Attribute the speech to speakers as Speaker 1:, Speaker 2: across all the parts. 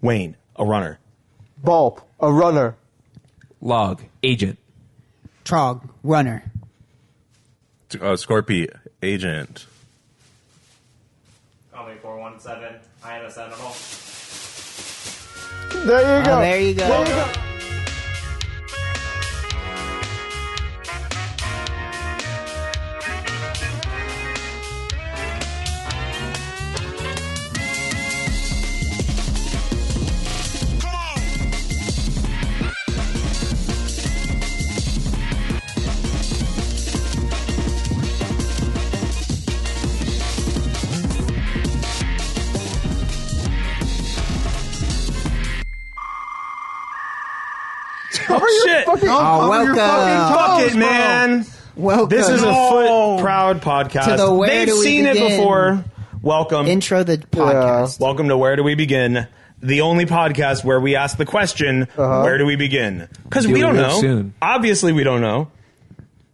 Speaker 1: Wayne, a runner.
Speaker 2: Bulb, a runner.
Speaker 3: Log, agent.
Speaker 4: Trog, runner.
Speaker 5: Uh, Scorpy, agent.
Speaker 6: Call me 417. I am a sentinel.
Speaker 2: There you go.
Speaker 4: Oh, there you go.
Speaker 2: Cover your
Speaker 1: Shit.
Speaker 2: fucking-
Speaker 4: Oh,
Speaker 2: cover your
Speaker 4: welcome.
Speaker 2: fucking
Speaker 1: Fuck
Speaker 2: toes,
Speaker 1: it,
Speaker 2: bro.
Speaker 1: man.
Speaker 4: Welcome.
Speaker 1: This is a
Speaker 5: No.
Speaker 1: foot proud podcast.
Speaker 4: Oh. To the Where
Speaker 1: They've
Speaker 4: Do We
Speaker 1: seen it
Speaker 4: Begin?
Speaker 1: before. Welcome.
Speaker 4: intro the podcast.
Speaker 1: Welcome to Where Do We Begin? The only podcast where we ask the question,
Speaker 4: Uh-huh.
Speaker 1: where do we begin? Because
Speaker 3: Do
Speaker 1: we
Speaker 3: we
Speaker 1: don't
Speaker 3: live
Speaker 1: know.
Speaker 3: soon?
Speaker 1: Obviously, we don't know.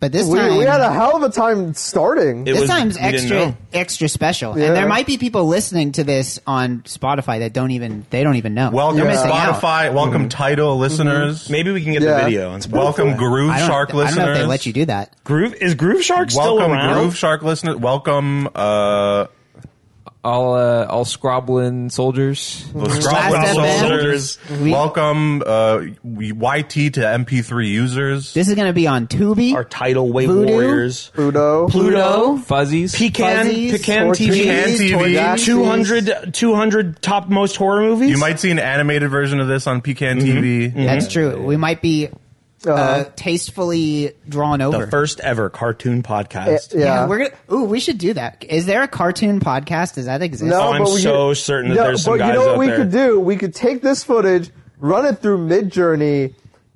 Speaker 4: But this
Speaker 2: We,
Speaker 4: time,
Speaker 2: we had a hell of a time starting.
Speaker 1: It
Speaker 4: this
Speaker 1: was,
Speaker 4: time's
Speaker 1: we didn't
Speaker 4: extra
Speaker 1: know.
Speaker 4: extra special,
Speaker 2: Yeah.
Speaker 4: and there might be people listening to this on Spotify that don't even they don't even know.
Speaker 5: Welcome
Speaker 4: They're missing out.
Speaker 5: Spotify. Welcome Tidal listeners.
Speaker 1: Mm-hmm. Maybe we can get the
Speaker 2: Yeah.
Speaker 1: video on Spotify.
Speaker 5: Welcome Groove
Speaker 4: I don't,
Speaker 5: Shark
Speaker 4: I don't
Speaker 5: listeners.
Speaker 4: know if they let you do that.
Speaker 1: Groove is Groove Shark still
Speaker 5: Welcome
Speaker 1: around?
Speaker 5: Groove Shark listeners. Welcome uh,
Speaker 3: All uh, all Scroblin soldiers.
Speaker 5: the
Speaker 4: Last
Speaker 5: Scrobbling
Speaker 4: FM.
Speaker 5: soldiers.
Speaker 4: We-
Speaker 5: Welcome uh, YT to MP3 users.
Speaker 4: This is going to be on Tubi,
Speaker 1: Our title Wave
Speaker 4: Voodoo?
Speaker 1: Warriors.
Speaker 2: Pluto.
Speaker 1: Pluto.
Speaker 3: Fuzzies.
Speaker 1: Pecan.
Speaker 4: Fuzzies,
Speaker 1: Pecan
Speaker 2: Tortoise,
Speaker 1: TV.
Speaker 5: Pecan TV.
Speaker 2: Tortoise.
Speaker 1: 200, 200 top most horror movies.
Speaker 5: you might see an animated version of this on Pecan TV.
Speaker 4: That's true. We might be uh,
Speaker 2: Uh-huh.
Speaker 4: tastefully drawn over.
Speaker 1: the first ever cartoon podcast.
Speaker 2: Yeah.
Speaker 4: yeah, we're gonna. Ooh, we should do that. Is there a cartoon podcast? Does that exist?
Speaker 2: No,
Speaker 1: Oh, I'm
Speaker 2: but we
Speaker 1: so
Speaker 2: could-
Speaker 1: certain that
Speaker 2: No,
Speaker 1: there's some
Speaker 2: but
Speaker 1: guys
Speaker 2: you know what
Speaker 1: out
Speaker 2: we
Speaker 1: there.
Speaker 2: could do? We could take this footage, run it through Midjourney,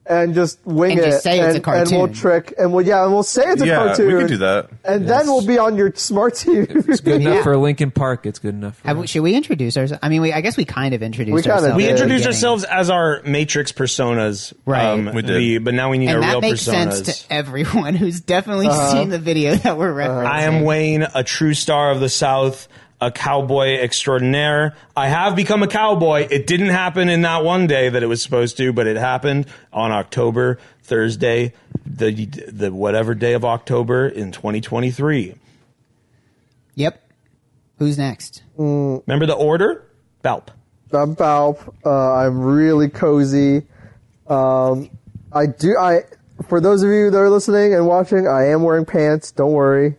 Speaker 2: and just wing
Speaker 4: And
Speaker 2: it.
Speaker 4: just say it's
Speaker 2: and,
Speaker 4: a
Speaker 2: And we'll
Speaker 4: cartoon.
Speaker 2: trick, and we'll yeah, and we'll say it's a
Speaker 5: Yeah,
Speaker 2: cartoon.
Speaker 5: we could do that.
Speaker 2: and then we'll be on your smart
Speaker 3: It's
Speaker 2: TV.
Speaker 3: good enough
Speaker 4: Yeah.
Speaker 3: for Lincoln Park. It's good enough. For
Speaker 4: Have we, should we introduce ourselves? I mean, we, I guess we kind of introduced
Speaker 2: We kinda
Speaker 4: ourselves.
Speaker 1: We
Speaker 2: Yeah.
Speaker 4: at the
Speaker 1: introduced
Speaker 4: beginning.
Speaker 1: ourselves as our Matrix personas. um,
Speaker 4: Right.
Speaker 5: We did.
Speaker 1: the- but now we need
Speaker 4: and
Speaker 1: our
Speaker 4: that
Speaker 1: real
Speaker 4: makes
Speaker 1: personas.
Speaker 4: sense to everyone who's definitely seen the video that we're referencing.
Speaker 1: I am Wayne, a true star of the South, a cowboy extraordinaire. I have become a cowboy. It didn't happen in that one day that it was supposed to, but it happened on October Thursday, the the whatever day of October in 2023.
Speaker 4: Yep. Who's next?
Speaker 1: Remember the order? Belp.
Speaker 2: I'm Balp. Uh, I'm really cozy. Um, I do. I for those of you that are listening and watching, I am wearing pants. Don't worry.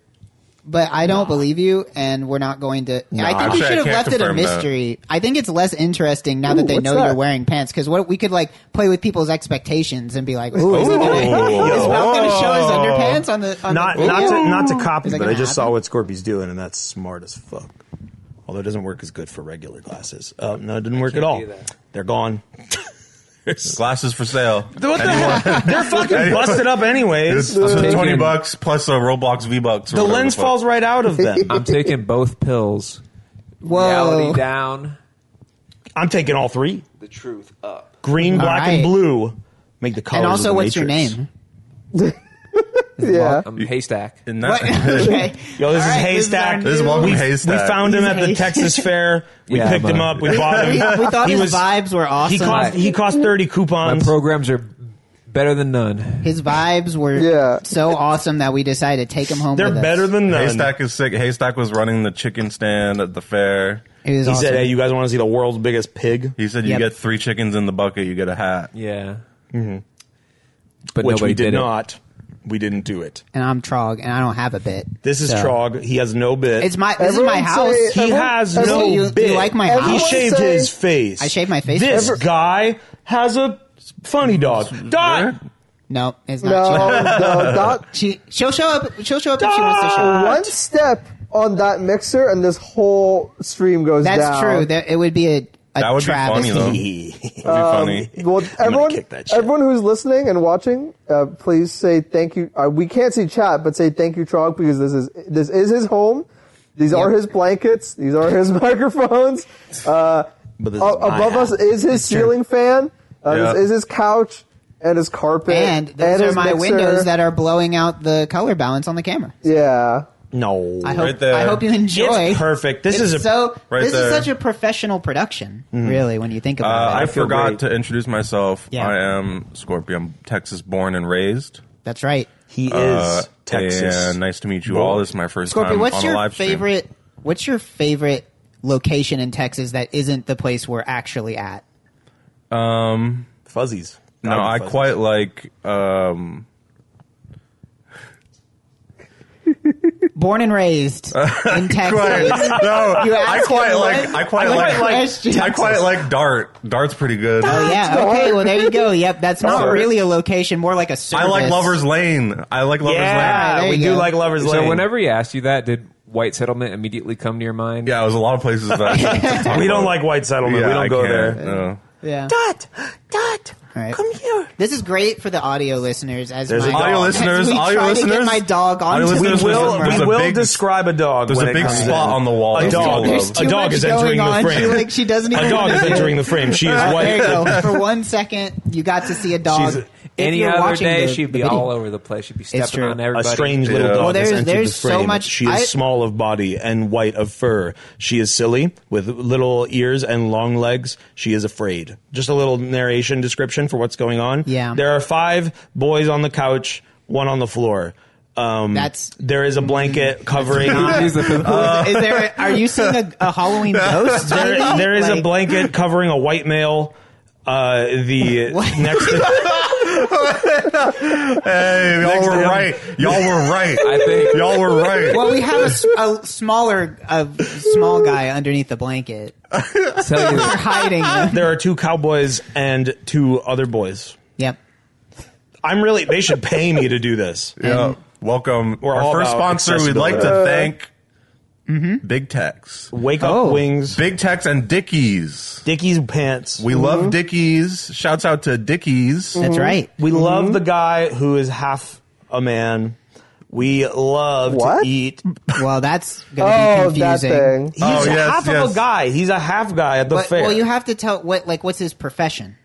Speaker 4: But I don't believe you, and we're not going to. I think we
Speaker 5: Actually, I
Speaker 4: should have left
Speaker 5: can't
Speaker 4: it a
Speaker 5: confirm that.
Speaker 4: mystery. I think it's less interesting now that they
Speaker 2: what's
Speaker 4: know you're
Speaker 2: that?
Speaker 4: wearing pants. Because what we could like play with people's expectations and be like, "Ooh, is, he gonna,
Speaker 1: Ooh.
Speaker 4: is Ralph going to show his underpants on the on
Speaker 1: Not
Speaker 4: the
Speaker 1: not
Speaker 4: video?
Speaker 1: to, not to copy,
Speaker 4: Is that
Speaker 1: but I
Speaker 4: gonna
Speaker 1: just saw
Speaker 4: happen?
Speaker 1: what Scorpy's doing, and that's smart as fuck. Although it doesn't work as good for regular glasses. Uh, no, it didn't work at all.
Speaker 3: do that.
Speaker 1: They're gone.
Speaker 5: Glasses for sale.
Speaker 1: They're fucking
Speaker 5: Anyone.
Speaker 1: busted up anyways.
Speaker 5: It's
Speaker 1: The
Speaker 3: taking-
Speaker 5: twenty bucks plus a Roblox V bucks.
Speaker 1: lens falls right out of them.
Speaker 3: I'm taking both pills.
Speaker 4: Whoa! Oh.
Speaker 3: Reality down.
Speaker 1: I'm taking all three:
Speaker 3: The truth up.
Speaker 1: green,
Speaker 4: All
Speaker 1: black,
Speaker 4: right.
Speaker 1: and blue. Make the colors.
Speaker 4: And
Speaker 1: of
Speaker 4: also,
Speaker 1: the
Speaker 4: what's your
Speaker 1: Matrix.
Speaker 4: name?
Speaker 2: Yeah.
Speaker 3: I'm haystack.
Speaker 5: And
Speaker 4: What?
Speaker 5: that,
Speaker 4: okay.
Speaker 1: Yo, this
Speaker 4: All
Speaker 1: is
Speaker 4: right,
Speaker 1: Haystack.
Speaker 4: our
Speaker 5: This is
Speaker 4: new-
Speaker 5: welcome
Speaker 1: We, we
Speaker 5: Haystack.
Speaker 1: found him
Speaker 4: He's
Speaker 1: at the
Speaker 4: Haystack.
Speaker 1: Texas fair. We
Speaker 3: Yeah,
Speaker 1: picked
Speaker 3: man.
Speaker 1: him up. We bought
Speaker 4: We,
Speaker 1: him.
Speaker 4: we thought
Speaker 1: He
Speaker 4: his
Speaker 1: was-
Speaker 4: vibes were
Speaker 1: He
Speaker 4: awesome.
Speaker 1: cost he cost thirty
Speaker 3: My
Speaker 1: coupons.
Speaker 3: programs are better than none.
Speaker 4: his vibes were
Speaker 2: Yeah.
Speaker 4: so awesome that we decided to take him home.
Speaker 1: They're
Speaker 4: with us.
Speaker 1: better than none.
Speaker 5: Haystack is sick. Haystack was running the chicken stand at the fair.
Speaker 4: It was
Speaker 1: He
Speaker 4: awesome.
Speaker 1: said, "Hey, you guys want to see the world's biggest pig?"
Speaker 5: He said, "You
Speaker 4: Yep.
Speaker 5: get three chickens in the bucket, you get a hat."
Speaker 3: Yeah. Mm-hmm. But
Speaker 1: Which
Speaker 3: nobody
Speaker 1: we did,
Speaker 3: did it.
Speaker 1: not. We didn't do it.
Speaker 4: and I'm Trog, and I don't have a bit.
Speaker 1: This is
Speaker 4: So-
Speaker 1: Trog. He has no bit.
Speaker 4: It's my. This
Speaker 2: Everyone
Speaker 4: is my house.
Speaker 2: say-
Speaker 1: He
Speaker 2: Everyone-
Speaker 1: has
Speaker 2: everyone-
Speaker 1: no
Speaker 4: you- you
Speaker 1: bit.
Speaker 4: like my
Speaker 1: He
Speaker 4: house?
Speaker 1: shaved
Speaker 2: Say-
Speaker 1: his face.
Speaker 4: I shaved my face? Mm,
Speaker 1: This
Speaker 4: Ever-
Speaker 1: guy has a funny dog. Dot.
Speaker 4: no, it's
Speaker 2: No,
Speaker 4: not.
Speaker 2: no, that
Speaker 4: She, she she'll show up. She'll show up if she wants to show up.
Speaker 2: one step on that mixer, and this whole stream goes
Speaker 4: That's
Speaker 2: down.
Speaker 4: true. That it would be a, a
Speaker 5: That would be funny,
Speaker 4: travesty.
Speaker 5: though.
Speaker 1: That'd be
Speaker 5: Funny.
Speaker 2: Well, everyone,
Speaker 1: kick that shit.
Speaker 2: everyone who's listening and watching, uh, please say thank you. Uh, we can't see chat, but say thank you, Trog, because this is this is his home. These are
Speaker 4: Yep.
Speaker 2: his blankets. These are his microphones. Uh,
Speaker 1: But this
Speaker 2: a-
Speaker 1: is my
Speaker 2: above us
Speaker 1: house.
Speaker 2: is his ceiling fan. Uh,
Speaker 5: Yeah.
Speaker 2: this is his couch and his carpet
Speaker 4: And those are
Speaker 2: his
Speaker 4: my
Speaker 2: mixer.
Speaker 4: windows that are blowing out the color balance on the camera.
Speaker 2: yeah.
Speaker 1: No.
Speaker 4: I hope,
Speaker 5: Right there.
Speaker 4: I hope you enjoy.
Speaker 1: It's perfect. This is
Speaker 4: It's
Speaker 1: a- Mm-hmm.
Speaker 4: so.
Speaker 5: right
Speaker 4: this is
Speaker 5: there.
Speaker 4: such a professional production, really, when you think about
Speaker 5: Uh,
Speaker 4: it.
Speaker 5: I
Speaker 1: feel
Speaker 5: forgot
Speaker 1: great.
Speaker 5: to introduce myself.
Speaker 4: Yeah.
Speaker 5: I am Scorpio. I'm Texas born and raised.
Speaker 4: That's right.
Speaker 1: he is
Speaker 5: Uh,
Speaker 1: Texas.
Speaker 5: And nice to meet you
Speaker 1: Boy.
Speaker 5: all. This is my first
Speaker 4: Scorpio,
Speaker 5: time
Speaker 4: what's
Speaker 5: Um, on a
Speaker 4: your
Speaker 5: live stream.
Speaker 4: favorite? What's your favorite location in Texas that isn't the place we're actually at?
Speaker 7: Fuzzies.
Speaker 5: No, I quite like. Um,
Speaker 4: Born and raised in Texas.
Speaker 5: no,
Speaker 4: You
Speaker 5: I
Speaker 4: asked
Speaker 5: quite
Speaker 4: him
Speaker 5: like.
Speaker 4: what?
Speaker 5: I quite
Speaker 4: What
Speaker 5: like.
Speaker 4: questions?
Speaker 5: I quite like Dart. Dart's pretty good.
Speaker 4: Oh yeah. Okay. Well, there you go. Yep. That's not
Speaker 5: Service.
Speaker 4: really a location. More like a service.
Speaker 5: I like Lovers Lane. I like Lovers
Speaker 1: yeah,
Speaker 5: Lane.
Speaker 4: there
Speaker 1: we
Speaker 4: you
Speaker 1: do
Speaker 4: go.
Speaker 1: like lovers lane.
Speaker 3: So whenever he asked you that, did White Settlement immediately come to your mind?
Speaker 5: Yeah, it was a lot of places that I should talk
Speaker 1: we don't
Speaker 5: about.
Speaker 1: like white settlement.
Speaker 5: Yeah,
Speaker 1: we don't
Speaker 5: I
Speaker 1: go
Speaker 5: can't,
Speaker 1: there.
Speaker 5: no.
Speaker 4: Yeah.
Speaker 1: Dot, dot,
Speaker 4: Right.
Speaker 1: come here.
Speaker 4: This is great for the audio listeners. As
Speaker 1: There's
Speaker 4: my
Speaker 1: a dog. As
Speaker 5: Audio listeners,
Speaker 4: as we
Speaker 5: audio
Speaker 4: try
Speaker 5: listeners.
Speaker 4: to get my dog
Speaker 5: audio
Speaker 4: onto the
Speaker 5: listeners,
Speaker 1: We will,
Speaker 5: there's
Speaker 1: we
Speaker 5: a
Speaker 1: will
Speaker 5: big-
Speaker 1: describe a dog.
Speaker 5: There's
Speaker 1: when
Speaker 5: a
Speaker 1: it
Speaker 5: big
Speaker 1: comes
Speaker 5: spot
Speaker 1: in.
Speaker 5: on the wall.
Speaker 1: A
Speaker 5: There's
Speaker 1: dog.
Speaker 5: too- there's
Speaker 1: A
Speaker 4: too
Speaker 1: dog
Speaker 4: much
Speaker 1: is
Speaker 4: going
Speaker 1: entering the
Speaker 4: on. She,
Speaker 1: frame.
Speaker 4: like, she doesn't
Speaker 1: A
Speaker 4: even
Speaker 1: dog is
Speaker 4: know.
Speaker 1: entering the frame. She is
Speaker 4: There you
Speaker 1: white.
Speaker 4: go. For one second, you got to see a dog.
Speaker 1: She's-
Speaker 4: If
Speaker 3: Any
Speaker 4: you're
Speaker 3: other
Speaker 4: watching
Speaker 3: day,
Speaker 4: the-
Speaker 3: she'd
Speaker 4: the
Speaker 3: be
Speaker 4: video.
Speaker 3: all over the place. She'd be stepping
Speaker 4: true.
Speaker 3: on
Speaker 4: A
Speaker 1: A
Speaker 3: everybody.
Speaker 1: strange little
Speaker 5: Yeah.
Speaker 1: dog
Speaker 4: Well,
Speaker 1: has
Speaker 4: there's-
Speaker 1: entered
Speaker 4: there's
Speaker 1: the
Speaker 4: so
Speaker 1: frame.
Speaker 4: much-
Speaker 1: She is
Speaker 4: I-
Speaker 1: small of body and white of fur. She is silly with little ears and long legs. She is afraid. Just a little narration description for what's going on.
Speaker 4: Yeah.
Speaker 1: There are five boys on the couch, one on the floor. Um,
Speaker 4: That's-
Speaker 1: there is a blanket covering.
Speaker 3: He's the physical-
Speaker 4: Is there? Are you seeing a, a Halloween ghost?
Speaker 1: there,
Speaker 4: maybe?
Speaker 1: there is a
Speaker 4: Like,
Speaker 1: blanket covering a white male. Uh, the
Speaker 4: What?
Speaker 1: next.
Speaker 5: Hey, y'all were right. Y'all were right.
Speaker 3: I think.
Speaker 5: Y'all were right.
Speaker 4: Well, we have a s- a, smaller, a small guy underneath the blanket.
Speaker 3: Tell you-
Speaker 4: We're hiding. them.
Speaker 1: there are two cowboys and two other boys.
Speaker 4: Yep.
Speaker 1: I'm really. They should pay me to do this.
Speaker 5: Yeah. Welcome.
Speaker 1: all
Speaker 5: Our first
Speaker 1: about
Speaker 5: sponsor, we'd like to
Speaker 1: accessibility.
Speaker 5: thank
Speaker 4: Mm-hmm.
Speaker 5: Big Tex.
Speaker 1: Wake up, wings.
Speaker 5: Big Tex and Dickies.
Speaker 1: Dickies pants.
Speaker 5: We love Dickies. Shouts out to Dickies.
Speaker 4: That's right.
Speaker 1: We love the guy who is half a man. We love
Speaker 2: What?
Speaker 1: to eat.
Speaker 4: Well, that's going to
Speaker 2: Oh,
Speaker 4: be
Speaker 2: that
Speaker 4: confusing.
Speaker 2: thing.
Speaker 1: He's
Speaker 5: Oh, yes,
Speaker 1: half of
Speaker 5: yes.
Speaker 1: a guy. He's a half guy at the
Speaker 4: But,
Speaker 1: fair.
Speaker 4: well, you have to tell what, like, what's his profession?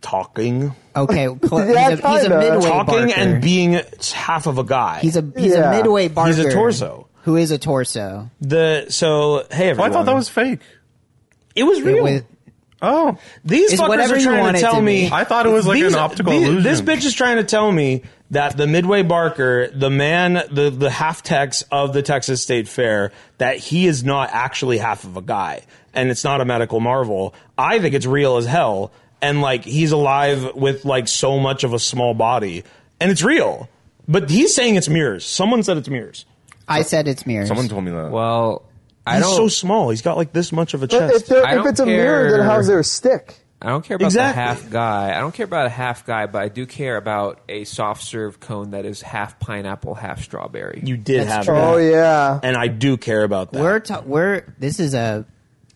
Speaker 1: talking,
Speaker 4: Okay, cl-
Speaker 2: Yeah,
Speaker 4: he's, a, he's a
Speaker 2: kinda.
Speaker 4: midway
Speaker 1: talking,
Speaker 4: barker.
Speaker 1: and being half of a guy.
Speaker 4: he's a he's
Speaker 2: Yeah.
Speaker 4: a midway barker.
Speaker 1: He's a torso.
Speaker 4: Who is a torso?
Speaker 1: the so hey
Speaker 5: Well,
Speaker 1: everyone.
Speaker 5: Oh, I thought that was fake.
Speaker 1: it was real.
Speaker 4: With-
Speaker 5: Oh.
Speaker 1: These
Speaker 4: It's
Speaker 1: fuckers
Speaker 4: whatever
Speaker 1: are
Speaker 4: you
Speaker 1: trying
Speaker 4: want
Speaker 1: to
Speaker 4: it
Speaker 1: tell
Speaker 4: to
Speaker 1: me.
Speaker 4: be.
Speaker 5: I thought it was like
Speaker 1: These-
Speaker 5: an optical
Speaker 1: these-
Speaker 5: illusion.
Speaker 1: This bitch is trying to tell me that the Midway Barker, the man, the the half Tex of the Texas State Fair, that he is not actually half of a guy, and it's not a medical marvel. I think it's real as hell, and like he's alive with like so much of a small body, and it's real. But he's saying it's mirrors. Someone said it's mirrors.
Speaker 4: I said it's mirrors.
Speaker 5: Someone told me that.
Speaker 3: well, I
Speaker 1: He's
Speaker 3: don't.
Speaker 1: so small. He's got like this much of a
Speaker 2: But if,
Speaker 1: chest.
Speaker 2: they're-
Speaker 3: I
Speaker 2: if
Speaker 3: don't
Speaker 2: it's a mirror,
Speaker 3: care.
Speaker 2: then how's there a stick?
Speaker 3: I don't care about
Speaker 1: Exactly.
Speaker 3: the half guy. I don't care about a half guy, but I do care about a soft serve cone that is half pineapple, half strawberry.
Speaker 1: You did
Speaker 4: That's
Speaker 1: have
Speaker 4: true.
Speaker 1: that.
Speaker 2: Oh yeah.
Speaker 1: And I do care about that.
Speaker 4: we're ta- we're this is a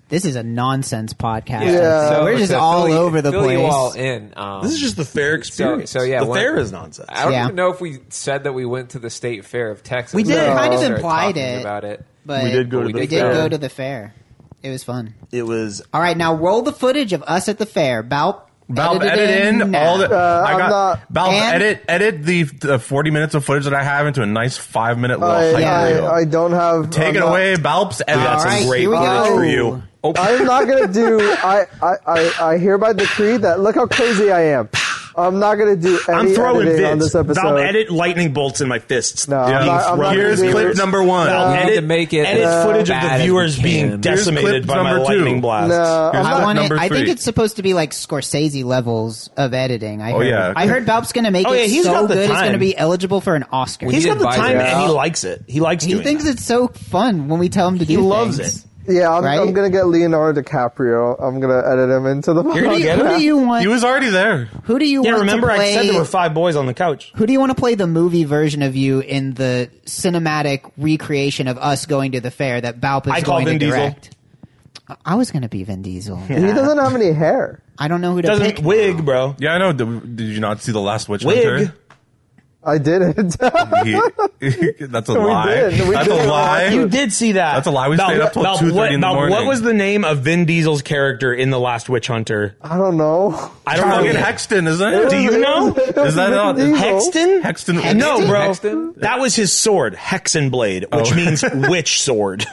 Speaker 4: this is a nonsense podcast.
Speaker 2: Yeah.
Speaker 4: So we're
Speaker 3: to
Speaker 4: just
Speaker 3: fill
Speaker 4: all
Speaker 3: you-
Speaker 4: over the
Speaker 3: fill
Speaker 4: place.
Speaker 3: You all in. Um,
Speaker 1: This is just the fair experience.
Speaker 3: So, so yeah,
Speaker 1: the
Speaker 3: when-
Speaker 1: fair is nonsense.
Speaker 3: I don't
Speaker 4: Yeah.
Speaker 3: even know if we said that we went to the state fair of Texas.
Speaker 4: We did.
Speaker 3: We
Speaker 4: It kind of
Speaker 3: started
Speaker 4: implied
Speaker 3: talking
Speaker 4: it.
Speaker 3: about it.
Speaker 4: but
Speaker 1: We did go to
Speaker 4: we
Speaker 1: the
Speaker 4: did
Speaker 1: fair.
Speaker 4: go to the fair. It was fun.
Speaker 1: It was
Speaker 4: All right, now roll the footage of us at the fair. Balp,
Speaker 5: Valve
Speaker 4: edit
Speaker 5: edit,
Speaker 4: it
Speaker 5: in,
Speaker 4: now.
Speaker 5: all the.
Speaker 2: Uh,
Speaker 5: I
Speaker 2: I'm
Speaker 5: got
Speaker 2: not-
Speaker 5: Valve
Speaker 4: And-
Speaker 5: edit edit the, the forty minutes of footage that I have into a nice five minute little
Speaker 2: I,
Speaker 5: hype
Speaker 4: yeah.
Speaker 2: I,
Speaker 5: reel.
Speaker 2: I don't have.
Speaker 5: Take
Speaker 2: I'm
Speaker 5: it
Speaker 2: not-
Speaker 5: away, Balps. Edit.
Speaker 1: That's
Speaker 4: All right,
Speaker 1: great
Speaker 4: here we
Speaker 1: footage
Speaker 4: go.
Speaker 1: for you.
Speaker 2: I'm not gonna do. I I I, I hereby decree that. Look how crazy I am. I'm not gonna do any
Speaker 1: I'm throwing
Speaker 2: editing on
Speaker 1: vids.
Speaker 2: this episode.
Speaker 1: I'll edit lightning bolts in my fists.
Speaker 2: No, I'm
Speaker 1: being
Speaker 2: not- I'm not
Speaker 1: thrown.
Speaker 2: gonna
Speaker 5: Here's
Speaker 2: do
Speaker 5: clip
Speaker 2: it.
Speaker 5: number one.
Speaker 1: I'll
Speaker 3: We need
Speaker 1: edit,
Speaker 3: to make it
Speaker 1: edit
Speaker 3: as
Speaker 1: footage of
Speaker 3: bad
Speaker 1: the
Speaker 3: as
Speaker 1: viewers
Speaker 3: we
Speaker 1: being
Speaker 3: can.
Speaker 5: Here's clip
Speaker 1: decimated by my
Speaker 5: number two.
Speaker 1: lightning blasts.
Speaker 2: No, I'm
Speaker 5: Here's
Speaker 4: I
Speaker 5: clip
Speaker 2: not,
Speaker 4: want it.
Speaker 5: number
Speaker 4: I think
Speaker 5: three.
Speaker 4: it's supposed to be like Scorsese levels of editing. I heard.
Speaker 5: yeah.
Speaker 4: I heard Balp's going to make
Speaker 1: Oh,
Speaker 4: it
Speaker 1: yeah, he's
Speaker 4: so
Speaker 1: got the
Speaker 4: good it's
Speaker 1: time.
Speaker 4: going to be eligible for an Oscar.
Speaker 1: He's
Speaker 3: You
Speaker 1: got the
Speaker 3: advise
Speaker 1: time
Speaker 3: it.
Speaker 1: and he likes it. He likes
Speaker 4: he
Speaker 1: doing
Speaker 4: thinks
Speaker 1: it.
Speaker 4: it's so fun when we tell him to do.
Speaker 1: He loves
Speaker 4: things.
Speaker 1: it.
Speaker 2: yeah, I'm,
Speaker 4: Right?
Speaker 2: I'm gonna get Leonardo DiCaprio. I'm gonna edit him into the.
Speaker 4: Who do, you,
Speaker 1: get
Speaker 4: who
Speaker 1: it.
Speaker 4: do you want?
Speaker 5: He was already there.
Speaker 4: who do you
Speaker 1: Yeah,
Speaker 4: want
Speaker 1: remember
Speaker 4: to
Speaker 1: I
Speaker 4: play?
Speaker 1: said there were five boys on the couch.
Speaker 4: who do you want to play the movie version of you in the cinematic recreation of us going to the fair that Balp is
Speaker 1: I call
Speaker 4: going
Speaker 1: Vin
Speaker 4: to
Speaker 1: Diesel.
Speaker 4: direct? I was going to be Vin Diesel.
Speaker 2: He doesn't have any hair.
Speaker 4: I don't know who to
Speaker 1: Doesn't
Speaker 4: pick.
Speaker 1: wig, bro.
Speaker 5: Yeah, I know. Did, did you not see the last witch
Speaker 1: Wig.
Speaker 5: hunter?
Speaker 2: I didn't.
Speaker 5: He- that's a
Speaker 2: We
Speaker 5: lie.
Speaker 2: did. We
Speaker 5: That's
Speaker 2: did.
Speaker 5: a lie.
Speaker 1: You did see that.
Speaker 5: That's a lie. We
Speaker 1: About-
Speaker 5: stayed up till
Speaker 1: about
Speaker 5: 2:30
Speaker 1: what-
Speaker 5: in the
Speaker 1: about What
Speaker 5: morning.
Speaker 1: was the name of Vin Diesel's character in The Last Witch Hunter?
Speaker 2: I don't know.
Speaker 1: I don't know.
Speaker 5: Fucking
Speaker 1: yet.
Speaker 5: Hexton, isn't
Speaker 2: It
Speaker 5: it?
Speaker 2: was-
Speaker 1: Do you
Speaker 2: it
Speaker 1: know?
Speaker 2: was- it was
Speaker 5: Is that
Speaker 2: Vin
Speaker 5: not-
Speaker 2: Diesel.
Speaker 1: Oh. Hexton?
Speaker 5: Hexton-
Speaker 1: No, bro.
Speaker 3: Hexton?
Speaker 1: That was his sword, Hexenblade,
Speaker 5: Oh.
Speaker 1: which means witch sword.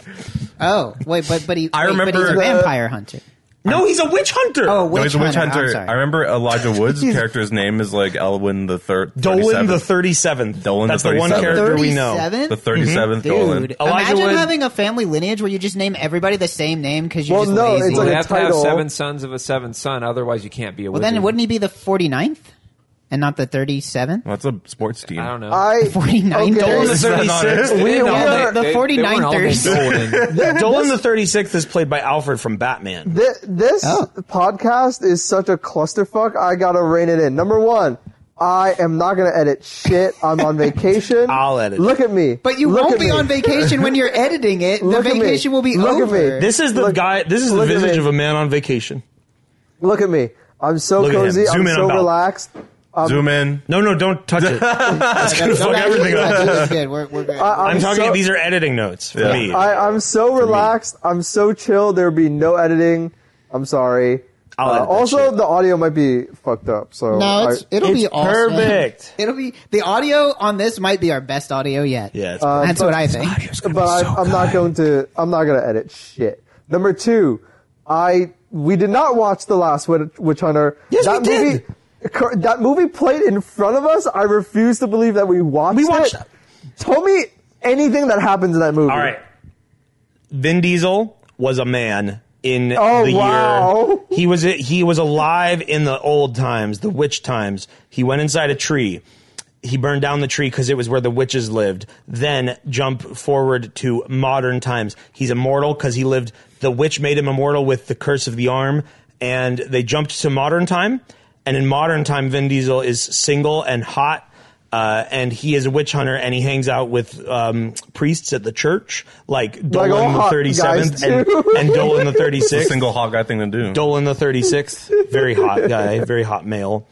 Speaker 4: Oh wait, but but he.
Speaker 5: I
Speaker 4: wait, but he's a
Speaker 5: remember-
Speaker 1: uh,
Speaker 4: vampire hunter.
Speaker 1: No, he's a witch hunter.
Speaker 4: Oh,
Speaker 5: No,
Speaker 4: witch,
Speaker 5: he's a witch
Speaker 4: hunter. I'm
Speaker 5: hunter.
Speaker 4: sorry.
Speaker 5: I remember Elijah Wood's character's name is like Elwin the third.
Speaker 1: Dolan the thirty seventh.
Speaker 5: Dolan the
Speaker 1: That's the one
Speaker 5: 37th.
Speaker 1: character we know.
Speaker 4: 37?
Speaker 5: the thirty seventh Dolan.
Speaker 4: Mm-hmm. Dude,
Speaker 1: Elijah
Speaker 4: imagine
Speaker 1: Wood-
Speaker 4: having a family lineage where you just name everybody the same name because you're
Speaker 2: Well,
Speaker 4: just
Speaker 2: no,
Speaker 4: lazy.
Speaker 2: it's
Speaker 3: Well,
Speaker 2: like
Speaker 3: they
Speaker 2: a
Speaker 3: have to have
Speaker 2: title.
Speaker 3: seven sons of a seven son, otherwise you can't be a
Speaker 4: well,
Speaker 3: wizard.
Speaker 4: then wouldn't he be the 49th and not the 37th?
Speaker 5: That's a sports team.
Speaker 3: I don't know.
Speaker 2: I
Speaker 4: 49
Speaker 2: Okay.
Speaker 4: dollars.
Speaker 5: Is that not it?
Speaker 2: We-
Speaker 3: They-
Speaker 2: we
Speaker 3: all-
Speaker 2: are-
Speaker 4: Uh, the
Speaker 3: they- they weren't all
Speaker 4: 49ers.
Speaker 3: golden.
Speaker 1: Dolan the thirty sixth is played by Alfred from Batman.
Speaker 2: Th- this
Speaker 4: Oh.
Speaker 2: podcast is such a clusterfuck. I gotta rein it in. Number one, I am not gonna edit shit. I'm on vacation.
Speaker 1: I'll edit it.
Speaker 2: Look at me.
Speaker 4: But you
Speaker 2: Look
Speaker 4: won't
Speaker 2: at
Speaker 4: be
Speaker 2: me.
Speaker 4: on vacation when you're editing it. The
Speaker 2: Look at me.
Speaker 4: vacation will be
Speaker 2: Look at me.
Speaker 4: over.
Speaker 1: This is the
Speaker 2: Look-
Speaker 1: guy. This is the
Speaker 2: look at
Speaker 1: visage
Speaker 2: me.
Speaker 1: of a man on vacation.
Speaker 2: Look at me. I'm so
Speaker 1: Look at him.
Speaker 2: cozy.
Speaker 1: Zoom
Speaker 2: I'm
Speaker 1: in
Speaker 2: so
Speaker 1: on Val.
Speaker 2: relaxed. Um,
Speaker 5: Zoom in.
Speaker 1: No, no, don't touch it. That's gonna fuck
Speaker 4: Don't actually
Speaker 1: everything
Speaker 4: touch
Speaker 1: up.
Speaker 4: it. It's good. We're, we're good.
Speaker 2: I,
Speaker 1: I'm talking.
Speaker 2: So,
Speaker 1: These are editing notes for
Speaker 5: Yeah.
Speaker 1: me.
Speaker 2: I, I'm so relaxed. I'm so chill. There'll be no editing. I'm sorry. Uh,
Speaker 1: I'll edit that
Speaker 2: also,
Speaker 1: shit.
Speaker 2: the audio might be fucked up. So
Speaker 4: no,
Speaker 2: I-
Speaker 4: it's, it'll
Speaker 1: It's
Speaker 4: be awesome.
Speaker 1: perfect.
Speaker 4: It'll be the audio on this might be our best audio yet.
Speaker 1: yeah, it's
Speaker 4: that's what I think.
Speaker 2: but I, I'm not going to. I'm not going to edit shit. Number two, I we did not watch the last Witch, Witch Hunter.
Speaker 1: Yes,
Speaker 2: that
Speaker 1: we
Speaker 2: movie, cur- That movie played in front of us. I refuse to believe that we watched.
Speaker 1: We watched
Speaker 2: It. Tell me anything that happens in that movie.
Speaker 1: All right. Vin Diesel was a man in
Speaker 2: Oh,
Speaker 1: the
Speaker 2: wow.
Speaker 1: year. He was he was alive in the old times, the witch times. He went inside a tree. He burned down the tree because it was where the witches lived. Then jump forward to modern times. He's immortal because he lived. The witch made him immortal with the curse of the arm, and they jumped to modern time. And in modern time, Vin Diesel is single and hot uh, and he is a witch hunter, and he hangs out with um, priests at the church, like
Speaker 2: Like all
Speaker 1: Dolan the
Speaker 2: hot
Speaker 1: thirty
Speaker 2: guys
Speaker 1: seventh and,
Speaker 2: do.
Speaker 1: and Dolan the thirty
Speaker 5: It's a
Speaker 1: sixth.
Speaker 5: single hog guy thing to do.
Speaker 1: Dolan the thirty sixth, very hot guy, very hot male.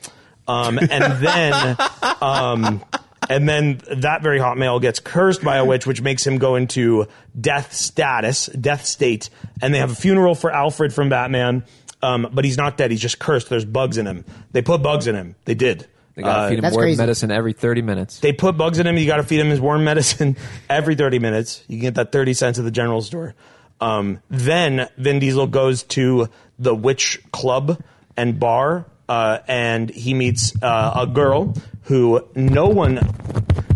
Speaker 1: Um, and then, um, and then that very hot male gets cursed by a witch, which makes him go into death status, death state, and they have a funeral for Alfred from Batman. Um, but he's not dead; he's just cursed. There's bugs in him. They put bugs in him. They did.
Speaker 3: They gotta
Speaker 1: Uh,
Speaker 3: feed him
Speaker 4: That's
Speaker 3: word
Speaker 4: crazy.
Speaker 3: medicine every 30 minutes.
Speaker 1: they put bugs in him. You got to feed him his worm medicine every 30 minutes. You can get that 30 cents at the general store. Um, then Vin Diesel goes to the witch club and bar, uh, and he meets uh, a girl who no one.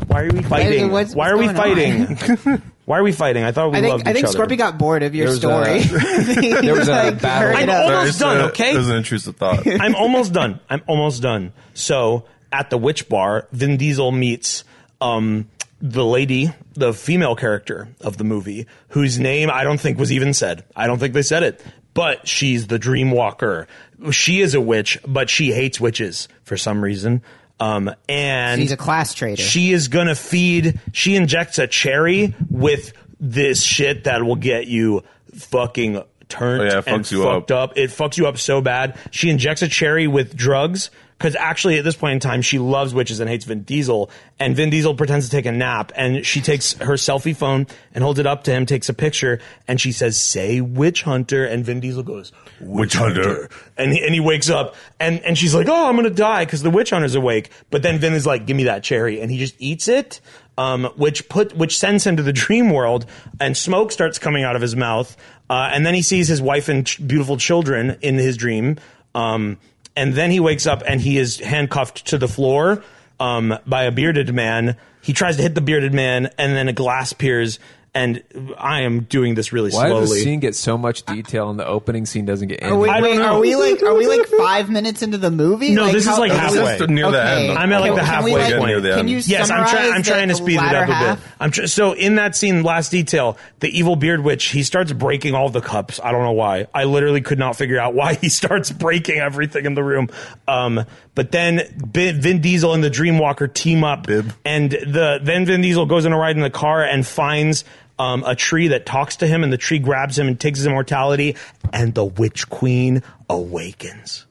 Speaker 1: Why are we fighting?
Speaker 4: what's-
Speaker 1: Why are we
Speaker 4: what's going
Speaker 1: fighting? Why are we fighting? I thought we
Speaker 4: I think
Speaker 1: loved
Speaker 4: I think
Speaker 1: each
Speaker 4: Scorpy
Speaker 1: other.
Speaker 4: got bored of your
Speaker 3: There was
Speaker 4: story.
Speaker 3: a- there was a battle.
Speaker 4: hurry
Speaker 1: I'm
Speaker 4: it up.
Speaker 1: almost
Speaker 5: There's
Speaker 1: done.
Speaker 5: a-
Speaker 1: okay,
Speaker 5: There's an intrusive thought.
Speaker 1: I'm almost done. I'm almost done. So at the witch bar, Vin Diesel meets um, the lady, the female character of the movie, whose name I don't think was even said. I don't think they said it. But she's the dream walker. She is a witch, but she hates witches for some reason. Um, and
Speaker 4: She's a class traitor.
Speaker 1: she is gonna feed. She injects a cherry with this shit that will get you fucking turned
Speaker 5: Oh, yeah, it
Speaker 1: and
Speaker 5: fucks you
Speaker 1: fucked up. It fucks you up so bad. She injects a cherry with drugs because actually at this point in time she loves witches and hates Vin Diesel. And Vin Diesel pretends to take a nap and she takes her selfie phone and holds it up to him, takes a picture, and she says, "Say witch hunter," and Vin Diesel goes,
Speaker 5: Witch hunter.
Speaker 1: and he, and he wakes up and, and she's like, oh, I'm gonna die because the witch hunter's awake. But then Vin is like, give me that cherry, and he just eats it, um, which put which sends him to the dream world, and smoke starts coming out of his mouth, uh, and then he sees his wife and ch- beautiful children in his dream, um, and then he wakes up and he is handcuffed to the floor um, by a bearded man. He tries to hit the bearded man, and then a glass appears. And I am doing this really
Speaker 3: Why
Speaker 1: slowly.
Speaker 3: does the scene get so much detail and the opening scene doesn't get any?
Speaker 4: Are we,
Speaker 1: I don't
Speaker 4: wait,
Speaker 1: know.
Speaker 4: are we like are we like five minutes into the movie?
Speaker 1: No, this is like
Speaker 5: This is
Speaker 1: halfway.
Speaker 5: just near the
Speaker 4: Okay.
Speaker 5: end.
Speaker 1: I'm at like
Speaker 4: Can-
Speaker 1: the
Speaker 4: can we,
Speaker 1: halfway
Speaker 4: like,
Speaker 1: point.
Speaker 5: Near the
Speaker 4: Can
Speaker 5: end.
Speaker 4: you
Speaker 1: Yes, I'm trying.
Speaker 4: summarize
Speaker 1: I'm trying
Speaker 4: the
Speaker 1: to speed it up
Speaker 4: latter
Speaker 1: a bit.
Speaker 4: half?
Speaker 1: I'm tr- so in that scene, last detail, the evil beard witch. He starts breaking all the cups. I don't know why. I literally could not figure out why he starts breaking everything in the room. Um, but then B- Vin Diesel and the Dreamwalker team up,
Speaker 5: Bib.
Speaker 1: and the then Vin Diesel goes on a ride in the car and finds. Um, a tree that talks to him, and the tree grabs him and takes his immortality, and the witch queen awakens.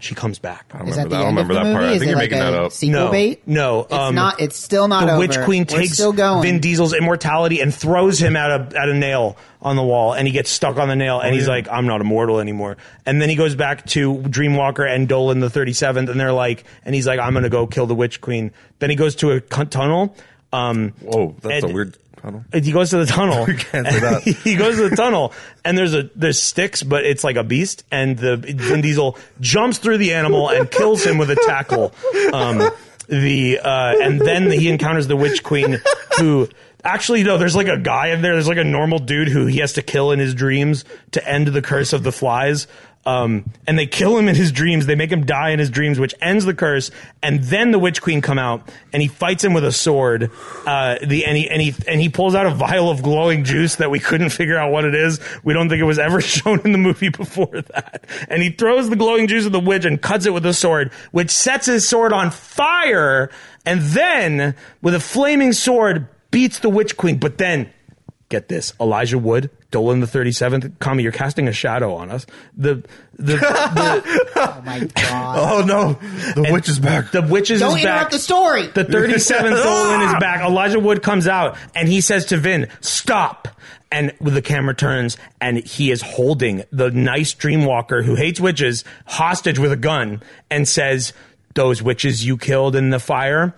Speaker 1: She comes back.
Speaker 5: I don't
Speaker 4: Is
Speaker 5: remember
Speaker 4: that the
Speaker 5: that. I don't
Speaker 4: end of
Speaker 5: remember
Speaker 4: the
Speaker 5: that
Speaker 4: movie?
Speaker 5: part. I
Speaker 4: Is
Speaker 5: think
Speaker 4: it
Speaker 5: you're
Speaker 4: like
Speaker 5: making
Speaker 4: a
Speaker 5: that up.
Speaker 4: sequel
Speaker 1: No,
Speaker 4: bait?
Speaker 1: no,
Speaker 4: it's
Speaker 1: um,
Speaker 4: not. It's still not.
Speaker 1: the
Speaker 4: over.
Speaker 1: Witch Queen
Speaker 4: We're
Speaker 1: takes
Speaker 4: still going.
Speaker 1: Vin Diesel's immortality and throws him at a at a nail on the wall, and he gets stuck on the nail,
Speaker 4: Oh,
Speaker 1: and he's
Speaker 5: yeah.
Speaker 1: like, "I'm not immortal anymore." And then he goes back to Dreamwalker and Dolan the Thirty Seventh, and they're like, and he's like, "I'm gonna go kill the Witch Queen." Then he goes to a cu- tunnel. Um,
Speaker 5: Whoa, that's
Speaker 1: and-
Speaker 5: a weird tunnel.
Speaker 1: he goes to the tunnel.
Speaker 5: can't say that.
Speaker 1: he goes to the tunnel, and there's a there's sticks, but it's like a beast, and the Vin Diesel jumps through the animal and kills him with a tackle. Um, the uh, and then he encounters the witch queen, who actually no, there's like a guy in there. There's like a normal dude who he has to kill in his dreams to end the curse of the flies. Um, and they kill him in his dreams. They make him die in his dreams, which ends the curse. And then the witch queen come out, and he fights him with a sword. Uh, the and he and he and he pulls out a vial of glowing juice that we couldn't figure out what it is. We don't think it was ever shown in the movie before that. And he throws the glowing juice at the witch and cuts it with a sword, which sets his sword on fire. And then, with a flaming sword, beats the witch queen. But then get this Elijah Wood, Dolan the 37th, Kami, you're casting a shadow on us. The the the,
Speaker 4: Oh my god!
Speaker 5: Oh no, the witch is back.
Speaker 1: the witches
Speaker 4: Don't
Speaker 1: is back.
Speaker 4: interrupt the story.
Speaker 1: The 37th Dolan is back. Elijah Wood comes out and he says to Vin, "Stop." And with the camera turns and he is holding the nice dreamwalker who hates witches hostage with a gun and says, "Those witches you killed in the fire,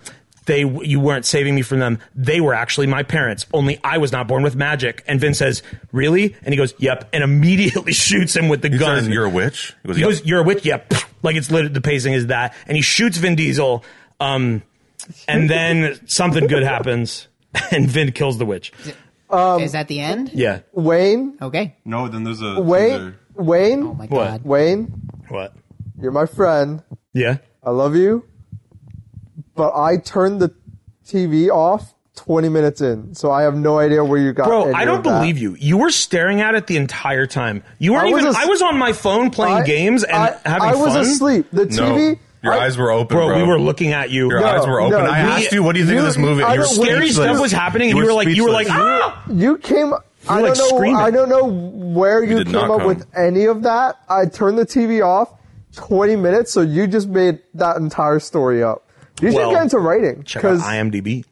Speaker 1: they you weren't saving me from them. They were actually my parents. Only I was not born with magic. And Vin says, "Really?" And he goes, "Yep." And immediately shoots him with the
Speaker 5: he
Speaker 1: gun.
Speaker 5: says you're a witch. He goes,
Speaker 1: He
Speaker 5: "Yep."
Speaker 1: goes, "You're a witch." Yeah, pfft. like it's lit. The pacing is that, and he shoots Vin Diesel. Um, and then something good happens, and Vin kills the witch.
Speaker 4: is that the end?
Speaker 1: um, Yeah.
Speaker 2: Wayne,
Speaker 4: Okay.
Speaker 7: No, then there's a
Speaker 2: Wayne, Wayne,
Speaker 4: Oh my
Speaker 1: What?
Speaker 4: god.
Speaker 2: Wayne.
Speaker 1: What?
Speaker 2: You're my friend.
Speaker 1: Yeah.
Speaker 2: I love you, but I turned the TV off 20 minutes in, so I have no idea where you got.
Speaker 1: Bro,
Speaker 2: any
Speaker 1: I
Speaker 2: of
Speaker 1: don't
Speaker 2: that.
Speaker 1: believe you. You were staring at it the entire time. You weren't
Speaker 2: I was
Speaker 1: even.
Speaker 2: as-
Speaker 1: I was on my phone playing
Speaker 2: I-
Speaker 1: games and
Speaker 2: I,
Speaker 1: having
Speaker 2: I was
Speaker 1: fun.
Speaker 2: asleep. The TV.
Speaker 5: no, your
Speaker 2: I-
Speaker 5: eyes were open,
Speaker 1: Bro,
Speaker 5: bro.
Speaker 1: we were looking at you.
Speaker 5: Your eyes were open.
Speaker 2: no,
Speaker 5: I
Speaker 2: we-
Speaker 5: asked you, "What do you think of this
Speaker 2: you-
Speaker 5: movie?"
Speaker 2: I
Speaker 5: And you were
Speaker 2: don't-
Speaker 1: Scary
Speaker 5: speechless.
Speaker 1: stuff was happening, and you
Speaker 5: You
Speaker 1: were,
Speaker 5: were
Speaker 1: like, you were like,
Speaker 5: speechless.
Speaker 1: ah!
Speaker 2: You came. I
Speaker 1: were,
Speaker 2: don't
Speaker 1: like,
Speaker 2: know.
Speaker 1: screaming.
Speaker 2: I don't know where you,
Speaker 5: did
Speaker 2: came
Speaker 5: not
Speaker 2: up
Speaker 5: come.
Speaker 2: with any of that. I turned the TV off 20 minutes, so you just made that entire story up. You should
Speaker 1: Well,
Speaker 2: get into writing
Speaker 1: Check out
Speaker 2: because
Speaker 1: IMDb.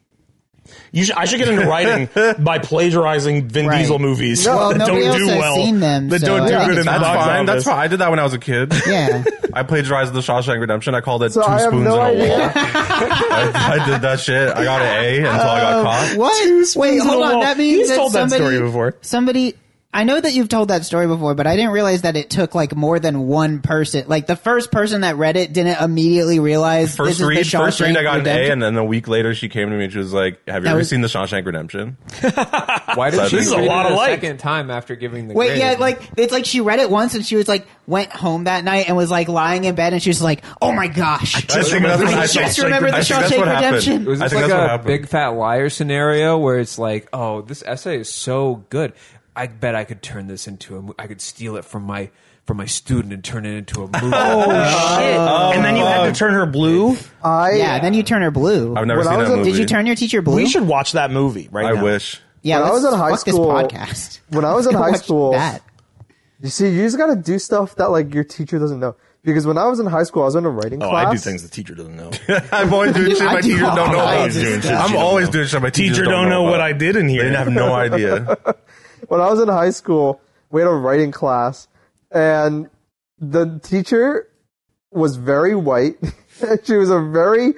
Speaker 1: You should, I should get into writing by plagiarizing Vin
Speaker 4: Right.
Speaker 1: Diesel movies
Speaker 4: Well,
Speaker 1: that
Speaker 4: nobody
Speaker 1: don't
Speaker 4: else
Speaker 1: do
Speaker 4: has
Speaker 1: well.
Speaker 4: seen them,
Speaker 1: that
Speaker 4: so
Speaker 1: don't do
Speaker 4: I think
Speaker 1: good in
Speaker 4: it's
Speaker 1: the
Speaker 4: fine.
Speaker 5: That's
Speaker 1: box
Speaker 5: fine.
Speaker 1: office.
Speaker 5: That's fine. I did that when I was a kid.
Speaker 4: Yeah.
Speaker 5: I plagiarized the Shawshank Redemption. I called it
Speaker 2: so
Speaker 5: two
Speaker 2: I have
Speaker 5: spoons
Speaker 2: no
Speaker 5: in a wall.
Speaker 2: idea.
Speaker 5: I, I did that shit. I got an A until I got
Speaker 2: Um,
Speaker 5: caught.
Speaker 4: What? Wait,
Speaker 1: spoons in
Speaker 4: hold
Speaker 1: a
Speaker 4: on.
Speaker 1: wall.
Speaker 4: That means
Speaker 1: He's
Speaker 4: that
Speaker 1: told that
Speaker 4: somebody,
Speaker 1: story before.
Speaker 4: Somebody. I know that you've told that story before, but I didn't realize that it took like more than one person. Like the first person that read it didn't immediately realize
Speaker 5: First
Speaker 4: this is
Speaker 5: read,
Speaker 4: the
Speaker 5: first read,
Speaker 4: Shawshank
Speaker 5: I got an A,
Speaker 4: Redemption.
Speaker 5: and then a week later, she came to me and she was like, "Have you
Speaker 4: That
Speaker 5: ever
Speaker 4: was-
Speaker 5: seen the Shawshank Redemption?"
Speaker 3: Why did she
Speaker 5: This is a
Speaker 3: read
Speaker 1: lot of
Speaker 3: it a
Speaker 1: light.
Speaker 3: second time after giving the
Speaker 4: Wait,
Speaker 3: grade?
Speaker 4: yeah, like it's like she read it once and she was like went home that night and was like lying in bed and she was like, "Oh my gosh,
Speaker 5: I think that's
Speaker 1: remember
Speaker 5: what
Speaker 1: the
Speaker 5: I
Speaker 1: Shawshank
Speaker 5: saw.
Speaker 1: Just remember
Speaker 4: the
Speaker 5: I think that's
Speaker 4: Shawshank
Speaker 5: what happened.
Speaker 4: Redemption.
Speaker 3: Was
Speaker 5: I
Speaker 3: this
Speaker 5: think
Speaker 3: like
Speaker 5: that's what
Speaker 3: a
Speaker 5: happened.
Speaker 3: big fat liar scenario where it's like, oh, this essay is so good. I bet I could turn this into a. mo- I could steal it from my from my student and turn it into a movie.
Speaker 4: Oh.
Speaker 1: Oh, and then you had to turn her blue.
Speaker 5: Uh-huh.
Speaker 2: I
Speaker 4: yeah." Then you turn her blue.
Speaker 5: I've never
Speaker 2: When I
Speaker 5: seen
Speaker 2: was
Speaker 5: that
Speaker 2: a-
Speaker 5: movie.
Speaker 4: Did you turn your teacher blue?
Speaker 1: We should watch that movie right
Speaker 5: I
Speaker 1: now.
Speaker 5: wish.
Speaker 4: Yeah,
Speaker 2: When I
Speaker 4: let's
Speaker 2: was in high
Speaker 4: fuck
Speaker 2: school-
Speaker 4: This podcast.
Speaker 2: when I was
Speaker 4: Let's
Speaker 2: in
Speaker 4: go
Speaker 2: high
Speaker 4: watch
Speaker 2: school-
Speaker 4: that.
Speaker 2: You see, you just got to do stuff that like your teacher doesn't know. Because when I was in high school, I was in a writing
Speaker 1: Oh,
Speaker 2: class.
Speaker 1: I do things the teacher doesn't know.
Speaker 5: I'm always doing shit
Speaker 4: I
Speaker 5: my
Speaker 4: do
Speaker 5: teacher don't
Speaker 4: all
Speaker 5: know. about.
Speaker 4: kinds of Doing shit stuff.
Speaker 5: I'm
Speaker 1: she
Speaker 5: always
Speaker 1: don't
Speaker 5: doing shit my teachers
Speaker 1: teacher don't know what
Speaker 5: about.
Speaker 1: I did in here.
Speaker 5: They have no idea.
Speaker 2: when I was in high school, we had a writing class, and the teacher was very white. she was a very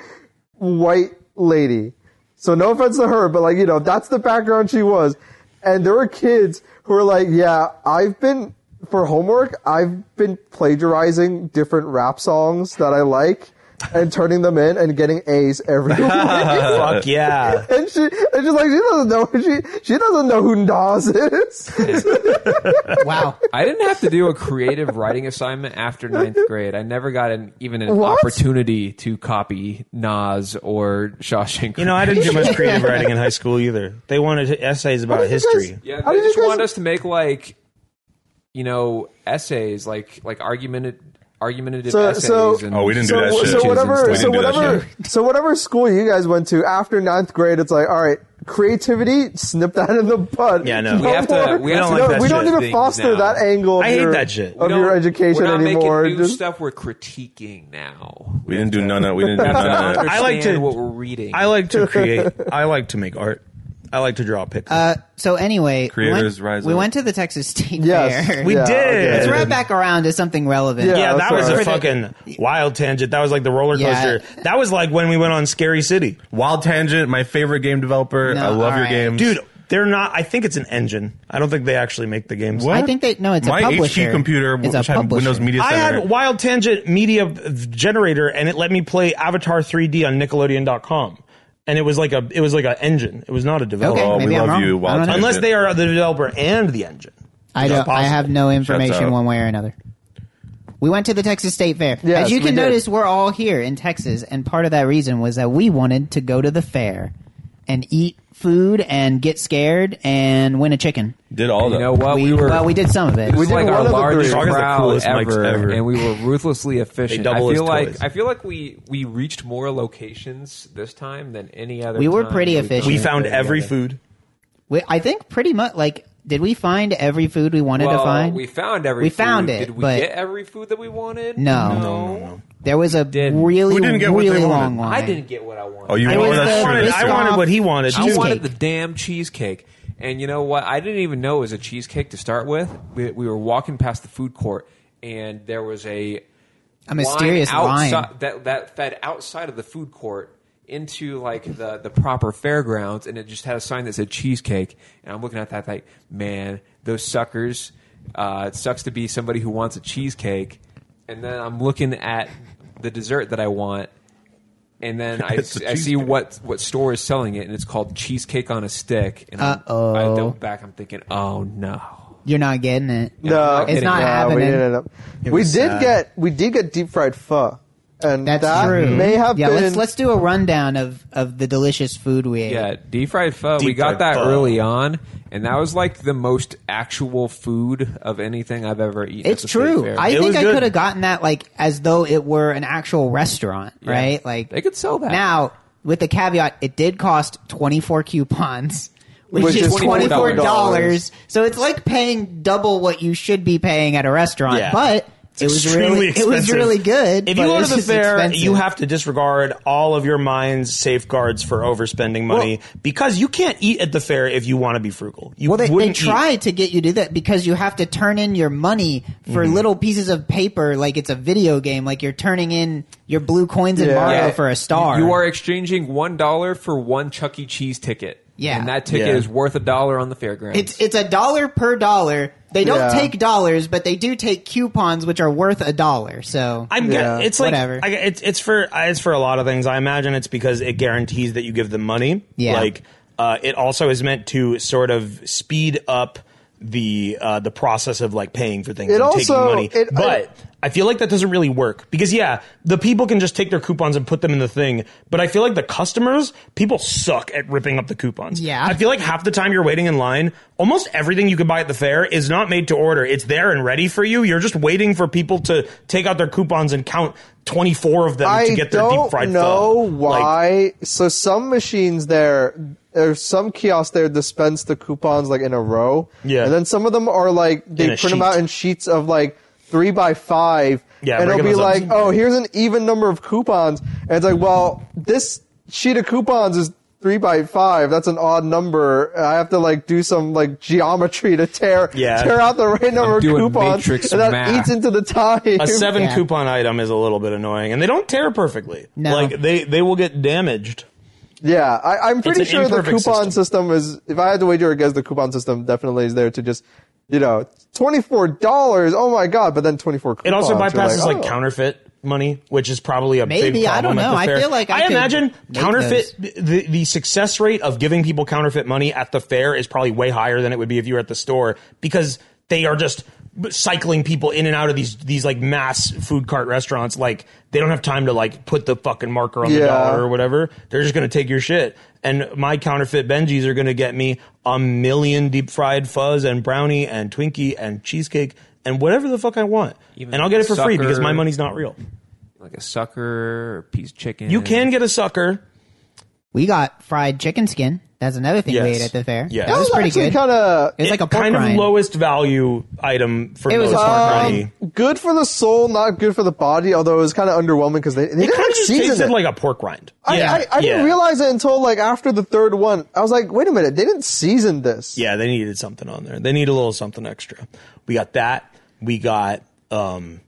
Speaker 2: white lady. So no offense to her, but like, you know, that's the background she was. And there were kids who were like, yeah, I've been, for homework, I've been plagiarizing different rap songs that I like and turning them in and getting A's every week.
Speaker 1: Fuck yeah.
Speaker 2: and she, and she's like, she doesn't know, she, she doesn't know who Nas is.
Speaker 4: Wow.
Speaker 3: I didn't have to do a creative writing assignment after ninth grade. I never got an even an
Speaker 2: What?
Speaker 3: opportunity to copy Nas or Shawshank.
Speaker 1: You know, I didn't do much creative writing in high school either. They wanted essays about
Speaker 2: did you
Speaker 1: history.
Speaker 2: guys-
Speaker 3: Yeah,
Speaker 2: How
Speaker 3: they
Speaker 2: did you
Speaker 3: just
Speaker 2: guys-
Speaker 3: want us to make like, you know, essays like like argumentative argumentative
Speaker 2: So-
Speaker 3: essays.
Speaker 2: so-
Speaker 3: and
Speaker 5: Oh, we didn't do that
Speaker 2: so,
Speaker 5: shit.
Speaker 2: so
Speaker 5: Bitches
Speaker 2: whatever,
Speaker 5: and
Speaker 2: so
Speaker 5: stuff. We didn't do that
Speaker 2: whatever, so whatever school you guys went to after ninth grade, it's like, all right, creativity snipped out of the bud.
Speaker 1: Yeah, no. We
Speaker 3: have to-
Speaker 2: more.
Speaker 3: we don't like
Speaker 2: No,
Speaker 1: that
Speaker 2: we don't
Speaker 1: shit.
Speaker 2: even
Speaker 3: Things
Speaker 2: foster
Speaker 3: now.
Speaker 2: that angle. Of
Speaker 1: I hate
Speaker 2: your,
Speaker 1: that shit.
Speaker 2: of
Speaker 1: We
Speaker 2: your
Speaker 3: don't-
Speaker 2: education
Speaker 3: we're not
Speaker 2: anymore.
Speaker 3: Making new
Speaker 2: Just-
Speaker 3: stuff we're critiquing now.
Speaker 5: We didn't do none of. We didn't do
Speaker 3: We have to
Speaker 5: none of. that.
Speaker 1: I like
Speaker 3: understand
Speaker 1: to-
Speaker 3: what we're reading.
Speaker 1: I like to create. I like to make art. I like to draw pictures.
Speaker 4: So anyway,
Speaker 5: Creators
Speaker 4: we went,
Speaker 5: rise
Speaker 4: we
Speaker 5: up.
Speaker 4: went to the Texas State
Speaker 2: Yes.
Speaker 4: Fair.
Speaker 1: we
Speaker 2: yeah,
Speaker 1: did.
Speaker 2: okay.
Speaker 4: It's right back around to something relevant.
Speaker 2: Yeah.
Speaker 1: Yeah,
Speaker 2: Oh,
Speaker 1: that was
Speaker 2: sorry.
Speaker 1: Uh, a fucking wild tangent. That was like the roller
Speaker 4: Yeah.
Speaker 1: coaster. That was like when we went on Scary City.
Speaker 5: Wild Tangent, my favorite game developer.
Speaker 4: No,
Speaker 5: I love your
Speaker 4: alright.
Speaker 5: games,
Speaker 1: Dude, they're not. I think it's an engine. I don't think they actually make the games.
Speaker 5: What?
Speaker 4: I think they no, it's
Speaker 5: my
Speaker 4: a publisher.
Speaker 5: HP computer,
Speaker 4: it's
Speaker 5: which
Speaker 4: a
Speaker 5: had
Speaker 4: publisher.
Speaker 5: Windows Media
Speaker 1: I
Speaker 5: Center.
Speaker 1: had Wild Tangent Media Generator, and it let me play Avatar 3D on Nickelodeon.com, and it was like a it was like an engine. It was not a developer,
Speaker 4: Okay,
Speaker 5: Oh,
Speaker 4: maybe
Speaker 5: we
Speaker 4: I'm
Speaker 5: love
Speaker 4: wrong.
Speaker 5: you, Wild
Speaker 4: I don't know.
Speaker 5: Tangent.
Speaker 1: unless they are the developer and the engine.
Speaker 4: I don't. I
Speaker 1: possible.
Speaker 4: have no information
Speaker 5: out.
Speaker 4: one way or another. We went to the Texas State Fair.
Speaker 2: Yes,
Speaker 4: As you
Speaker 2: we
Speaker 4: can
Speaker 2: did.
Speaker 4: notice, we're all here in Texas, and part of that reason was that we wanted to go to the fair and eat food and get scared and win a chicken.
Speaker 5: did all
Speaker 3: you
Speaker 5: that.
Speaker 3: know what? We, were
Speaker 4: well, we did some of it.
Speaker 2: We
Speaker 3: we
Speaker 2: did
Speaker 3: did like
Speaker 2: one
Speaker 3: our
Speaker 2: of the three.
Speaker 3: largest
Speaker 1: Frog is the
Speaker 3: crowd
Speaker 1: coolest mics
Speaker 3: ever,
Speaker 1: ever.
Speaker 3: and we were ruthlessly efficient. I
Speaker 1: double
Speaker 3: feel
Speaker 1: as
Speaker 3: like
Speaker 1: toys.
Speaker 3: I feel like we we reached more locations this time than any other.
Speaker 4: We were
Speaker 3: time
Speaker 4: pretty
Speaker 3: that we've
Speaker 4: efficient.
Speaker 3: done
Speaker 1: We found
Speaker 3: anything
Speaker 1: every
Speaker 3: together.
Speaker 1: food.
Speaker 4: We- I think pretty much like did we find every food we wanted
Speaker 3: Well,
Speaker 4: to find?
Speaker 3: we found every.
Speaker 4: We
Speaker 3: food.
Speaker 4: found it,
Speaker 3: Did we
Speaker 4: but-
Speaker 3: get every food that we wanted?
Speaker 4: No. No, there was a
Speaker 3: didn't.
Speaker 4: really
Speaker 5: Who didn't get what they
Speaker 4: really
Speaker 5: wanted?
Speaker 4: long line.
Speaker 3: I didn't get what I wanted.
Speaker 5: Oh, you
Speaker 1: I,
Speaker 5: want
Speaker 4: was
Speaker 5: that's
Speaker 4: the
Speaker 5: true.
Speaker 1: wanted,
Speaker 5: That's
Speaker 1: I
Speaker 5: true.
Speaker 1: wanted what he wanted.
Speaker 4: Cheesecake.
Speaker 1: too.
Speaker 3: I wanted the damn cheesecake. And you know what? I didn't even know it was a cheesecake to start with. We, we were walking past the food court, and there was a
Speaker 4: A mysterious line.
Speaker 3: outside- that that fed outside of the food court into like the the proper fairgrounds, and it just had a sign that said cheesecake. And I'm looking at that like, man, those suckers. Uh, it sucks to be somebody who wants a cheesecake. And then I'm looking at the dessert that I want, and then I,
Speaker 5: It's a
Speaker 3: I see
Speaker 5: cheesecake.
Speaker 3: what what store is selling it, and it's called cheesecake on a stick. And I'm-
Speaker 4: Uh-oh.
Speaker 3: I double back. I'm thinking, oh no.
Speaker 4: You're not getting it.
Speaker 2: No,
Speaker 4: it's
Speaker 3: not
Speaker 2: no,
Speaker 4: happening.
Speaker 2: We, didn't end up- we did
Speaker 1: was sad.
Speaker 2: get we did get deep fried pho, and
Speaker 4: That's
Speaker 2: that
Speaker 4: true.
Speaker 2: may have
Speaker 4: yeah,
Speaker 2: been.
Speaker 4: let's let's do a rundown of of the delicious food we ate.
Speaker 3: Yeah, deep fried pho. we
Speaker 1: fried
Speaker 3: got that
Speaker 1: pho.
Speaker 3: early on, and that was like the most actual food of anything I've ever eaten.
Speaker 4: It's true. I
Speaker 3: I
Speaker 1: It
Speaker 4: think
Speaker 1: was
Speaker 4: I
Speaker 1: good.
Speaker 4: could have gotten that like as though it were an actual restaurant, right? Like
Speaker 3: They could sell that.
Speaker 4: Now, with the caveat, it did cost 24 coupons, which,
Speaker 2: Which
Speaker 4: is
Speaker 2: is
Speaker 4: $24.
Speaker 2: $24.
Speaker 4: So it's like paying double what you should be paying at a restaurant,
Speaker 1: Yeah.
Speaker 4: but it
Speaker 1: It's
Speaker 4: was
Speaker 1: extremely
Speaker 4: really it was
Speaker 1: expensive.
Speaker 4: really good.
Speaker 1: If you
Speaker 4: but
Speaker 1: go
Speaker 4: it
Speaker 1: to the
Speaker 4: was
Speaker 1: fair,
Speaker 4: expensive.
Speaker 1: you have to disregard all of your mind's safeguards for overspending money because you can't eat at the fair if you want to be frugal. You
Speaker 4: Well, they, they
Speaker 1: wouldn't eat.
Speaker 4: try to get you to do that because you have to turn in your money for little pieces of paper, like it's a video game, like you're turning in your blue coins in
Speaker 2: Yeah.
Speaker 4: Mario for a star.
Speaker 3: You are exchanging one dollar for one Chuck E. Cheese ticket.
Speaker 4: Yeah.
Speaker 3: and that ticket
Speaker 1: Yeah.
Speaker 3: is worth a dollar on the fairgrounds.
Speaker 4: It's it's a dollar per dollar. They don't
Speaker 2: Yeah.
Speaker 4: take dollars, but they do take coupons, which are worth a dollar. So
Speaker 1: I'm
Speaker 2: Yeah.
Speaker 1: yeah, it's like
Speaker 4: Whatever.
Speaker 1: I, it's it's for it's for a lot of things. I imagine it's because it guarantees that you give them money.
Speaker 4: Yeah.
Speaker 1: Like uh, it also is meant to sort of speed up the uh, the process of like paying for things
Speaker 2: It
Speaker 1: and
Speaker 2: also-
Speaker 1: taking money.
Speaker 2: it-
Speaker 1: but I, feel like that doesn't really work because yeah, the people can just take their coupons and put them in the thing. But I feel like the customers, people suck at ripping up the coupons.
Speaker 4: Yeah.
Speaker 1: I feel like half the time you're waiting in line, almost everything you can buy at the fair is not made to order. It's there and ready for you. You're just waiting for people to take out their coupons and count 24 of them
Speaker 2: I
Speaker 1: to get their
Speaker 2: don't
Speaker 1: deep fried
Speaker 2: know
Speaker 1: pho. Like,
Speaker 2: why. so some machines there, or some kiosks there, dispense the coupons like in a row.
Speaker 1: Yeah.
Speaker 2: and then some of them are like they
Speaker 1: In a
Speaker 2: print them out
Speaker 1: sheet.
Speaker 2: in sheets of like three by five.
Speaker 1: Yeah,
Speaker 2: and it'll be
Speaker 1: regular
Speaker 2: like,
Speaker 1: ones.
Speaker 2: oh, here's an even number of coupons, and it's like, well, this sheet of coupons is. Three by five. That's an odd number. I have to like do some like geometry to tear
Speaker 1: Yeah.
Speaker 2: tear out the right number of
Speaker 3: doing
Speaker 2: coupons,
Speaker 3: matrix
Speaker 2: and that
Speaker 3: math.
Speaker 2: eats into the time.
Speaker 1: a seven
Speaker 4: Yeah.
Speaker 1: coupon item is a little bit annoying and they don't tear perfectly.
Speaker 4: No.
Speaker 1: Like they, they will get damaged.
Speaker 2: Yeah, I, I'm pretty
Speaker 1: It's an
Speaker 2: sure the coupon
Speaker 1: imperfect
Speaker 2: system. is. If I had to wager a guess, the coupon system definitely is there to just, you know, twenty four dollars. Oh my god! But then twenty four.
Speaker 1: It also bypasses like,
Speaker 2: oh.
Speaker 1: counterfeit money, which is probably a
Speaker 4: Maybe,
Speaker 1: big
Speaker 4: I
Speaker 1: problem
Speaker 4: don't
Speaker 1: at
Speaker 4: know.
Speaker 1: the
Speaker 4: I
Speaker 1: fair.
Speaker 4: feel like I could
Speaker 1: imagine
Speaker 4: make
Speaker 1: counterfeit the, the success rate of giving people counterfeit money at the fair is probably way higher than it would be if you were at the store because they are just cycling people in and out of these these like mass food cart restaurants like they don't have time to like put the fucking marker on
Speaker 2: Yeah.
Speaker 1: the dollar or whatever they're just going to take your shit and my counterfeit benjis are going to get me a million deep fried fuzz and brownie and twinkie and cheesecake and whatever the fuck i want
Speaker 3: Even
Speaker 1: and I'll get it for free because
Speaker 3: sucker.
Speaker 1: my money's not real.
Speaker 3: like a sucker or a piece of chicken.
Speaker 1: You can get a sucker.
Speaker 4: We got fried chicken skin. That's another thing we
Speaker 1: Yes.
Speaker 4: ate at the fair.
Speaker 1: Yes.
Speaker 4: That was pretty
Speaker 2: actually
Speaker 4: good.
Speaker 2: kind of
Speaker 4: it was like a pork
Speaker 1: kind
Speaker 4: rind.
Speaker 1: of lowest value item for
Speaker 4: It was
Speaker 1: most
Speaker 4: a pork
Speaker 1: party.
Speaker 4: rind.
Speaker 2: um, good for the soul, not good for the body. Although it was kind of underwhelming because they, they
Speaker 1: It
Speaker 2: didn't
Speaker 1: kind
Speaker 2: like
Speaker 1: of just
Speaker 2: season
Speaker 1: tasted
Speaker 2: it.
Speaker 1: like a pork rind.
Speaker 2: I,
Speaker 1: yeah,
Speaker 2: I, I didn't
Speaker 1: yeah.
Speaker 2: realize it until like after the third one. I was like, wait a minute, they didn't season this.
Speaker 1: Yeah, they needed something on there. They need a little something extra. We got that. We got um,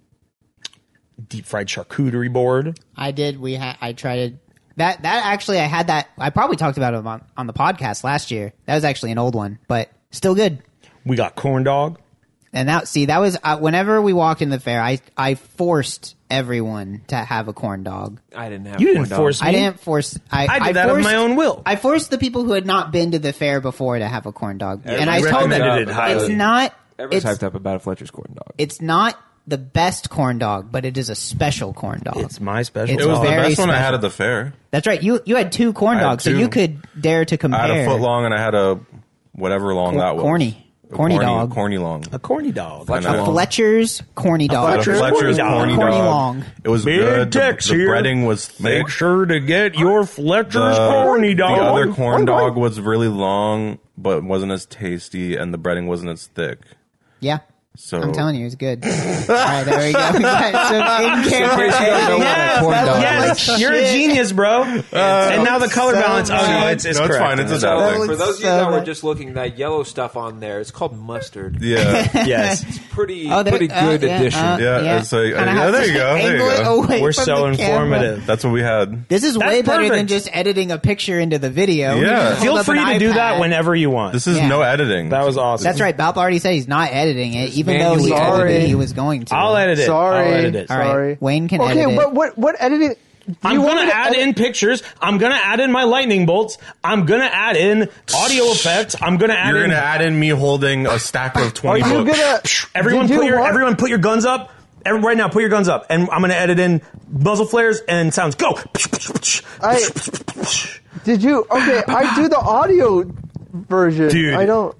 Speaker 1: deep fried charcuterie board.
Speaker 4: I did. We had. I tried to- that. That actually, I had that. I probably talked about it on, on the podcast last year. That was actually an old one, but still good.
Speaker 1: We got corn dog.
Speaker 4: And that see, that was uh, whenever we walked in the fair. I I forced everyone to have a corn dog.
Speaker 3: I didn't have.
Speaker 1: You didn't
Speaker 3: corn dog.
Speaker 1: force me.
Speaker 4: I didn't force. I,
Speaker 1: I did that of
Speaker 4: forced-
Speaker 1: my own will.
Speaker 4: I forced the people who had not been to the fair before to have a corn dog, and I
Speaker 1: Everybody
Speaker 4: told them
Speaker 1: recommended it highly.
Speaker 4: it's not.
Speaker 3: Everyone's
Speaker 4: it's-
Speaker 3: hyped up about a Fletcher's corn dog.
Speaker 4: it's not the best corn dog, but it is a special corn dog.
Speaker 1: It's my special.
Speaker 4: It's
Speaker 5: It was the
Speaker 1: dog.
Speaker 4: very
Speaker 5: best one I
Speaker 4: special.
Speaker 5: had at the fair.
Speaker 4: That's right. You you had two corn
Speaker 5: I had
Speaker 4: dogs, so
Speaker 5: two.
Speaker 4: you could dare to compare.
Speaker 5: I had a foot long and I had a whatever long that was.
Speaker 4: corny.
Speaker 5: A
Speaker 4: Corny dog.
Speaker 5: Corny long.
Speaker 1: a corny dog.
Speaker 5: I know.
Speaker 4: A Fletcher's corny dog.
Speaker 5: But a
Speaker 1: Fletcher's
Speaker 5: Fletcher's
Speaker 1: corny dog.
Speaker 5: corny, dog.
Speaker 4: Corny long.
Speaker 5: It was
Speaker 1: Big
Speaker 5: good. The,
Speaker 1: Tex
Speaker 5: the
Speaker 1: here.
Speaker 5: breading was thick.
Speaker 1: Make sure to get your Fletcher's
Speaker 5: the,
Speaker 1: corny
Speaker 5: the
Speaker 1: dog.
Speaker 5: other corn
Speaker 2: Corn dog.
Speaker 5: dog was really long, but wasn't as tasty, and the breading wasn't as thick.
Speaker 4: Yeah.
Speaker 5: So
Speaker 4: I'm telling you, it's good. All right, there we go. We got some in-camera
Speaker 3: Seriously, I don't
Speaker 4: editing.
Speaker 3: want a corn dog.
Speaker 1: Yes, you're a genius, bro. and now the color
Speaker 4: Uh, so
Speaker 1: balance. Oh no,
Speaker 4: bad.
Speaker 1: it's it's
Speaker 5: No, it's
Speaker 1: correct.
Speaker 5: fine. It's a
Speaker 3: So,
Speaker 5: That
Speaker 3: for
Speaker 4: looks
Speaker 3: those of you
Speaker 4: so
Speaker 3: that were
Speaker 4: bad.
Speaker 3: just looking, that yellow stuff on there, it's called mustard.
Speaker 5: Yeah.
Speaker 1: yes.
Speaker 3: Pretty,
Speaker 4: Oh, there-
Speaker 3: pretty
Speaker 4: uh,
Speaker 3: good
Speaker 4: yeah,
Speaker 3: addition.
Speaker 4: uh,
Speaker 5: Yeah, it's like-
Speaker 4: Kinda
Speaker 5: yeah,
Speaker 4: have
Speaker 5: there
Speaker 4: to
Speaker 5: you go, there you
Speaker 4: angle it
Speaker 5: go.
Speaker 4: away
Speaker 1: We're
Speaker 4: from
Speaker 1: so
Speaker 4: the camera.
Speaker 1: informative.
Speaker 5: That's what we had.
Speaker 4: This is way better than
Speaker 1: perfect.
Speaker 4: just editing a picture into the video. You
Speaker 5: Yeah.
Speaker 4: just hold
Speaker 1: Feel
Speaker 4: up
Speaker 1: free
Speaker 4: an
Speaker 1: to do that
Speaker 4: iPad.
Speaker 1: whenever you want.
Speaker 5: This is
Speaker 4: Yeah.
Speaker 5: no editing.
Speaker 1: that was awesome.
Speaker 4: That's right. Balp already said he's not editing it, even though
Speaker 3: manually
Speaker 4: he told me
Speaker 2: edited.
Speaker 4: he was going to.
Speaker 1: I'll edit it.
Speaker 2: Sorry.
Speaker 1: I'll edit it.
Speaker 4: All right.
Speaker 2: Sorry.
Speaker 4: Wayne can
Speaker 2: okay,
Speaker 4: edit it.
Speaker 2: but what what editing? do
Speaker 1: I'm
Speaker 2: you want
Speaker 1: gonna
Speaker 2: me to
Speaker 1: add
Speaker 2: edit-
Speaker 1: in pictures. I'm gonna add in my lightning bolts. I'm gonna add in audio effects. I'm gonna add
Speaker 5: You're
Speaker 1: in
Speaker 5: gonna add in me holding a stack of
Speaker 2: Are
Speaker 5: twenty
Speaker 2: you
Speaker 5: books.
Speaker 2: gonna
Speaker 1: everyone.
Speaker 2: did you
Speaker 1: Put your
Speaker 2: want-
Speaker 1: everyone put your guns up. Every, right now, put your guns up, and I'm gonna edit in muzzle flares and sounds. Go.
Speaker 2: I did you okay? I do the audio version.
Speaker 1: Dude.
Speaker 2: I don't.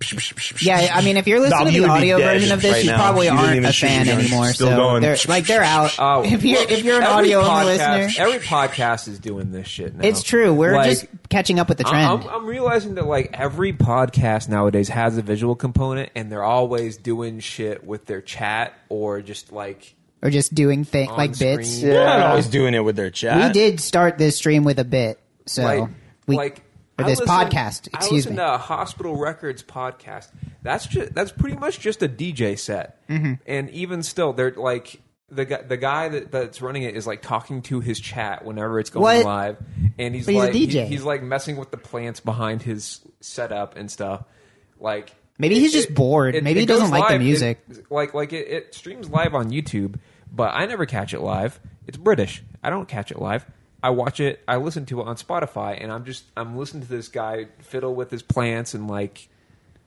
Speaker 4: Yeah, I mean, if you're listening
Speaker 1: Dom,
Speaker 4: to
Speaker 1: you
Speaker 4: the
Speaker 1: would be
Speaker 4: audio
Speaker 1: dead
Speaker 4: version of this,
Speaker 1: right
Speaker 4: you
Speaker 1: now.
Speaker 4: probably
Speaker 1: You didn't
Speaker 4: aren't
Speaker 1: even
Speaker 4: a
Speaker 1: shoot.
Speaker 4: fan
Speaker 1: You're
Speaker 4: anymore.
Speaker 5: still
Speaker 4: so
Speaker 5: going.
Speaker 4: they're like they're out.
Speaker 3: Oh,
Speaker 4: if you're if you're an
Speaker 3: every
Speaker 4: audio only
Speaker 3: podcast-
Speaker 4: listener,
Speaker 3: every podcast is doing this shit now.
Speaker 4: it's true. We're
Speaker 3: Like, uh, um,
Speaker 4: just catching up with the
Speaker 3: I-
Speaker 4: trend.
Speaker 3: I'm, I'm realizing that like every podcast nowadays has a visual component, and they're always doing shit with their chat or just like
Speaker 4: or just doing things like
Speaker 3: screen.
Speaker 4: bits.
Speaker 2: Yeah.
Speaker 1: They're not always doing it with their chat.
Speaker 4: We did start this stream with a bit, so
Speaker 3: like
Speaker 4: we
Speaker 3: like
Speaker 4: or
Speaker 3: I
Speaker 4: this
Speaker 3: listen-
Speaker 4: podcast.
Speaker 3: I
Speaker 4: Excuse
Speaker 3: listen
Speaker 4: me.
Speaker 3: to a Hospital Records podcast. That's just that's pretty much just a DJ set,
Speaker 4: Mm-hmm.
Speaker 3: and even still, they're like the guy, the guy that, that's running it is like talking to his chat whenever it's going
Speaker 4: What?
Speaker 3: live, and he's
Speaker 4: But he's a
Speaker 3: like he-
Speaker 4: DJ.
Speaker 3: he's like messing with the plants behind his setup and stuff, like.
Speaker 4: Maybe he's just bored. Maybe he doesn't
Speaker 3: goes
Speaker 4: like the
Speaker 3: live. It-
Speaker 4: music.
Speaker 3: like like it, it streams live on YouTube, but I never catch it live. It's British. I don't catch it live. I watch it. I listen to it on Spotify, and I'm just I'm listening to this guy fiddle with his plants and like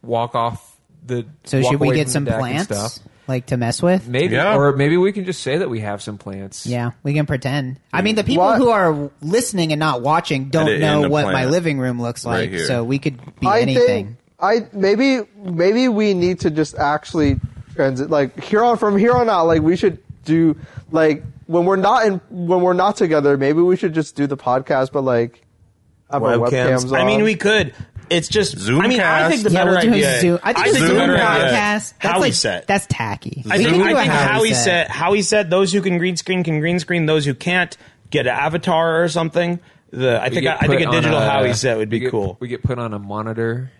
Speaker 3: walk off the.
Speaker 4: so
Speaker 3: walk
Speaker 4: should we
Speaker 3: away from
Speaker 4: get
Speaker 3: the
Speaker 4: some
Speaker 3: deck and
Speaker 4: plants
Speaker 3: Stuff.
Speaker 4: like to mess with?
Speaker 3: Maybe,
Speaker 5: Yeah.
Speaker 3: or maybe we can just say that we have some plants.
Speaker 4: Yeah, we can pretend. I mean, the people
Speaker 2: What?
Speaker 4: who are listening and not watching
Speaker 5: Edit
Speaker 4: don't
Speaker 5: in
Speaker 4: know
Speaker 5: the
Speaker 4: what my
Speaker 5: planet.
Speaker 4: living room looks
Speaker 5: Right
Speaker 4: like,
Speaker 5: here.
Speaker 4: so we could be
Speaker 2: I
Speaker 4: anything.
Speaker 2: think I maybe maybe we need to just actually transit like here on from here on out. Like we should do like when we're not in when we're not together. Maybe we should just do the podcast, but like have our webcams. on.
Speaker 1: I mean, we could. It's just I mean, I think the
Speaker 5: Zoomcast.
Speaker 4: yeah,
Speaker 1: better
Speaker 4: we'll do
Speaker 1: idea.
Speaker 4: a Zoom. I think, a
Speaker 5: think
Speaker 4: Zoom
Speaker 5: the better idea-
Speaker 4: podcast. That's
Speaker 1: Howie
Speaker 4: like,
Speaker 1: set.
Speaker 4: That's tacky.
Speaker 1: I
Speaker 4: We
Speaker 1: think,
Speaker 4: can do
Speaker 1: I
Speaker 4: a
Speaker 1: think Howie set. Howie said those who can green screen can green screen. Those who can't get an avatar or something. The I think I, I think a digital Howie set would be
Speaker 3: we get-
Speaker 1: cool.
Speaker 3: We get put on a monitor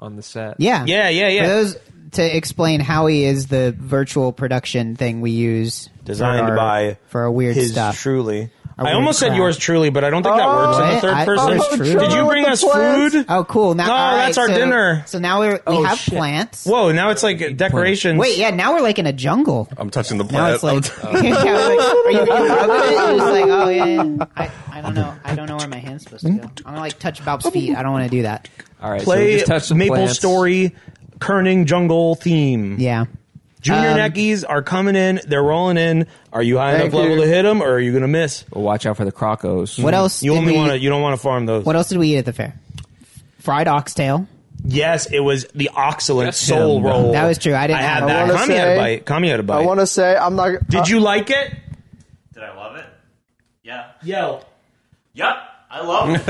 Speaker 3: on the set.
Speaker 4: Yeah.
Speaker 1: Yeah, yeah, yeah.
Speaker 4: For those to explain, Howie is the virtual production thing we use for
Speaker 1: Designed
Speaker 4: our-
Speaker 1: by
Speaker 4: for our weird
Speaker 1: his
Speaker 4: stuff.
Speaker 1: truly.
Speaker 4: Our
Speaker 1: I
Speaker 4: weird
Speaker 1: almost said
Speaker 4: crap.
Speaker 1: yours truly, but I don't think that works in the
Speaker 4: What?
Speaker 1: third
Speaker 4: I-
Speaker 1: person.
Speaker 4: oh, Yours
Speaker 1: Did
Speaker 4: truly
Speaker 1: you
Speaker 2: with
Speaker 1: bring
Speaker 2: the
Speaker 1: us
Speaker 2: plants?
Speaker 1: food?
Speaker 4: Oh, cool. Now,
Speaker 1: No,
Speaker 4: all right,
Speaker 1: that's our
Speaker 4: so-
Speaker 1: dinner.
Speaker 4: So now we're, we
Speaker 3: Oh,
Speaker 4: have
Speaker 3: shit.
Speaker 4: plants.
Speaker 1: Whoa! Now it's like decorations.
Speaker 4: Wait, yeah. Now we're like in a jungle.
Speaker 5: I'm touching the
Speaker 4: Now
Speaker 5: planet.
Speaker 4: it's like, yeah, like, are you gonna rub it? It's like, oh yeah. I, I don't know. I don't know where my hand's supposed to go. I'm gonna like touch Bob's feet. I don't want to do that.
Speaker 3: All right. so we
Speaker 1: play
Speaker 3: just touch some
Speaker 1: Maple
Speaker 3: plants.
Speaker 1: Story, Kerning Jungle theme.
Speaker 4: Yeah.
Speaker 1: Junior
Speaker 4: Um,
Speaker 1: neckies are coming in. They're rolling in. Are you high enough
Speaker 2: Thank
Speaker 1: level
Speaker 2: you.
Speaker 1: to hit them, or are you going to miss?
Speaker 3: Well, watch out for the crocos. Hmm.
Speaker 4: What else?
Speaker 1: You
Speaker 4: did
Speaker 1: only
Speaker 4: we-
Speaker 1: want to. You don't want to farm those.
Speaker 4: What else did we eat at the fair? Fried oxtail.
Speaker 1: Yes, it was the oxalate
Speaker 3: Yes,
Speaker 1: soul
Speaker 3: him.
Speaker 1: roll.
Speaker 4: That was true. I didn't
Speaker 1: I had
Speaker 4: have it.
Speaker 1: that.
Speaker 2: I wanna
Speaker 1: Kami had a
Speaker 2: say-
Speaker 1: bite. Kami had a bite.
Speaker 2: I want to say I'm not.
Speaker 1: Did you like it?
Speaker 6: Did I love it? Yeah.
Speaker 1: Yo,
Speaker 6: Yep. I I love it.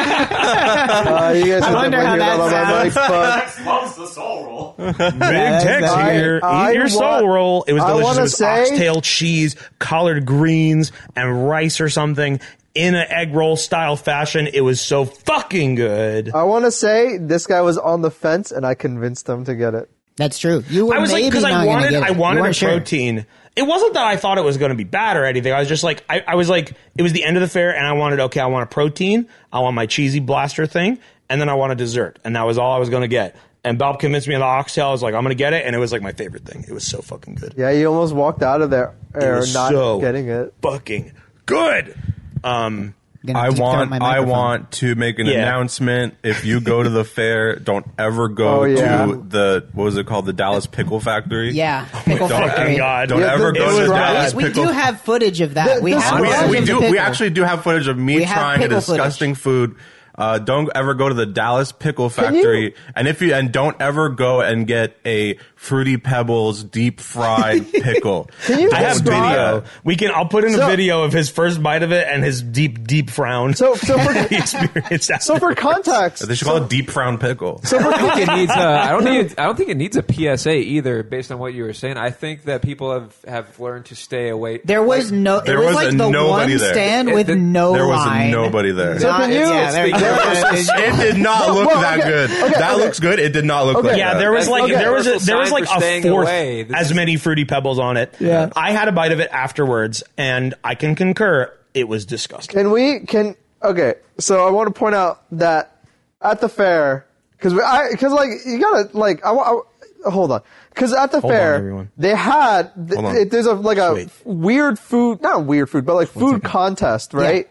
Speaker 2: Uh, you guys have
Speaker 4: wonder
Speaker 2: been
Speaker 4: how
Speaker 2: hearing
Speaker 4: that
Speaker 2: about my
Speaker 4: sounds.
Speaker 2: mic, but
Speaker 6: Max loves the soul roll.
Speaker 1: Big Tex
Speaker 2: I-
Speaker 1: here.
Speaker 2: I
Speaker 1: Eat your
Speaker 2: want-
Speaker 1: soul roll. It was
Speaker 2: I
Speaker 1: delicious.
Speaker 2: wanna
Speaker 1: It was
Speaker 2: say-
Speaker 1: oxtail cheese, collard greens, and rice or something in an egg roll style fashion. It was so fucking good.
Speaker 2: I want to say this guy was on the fence, and I convinced him to get it.
Speaker 4: That's true. You were
Speaker 1: I was like,
Speaker 4: maybe
Speaker 1: because
Speaker 4: not
Speaker 1: I
Speaker 4: gonna
Speaker 1: wanted,
Speaker 4: get it.
Speaker 1: I
Speaker 4: You
Speaker 1: wanted a
Speaker 4: weren't sure.
Speaker 1: protein. It wasn't that I thought it was going to be bad or anything. I was just like, I, I was like, it was the end of the fair, and I wanted, okay, I want a protein, I want my cheesy blaster thing, and then I want a dessert, and that was all I was going to get. And Bob convinced me of the oxtail. I was like, I'm going to get it, and it was like my favorite thing. It was so fucking good.
Speaker 2: Yeah, you almost walked out of there
Speaker 1: It
Speaker 2: or
Speaker 1: was
Speaker 2: not
Speaker 1: so
Speaker 2: getting it.
Speaker 1: Fucking good. Um,
Speaker 4: Gonna
Speaker 5: I
Speaker 4: deep throat
Speaker 5: want
Speaker 4: my
Speaker 5: I
Speaker 4: microphone.
Speaker 5: want to make an
Speaker 1: Yeah.
Speaker 5: announcement. If you go to the fair, don't ever go
Speaker 2: Oh, yeah.
Speaker 5: to the what was it called? The Dallas Pickle Factory.
Speaker 4: Yeah, pickle
Speaker 5: Don't,
Speaker 4: factory.
Speaker 1: Oh, God.
Speaker 5: don't
Speaker 2: Yeah,
Speaker 5: ever
Speaker 2: the- it
Speaker 5: go to
Speaker 2: was
Speaker 5: the
Speaker 2: right.
Speaker 5: Dallas
Speaker 4: We
Speaker 5: Pickle
Speaker 4: do have footage of that.
Speaker 2: The-
Speaker 4: we
Speaker 2: the
Speaker 4: have
Speaker 2: squirrel-
Speaker 4: footage
Speaker 5: we,
Speaker 4: of
Speaker 5: we
Speaker 4: the
Speaker 5: do.
Speaker 4: pickle.
Speaker 5: We actually do have footage of me
Speaker 4: We have
Speaker 5: trying a
Speaker 4: pickle footage.
Speaker 5: disgusting food. Uh, don't ever go to the Dallas Pickle
Speaker 2: you-
Speaker 5: Factory, and if you and don't ever go and get a fruity pebbles deep fried pickle.
Speaker 2: Can you
Speaker 5: Don't
Speaker 1: I have
Speaker 5: do
Speaker 2: describe-
Speaker 5: that.
Speaker 1: video. We can. I'll put in
Speaker 2: So-
Speaker 1: a video of his first bite of it and his deep, deep frown.
Speaker 2: So, so
Speaker 1: he
Speaker 2: for,
Speaker 1: experienced that.
Speaker 2: so for context,
Speaker 5: They should call it deep frown pickle.
Speaker 3: I don't think it needs. A, I don't think. It, I don't think it needs a PSA either. Based on what you were saying, I think that people have have learned to stay away.
Speaker 4: There was
Speaker 3: Like,
Speaker 4: no.
Speaker 5: there
Speaker 4: it was
Speaker 5: was
Speaker 4: like
Speaker 5: a
Speaker 4: the
Speaker 5: nobody
Speaker 4: one
Speaker 5: there.
Speaker 4: stand
Speaker 3: It-
Speaker 4: with
Speaker 3: it-
Speaker 4: no
Speaker 5: there was
Speaker 4: line.
Speaker 5: nobody there.
Speaker 2: So can you-
Speaker 4: yeah, there you go.
Speaker 5: it did not look
Speaker 2: well,
Speaker 5: that
Speaker 2: okay,
Speaker 5: good.
Speaker 2: okay,
Speaker 5: that
Speaker 2: okay.
Speaker 5: looks good. It did not look
Speaker 2: Okay.
Speaker 5: like
Speaker 1: yeah,
Speaker 5: that.
Speaker 1: there was like
Speaker 2: Okay.
Speaker 1: there was a,
Speaker 3: Universal
Speaker 1: there was
Speaker 3: sign
Speaker 1: like
Speaker 3: for
Speaker 1: a
Speaker 3: staying
Speaker 1: fourth
Speaker 3: away. This
Speaker 1: as
Speaker 3: is-
Speaker 1: many fruity pebbles on it.
Speaker 2: Yeah.
Speaker 1: I had a bite of it afterwards, and I can concur. It was disgusting.
Speaker 2: Can we? Can okay. So I want to point out that at the fair, because I because like you gotta like I, wa- I hold on because at the
Speaker 1: on,
Speaker 2: fair
Speaker 1: everyone.
Speaker 2: they had th-
Speaker 5: Hold on.
Speaker 2: it, there's a like a
Speaker 1: Wait.
Speaker 2: weird food not weird food but like food contest right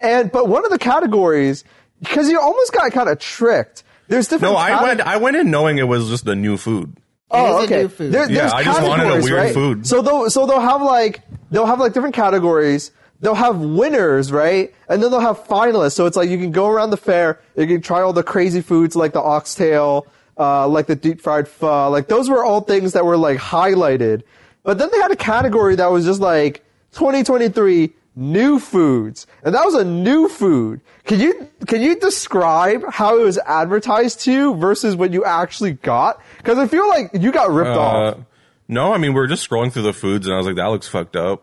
Speaker 2: and but one of the categories because you almost got kind of tricked. There's different.
Speaker 5: no, I
Speaker 2: cate-
Speaker 5: went. I went in knowing it was just a new food.
Speaker 4: It is
Speaker 2: Oh,
Speaker 4: a
Speaker 2: okay.
Speaker 4: new food.
Speaker 2: There-
Speaker 5: Yeah,
Speaker 2: there's
Speaker 5: I just wanted a
Speaker 2: categories,
Speaker 5: weird
Speaker 2: right?
Speaker 5: food.
Speaker 2: So they'll so they'll have like they'll have like different categories. They'll have winners, right? And then they'll have finalists. So it's like you can go around the fair, you can try all the crazy foods like the oxtail, uh, like the deep fried pho. Like those were all things that were like highlighted. But then they had a category that was just like 2023 new foods, and that was a new food. Can you can you describe how it was advertised to you versus what you actually got? Because I feel like you got ripped
Speaker 5: Uh,
Speaker 2: off.
Speaker 5: no, I mean we were just scrolling through the foods, and I was like, that looks fucked up.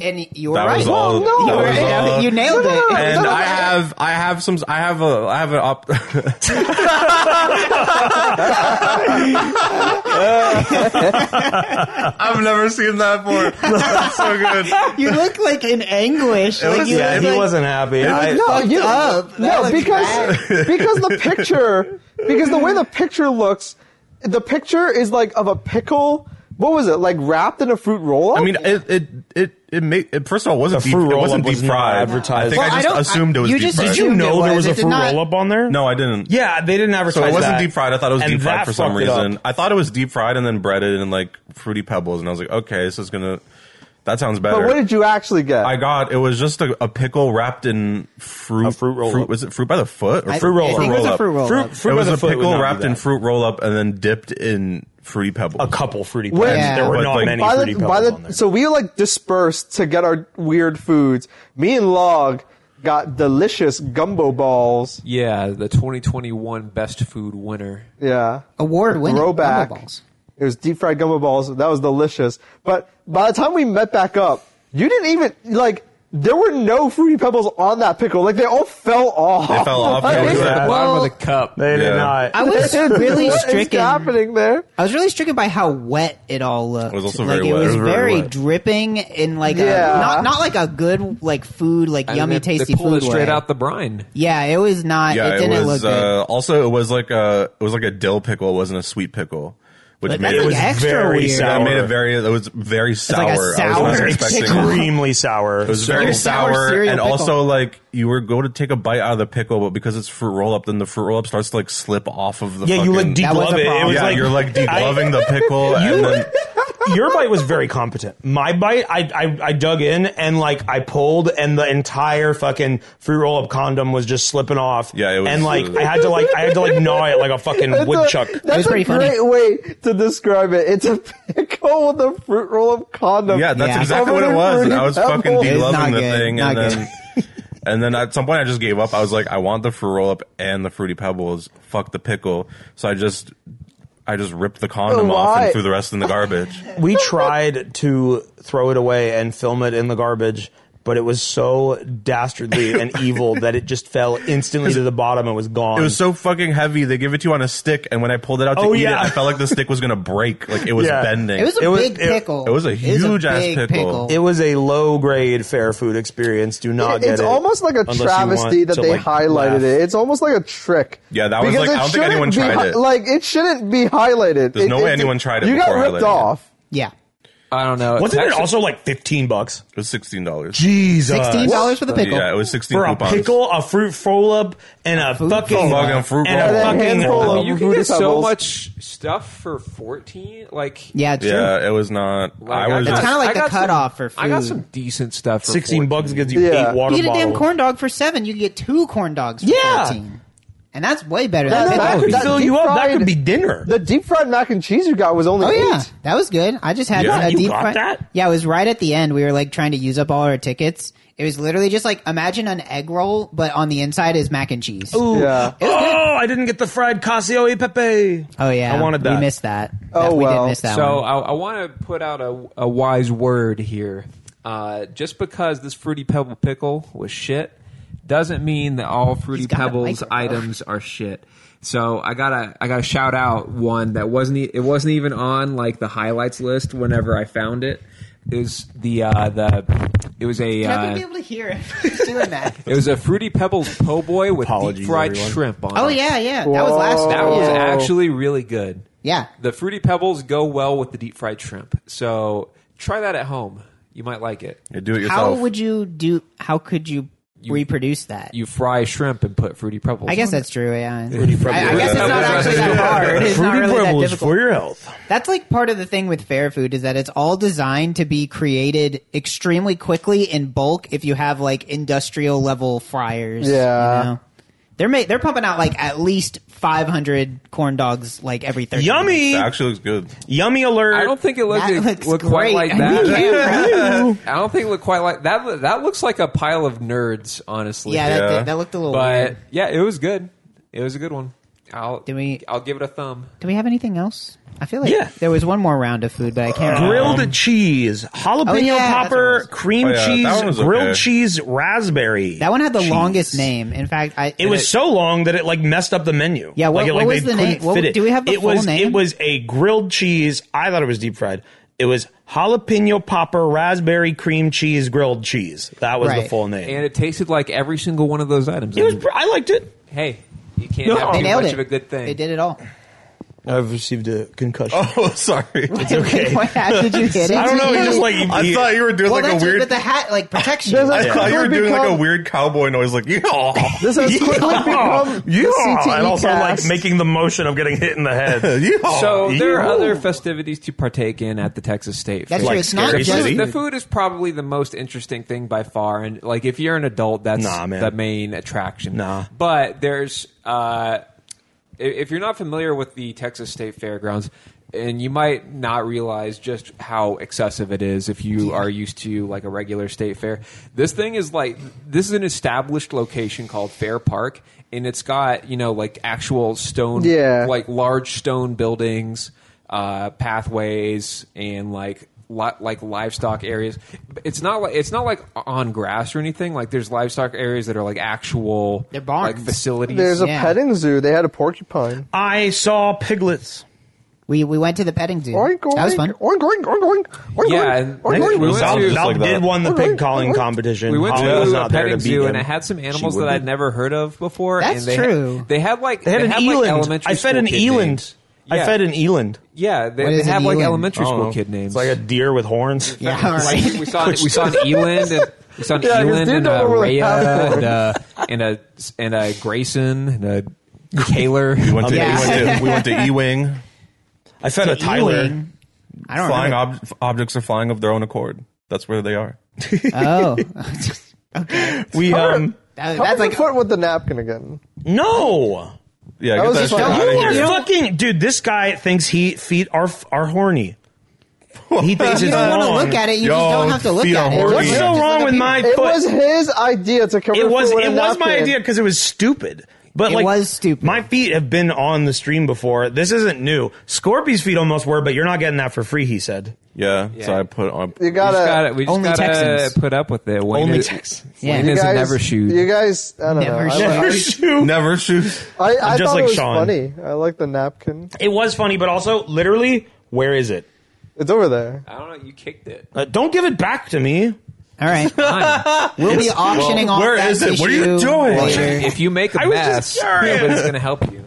Speaker 4: And you were
Speaker 5: That
Speaker 4: right.
Speaker 5: was all-
Speaker 4: Well,
Speaker 2: that
Speaker 4: you, were
Speaker 2: was
Speaker 4: right.
Speaker 5: all-
Speaker 4: you nailed
Speaker 2: No, no, no,
Speaker 4: it.
Speaker 5: And
Speaker 2: no,
Speaker 5: I have, I have some, I have a, I have an op. I've never seen that before. That's so good.
Speaker 4: You look like in anguish. like
Speaker 5: was-
Speaker 4: you
Speaker 5: yeah,
Speaker 4: look
Speaker 5: he
Speaker 4: like,
Speaker 1: happy.
Speaker 5: I-
Speaker 2: no,
Speaker 4: fucked
Speaker 2: you, uh,
Speaker 4: up. That
Speaker 2: no,
Speaker 4: looks
Speaker 2: because because the picture because the way the picture looks, the picture is like of a pickle. What was it like wrapped in a fruit roll?
Speaker 5: I mean,
Speaker 4: Oh,
Speaker 5: it, it, it, it made. It, first of all, it wasn't
Speaker 1: The
Speaker 5: deep.
Speaker 1: fruit
Speaker 5: It
Speaker 1: roll-up
Speaker 5: wasn't deep
Speaker 1: was not
Speaker 5: fried. I
Speaker 1: advertised.
Speaker 5: think
Speaker 4: Well, I
Speaker 5: I
Speaker 4: don't-
Speaker 5: just assumed it was
Speaker 4: you
Speaker 5: deep
Speaker 4: just
Speaker 5: fried.
Speaker 1: Did you
Speaker 4: assumed it
Speaker 1: know there
Speaker 4: was.
Speaker 1: was
Speaker 4: It
Speaker 1: a
Speaker 4: did
Speaker 1: fruit
Speaker 4: not-
Speaker 1: roll up on there?
Speaker 5: No, I didn't.
Speaker 1: Yeah, they didn't advertise
Speaker 5: So it wasn't
Speaker 1: that.
Speaker 5: deep fried. I thought it was
Speaker 1: And
Speaker 5: deep fried
Speaker 1: that
Speaker 5: for some
Speaker 1: fucked it up.
Speaker 5: reason. I thought it was deep fried and then breaded and like fruity pebbles, and I was like, okay, this is gonna. That sounds better.
Speaker 2: but what did you actually get?
Speaker 5: I got it was just a, a pickle wrapped in fruit.
Speaker 1: A fruit roll-up.
Speaker 5: was it fruit by the foot or
Speaker 4: I-
Speaker 5: fruit
Speaker 4: I
Speaker 5: roll?
Speaker 4: think it was a fruit roll-up.
Speaker 1: Fruit, fruit
Speaker 5: it
Speaker 1: by
Speaker 5: was
Speaker 1: the
Speaker 5: a
Speaker 1: foot would
Speaker 5: pickle
Speaker 1: not be
Speaker 5: wrapped in
Speaker 1: that.
Speaker 5: fruit roll up and then dipped in fruity pebbles.
Speaker 1: A couple fruity
Speaker 2: Wait,
Speaker 1: pebbles.
Speaker 4: Yeah.
Speaker 1: There were
Speaker 5: But,
Speaker 1: not
Speaker 5: like,
Speaker 1: many
Speaker 2: by
Speaker 1: fruity
Speaker 2: the,
Speaker 1: pebbles
Speaker 2: by
Speaker 1: on
Speaker 2: the,
Speaker 1: there.
Speaker 2: so we like dispersed to get our weird foods. Me and Log got delicious gumbo balls.
Speaker 3: yeah, the 2021 best food winner.
Speaker 2: Yeah.
Speaker 4: Award winning.
Speaker 2: Throwback. It was deep fried gumbo balls. That was delicious. But by the time we met back up, you didn't even like. There were no fruity pebbles on that pickle. Like they all fell off.
Speaker 5: They fell off.
Speaker 2: Like,
Speaker 5: Yeah,
Speaker 2: it's-
Speaker 5: it was at the
Speaker 3: Bottom
Speaker 4: Well-
Speaker 3: of the cup.
Speaker 1: they did
Speaker 5: Yeah.
Speaker 1: not.
Speaker 4: I was really
Speaker 2: What is
Speaker 4: stricken.
Speaker 2: happening there?
Speaker 4: I was really stricken by how wet it all looked.
Speaker 5: It was also
Speaker 4: like,
Speaker 5: very
Speaker 4: it
Speaker 5: wet.
Speaker 4: Was
Speaker 5: It was
Speaker 4: very
Speaker 5: very wet.
Speaker 4: dripping and like
Speaker 2: Yeah.
Speaker 4: a, not not like a good like food like
Speaker 3: I mean,
Speaker 4: yummy
Speaker 3: they- they
Speaker 4: tasty
Speaker 3: pulled
Speaker 4: food
Speaker 3: it straight
Speaker 4: way.
Speaker 3: out the brine.
Speaker 4: yeah, it was not.
Speaker 5: yeah,
Speaker 4: it didn't look
Speaker 5: was.
Speaker 4: good.
Speaker 5: Uh, also, it was like a it was like a dill pickle. It wasn't a sweet pickle, which
Speaker 4: But
Speaker 5: made
Speaker 4: that's
Speaker 5: it
Speaker 1: It was
Speaker 4: like extra
Speaker 1: very
Speaker 4: weird.
Speaker 1: sour.
Speaker 5: Yeah, it made it very. It was very sour.
Speaker 4: like a
Speaker 5: I was
Speaker 4: sour
Speaker 5: not expecting. it.
Speaker 1: extremely sour.
Speaker 5: It was very
Speaker 4: Like a sour
Speaker 5: sour,
Speaker 4: cereal
Speaker 5: and
Speaker 4: pickle.
Speaker 5: also like you were going to take a bite out of the pickle, but because it's fruit roll up, then the fruit roll up starts to like slip off of the.
Speaker 1: Yeah, you like
Speaker 5: fucking-
Speaker 4: That was
Speaker 1: deglove
Speaker 4: a
Speaker 1: it. It
Speaker 4: problem.
Speaker 1: was
Speaker 5: yeah,
Speaker 1: like
Speaker 5: you're like degloving the pickle. and then,
Speaker 1: your bite was very competent. My bite, I, I I dug in and like I pulled, and the entire fucking fruit roll up condom was just slipping off.
Speaker 5: Yeah, it was-
Speaker 1: and like I had to like I had to like gnaw it like a fucking
Speaker 2: That's a-
Speaker 1: woodchuck.
Speaker 2: that's
Speaker 4: was
Speaker 2: a
Speaker 4: pretty funny.
Speaker 2: great way to describe it. It's a pickle with a fruit roll of condom.
Speaker 5: yeah, that's
Speaker 4: Yeah.
Speaker 5: exactly what it was. And I was fucking
Speaker 2: Fruity pebbles.
Speaker 5: deloving
Speaker 4: It's not
Speaker 5: the
Speaker 4: good.
Speaker 5: thing,
Speaker 4: Not
Speaker 5: and then And then at some point, I just gave up. I was like, I want the fruit roll up and the fruity pebbles. Fuck the pickle. So I just, I just ripped the condom off
Speaker 2: Why?
Speaker 5: and threw the rest in the garbage.
Speaker 1: we tried to throw it away and film it in the garbage but it was so dastardly and evil that it just fell instantly to the bottom and was gone
Speaker 5: It was so fucking heavy. They give it to you on a stick, and when I pulled it out to
Speaker 1: Oh,
Speaker 5: eat
Speaker 1: yeah.
Speaker 5: it, I felt like the stick was gonna break. Like it was
Speaker 1: Yeah.
Speaker 5: bending.
Speaker 4: It was a
Speaker 1: It was-
Speaker 4: big
Speaker 1: it-
Speaker 4: pickle.
Speaker 5: it was a huge-ass
Speaker 4: big
Speaker 5: pickle.
Speaker 1: it was a low grade fair food experience. Do not get it.
Speaker 2: it's almost like a
Speaker 1: unless you
Speaker 2: travesty
Speaker 1: want
Speaker 2: that
Speaker 1: to,
Speaker 2: they
Speaker 1: like,
Speaker 2: highlighted
Speaker 1: laugh.
Speaker 2: it. It's almost like a trick.
Speaker 5: Yeah, that was
Speaker 2: Because
Speaker 5: like- I don't think
Speaker 2: shouldn't
Speaker 5: anyone
Speaker 2: be
Speaker 5: tried
Speaker 2: hi-
Speaker 5: it.
Speaker 2: Like it shouldn't be highlighted.
Speaker 5: There's
Speaker 2: It-
Speaker 5: no
Speaker 2: it-
Speaker 5: way anyone tried it
Speaker 2: You
Speaker 5: before
Speaker 2: got ripped
Speaker 5: highlighting it.
Speaker 2: off.
Speaker 4: yeah.
Speaker 3: I don't know.
Speaker 1: Wasn't it
Speaker 3: Actually-
Speaker 1: also like fifteen bucks?
Speaker 5: It was sixteen dollars.
Speaker 1: Jesus,
Speaker 4: Sixteen dollars for the pickle.
Speaker 5: Yeah, it was sixteen
Speaker 1: for a
Speaker 5: coupons.
Speaker 1: pickle, a fruit roll up, and a fucking
Speaker 5: roll-up. Fucking fruit
Speaker 1: and a
Speaker 5: roll-up.
Speaker 2: And a
Speaker 1: fucking
Speaker 2: handful
Speaker 3: I
Speaker 2: of-
Speaker 3: mean, you can
Speaker 2: Fruity
Speaker 3: get so
Speaker 2: Pebbles.
Speaker 3: much stuff for fourteen. Like
Speaker 4: Yeah, it's true.
Speaker 5: Yeah, it was not.
Speaker 3: Like,
Speaker 5: I was.
Speaker 3: got-
Speaker 4: It's kinda like
Speaker 3: I
Speaker 4: the
Speaker 3: got some-
Speaker 4: cutoff for
Speaker 3: I got
Speaker 4: food.
Speaker 3: some decent stuff. For
Speaker 1: sixteen bucks gets you
Speaker 2: Yeah.
Speaker 1: eight water
Speaker 4: You get a damn
Speaker 1: bottles.
Speaker 4: corn dog for seven. You get two corn dogs for
Speaker 1: Yeah.
Speaker 4: fourteen, and that's way better.
Speaker 2: No,
Speaker 4: than
Speaker 2: no,
Speaker 4: pickle.
Speaker 1: That
Speaker 2: that
Speaker 1: could
Speaker 2: that
Speaker 1: fill
Speaker 2: deep
Speaker 1: you up. That
Speaker 2: fried-
Speaker 1: could be dinner.
Speaker 2: The deep fried mac and cheese you got was only
Speaker 4: Oh
Speaker 2: eight.
Speaker 4: yeah, that was good. I just had
Speaker 5: Yeah,
Speaker 4: a
Speaker 1: you
Speaker 4: deep
Speaker 1: got
Speaker 4: fry-
Speaker 1: that?
Speaker 4: Yeah, it was right at the end. We were like trying to use up all our tickets. It was literally just like imagine an egg roll, but on the inside is mac and cheese.
Speaker 1: Ooh.
Speaker 2: Yeah.
Speaker 1: Oh, I didn't get the fried Casio e pepe.
Speaker 4: Oh yeah,
Speaker 1: I wanted that.
Speaker 4: We missed that.
Speaker 2: Oh,
Speaker 4: That- we
Speaker 2: well.
Speaker 4: did miss that
Speaker 3: So
Speaker 4: one.
Speaker 3: I, I want to put out a, a wise word here. Uh, just because this fruity pebble pickle was shit doesn't mean that all fruity
Speaker 4: He's got a
Speaker 3: pebbles
Speaker 4: microphone.
Speaker 3: items are shit. So I gotta I gotta shout out one that wasn't e- it wasn't even on like the highlights list whenever I found it. It was the uh, the it was a
Speaker 4: You're not gonna
Speaker 3: uh,
Speaker 4: be able to hear it. He's doing that.
Speaker 3: it was a fruity pebbles po' boy with deep
Speaker 1: Apologies,
Speaker 3: fried
Speaker 1: everyone.
Speaker 3: shrimp on.
Speaker 4: Oh
Speaker 3: it.
Speaker 4: yeah, yeah. That was last.
Speaker 3: That
Speaker 4: year.
Speaker 3: was
Speaker 2: Oh.
Speaker 3: actually really good.
Speaker 4: Yeah.
Speaker 3: The fruity pebbles go well with the deep fried shrimp. So try that at home. You might like it.
Speaker 5: You do it
Speaker 4: How
Speaker 5: yourself.
Speaker 4: would you do? How could you, reproduce that?
Speaker 3: You fry shrimp and put fruity pebbles.
Speaker 4: I guess
Speaker 3: on
Speaker 4: that's true. Yeah.
Speaker 1: Fruity
Speaker 4: I, I guess it's
Speaker 1: Pebbles.
Speaker 4: not actually that hard. It's not
Speaker 1: Fruity
Speaker 4: really that
Speaker 1: Pebbles
Speaker 4: difficult.
Speaker 1: for your health.
Speaker 4: That's like part of the thing with fair food is that it's all designed to be created extremely quickly in bulk if you have like industrial level fryers.
Speaker 2: Yeah.
Speaker 4: You know? They're ma- they're pumping out like at least 500 corn dogs like every 30 minutes.
Speaker 1: Yummy,
Speaker 5: It actually looks good.
Speaker 1: yummy alert.
Speaker 3: it. I don't think it looked,
Speaker 4: That
Speaker 3: it
Speaker 4: looks
Speaker 3: looked
Speaker 4: great.
Speaker 3: quite like
Speaker 4: Yeah.
Speaker 3: that. I don't think it looked quite like that. loo- That looks like a pile of nerds, honestly.
Speaker 4: Yeah, that,
Speaker 5: Yeah.
Speaker 4: That, that looked a little
Speaker 3: but
Speaker 4: weird.
Speaker 3: yeah, it was good. It was a good one. I'll
Speaker 4: Did we-
Speaker 3: I'll give it a thumb.
Speaker 4: Do we have anything else? I feel like
Speaker 1: Yeah.
Speaker 4: there was one more round of food, but I can't remember.
Speaker 1: grilled cheese, jalapeno
Speaker 4: Oh, yeah, that's what it
Speaker 1: popper,
Speaker 4: was.
Speaker 1: cream
Speaker 5: Oh, yeah, that one
Speaker 1: cheese,
Speaker 5: was
Speaker 1: grilled
Speaker 5: okay.
Speaker 1: cheese, raspberry.
Speaker 4: That one had the
Speaker 1: cheese.
Speaker 4: longest name. In fact, I
Speaker 1: It was so long that it like messed up the menu.
Speaker 4: Yeah, what-
Speaker 1: like, it,
Speaker 4: what
Speaker 1: like,
Speaker 4: was
Speaker 1: they
Speaker 4: the
Speaker 1: couldn't
Speaker 4: name? What-
Speaker 1: fit it.
Speaker 4: do we have the
Speaker 1: it
Speaker 4: full
Speaker 1: was,
Speaker 4: name?
Speaker 1: It was a grilled cheese. I thought it was deep fried. It was jalapeno popper, raspberry cream cheese, grilled cheese. That was the
Speaker 4: Right.
Speaker 1: full name.
Speaker 3: And it tasted like every single one of those items.
Speaker 1: it was. pr- I liked it.
Speaker 3: hey, you can't
Speaker 1: No.
Speaker 3: have
Speaker 4: they
Speaker 3: too
Speaker 4: nailed
Speaker 3: much
Speaker 4: it.
Speaker 3: of a good thing.
Speaker 4: They did it all.
Speaker 1: I've received a concussion.
Speaker 5: Oh, sorry.
Speaker 1: okay.
Speaker 4: What hat did you hit it?
Speaker 1: I don't know. He just like he-
Speaker 5: I
Speaker 1: he-
Speaker 5: thought you were doing
Speaker 4: well,
Speaker 5: like
Speaker 4: that's
Speaker 5: a weird.
Speaker 4: but the hat like protects you.
Speaker 2: There's a-
Speaker 5: I thought you were doing like a
Speaker 2: Become-
Speaker 5: weird cowboy noise, like yeah,
Speaker 2: This has quickly become
Speaker 1: yeah,
Speaker 2: the CTE
Speaker 1: and also like
Speaker 2: cast.
Speaker 1: making the motion of getting hit in the head.
Speaker 5: yeah.
Speaker 3: So there are
Speaker 1: Ew.
Speaker 3: other festivities to partake in at the Texas State.
Speaker 4: That's
Speaker 3: Fair.
Speaker 1: Like
Speaker 4: true. It's not
Speaker 1: Scary
Speaker 4: just
Speaker 1: City?
Speaker 3: The food is probably the most interesting thing by far, and like if you're an adult, that's
Speaker 1: Nah, man.
Speaker 3: the main attraction.
Speaker 1: Nah.
Speaker 3: but there's uh, i- if you're not familiar with the Texas State Fairgrounds, and you might not realize just how excessive it is if you are used to like a regular state fair. This thing is like this is an established location called Fair Park, and it's got you know like actual stone,
Speaker 2: Yeah.
Speaker 3: like large stone buildings, uh, pathways, and like li- like livestock areas. But It's not like it's not like on grass or anything. Like there's livestock areas that are like actual
Speaker 4: They're barns.
Speaker 3: like facilities.
Speaker 2: There's a
Speaker 4: Yeah.
Speaker 2: petting zoo. They had a porcupine.
Speaker 1: I saw piglets.
Speaker 4: We we went to the petting zoo.
Speaker 2: Oink, oink,
Speaker 4: that was fun.
Speaker 2: Oink, oink, oink, oink, oink,
Speaker 3: Yeah,
Speaker 2: oink,
Speaker 3: and-
Speaker 2: oink,
Speaker 3: Next
Speaker 2: oink.
Speaker 3: we went
Speaker 1: Zal,
Speaker 3: to-
Speaker 1: Zal
Speaker 5: like that.
Speaker 1: did won the
Speaker 2: Alright,
Speaker 1: pig calling
Speaker 2: alright.
Speaker 1: competition.
Speaker 3: we went
Speaker 1: Holly was
Speaker 3: to a
Speaker 1: not there
Speaker 3: petting
Speaker 1: to beat
Speaker 3: zoo and
Speaker 1: him.
Speaker 3: it had some animals
Speaker 5: She
Speaker 3: that
Speaker 5: would
Speaker 3: I'd
Speaker 5: be.
Speaker 3: never heard of before.
Speaker 4: That's
Speaker 3: and they
Speaker 4: true.
Speaker 3: they had like
Speaker 1: They had an
Speaker 3: like
Speaker 1: eland.
Speaker 3: elementary
Speaker 1: I fed
Speaker 3: school
Speaker 1: an
Speaker 3: kid
Speaker 1: eland.
Speaker 3: names.
Speaker 1: I
Speaker 3: Yeah.
Speaker 1: fed an eland.
Speaker 3: Yeah, they,
Speaker 4: What
Speaker 3: they
Speaker 4: is an
Speaker 3: have like
Speaker 4: eland?
Speaker 3: elementary
Speaker 1: Oh,
Speaker 3: school kid names.
Speaker 1: It's like a deer with horns.
Speaker 4: Yeah, all
Speaker 3: Like, we
Speaker 4: right.
Speaker 3: saw we saw an eland and we saw an
Speaker 2: Yeah, 'cause
Speaker 3: eland
Speaker 2: they
Speaker 3: and
Speaker 2: don't
Speaker 3: a
Speaker 2: really
Speaker 3: Rhea
Speaker 2: have
Speaker 3: and a, and a and a Grayson and a Kaler.
Speaker 5: we went to,
Speaker 4: Yeah.
Speaker 5: we went to we went to E-wing.
Speaker 1: I fed a Tyler.
Speaker 4: Ewing. I don't
Speaker 5: Flying
Speaker 4: know.
Speaker 5: ob- objects are flying of their own accord. That's where they are.
Speaker 4: Oh,
Speaker 1: We um
Speaker 4: That-
Speaker 2: How
Speaker 4: that's
Speaker 2: like
Speaker 4: like
Speaker 2: foot with the napkin again.
Speaker 1: no.
Speaker 5: Yeah, get
Speaker 2: was
Speaker 5: that
Speaker 2: just
Speaker 5: shit
Speaker 2: like-
Speaker 5: out
Speaker 2: You
Speaker 5: of
Speaker 1: You're
Speaker 5: here.
Speaker 1: fucking dude. This guy thinks he feet are are horny. He thinks
Speaker 4: You
Speaker 1: it's
Speaker 4: don't want to
Speaker 1: wrong.
Speaker 4: look at it. You
Speaker 5: Yo,
Speaker 4: just don't have to look
Speaker 5: feet
Speaker 4: at
Speaker 5: are
Speaker 4: it.
Speaker 5: horny.
Speaker 1: What's
Speaker 4: Just
Speaker 1: so
Speaker 4: look
Speaker 1: wrong
Speaker 4: at
Speaker 1: with
Speaker 4: the-
Speaker 1: my
Speaker 2: It
Speaker 1: foot?
Speaker 2: was his idea to cover
Speaker 1: It
Speaker 2: the
Speaker 1: was
Speaker 2: food with a
Speaker 1: it was my
Speaker 2: napkin.
Speaker 1: idea because it was stupid. But
Speaker 4: It
Speaker 1: like,
Speaker 4: was stupid.
Speaker 1: My feet have been on the stream before. This isn't new. Scorpy's feet almost were, but you're not getting that for free. He said.
Speaker 5: Yeah, so
Speaker 3: Yeah.
Speaker 5: I put on.
Speaker 2: You
Speaker 3: We
Speaker 2: gotta,
Speaker 3: just gotta, we just
Speaker 4: Only
Speaker 3: gotta
Speaker 4: Texans.
Speaker 3: put up with it. Wayne
Speaker 1: Only
Speaker 3: is,
Speaker 1: Texans.
Speaker 4: Yeah.
Speaker 3: Wayne
Speaker 4: You
Speaker 2: you
Speaker 3: is a
Speaker 2: guys-
Speaker 3: never shoot.
Speaker 2: You guys, I don't
Speaker 4: Never
Speaker 2: know. I-
Speaker 4: shoot.
Speaker 1: Never shoot.
Speaker 5: Never shoes.
Speaker 2: I, I,
Speaker 1: I'm just
Speaker 2: thought
Speaker 1: like
Speaker 2: it was
Speaker 1: Sean.
Speaker 2: funny. I like the napkin.
Speaker 1: It was funny, but also literally, where is it?
Speaker 2: It's over there.
Speaker 3: I don't know. You kicked it.
Speaker 1: Uh, don't give it back to me.
Speaker 4: All right. We'll be auctioning off
Speaker 5: where
Speaker 4: that
Speaker 5: is it? What are you
Speaker 4: tissue
Speaker 5: doing?
Speaker 4: later.
Speaker 3: if you make a
Speaker 1: I was just
Speaker 3: mess,
Speaker 1: curious.
Speaker 3: nobody's going to help you.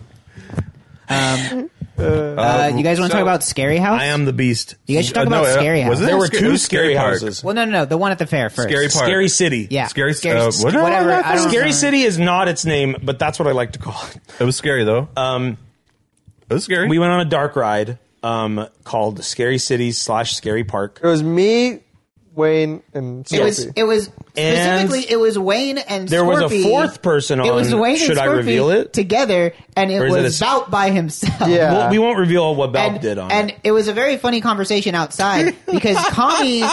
Speaker 4: Uh,
Speaker 5: Oh,
Speaker 4: you guys want to
Speaker 3: so-
Speaker 4: talk about Scary House?
Speaker 1: I am the beast.
Speaker 4: You guys should talk
Speaker 5: Uh, no,
Speaker 4: about
Speaker 5: uh,
Speaker 4: Scary House.
Speaker 5: was it-
Speaker 1: There were
Speaker 5: Sca-
Speaker 1: two
Speaker 5: who's
Speaker 1: scary,
Speaker 5: Scary Park?
Speaker 1: houses.
Speaker 4: Well, no, no, no. The one at the fair first.
Speaker 5: Scary Park.
Speaker 1: Scary City.
Speaker 4: Yeah.
Speaker 5: Scary- uh, what-
Speaker 4: whatever.
Speaker 5: no,
Speaker 4: I don't
Speaker 1: Scary
Speaker 4: remember.
Speaker 1: City is not its name, but that's what I like to call it.
Speaker 5: It was scary though. Um, it was scary.
Speaker 1: We went on a dark ride um, called Scary City slash Scary Park.
Speaker 2: It was me, Wayne, and
Speaker 4: It was.
Speaker 2: Sophie.
Speaker 4: It was
Speaker 1: And-
Speaker 4: specifically. It was Wayne and
Speaker 1: There was a
Speaker 4: Scorpy.
Speaker 1: fourth person
Speaker 4: It was
Speaker 1: on-
Speaker 4: Wayne
Speaker 1: should
Speaker 4: and
Speaker 1: I
Speaker 4: Scorpy
Speaker 1: reveal it?
Speaker 4: together, and it
Speaker 1: Or is it
Speaker 4: was
Speaker 1: a-
Speaker 4: Bout by himself.
Speaker 2: Yeah.
Speaker 1: Well, we won't reveal what Bob
Speaker 4: and,
Speaker 1: did on
Speaker 4: and
Speaker 1: it.
Speaker 4: it was a very funny conversation outside because Kami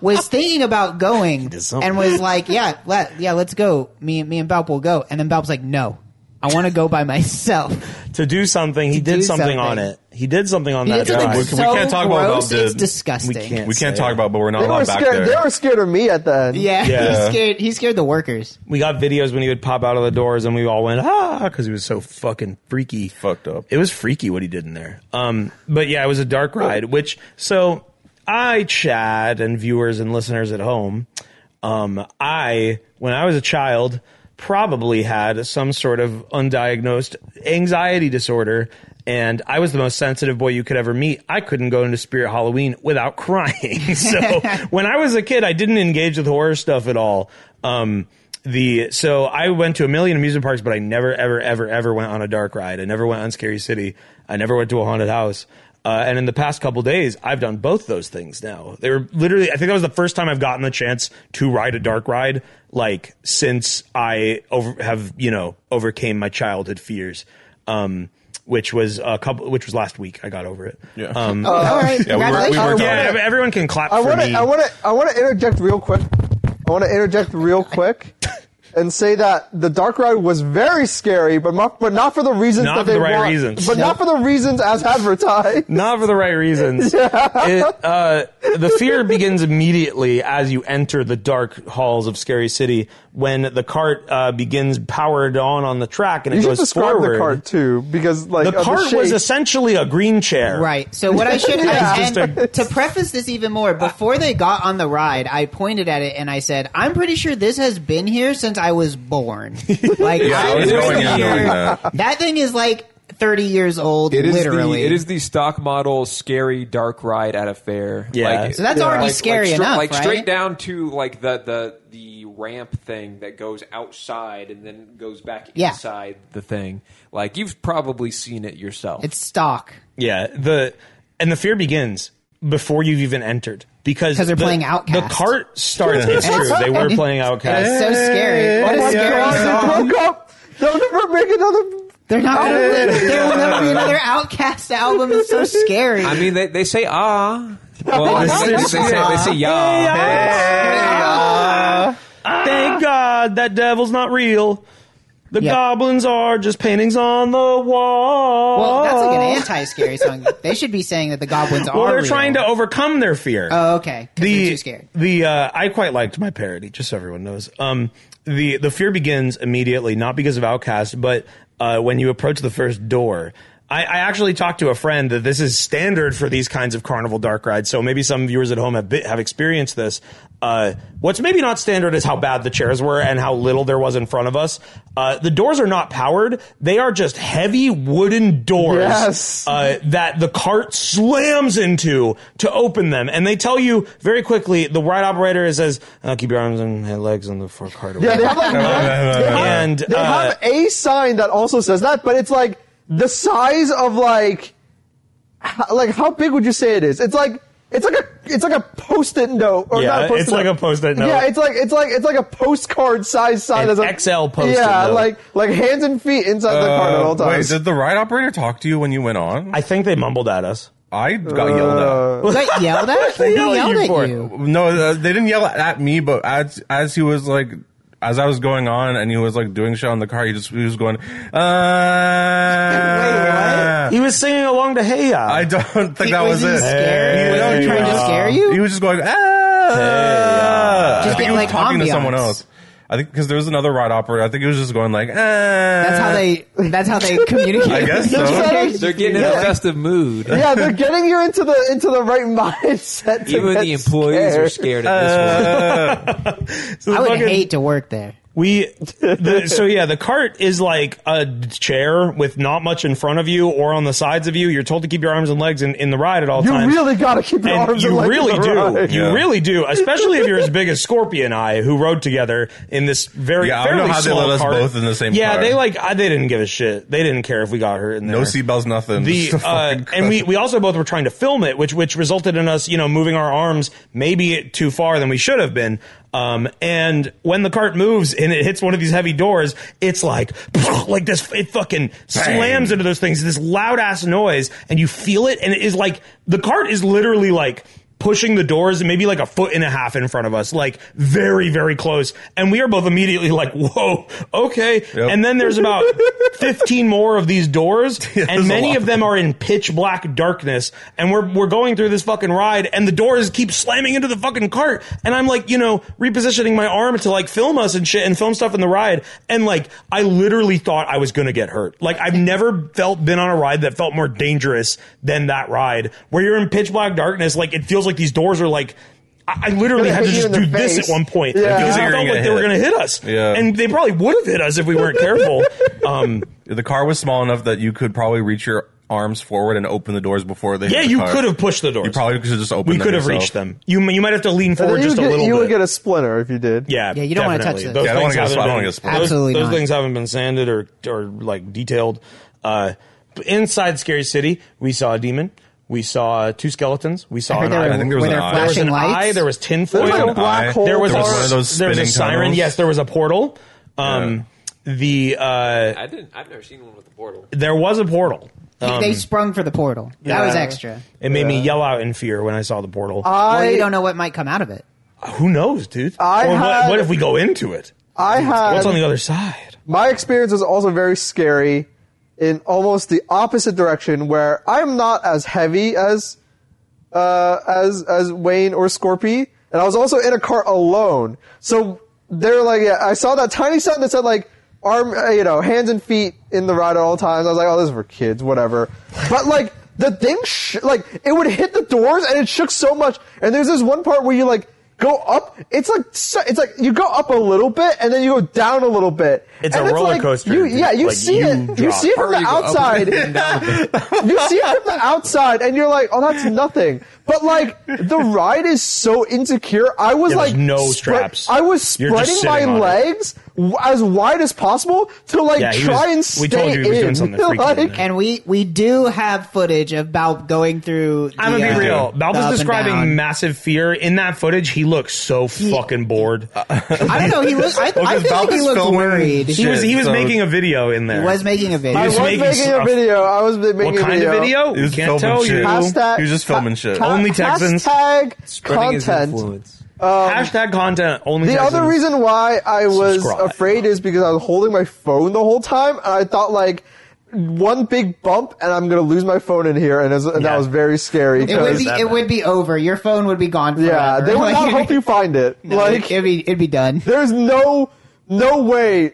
Speaker 4: was thinking about going
Speaker 1: something.
Speaker 4: and was like, "Yeah, let yeah, let's go. Me and me and Balp will go." And then Balp's like, "No, I want to go by myself."
Speaker 1: To do something, he did
Speaker 4: do
Speaker 1: something, on
Speaker 4: something.
Speaker 1: it. He did something on
Speaker 4: He
Speaker 1: that
Speaker 4: did
Speaker 1: drive.
Speaker 4: something
Speaker 5: We
Speaker 4: so
Speaker 5: can- we can't talk about what
Speaker 4: gross,
Speaker 5: Balp did.
Speaker 4: it's disgusting.
Speaker 1: We can't.
Speaker 5: we can't
Speaker 1: say
Speaker 5: talk
Speaker 1: it.
Speaker 5: about, but we're not
Speaker 2: they were
Speaker 5: allowed back
Speaker 2: scared.
Speaker 5: there.
Speaker 2: They were scared of me at the end.
Speaker 4: Yeah,
Speaker 1: Yeah.
Speaker 4: he scared. He scared the workers.
Speaker 1: We got videos when he would pop out of the doors, and we all went ah because he was so fucking freaky.
Speaker 5: Fucked up.
Speaker 1: It was freaky what he did in there. Um, but yeah, it was a dark ride. Which so I, Chad, and viewers and listeners at home, um, I when I was a child probably had some sort of undiagnosed anxiety disorder. And I was the most sensitive boy you could ever meet. I couldn't go into Spirit Halloween without crying. so when I was a kid, I didn't engage with horror stuff at all. Um, the so I went to a million amusement parks, but I never, ever, ever, ever went on a dark ride. I never went on Scary City. I never went to a haunted house. Uh, and in the past couple days, I've done both those things now. They were literally, I think that was the first time I've gotten the chance to ride a dark ride, like since I over, have, you know, overcame my childhood fears. Um, which was a couple, which was last week. I got over it.
Speaker 5: Yeah.
Speaker 1: Um,
Speaker 4: All right,
Speaker 5: we were- we were
Speaker 4: congratulations.
Speaker 5: talking-
Speaker 1: yeah, everyone can clap
Speaker 2: Uh, I
Speaker 1: for
Speaker 2: want to.
Speaker 1: me.
Speaker 2: I want to. I want to interject real quick. I want to interject real quick. And say that the dark ride was very scary, but not, but not for the reasons
Speaker 1: Not
Speaker 2: that
Speaker 1: for
Speaker 2: they
Speaker 1: the right
Speaker 2: want,
Speaker 1: reasons.
Speaker 2: but not for the reasons as advertised.
Speaker 1: not for the right reasons. It, uh, the fear begins immediately as you enter the dark halls of Scary City when the cart uh, begins powered on on the track and it
Speaker 2: You should
Speaker 1: goes
Speaker 2: describe
Speaker 1: forward.
Speaker 2: the cart too, because like
Speaker 1: The
Speaker 2: of
Speaker 1: cart
Speaker 2: shape.
Speaker 1: was essentially a green chair.
Speaker 4: Right. So what I should
Speaker 2: Yeah.
Speaker 4: and to preface this even more, before they got on the ride, I pointed at it and I said, "I'm pretty sure this has been here since I was born." Like
Speaker 5: Yeah, I
Speaker 4: I'm
Speaker 5: was
Speaker 4: pretty
Speaker 5: going in knowing
Speaker 4: sure-
Speaker 5: that.
Speaker 4: thing is like 30 years old,
Speaker 3: It is
Speaker 4: literally.
Speaker 3: The, it is the stock model scary dark ride at a fair.
Speaker 1: Yeah.
Speaker 4: So that's already scary
Speaker 3: like, stra-
Speaker 4: enough,
Speaker 3: Like
Speaker 4: right?
Speaker 3: straight down to like the the the ramp thing that goes outside and then goes back
Speaker 4: Yeah.
Speaker 3: inside the thing. Like you've probably seen it yourself.
Speaker 4: It's stock
Speaker 1: Yeah. The and the fear begins before you've even entered because
Speaker 4: 'Cause they're
Speaker 1: the-
Speaker 4: playing Outcast.
Speaker 1: The cart starts. It's true. They were playing
Speaker 4: And it's
Speaker 1: Outcast.
Speaker 4: so scary. What
Speaker 2: Oh
Speaker 4: a
Speaker 2: my
Speaker 4: scary
Speaker 2: God,
Speaker 4: song.
Speaker 2: they broke up. They'll never make another.
Speaker 4: They're not gonna, there will never be another Outcast album. It's so scary.
Speaker 3: I mean, they, they say ah. Well, they,
Speaker 1: This
Speaker 3: say,
Speaker 1: is-
Speaker 3: they say- they say yeah.
Speaker 1: Thank God that devil's not real. The
Speaker 4: Yeah.
Speaker 1: goblins are just paintings on the wall.
Speaker 4: well, that's like an anti-scary song. They should be saying that the goblins are
Speaker 1: Well, they're
Speaker 4: real.
Speaker 1: trying to overcome their fear.
Speaker 4: Oh, okay. 'Cause
Speaker 1: the
Speaker 4: they're too scared.
Speaker 1: the uh, I quite liked my parody, just so everyone knows. Um, the the fear begins immediately, not because of Outcast, but uh, when you approach the first door. I, I actually talked to a friend that this is standard for these kinds of carnival dark rides. So maybe some viewers at home have bit, have experienced this. Uh, what's maybe not standard is how bad the chairs were and how little there was in front of us. Uh, the doors are not powered; they are just heavy wooden doors
Speaker 2: Yes.
Speaker 1: uh, that the cart slams into to open them, and they tell you very quickly. The ride operator says, uh, "Keep your arms and legs on the fore cart." or
Speaker 2: Yeah, they
Speaker 1: whatever.
Speaker 2: have like
Speaker 1: and
Speaker 2: They
Speaker 1: uh,
Speaker 2: have a sign that also says that, but it's like the size of like, h- like how big would you say it is? It's like it's like a it's like a post-it note or
Speaker 1: Yeah,
Speaker 2: not a post-it
Speaker 1: it's like
Speaker 2: note.
Speaker 1: a Post-it note.
Speaker 2: Yeah, it's like it's like it's like a postcard size sign.
Speaker 1: An
Speaker 2: that's a,
Speaker 1: XL Post-it
Speaker 2: Yeah,
Speaker 1: note.
Speaker 2: like like hands and feet inside the cart at all
Speaker 5: Uh, wait,
Speaker 2: times.
Speaker 5: did the ride operator talk to you when you went on?
Speaker 1: I think they mumbled at us.
Speaker 5: I got
Speaker 2: Uh,
Speaker 5: yelled
Speaker 4: You got yelled at? Who
Speaker 1: yelling
Speaker 4: yelled
Speaker 1: you
Speaker 4: at
Speaker 1: for it?
Speaker 4: you?
Speaker 5: at. No, uh, they didn't yell at me, but as as he was like. As I was going on and he was like doing shit on the car, he just he was going, uh,
Speaker 1: He was singing along to Hey Ya.
Speaker 5: I don't think that was,
Speaker 4: was he
Speaker 5: it.
Speaker 4: scared?
Speaker 5: He-
Speaker 1: Was
Speaker 5: no,
Speaker 1: he
Speaker 5: he
Speaker 1: trying
Speaker 5: was-
Speaker 1: to
Speaker 4: scare you?
Speaker 5: He was just going, ah.
Speaker 4: Just
Speaker 5: I think
Speaker 4: get,
Speaker 5: he was
Speaker 4: like,
Speaker 5: talking to someone
Speaker 4: ambiance.
Speaker 5: else. I think because there was another ride operator. I think he was just going like, ah. That's
Speaker 4: That's how they. That's how they communicate.
Speaker 5: I guess so.
Speaker 3: They're getting in a
Speaker 2: yeah.
Speaker 3: festive mood.
Speaker 2: yeah, they're getting you into the into the right mindset. To
Speaker 3: Even
Speaker 2: get
Speaker 3: the employees are
Speaker 2: scared.
Speaker 3: scared at this one.
Speaker 1: Uh, So
Speaker 4: I would
Speaker 1: fucking-
Speaker 4: hate to work there.
Speaker 1: We the, so yeah, the cart is like a chair with not much in front of you or on the sides of you. You're told to keep your arms and legs in, in the ride at all
Speaker 2: You
Speaker 1: times.
Speaker 2: really gotta keep your
Speaker 1: and
Speaker 2: arms
Speaker 1: you
Speaker 2: and legs
Speaker 1: really
Speaker 2: in the
Speaker 1: do.
Speaker 2: ride.
Speaker 1: You
Speaker 5: Yeah.
Speaker 1: really do, especially if you're as big as Scorpion and I, who rode together in this very
Speaker 5: Yeah, I don't
Speaker 1: fairly
Speaker 5: know how they
Speaker 1: small
Speaker 5: let us
Speaker 1: cart.
Speaker 5: both in the same
Speaker 1: Yeah,
Speaker 5: car.
Speaker 1: they like I, they didn't give a shit. They didn't care if we got hurt. In there.
Speaker 5: No seatbelts, nothing.
Speaker 1: The
Speaker 5: Just a
Speaker 1: uh,
Speaker 5: fucking
Speaker 1: and we
Speaker 5: crush.
Speaker 1: we also both were trying to film it, which which resulted in us you know moving our arms maybe too far than we should have been. Um, and when the cart moves and it hits one of these heavy doors, it's like like this. It fucking slams into those things. This loud ass noise, and you feel it, and it is like the cart is literally like pushing the doors and maybe like a foot and a half in front of us like very very close and we are both immediately like whoa okay and then there's about 15 more of these doors and
Speaker 5: there's a
Speaker 1: many
Speaker 5: lot.
Speaker 1: of them are in pitch black darkness and we're we're going through this fucking ride and the doors keep slamming into the fucking cart and I'm like you know repositioning my arm to like film us and shit and film stuff in the ride and like I literally thought I was going to get hurt like I've never felt been on a ride that felt more dangerous than that ride where you're in pitch black darkness like it feels like these doors are like I I literally
Speaker 2: Gonna
Speaker 1: had to
Speaker 2: hit you
Speaker 1: just
Speaker 2: in
Speaker 1: do
Speaker 2: the
Speaker 1: this
Speaker 2: face.
Speaker 1: at one point
Speaker 2: Yeah. It
Speaker 1: because
Speaker 5: feels like
Speaker 1: I felt
Speaker 5: you're gonna
Speaker 1: like
Speaker 5: get
Speaker 1: they were
Speaker 5: hit.
Speaker 1: going to hit us,
Speaker 5: Yeah.
Speaker 1: and they probably would have hit us if we weren't careful. Um,
Speaker 5: the car was small enough that you could probably reach your arms forward and open the doors before they. hit
Speaker 1: Yeah,
Speaker 5: the
Speaker 1: you
Speaker 5: car.
Speaker 1: could have pushed the doors.
Speaker 5: You probably could have just opened.
Speaker 1: we
Speaker 5: them
Speaker 1: could have
Speaker 5: yourself.
Speaker 1: reached them. You m- you might have to lean forward
Speaker 2: you
Speaker 1: just
Speaker 2: would
Speaker 1: a
Speaker 2: get,
Speaker 1: little
Speaker 2: you
Speaker 1: bit.
Speaker 2: would get a splinter if you did.
Speaker 1: yeah,
Speaker 4: Yeah, you don't wanna touch
Speaker 1: definitely. Those
Speaker 4: those.
Speaker 5: Yeah, I don't
Speaker 1: things
Speaker 5: wanna get a
Speaker 1: haven't
Speaker 5: spot- I don't
Speaker 1: been-
Speaker 5: wanna get a spot.
Speaker 1: those-
Speaker 4: Absolutely
Speaker 1: Those
Speaker 4: not.
Speaker 1: things haven't been sanded or or like detailed. Uh, but inside Scary City, we saw a demon. We saw two skeletons. We saw
Speaker 4: I
Speaker 1: an
Speaker 4: heard
Speaker 1: eye.
Speaker 4: there
Speaker 5: Oh, I think there
Speaker 4: were,
Speaker 5: was
Speaker 4: were
Speaker 5: an
Speaker 4: there
Speaker 5: eye.
Speaker 1: There was
Speaker 4: flashing
Speaker 1: an eye.
Speaker 4: lights.
Speaker 1: There was tinfoil.
Speaker 2: There was like a
Speaker 5: There was an
Speaker 2: black
Speaker 5: eye.
Speaker 2: hole
Speaker 1: There was,
Speaker 5: There was
Speaker 1: a,
Speaker 5: one of those
Speaker 1: there was a
Speaker 5: spinning
Speaker 1: siren.
Speaker 5: tunnels.
Speaker 1: Yes, there was a portal. Um, The uh,
Speaker 3: I didn't. I've never seen one with a portal.
Speaker 1: there was a portal.
Speaker 4: They- they sprung for the portal. That was extra.
Speaker 1: It made me yell out in fear when I saw the portal.
Speaker 4: Well,
Speaker 2: I
Speaker 4: you don't know what might come out of it.
Speaker 1: Who knows, dude?
Speaker 2: I
Speaker 1: Or what,
Speaker 2: had-
Speaker 1: what if we go into it?
Speaker 2: I had
Speaker 1: What's on the other side?
Speaker 2: my experience was also very scary in almost the opposite direction where I'm not as heavy as uh, as as Wayne or Scorpy, and I was also in a cart alone. So they're like, yeah, I saw that tiny sign that said like arm, uh, you know, hands and feet in the ride at all times. I was like, oh, this is for kids, whatever. But like the thing, sh- like it would hit the doors and it shook so much. And there's this one part where you like go up. It's like so- it's like you go up a little bit and then you go down a little bit.
Speaker 1: It's
Speaker 2: And
Speaker 1: a roller
Speaker 2: like,
Speaker 1: coaster,
Speaker 2: you-
Speaker 1: dude.
Speaker 2: yeah, you
Speaker 1: Like,
Speaker 2: see
Speaker 1: you "Oh."
Speaker 2: it. You
Speaker 1: drop.
Speaker 2: see it from the
Speaker 3: Hurry, go up.
Speaker 2: outside you see it from the outside and you're like, oh, that's nothing. But like, the ride is so insecure. I was
Speaker 1: Yeah, there's
Speaker 2: like,
Speaker 1: no straps.
Speaker 2: I was
Speaker 1: You're just
Speaker 2: spreading my
Speaker 1: sitting on it.
Speaker 2: legs w- as wide as possible to like
Speaker 1: Yeah, he
Speaker 2: try
Speaker 1: was- we
Speaker 2: and stay
Speaker 1: told you he was
Speaker 2: in.
Speaker 1: doing something freaky
Speaker 2: Like,
Speaker 1: in there.
Speaker 4: And we we do have footage of Balp going through. The,
Speaker 1: I'm gonna
Speaker 4: uh,
Speaker 1: be real.
Speaker 4: the
Speaker 1: Balb
Speaker 4: up
Speaker 1: was
Speaker 4: and
Speaker 1: describing
Speaker 4: down.
Speaker 1: massive fear in that footage. He looked so fucking bored.
Speaker 4: I don't know. He looked. I,
Speaker 5: Well,
Speaker 4: I
Speaker 5: 'cause
Speaker 4: feel like
Speaker 5: Balp
Speaker 4: he
Speaker 5: is
Speaker 4: looked
Speaker 5: filming
Speaker 4: worried.
Speaker 5: shit.
Speaker 1: he was he was
Speaker 5: so-
Speaker 1: making a video in there.
Speaker 4: He was making a video.
Speaker 2: I was
Speaker 1: making
Speaker 2: making,
Speaker 1: stuff.
Speaker 2: a video. I was making
Speaker 1: what
Speaker 2: a
Speaker 1: kind
Speaker 2: video.
Speaker 1: of video?
Speaker 5: He
Speaker 1: We
Speaker 5: was
Speaker 1: can't
Speaker 5: filming
Speaker 1: tell
Speaker 5: shit.
Speaker 1: you. Hashtag,
Speaker 2: Hashtag,
Speaker 5: He was just filming shit.
Speaker 2: ha-
Speaker 1: Only Texans.
Speaker 2: Hashtag
Speaker 3: Spreading his
Speaker 2: content.
Speaker 3: influence.
Speaker 1: content only.
Speaker 2: The
Speaker 1: Texans.
Speaker 2: other reason why I was
Speaker 1: Subscribe.
Speaker 2: afraid is because I was holding my phone the whole time, and I thought like one big bump, and I'm gonna lose my phone in here, and, it was- and
Speaker 1: Yeah.
Speaker 2: that was very scary.
Speaker 4: It would
Speaker 2: because-
Speaker 4: be. It would be over. Your phone would be gone. Forever.
Speaker 2: yeah, they would
Speaker 4: Like,
Speaker 2: not help you find it. like
Speaker 4: it'd be it'd be done.
Speaker 2: there's no no way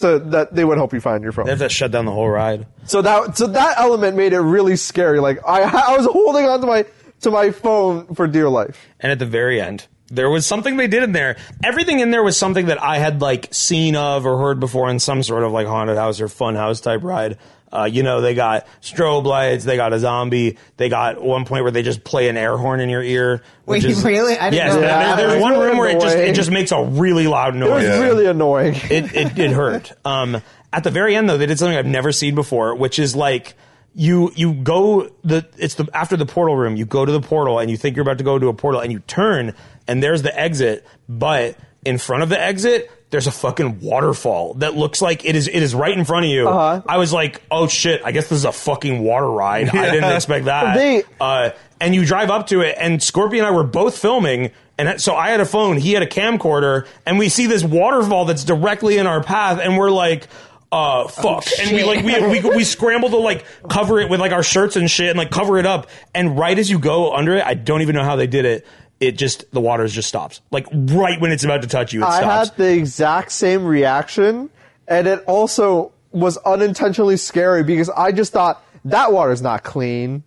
Speaker 2: to, that they would help you find your phone.
Speaker 1: they have to shut down the whole ride.
Speaker 2: So that so that element made it really scary. Like I I was holding onto my to my phone for dear life.
Speaker 1: and at the very end there was something they did in there everything in there was something that i had like seen of or heard before in some sort of like haunted house or fun house type ride uh, you know they got strobe lights they got a zombie they got one point where they just play an air horn in your ear which
Speaker 4: Wait,
Speaker 1: is,
Speaker 4: really? I didn't
Speaker 1: yes
Speaker 4: know
Speaker 1: there-
Speaker 2: that.
Speaker 1: there's
Speaker 2: That's
Speaker 1: one
Speaker 2: really
Speaker 1: room where it just it
Speaker 2: annoying.
Speaker 1: just makes a really loud
Speaker 2: It
Speaker 1: noise
Speaker 2: was really annoying.
Speaker 1: it, it it hurt. Um, at the very end though, they did something I've never seen before, which is like you you go the it's the after the portal room, you go to the portal and you think you're about to go to a portal and you turn and there's the exit, but in front of the exit there's a fucking waterfall that looks like it is it is right in front of you.
Speaker 2: Uh-huh.
Speaker 1: I was like, oh shit, I guess this is a fucking water ride. I didn't expect that.
Speaker 2: They-
Speaker 1: uh, and you drive up to it, and Scorpion and I were both filming. And so I had a phone, he had a camcorder, and we see this waterfall that's directly in our path, and we're like, uh, fuck. and we like, we, we, we scramble to like cover it with like our shirts and shit and like cover it up. And right as you go under it, I don't even know how they did it. It just, the water just stops. Like right when it's about to touch you, it
Speaker 2: I
Speaker 1: stops.
Speaker 2: had the exact same reaction, and it also was unintentionally scary because I just thought that water's not clean.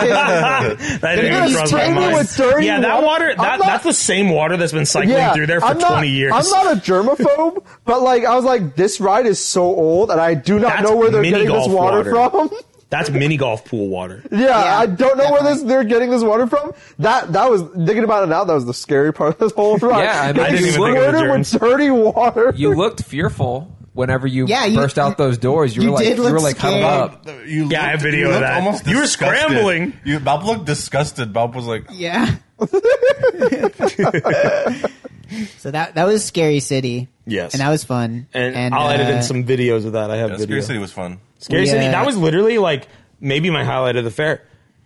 Speaker 1: that didn't even
Speaker 2: Because
Speaker 1: cross my
Speaker 2: tell me
Speaker 1: mind.
Speaker 2: with dirty
Speaker 1: Yeah, that
Speaker 2: water-
Speaker 1: water,
Speaker 2: I'm
Speaker 1: that,
Speaker 2: not-
Speaker 1: that's the same water that's been cycling
Speaker 2: Yeah,
Speaker 1: through there for
Speaker 2: I'm not-
Speaker 1: 20 years.
Speaker 2: I'm not a germaphobe, but like I was like, this ride is so old, and I do not
Speaker 1: That's
Speaker 2: know where they're
Speaker 1: mini
Speaker 2: getting this
Speaker 1: golf
Speaker 2: water,
Speaker 1: water.
Speaker 2: from.
Speaker 1: That's mini golf pool water.
Speaker 2: yeah,
Speaker 4: Yeah,
Speaker 2: I don't know where this
Speaker 4: definitely.
Speaker 2: they're getting this water from. That that was thinking about it now. That was the scary part of this whole ride.
Speaker 3: Yeah, I mean,
Speaker 2: Getting
Speaker 3: I didn't even think
Speaker 1: of the
Speaker 2: squirted with dirty water.
Speaker 3: You looked fearful whenever you,
Speaker 4: Yeah, you-
Speaker 3: burst out those doors. You,
Speaker 4: you
Speaker 3: were like,
Speaker 4: did
Speaker 3: you
Speaker 4: look
Speaker 3: were like,
Speaker 4: scared.
Speaker 3: hung up.
Speaker 5: You
Speaker 1: Yeah, I have video
Speaker 5: you
Speaker 1: of
Speaker 5: looked
Speaker 1: that. You were
Speaker 5: disgusted.
Speaker 1: scrambling.
Speaker 5: You, Bob looked disgusted. Bob was like,
Speaker 4: Yeah. so that that was Scary City.
Speaker 1: Yes.
Speaker 4: And that was fun.
Speaker 1: And, I'll edit
Speaker 4: uh,
Speaker 1: in some videos of that. I have
Speaker 5: yeah,
Speaker 1: video.
Speaker 5: Scary City was fun.
Speaker 1: Scary
Speaker 4: We,
Speaker 1: City.
Speaker 4: uh,
Speaker 1: That was literally like maybe my highlight of the fair.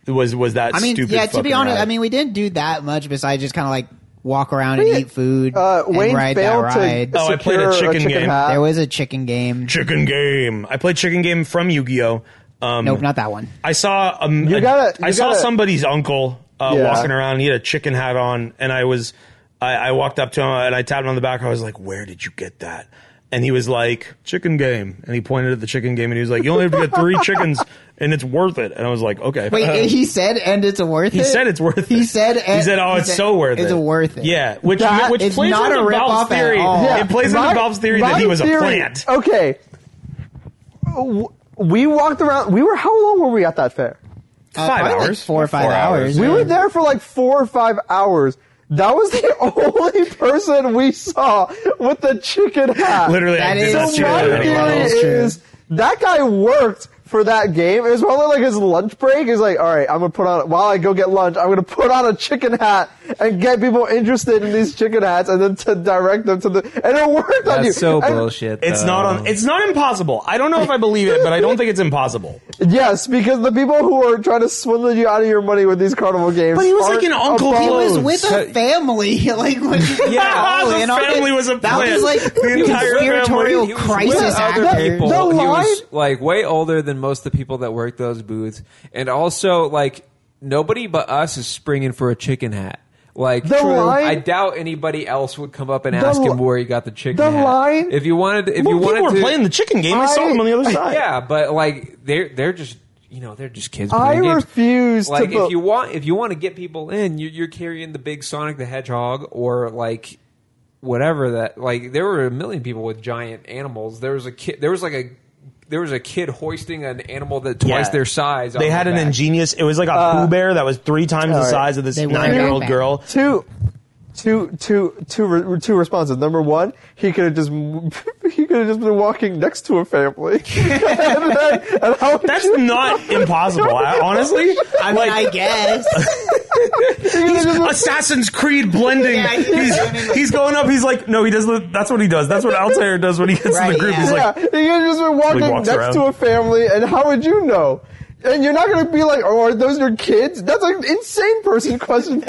Speaker 1: Was was that?
Speaker 4: I mean,
Speaker 1: stupid
Speaker 4: yeah. To be
Speaker 1: fucking
Speaker 4: honest,
Speaker 1: ride.
Speaker 4: I mean, we didn't do that much besides just kind of like walk around and
Speaker 2: We-
Speaker 4: eat food
Speaker 2: uh,
Speaker 4: and
Speaker 2: Wayne
Speaker 4: ride that
Speaker 2: failed to
Speaker 4: ride.
Speaker 1: Oh, I played a
Speaker 2: secure
Speaker 1: chicken game.
Speaker 2: hat.
Speaker 4: there was a chicken game.
Speaker 1: chicken game. I played chicken game from Yu Gi Oh. Um,
Speaker 4: Nope, not that one.
Speaker 1: I saw um, a-
Speaker 2: gotta- you
Speaker 1: I saw
Speaker 2: gotta-
Speaker 1: somebody's uncle uh,
Speaker 2: Yeah.
Speaker 1: walking around. He had a chicken hat on, and I was I, I walked up to him and I tapped him on the back. I was like, "Where did you get that?" And he was like, "Chicken game," and he pointed at the chicken game, and he was like, "You only have to get three chickens, and it's worth it." And I was like, "Okay."
Speaker 4: Wait, he said, and it's worth it.
Speaker 1: He said it's worth it.
Speaker 4: He said,
Speaker 1: he said, oh,
Speaker 4: he
Speaker 1: it's
Speaker 4: said,
Speaker 1: so worth it.
Speaker 4: It's worth it.
Speaker 1: Yeah, which
Speaker 2: That
Speaker 1: which
Speaker 4: is
Speaker 1: plays
Speaker 4: not
Speaker 1: into
Speaker 4: a rip-off
Speaker 1: Bob's
Speaker 4: at
Speaker 1: theory.
Speaker 4: all. Yeah.
Speaker 1: It plays
Speaker 2: My-
Speaker 1: into Bob's theory
Speaker 2: my
Speaker 1: that he was
Speaker 2: theory-
Speaker 1: a plant.
Speaker 2: Okay. W- We walked around. We were how long were we at that fair?
Speaker 4: Uh,
Speaker 1: Five
Speaker 4: probably like
Speaker 1: hours.
Speaker 4: four or five
Speaker 5: Four hours.
Speaker 4: hours.
Speaker 2: We
Speaker 4: yeah.
Speaker 2: were there for like four or five hours. That was the only person we saw with the chicken hat.
Speaker 1: Literally, I
Speaker 4: That
Speaker 1: did
Speaker 4: is-
Speaker 1: not
Speaker 4: That's
Speaker 2: So
Speaker 1: see
Speaker 4: true.
Speaker 2: my
Speaker 1: that at any
Speaker 4: That
Speaker 2: theory
Speaker 1: level.
Speaker 4: is
Speaker 2: is that guy worked for that game. It was probably like his lunch break. He's like, all right, I'm gonna put on while I go get lunch. I'm gonna put on a chicken hat and get people interested in these chicken hats, and then to direct them to the. And it worked on you.
Speaker 3: That's so
Speaker 2: And-
Speaker 3: bullshit.
Speaker 1: It's
Speaker 3: though.
Speaker 1: not on. It's not impossible. I don't know if I believe it, but I don't think it's impossible.
Speaker 2: Yes, because the people who are trying to swindle you out of your money with these carnival games.
Speaker 1: But he was like
Speaker 2: aren't
Speaker 1: an uncle. He
Speaker 4: He was
Speaker 2: above-
Speaker 4: with a family, like when
Speaker 1: Yeah, the
Speaker 4: and all that-
Speaker 1: family was a
Speaker 4: That
Speaker 1: plant.
Speaker 4: was like
Speaker 1: The entire family.
Speaker 4: conspiratorial
Speaker 2: He
Speaker 4: crisis
Speaker 2: was
Speaker 4: actor.
Speaker 2: other
Speaker 3: people.
Speaker 2: The
Speaker 3: he
Speaker 2: line-
Speaker 3: was like way older than most of the people that work those booths, and also like nobody but us is springing for a chicken hat. Like
Speaker 2: The True. line-
Speaker 3: I doubt anybody else would come up and
Speaker 2: The
Speaker 3: ask
Speaker 2: li-
Speaker 3: him where he got the chicken.
Speaker 2: the
Speaker 3: hat.
Speaker 2: line-
Speaker 3: if you wanted, if
Speaker 1: Well,
Speaker 3: you wanted
Speaker 1: people were
Speaker 3: to,
Speaker 1: playing the chicken game. I, saw
Speaker 2: I-
Speaker 1: them on the other side.
Speaker 3: yeah, but like they're they're just you know they're just kids.
Speaker 2: I
Speaker 3: playing games.
Speaker 2: refuse to
Speaker 3: Like
Speaker 2: vote.
Speaker 3: if you want if you want to get people in, you're, you're carrying the big Sonic the Hedgehog or like whatever that like there were a million people with giant animals. There was a kid. There was like a there was a kid hoisting an animal that twice
Speaker 1: Yeah.
Speaker 3: their size. on
Speaker 1: They had
Speaker 3: their
Speaker 1: an
Speaker 3: back.
Speaker 1: ingenious. It was like a poo bear that was three times the
Speaker 2: alright.
Speaker 1: size of this
Speaker 4: Uh, They were
Speaker 1: nine-year-old
Speaker 4: back.
Speaker 1: girl.
Speaker 2: Two, two, two, two, re- two responses. Number one, he could have just he could have just been walking next to a family. and then, and I would-
Speaker 1: That's not impossible. I, honestly,
Speaker 4: I
Speaker 1: I'm
Speaker 4: mean,
Speaker 1: like
Speaker 4: I guess.
Speaker 2: he could have just been-
Speaker 1: Assassin's Creed blending.
Speaker 4: Yeah, he's
Speaker 1: he's,
Speaker 4: doing
Speaker 1: he's going up. He's like, no, he does. the- That's what he does. That's what Altair does when he gets in
Speaker 4: Right,
Speaker 1: the group.
Speaker 4: yeah.
Speaker 1: He's
Speaker 2: yeah,
Speaker 1: like,
Speaker 2: he could have just been walking
Speaker 1: walks
Speaker 2: next
Speaker 1: around.
Speaker 2: to a family. And how would you know? And you're not going to be like, "Oh, are those your kids?" That's an insane person question to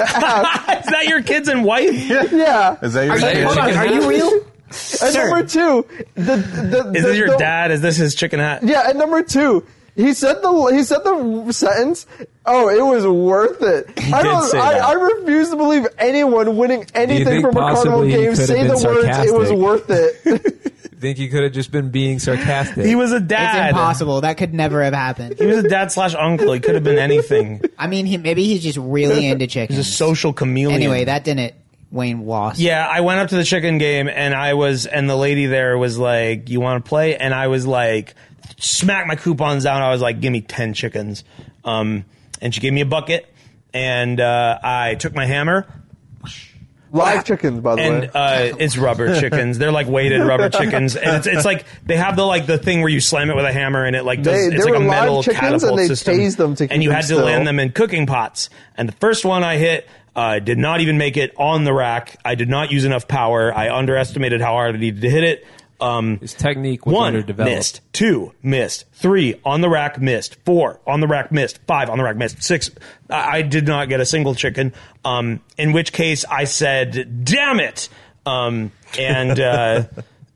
Speaker 1: is
Speaker 2: ask.
Speaker 1: that your kids and wife?
Speaker 2: yeah.
Speaker 5: "Is that your
Speaker 4: Are you,
Speaker 5: chicken?"
Speaker 4: hold on, are you real?
Speaker 2: And number
Speaker 4: Sir,
Speaker 2: two, the, the,
Speaker 1: Is
Speaker 2: the,
Speaker 1: this your
Speaker 2: the-
Speaker 1: dad? Is this his chicken hat?
Speaker 2: Yeah, and number two, he said the he said the sentence. Oh, it was worth it. I
Speaker 1: did
Speaker 2: don't.
Speaker 1: say
Speaker 2: I,
Speaker 1: that.
Speaker 2: I refuse to believe anyone winning anything
Speaker 3: think
Speaker 2: from a carnival
Speaker 3: possibly he
Speaker 2: game
Speaker 3: could have
Speaker 2: say
Speaker 3: been
Speaker 2: the words. It was
Speaker 3: sarcastic?
Speaker 2: worth it.
Speaker 3: Think you could have just been being sarcastic.
Speaker 1: He was a
Speaker 4: it's
Speaker 1: dad.
Speaker 4: impossible. That could never have happened.
Speaker 1: He was a dad slash uncle. He could have been anything.
Speaker 4: I mean, he, maybe he's just really into chickens.
Speaker 1: Just social chameleon.
Speaker 4: anyway, that didn't. Wayne lost.
Speaker 1: Yeah, I went up to the chicken game and I was, and the lady there was like, "You want to play?" And I was like, smack my coupons down. I was like, "Give me ten chickens," um, and she gave me a bucket, and uh, I took my hammer.
Speaker 2: Live chickens, by the
Speaker 1: And
Speaker 2: way.
Speaker 1: uh, it's rubber chickens. They're like weighted rubber chickens, and it's, it's like they have the like the thing where you slam it with a hammer, and it like does,
Speaker 2: They-
Speaker 1: it's
Speaker 2: they
Speaker 1: like a
Speaker 2: were live
Speaker 1: metal
Speaker 2: chickens,
Speaker 1: catapult
Speaker 2: and they
Speaker 1: system.
Speaker 2: tased them to keep
Speaker 1: and you
Speaker 2: them
Speaker 1: had to
Speaker 2: still.
Speaker 1: land them in cooking pots. And the first one I hit, Uh, did not even make it on the rack. I did not use enough power. I underestimated how hard I needed to hit it. Um,
Speaker 3: His technique was
Speaker 1: one
Speaker 3: underdeveloped.
Speaker 1: missed, two missed, three on the rack missed, four on the rack missed, five on the rack missed, six. I, I did not get a single chicken. Um, in which case I said, "Damn it!" Um, and uh,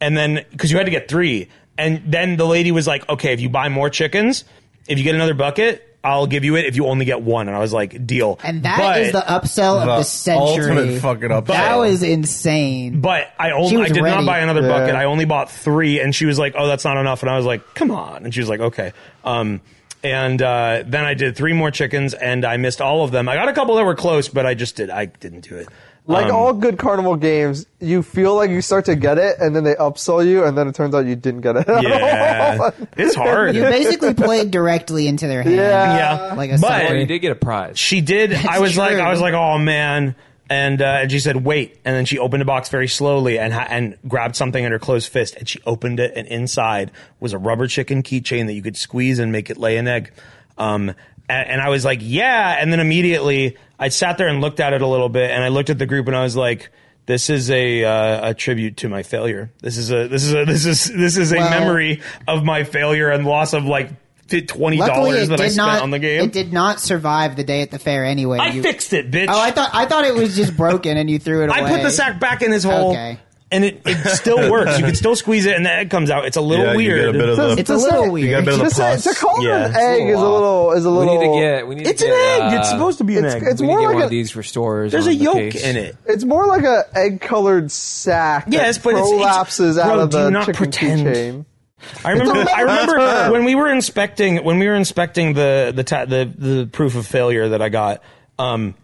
Speaker 1: and then because you had to get three, and then the lady was like, "Okay, if you buy more chickens, if you get another bucket." I'll give you it if you only get one, and I was like, "Deal."
Speaker 4: And that is
Speaker 1: But-
Speaker 4: the upsell of the century.
Speaker 5: ultimate fucking upsell.
Speaker 4: That was insane.
Speaker 1: But I
Speaker 4: She
Speaker 1: only
Speaker 4: was
Speaker 1: I did
Speaker 4: ready.
Speaker 1: not buy another
Speaker 2: Yeah.
Speaker 1: bucket. I only bought three, and she was like, "Oh, that's not enough." And I was like, "Come on!" And she was like, "Okay." Um, and uh, then I did three more chickens, and I missed all of them. I got a couple that were close, but I just did. I didn't do it.
Speaker 2: Like
Speaker 1: Um,
Speaker 2: all good carnival games, you feel like you start to get it, and then they upsell you, and then it turns out you didn't get it. at
Speaker 1: yeah,
Speaker 2: all.
Speaker 1: it's hard.
Speaker 4: you basically played directly into their hand.
Speaker 2: Yeah.
Speaker 1: yeah,
Speaker 4: Like a
Speaker 1: but
Speaker 3: Well, you did get a prize.
Speaker 1: she did. I was like,
Speaker 4: true.
Speaker 1: I was like, "Oh man." And, uh, and she said, "Wait!" And then she opened a box very slowly and ha- and grabbed something in her closed fist. And she opened it, and inside was a rubber chicken keychain that you could squeeze and make it lay an egg. Um, and, and I was like, "Yeah!" And then immediately I sat there and looked at it a little bit, and I looked at the group, and I was like, "This is a uh, a tribute to my failure. This is a this is a this is this is a
Speaker 4: Well-
Speaker 1: memory of my failure and loss of like." Twenty
Speaker 4: Luckily,
Speaker 1: dollars
Speaker 4: it
Speaker 1: that I
Speaker 4: did
Speaker 1: spent
Speaker 4: not.
Speaker 1: on the game.
Speaker 4: It did not survive the day at the fair anyway.
Speaker 1: I
Speaker 4: You-
Speaker 1: fixed it, bitch.
Speaker 4: Oh, I thought I thought it was just broken and you threw it away.
Speaker 1: I put the sack back in his hole.
Speaker 4: Okay.
Speaker 1: And it, it still works. You can still squeeze it, and the egg comes out. It's a little
Speaker 5: Yeah, you
Speaker 1: weird.
Speaker 5: get a bit of the-
Speaker 4: It's a little weird.
Speaker 5: You got a bit of the
Speaker 2: Just to,
Speaker 5: pus.
Speaker 2: to call
Speaker 1: Yeah,
Speaker 2: it an
Speaker 1: it's a
Speaker 2: egg is a little is a
Speaker 3: we
Speaker 2: little.
Speaker 3: need to get. We need
Speaker 1: It's
Speaker 3: to
Speaker 1: an
Speaker 3: get,
Speaker 1: egg. It's
Speaker 3: uh,
Speaker 1: supposed to be an
Speaker 2: it's-
Speaker 1: egg.
Speaker 2: it's
Speaker 3: we need
Speaker 2: more
Speaker 3: to get
Speaker 2: like
Speaker 3: one
Speaker 2: a-
Speaker 3: of these restorers.
Speaker 1: There's
Speaker 3: on
Speaker 1: a
Speaker 3: the
Speaker 1: yolk
Speaker 3: case.
Speaker 1: in it.
Speaker 2: It's more like a egg colored sack.
Speaker 1: Yes,
Speaker 2: that
Speaker 1: but it's- it's-
Speaker 2: prolapses out
Speaker 1: bro,
Speaker 2: of
Speaker 1: do
Speaker 2: the
Speaker 1: not
Speaker 2: chicken
Speaker 1: pretend.
Speaker 2: keychain.
Speaker 1: I remember. I remember when we were inspecting when we were inspecting the the ta- the, the proof of failure that I got. Um,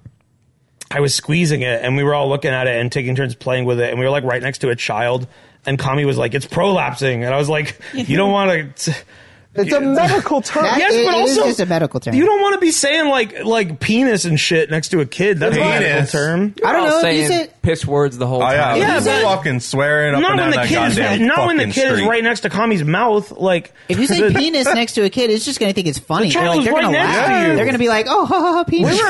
Speaker 1: I was squeezing it, and we were all looking at it and taking turns playing with it, and we were like right next to a child. And Kami was like, "It's prolapsing," and I was like, "You don't want to."
Speaker 2: It's a medical term.
Speaker 4: That-
Speaker 1: Yes,
Speaker 4: it-
Speaker 1: but
Speaker 4: it is
Speaker 1: also
Speaker 4: just a medical term.
Speaker 1: You don't want to be saying like like penis and shit next to a kid. That's not a medical
Speaker 5: Penis.
Speaker 1: term.
Speaker 4: I don't
Speaker 3: All
Speaker 4: know. if You
Speaker 3: Saying
Speaker 4: said
Speaker 3: piss words the whole
Speaker 5: Oh, yeah,
Speaker 3: time.
Speaker 1: Yeah,
Speaker 5: just
Speaker 1: but-
Speaker 5: fucking swear it up
Speaker 1: Not
Speaker 5: and
Speaker 1: when
Speaker 5: down
Speaker 1: the
Speaker 5: that
Speaker 1: kid is
Speaker 5: goddamn
Speaker 1: not when the
Speaker 5: fucking
Speaker 1: kid is
Speaker 5: street.
Speaker 1: right next to Kami's mouth. Like
Speaker 4: if you say
Speaker 1: the-
Speaker 4: penis next to a kid, it's just going to think it's funny.
Speaker 1: child
Speaker 4: Like,
Speaker 1: was
Speaker 4: they're
Speaker 1: right
Speaker 4: going to
Speaker 1: next
Speaker 4: laugh.
Speaker 1: to you.
Speaker 4: They're going to be like, "Oh, ha ha ha, penis."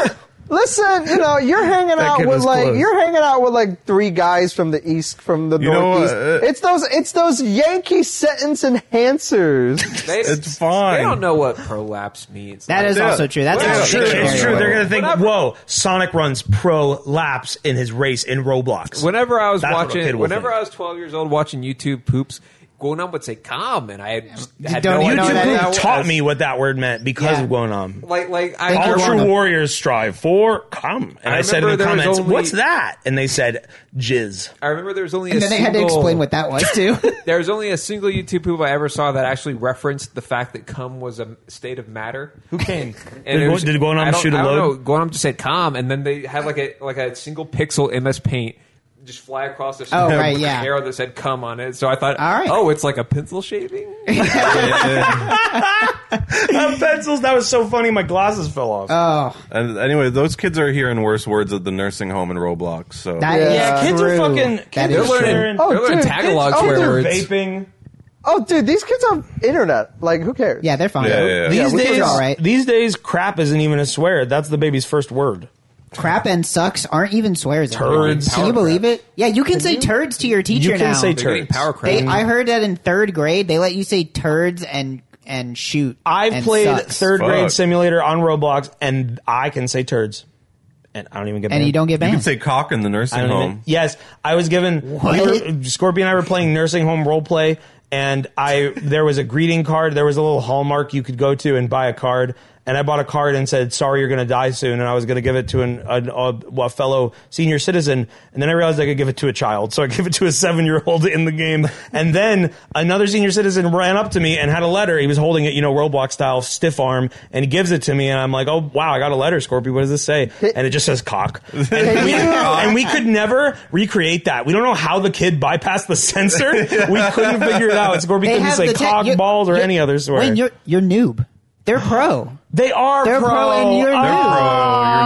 Speaker 2: Listen, you know, you're hanging out
Speaker 1: kid
Speaker 2: with
Speaker 1: was
Speaker 2: like
Speaker 1: close.
Speaker 2: you're hanging out with like three guys from the east, from the
Speaker 5: You know
Speaker 2: northeast.
Speaker 5: what, uh,
Speaker 2: it's those it's those Yankee sentence enhancers.
Speaker 3: They,
Speaker 5: It's fine.
Speaker 3: They don't know what prolapse means.
Speaker 4: That is
Speaker 5: Yeah.
Speaker 4: also true. That's
Speaker 5: Yeah,
Speaker 1: It's
Speaker 4: actually
Speaker 1: true.
Speaker 5: Yeah.
Speaker 1: It's true. They're gonna think,
Speaker 3: Whatever.
Speaker 1: "Whoa, Sonic runs pro laps in his race in Roblox."
Speaker 3: Whenever I was
Speaker 1: That's what a kid
Speaker 3: watching,
Speaker 1: will
Speaker 3: whenever
Speaker 1: think.
Speaker 3: I was 12 years old watching YouTube poops, Guanam would say "come," and I had, just- had
Speaker 4: Don't
Speaker 3: no
Speaker 4: even
Speaker 1: YouTube
Speaker 3: idea
Speaker 4: know that-
Speaker 3: what
Speaker 1: Poop
Speaker 3: was.
Speaker 1: taught me what that word meant because
Speaker 4: Yeah.
Speaker 1: of Wonam.
Speaker 3: Like, like I,
Speaker 4: Thank
Speaker 3: I
Speaker 4: you,
Speaker 1: All
Speaker 4: Guanam.
Speaker 3: remember-
Speaker 1: true warriors strive for come. And
Speaker 3: I
Speaker 1: I, said in the
Speaker 3: remember there was
Speaker 1: comments,
Speaker 3: only-
Speaker 1: "What's that?" And they said, "Jizz."
Speaker 3: I remember there was only a
Speaker 4: And then they had to
Speaker 3: single-
Speaker 4: explain what that was too.
Speaker 3: There was only a single YouTube poop I ever saw that actually referenced the fact that cum was a state of matter. Who came? And
Speaker 1: Did
Speaker 3: it
Speaker 1: Gu-
Speaker 3: was-
Speaker 1: did Guanam
Speaker 3: I don't-
Speaker 1: shoot a
Speaker 3: I don't
Speaker 1: load?
Speaker 3: know. Guanam just said cum, and then they had like a like a single pixel MS Paint just fly across the
Speaker 4: Oh, right, yeah.
Speaker 3: arrow that said cum on it. So I thought,
Speaker 4: All right.
Speaker 3: oh, it's like a pencil shaving.
Speaker 1: Uh, pencils. That was so funny. My glasses fell off.
Speaker 4: oh,
Speaker 5: And anyway, those kids are hearing worse words at the nursing home in Roblox. So
Speaker 4: that is
Speaker 1: yeah, kids are
Speaker 4: true.
Speaker 1: fucking.
Speaker 4: That
Speaker 1: Kids
Speaker 4: is
Speaker 1: are
Speaker 3: They're learning-
Speaker 1: sharing-
Speaker 2: Oh,
Speaker 3: They're learning
Speaker 2: dude,
Speaker 3: Tagalog
Speaker 2: it's- oh,
Speaker 3: swear
Speaker 2: they're
Speaker 3: words.
Speaker 1: vaping.
Speaker 2: oh, dude, these kids have internet. Like, who cares?
Speaker 4: Yeah, they're fine.
Speaker 5: Yeah, yeah, yeah.
Speaker 4: These
Speaker 2: we're
Speaker 4: days,
Speaker 2: doing all
Speaker 4: right?
Speaker 1: These days, crap isn't even a swear. That's the baby's first word.
Speaker 4: crap and sucks aren't even swears. anymore.
Speaker 1: Turds.
Speaker 4: Can you
Speaker 3: Power
Speaker 4: believe it? Yeah, you can, say turds to your teacher
Speaker 1: You can
Speaker 4: now.
Speaker 1: say
Speaker 3: They're getting
Speaker 1: turds.
Speaker 3: power crap.
Speaker 4: They, I heard that in third grade, they let you say turds and and shoot.
Speaker 1: I've
Speaker 4: and
Speaker 1: played
Speaker 4: sucks.
Speaker 1: third grade
Speaker 5: Fuck.
Speaker 1: simulator on Roblox, and I can say turds, and I don't even get.
Speaker 4: and
Speaker 1: banned.
Speaker 4: you don't get
Speaker 5: you
Speaker 4: banned.
Speaker 5: can say cock in the nursing
Speaker 1: I don't
Speaker 5: home.
Speaker 1: even- yes, I was given. we were- Scorpion and I were playing nursing home role play, and I there was a greeting card. There was a little hallmark you could go to and buy a card. And I bought a card and said, "Sorry, you're going to die soon." And I was going to give it to an, an, a, a fellow senior citizen, and then I realized I could give it to a child, so I gave it to a seven year old in the game. And then another senior citizen ran up to me and had a letter. He was holding it, you know, Roblox style, stiff arm, and he gives it to me, and I'm like, "Oh wow, I got a letter, Scorpion. What does this say?" And it just says "cock." And we, and we could never recreate that. We don't know how the kid bypassed the censor. We couldn't figure it out. Scorpion
Speaker 4: They
Speaker 1: couldn't
Speaker 4: have
Speaker 1: say
Speaker 4: the te-
Speaker 1: cock,
Speaker 4: you're-
Speaker 1: balls, or
Speaker 4: you're-
Speaker 1: any other swear.
Speaker 4: Wayne, you're you're noob. They're pro.
Speaker 1: they are
Speaker 4: They're pro and you're
Speaker 1: Ah.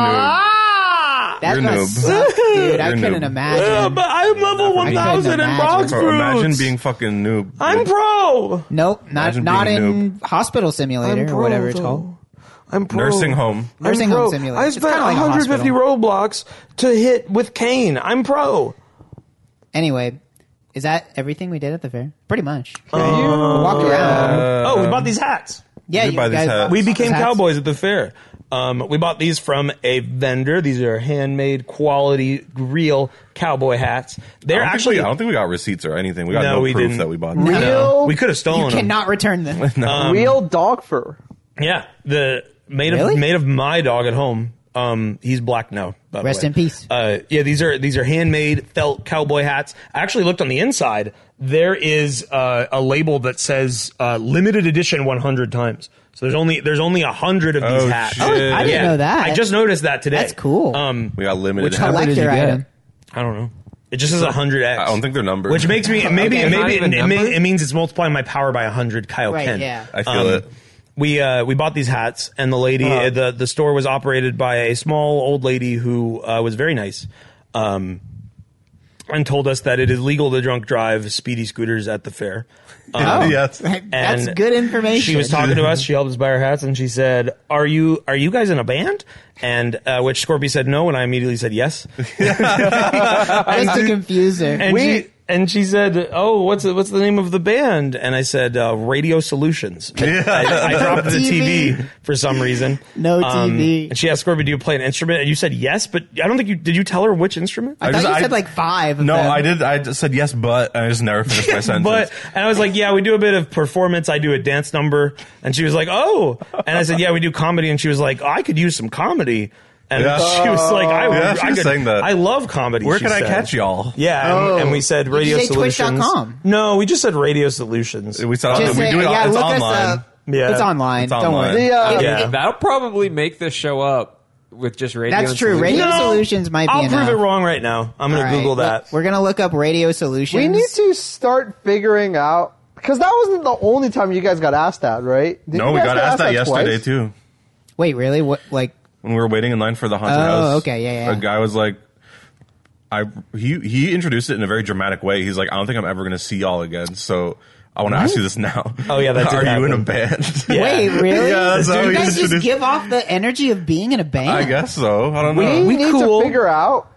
Speaker 5: You're pro.
Speaker 4: That
Speaker 5: You're
Speaker 4: must
Speaker 5: noob.
Speaker 4: suck, dude. I
Speaker 5: You're
Speaker 4: couldn't
Speaker 5: noob.
Speaker 1: Yeah,
Speaker 4: imagine.
Speaker 1: but I'm level
Speaker 4: couldn't
Speaker 1: 1000 in
Speaker 4: imagine.
Speaker 1: Bronx
Speaker 5: You're noob. Or
Speaker 1: Fruits.
Speaker 5: imagine being fucking noob.
Speaker 1: I'm pro.
Speaker 4: Nope, not
Speaker 5: Imagine
Speaker 4: not
Speaker 5: being a
Speaker 4: in hospital simulator or whatever it's called.
Speaker 1: I'm broke.
Speaker 5: Nursing home.
Speaker 1: I'm
Speaker 4: Nursing home
Speaker 1: broke.
Speaker 4: simulator.
Speaker 1: I
Speaker 4: It's
Speaker 1: spent
Speaker 4: kinda like a
Speaker 1: 150 Roblox to hit with Kane. I'm pro.
Speaker 4: Anyway, is that everything we did at the fair? Pretty much.
Speaker 1: Uh,
Speaker 4: We walked around.
Speaker 5: Uh,
Speaker 1: oh, we bought these hats.
Speaker 4: Yeah,
Speaker 5: we
Speaker 4: you
Speaker 5: buy these
Speaker 4: guys.
Speaker 5: hats.
Speaker 4: bought
Speaker 5: We
Speaker 1: We
Speaker 4: these
Speaker 1: became
Speaker 4: hats.
Speaker 1: cowboys at the fair. Um, we bought these from a vendor. These are handmade, quality, real cowboy hats. They're
Speaker 5: I don't,
Speaker 1: actually
Speaker 5: think we, I don't think we got receipts or anything. We got
Speaker 1: No,
Speaker 5: no,
Speaker 1: we
Speaker 5: proof
Speaker 1: didn't.
Speaker 5: that we bought.
Speaker 1: No.
Speaker 5: them.
Speaker 2: Real-
Speaker 1: We could have
Speaker 4: You
Speaker 1: stolen them.
Speaker 4: cannot return them.
Speaker 2: Real dog fur.
Speaker 1: Yeah, the made of
Speaker 4: Really?
Speaker 1: made of my dog at home. Um, he's black now. by the
Speaker 4: Rest
Speaker 1: way.
Speaker 4: in peace.
Speaker 1: Uh, yeah, these are these are handmade felt cowboy hats. I actually looked on the inside. There is uh, a label that says uh, limited edition 100 times. So there's only there's only a hundred of these
Speaker 5: Oh,
Speaker 1: hats.
Speaker 5: shit. Oh, I
Speaker 4: didn't know that.
Speaker 1: I just noticed that today.
Speaker 4: That's cool.
Speaker 1: Um,
Speaker 5: We got limited.
Speaker 3: Which
Speaker 5: hats.
Speaker 3: color- did you
Speaker 4: Collector
Speaker 3: get?
Speaker 4: item.
Speaker 1: I don't know. It just says 100 X.
Speaker 5: I don't think they're numbered.
Speaker 1: Which makes me maybe
Speaker 4: Okay.
Speaker 3: Not
Speaker 1: maybe
Speaker 3: even
Speaker 1: it, it,
Speaker 3: numbered?
Speaker 1: may, it means it's multiplying my power by 100 Kyle
Speaker 4: Right,
Speaker 1: Ken. Um,
Speaker 4: yeah.
Speaker 5: I feel it. Uh-huh.
Speaker 1: We uh, we bought these hats, and the lady uh, the the store was operated by a small old lady who uh, was very nice, um, and told us that it is legal to drunk drive speedy scooters at the fair. Um,
Speaker 5: Yes.
Speaker 4: That's
Speaker 1: and
Speaker 4: good information.
Speaker 1: She was talking to us. She helped us buy our hats, and she said, "Are you are you guys in a band?" And uh, which Scorpy said no, and I immediately said yes.
Speaker 4: Just to confuse her.
Speaker 1: And she and she said, "Oh, what's the, what's the name of the band?" And I said, uh, "Radio Solutions." I, I dropped the TV for some reason. Um,
Speaker 4: No TV.
Speaker 1: And she asked Scorby, "Do you play an instrument?" And you said yes, but I don't think you did. You tell her which instrument?
Speaker 4: I,
Speaker 5: I
Speaker 4: thought
Speaker 5: just-
Speaker 4: you
Speaker 5: I-
Speaker 4: said like five. Of
Speaker 5: No,
Speaker 4: them.
Speaker 5: I did. I just said yes, but and I just never finished my sentence.
Speaker 1: But and I was like, yeah, we do a bit of performance. I do a dance number, and she was like, oh. And I said, yeah, we do comedy, and she was like, I could use some comedy. And
Speaker 5: Yeah.
Speaker 1: she was like, I,
Speaker 5: Yeah, she
Speaker 1: I
Speaker 5: was
Speaker 1: could,
Speaker 5: saying that.
Speaker 1: I love comedy.
Speaker 5: where
Speaker 1: she
Speaker 5: can I
Speaker 1: said.
Speaker 5: catch y'all?
Speaker 1: Yeah, and,
Speaker 4: Oh.
Speaker 1: and we said
Speaker 4: Did you
Speaker 1: radio
Speaker 4: say
Speaker 1: solutions.
Speaker 4: twitch.com?
Speaker 1: No, we just said radio solutions.
Speaker 5: We saw
Speaker 4: Just
Speaker 5: we
Speaker 4: say,
Speaker 5: do it.
Speaker 4: yeah,
Speaker 5: it's
Speaker 4: look
Speaker 5: online.
Speaker 4: us up.
Speaker 1: Yeah.
Speaker 4: It's online.
Speaker 5: It's
Speaker 4: Don't
Speaker 5: online.
Speaker 4: worry.
Speaker 2: The, uh,
Speaker 1: Yeah.
Speaker 3: That'll probably make this show up with just radio.
Speaker 4: That's
Speaker 3: and
Speaker 4: true.
Speaker 3: solutions.
Speaker 4: Radio solutions might be
Speaker 1: I'll
Speaker 4: enough.
Speaker 1: prove it wrong right now. I'm
Speaker 4: All
Speaker 1: going
Speaker 4: right,
Speaker 1: to Google
Speaker 4: look,
Speaker 1: that.
Speaker 4: We're gonna look up radio solutions.
Speaker 2: We need to start figuring out because that wasn't the only time you guys got asked that, right? Didn't
Speaker 5: No,
Speaker 2: you
Speaker 5: we
Speaker 2: guys
Speaker 5: got
Speaker 2: get
Speaker 5: asked that yesterday
Speaker 2: twice?
Speaker 5: too.
Speaker 4: Wait, really? What? Like,
Speaker 5: when we were waiting in line for the haunted
Speaker 4: Oh,
Speaker 5: house.
Speaker 4: okay, yeah, yeah.
Speaker 5: A guy was like, I he he introduced it in a very dramatic way. He's like, I don't think I'm ever going to see y'all again, so I want to ask you this now.
Speaker 1: Oh, yeah, that did
Speaker 5: are you in a
Speaker 1: happen.
Speaker 5: band?
Speaker 1: Yeah.
Speaker 4: wait, really?
Speaker 5: Yeah, that's how
Speaker 4: you
Speaker 5: he
Speaker 4: guys just
Speaker 5: introduced-
Speaker 4: give off the energy of being in a band.
Speaker 5: I guess so. I don't
Speaker 2: We,
Speaker 5: know.
Speaker 1: we
Speaker 2: need
Speaker 1: cool.
Speaker 2: to figure out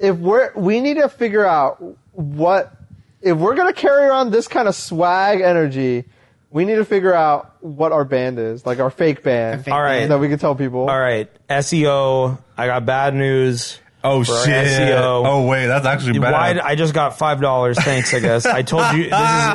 Speaker 2: if we're we need to figure out what if we're gonna carry around this kind of swag energy. We need to figure out what our band is, like our fake band,
Speaker 4: fake All
Speaker 1: right. band.
Speaker 2: that we can tell people.
Speaker 1: All right, SEO. I got bad news.
Speaker 5: oh
Speaker 1: for
Speaker 5: shit!
Speaker 1: SEO.
Speaker 5: Oh wait, that's actually bad.
Speaker 1: Why I just got five dollars? Thanks, I guess. I told you this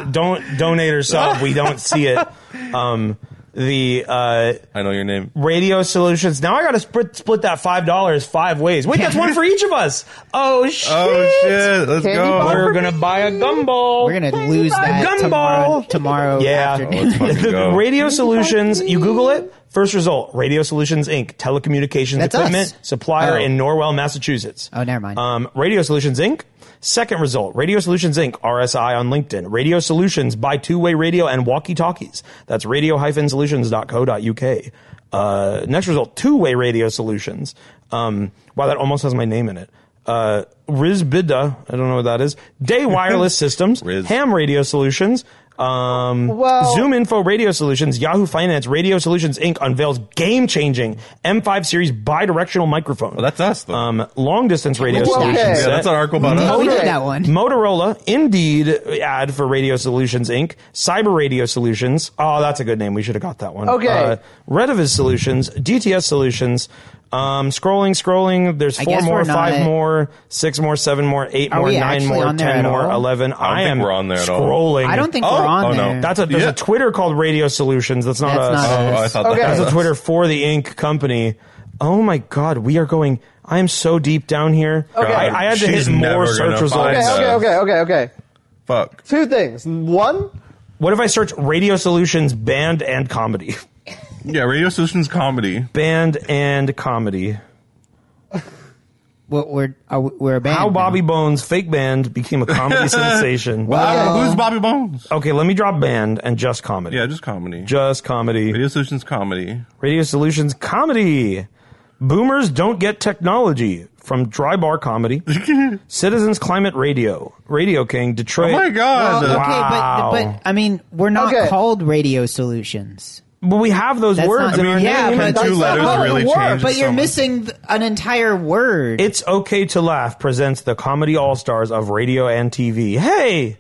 Speaker 1: is don't donate or sub. We don't see it. Um, the uh,
Speaker 5: I know your name.
Speaker 1: radio solutions. Now I got to split split that five dollars five ways. Wait, that's one for each of us. Oh shit!
Speaker 5: Oh shit! Let's
Speaker 2: Candy
Speaker 5: go.
Speaker 2: bar?
Speaker 1: We're gonna buy a gumball.
Speaker 4: We're gonna lose that
Speaker 1: Gumball.
Speaker 4: tomorrow. Tomorrow
Speaker 1: Yeah.
Speaker 4: afternoon.
Speaker 5: Let's fucking go.
Speaker 1: Radio Solutions, you Google it, first result Radio Solutions Inc., telecommunications
Speaker 4: That's
Speaker 1: equipment
Speaker 4: us.
Speaker 1: supplier
Speaker 4: Oh.
Speaker 1: in Norwell, Massachusetts.
Speaker 4: Oh, never mind.
Speaker 1: Um, Radio Solutions Inc., second result Radio Solutions Inc., RSI on LinkedIn. Radio Solutions by two way radio and walkie talkies. That's radio solutions.co.uk. Uh, next result, two way radio solutions. Um, wow, that almost has my name in it. Uh, RISBIDA, I don't know what that is. Day Wireless Systems,
Speaker 5: Riz.
Speaker 1: Ham Radio Solutions, um,
Speaker 2: Well-
Speaker 1: Zoom Info Radio Solutions, Yahoo Finance Radio Solutions Inc. unveils game-changing M5 series bidirectional microphone.
Speaker 5: Well, that's us, though.
Speaker 1: Um, long-distance radio
Speaker 4: Okay.
Speaker 1: solutions.
Speaker 2: Yeah,
Speaker 5: yeah,
Speaker 1: set.
Speaker 5: that's an article about
Speaker 4: oh,
Speaker 5: us.
Speaker 4: we did
Speaker 2: okay.
Speaker 4: that one.
Speaker 1: Motorola, Indeed ad for Radio Solutions Inc., Cyber Radio Solutions. Oh, that's a good name. We should have got that one.
Speaker 2: Okay.
Speaker 1: Uh, Redivis Solutions, DTS Solutions. Um, scrolling, scrolling. There's four
Speaker 4: guess
Speaker 1: more,
Speaker 4: we're not-
Speaker 1: five more, six more, seven more, eight
Speaker 4: Are
Speaker 1: more,
Speaker 4: we
Speaker 1: nine
Speaker 4: actually
Speaker 1: more,
Speaker 4: on there
Speaker 1: ten
Speaker 4: at
Speaker 1: more,
Speaker 4: all?
Speaker 1: eleven.
Speaker 5: I don't think
Speaker 1: am
Speaker 5: we're on there at all.
Speaker 1: scrolling.
Speaker 4: I don't think
Speaker 5: Oh,
Speaker 4: we're on
Speaker 5: oh, no.
Speaker 4: there.
Speaker 1: That's a there's
Speaker 5: Yeah.
Speaker 1: a Twitter called Radio Solutions. That's not
Speaker 4: That's
Speaker 1: us.
Speaker 4: not us.
Speaker 5: Oh, I thought
Speaker 2: Okay.
Speaker 5: that was
Speaker 1: That's a
Speaker 5: us.
Speaker 1: Twitter for the Inc. company. Oh my God, we are going. I am so deep down here.
Speaker 2: Okay.
Speaker 1: I, I had to
Speaker 5: She's
Speaker 1: hit more
Speaker 5: never
Speaker 1: search
Speaker 5: gonna
Speaker 1: results.
Speaker 5: find
Speaker 2: Okay,
Speaker 5: that.
Speaker 2: okay, okay, okay, okay.
Speaker 5: Fuck.
Speaker 2: Two things. One,
Speaker 1: What if I search Radio Solutions band and comedy?
Speaker 5: Yeah, Radio Solutions comedy.
Speaker 1: Band and comedy.
Speaker 4: We're we're, are we- we're a band.
Speaker 1: How
Speaker 4: now.
Speaker 1: Bobby Bones' fake band became a comedy sensation.
Speaker 5: Uh, who's Bobby Bones?
Speaker 1: Okay, let me drop band and just comedy.
Speaker 5: Yeah, just comedy.
Speaker 1: Just comedy.
Speaker 5: Radio Solutions comedy.
Speaker 1: Radio Solutions comedy. Boomers don't get technology from Dry Bar Comedy. Citizens Climate Radio. Radio King,
Speaker 5: Oh
Speaker 1: Detroit.
Speaker 5: my god.
Speaker 4: Well, okay,
Speaker 1: Wow.
Speaker 4: but but I mean, we're not
Speaker 2: Okay.
Speaker 4: called Radio Solutions.
Speaker 1: But we have those
Speaker 4: That's
Speaker 1: words.
Speaker 4: not
Speaker 1: I
Speaker 4: our
Speaker 1: mean,
Speaker 4: name.
Speaker 5: can
Speaker 4: but
Speaker 5: two
Speaker 4: that's
Speaker 5: letters
Speaker 4: not how it
Speaker 5: really
Speaker 4: works.
Speaker 5: change
Speaker 4: But you're
Speaker 5: someone?
Speaker 4: missing th- an entire word.
Speaker 1: It's Okay to Laugh presents the comedy all stars of radio and TV. Hey!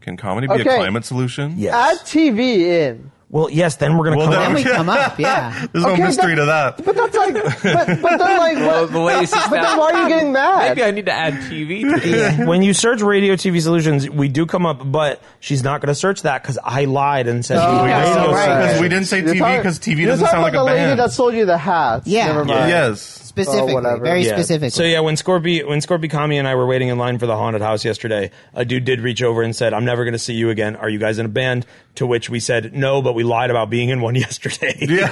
Speaker 5: Can comedy be
Speaker 2: Okay.
Speaker 5: a climate solution?
Speaker 1: Yes.
Speaker 2: Add TV in.
Speaker 1: well, yes, then we're going to
Speaker 5: Well,
Speaker 1: come
Speaker 5: then
Speaker 4: then
Speaker 1: up.
Speaker 4: we come up, yeah.
Speaker 5: There's
Speaker 2: Okay,
Speaker 5: no mystery
Speaker 2: but-
Speaker 5: to that.
Speaker 2: But that's like, but, but then like,
Speaker 3: Well,
Speaker 2: what,
Speaker 3: the latest is
Speaker 2: but then why are you getting mad?
Speaker 3: Maybe I need to add TV. To this.
Speaker 1: when you search radio TV solutions, we do come up, but she's not going to search that because I lied and said
Speaker 2: Oh,
Speaker 1: we
Speaker 2: okay.
Speaker 1: radio
Speaker 2: Oh,
Speaker 5: Because
Speaker 2: right.
Speaker 1: solutions.
Speaker 5: we didn't say
Speaker 2: You're
Speaker 5: TV
Speaker 2: talking-
Speaker 5: because TV
Speaker 2: you're
Speaker 5: doesn't
Speaker 2: talking
Speaker 5: sound like
Speaker 2: about
Speaker 5: a
Speaker 2: the lady
Speaker 5: band.
Speaker 2: that sold you the hats.
Speaker 4: Yeah.
Speaker 2: Never mind.
Speaker 5: yes.
Speaker 4: Specifically,
Speaker 2: whatever.
Speaker 4: very
Speaker 1: Yeah.
Speaker 4: specifically.
Speaker 1: So yeah, when Scorpy when Scorpy Kami and I were waiting in line for the haunted house yesterday, a dude did reach over and said, "I'm never going to see you again. Are you guys in a band?" To which we said, "No, but we lied about being in one yesterday."
Speaker 5: Yeah.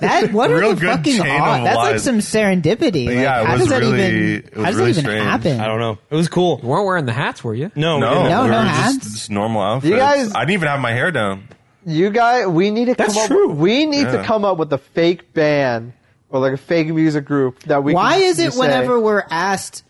Speaker 4: that what
Speaker 5: Real
Speaker 4: are the
Speaker 5: good
Speaker 4: fucking
Speaker 5: chain
Speaker 4: odds?
Speaker 5: of
Speaker 4: That's like
Speaker 5: lies.
Speaker 4: some serendipity. Like,
Speaker 5: Yeah, it
Speaker 4: how
Speaker 5: was
Speaker 4: does that
Speaker 5: really-
Speaker 4: even?
Speaker 5: it
Speaker 4: how
Speaker 5: was
Speaker 4: does
Speaker 5: really
Speaker 4: that even
Speaker 5: strange.
Speaker 4: happen?
Speaker 1: I don't know. It was
Speaker 3: You
Speaker 1: cool.
Speaker 3: weren't wearing the hats, were you?
Speaker 1: No, we
Speaker 5: No,
Speaker 1: didn't.
Speaker 4: No,
Speaker 5: we
Speaker 4: no
Speaker 5: were
Speaker 4: hats.
Speaker 5: Just, just normal outfits.
Speaker 2: guys-
Speaker 5: I didn't even have my hair down.
Speaker 2: You guys, we need to
Speaker 1: That's
Speaker 2: come
Speaker 1: true.
Speaker 2: up. We need to
Speaker 5: Yeah.
Speaker 2: come up with a fake band or like a fake music group that we.
Speaker 4: Why
Speaker 2: can
Speaker 4: is it
Speaker 2: just say-
Speaker 4: whenever we're asked,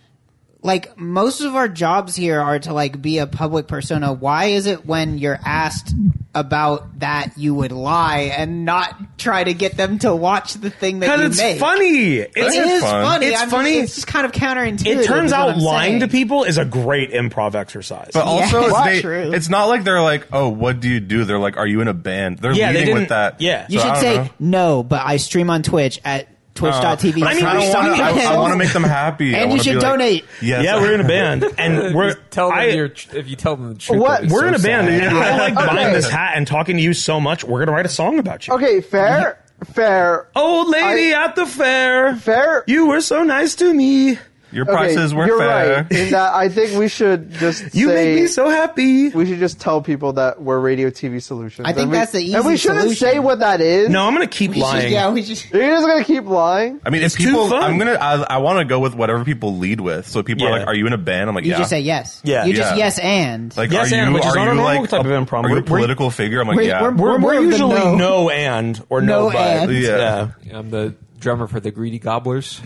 Speaker 4: like most of our jobs here are to like be a public persona? Why is it when you're asked about that you would lie and not try to get them to watch the thing that
Speaker 1: Because
Speaker 4: you
Speaker 1: it's
Speaker 4: make?
Speaker 1: funny.
Speaker 4: It
Speaker 1: It's
Speaker 5: That's
Speaker 4: is
Speaker 5: fun.
Speaker 4: funny.
Speaker 1: It's
Speaker 4: I'm-
Speaker 1: funny.
Speaker 4: It's just kind of counterintuitive.
Speaker 1: It turns
Speaker 4: is what
Speaker 1: out
Speaker 4: I'm
Speaker 1: lying
Speaker 4: saying.
Speaker 1: to people is a great improv exercise.
Speaker 5: But also,
Speaker 4: Yes.
Speaker 5: it's, they-
Speaker 4: True.
Speaker 5: it's not like they're like, oh, what do you do? They're like, are you in a band? They're
Speaker 1: Yeah, they
Speaker 5: leading
Speaker 1: didn't-
Speaker 5: with that.
Speaker 1: yeah.
Speaker 4: You
Speaker 5: So I
Speaker 4: should
Speaker 5: don't
Speaker 4: say
Speaker 5: know. Uh,
Speaker 4: no, but I stream on Twitch at twitch.tv.
Speaker 1: I mean,
Speaker 5: I,
Speaker 1: we
Speaker 5: don't wanna, I, I
Speaker 4: Yes.
Speaker 5: want to make them happy. I
Speaker 4: And you
Speaker 5: wanna
Speaker 4: should
Speaker 5: be like,
Speaker 4: donate.
Speaker 5: yes,
Speaker 1: yeah, we're in a band, and we're
Speaker 3: Just tell them
Speaker 1: I-
Speaker 3: your tr- if you tell them the truth.
Speaker 2: What?
Speaker 3: they'll be
Speaker 1: we're
Speaker 3: so
Speaker 1: in a band.
Speaker 3: sad.
Speaker 1: And I like buying
Speaker 2: Okay.
Speaker 1: this hat and talking to you so much. We're gonna write a song about you.
Speaker 2: Okay, fair, fair.
Speaker 1: Old lady
Speaker 2: I-
Speaker 1: at the fair.
Speaker 2: Fair.
Speaker 1: You were so nice to me.
Speaker 5: Your
Speaker 2: Okay,
Speaker 5: prices were
Speaker 2: you're
Speaker 5: fair.
Speaker 2: right. In that, I think we should just
Speaker 1: You
Speaker 2: say,
Speaker 1: make me so happy.
Speaker 2: we should just tell people that we're radio TV solutions.
Speaker 4: I think
Speaker 2: And we-
Speaker 4: that's the
Speaker 2: And we
Speaker 4: easy
Speaker 2: shouldn't
Speaker 4: solution.
Speaker 2: say what that is.
Speaker 1: No, I'm gonna keep
Speaker 4: We should-
Speaker 1: lying.
Speaker 4: yeah, we just.
Speaker 2: you're just gonna keep lying.
Speaker 5: I mean, if
Speaker 1: It's too
Speaker 5: people,
Speaker 1: fun.
Speaker 5: I'm gonna, I, I want to go with whatever people lead with. So people
Speaker 1: Yeah.
Speaker 5: are like, "Are you in a band?" I'm like,
Speaker 4: You
Speaker 5: "Yeah."
Speaker 4: just say yes.
Speaker 1: Yeah.
Speaker 4: You just
Speaker 5: Yeah.
Speaker 4: yes and.
Speaker 5: Like,
Speaker 1: Yes,
Speaker 5: are you,
Speaker 1: and, which is
Speaker 5: are
Speaker 1: not a
Speaker 5: you
Speaker 1: normal
Speaker 5: like
Speaker 1: type
Speaker 5: a,
Speaker 1: of improv.
Speaker 5: Are you a
Speaker 1: We're- we're-
Speaker 5: political figure? I'm like,
Speaker 4: we're-
Speaker 5: yeah.
Speaker 4: we're-
Speaker 1: We're,
Speaker 4: more
Speaker 1: we're
Speaker 4: of the
Speaker 1: usually
Speaker 4: no.
Speaker 1: no. and or no,
Speaker 4: No
Speaker 1: but.
Speaker 4: and.
Speaker 5: Yeah.
Speaker 3: I'm the drummer for the Greedy Gobblers.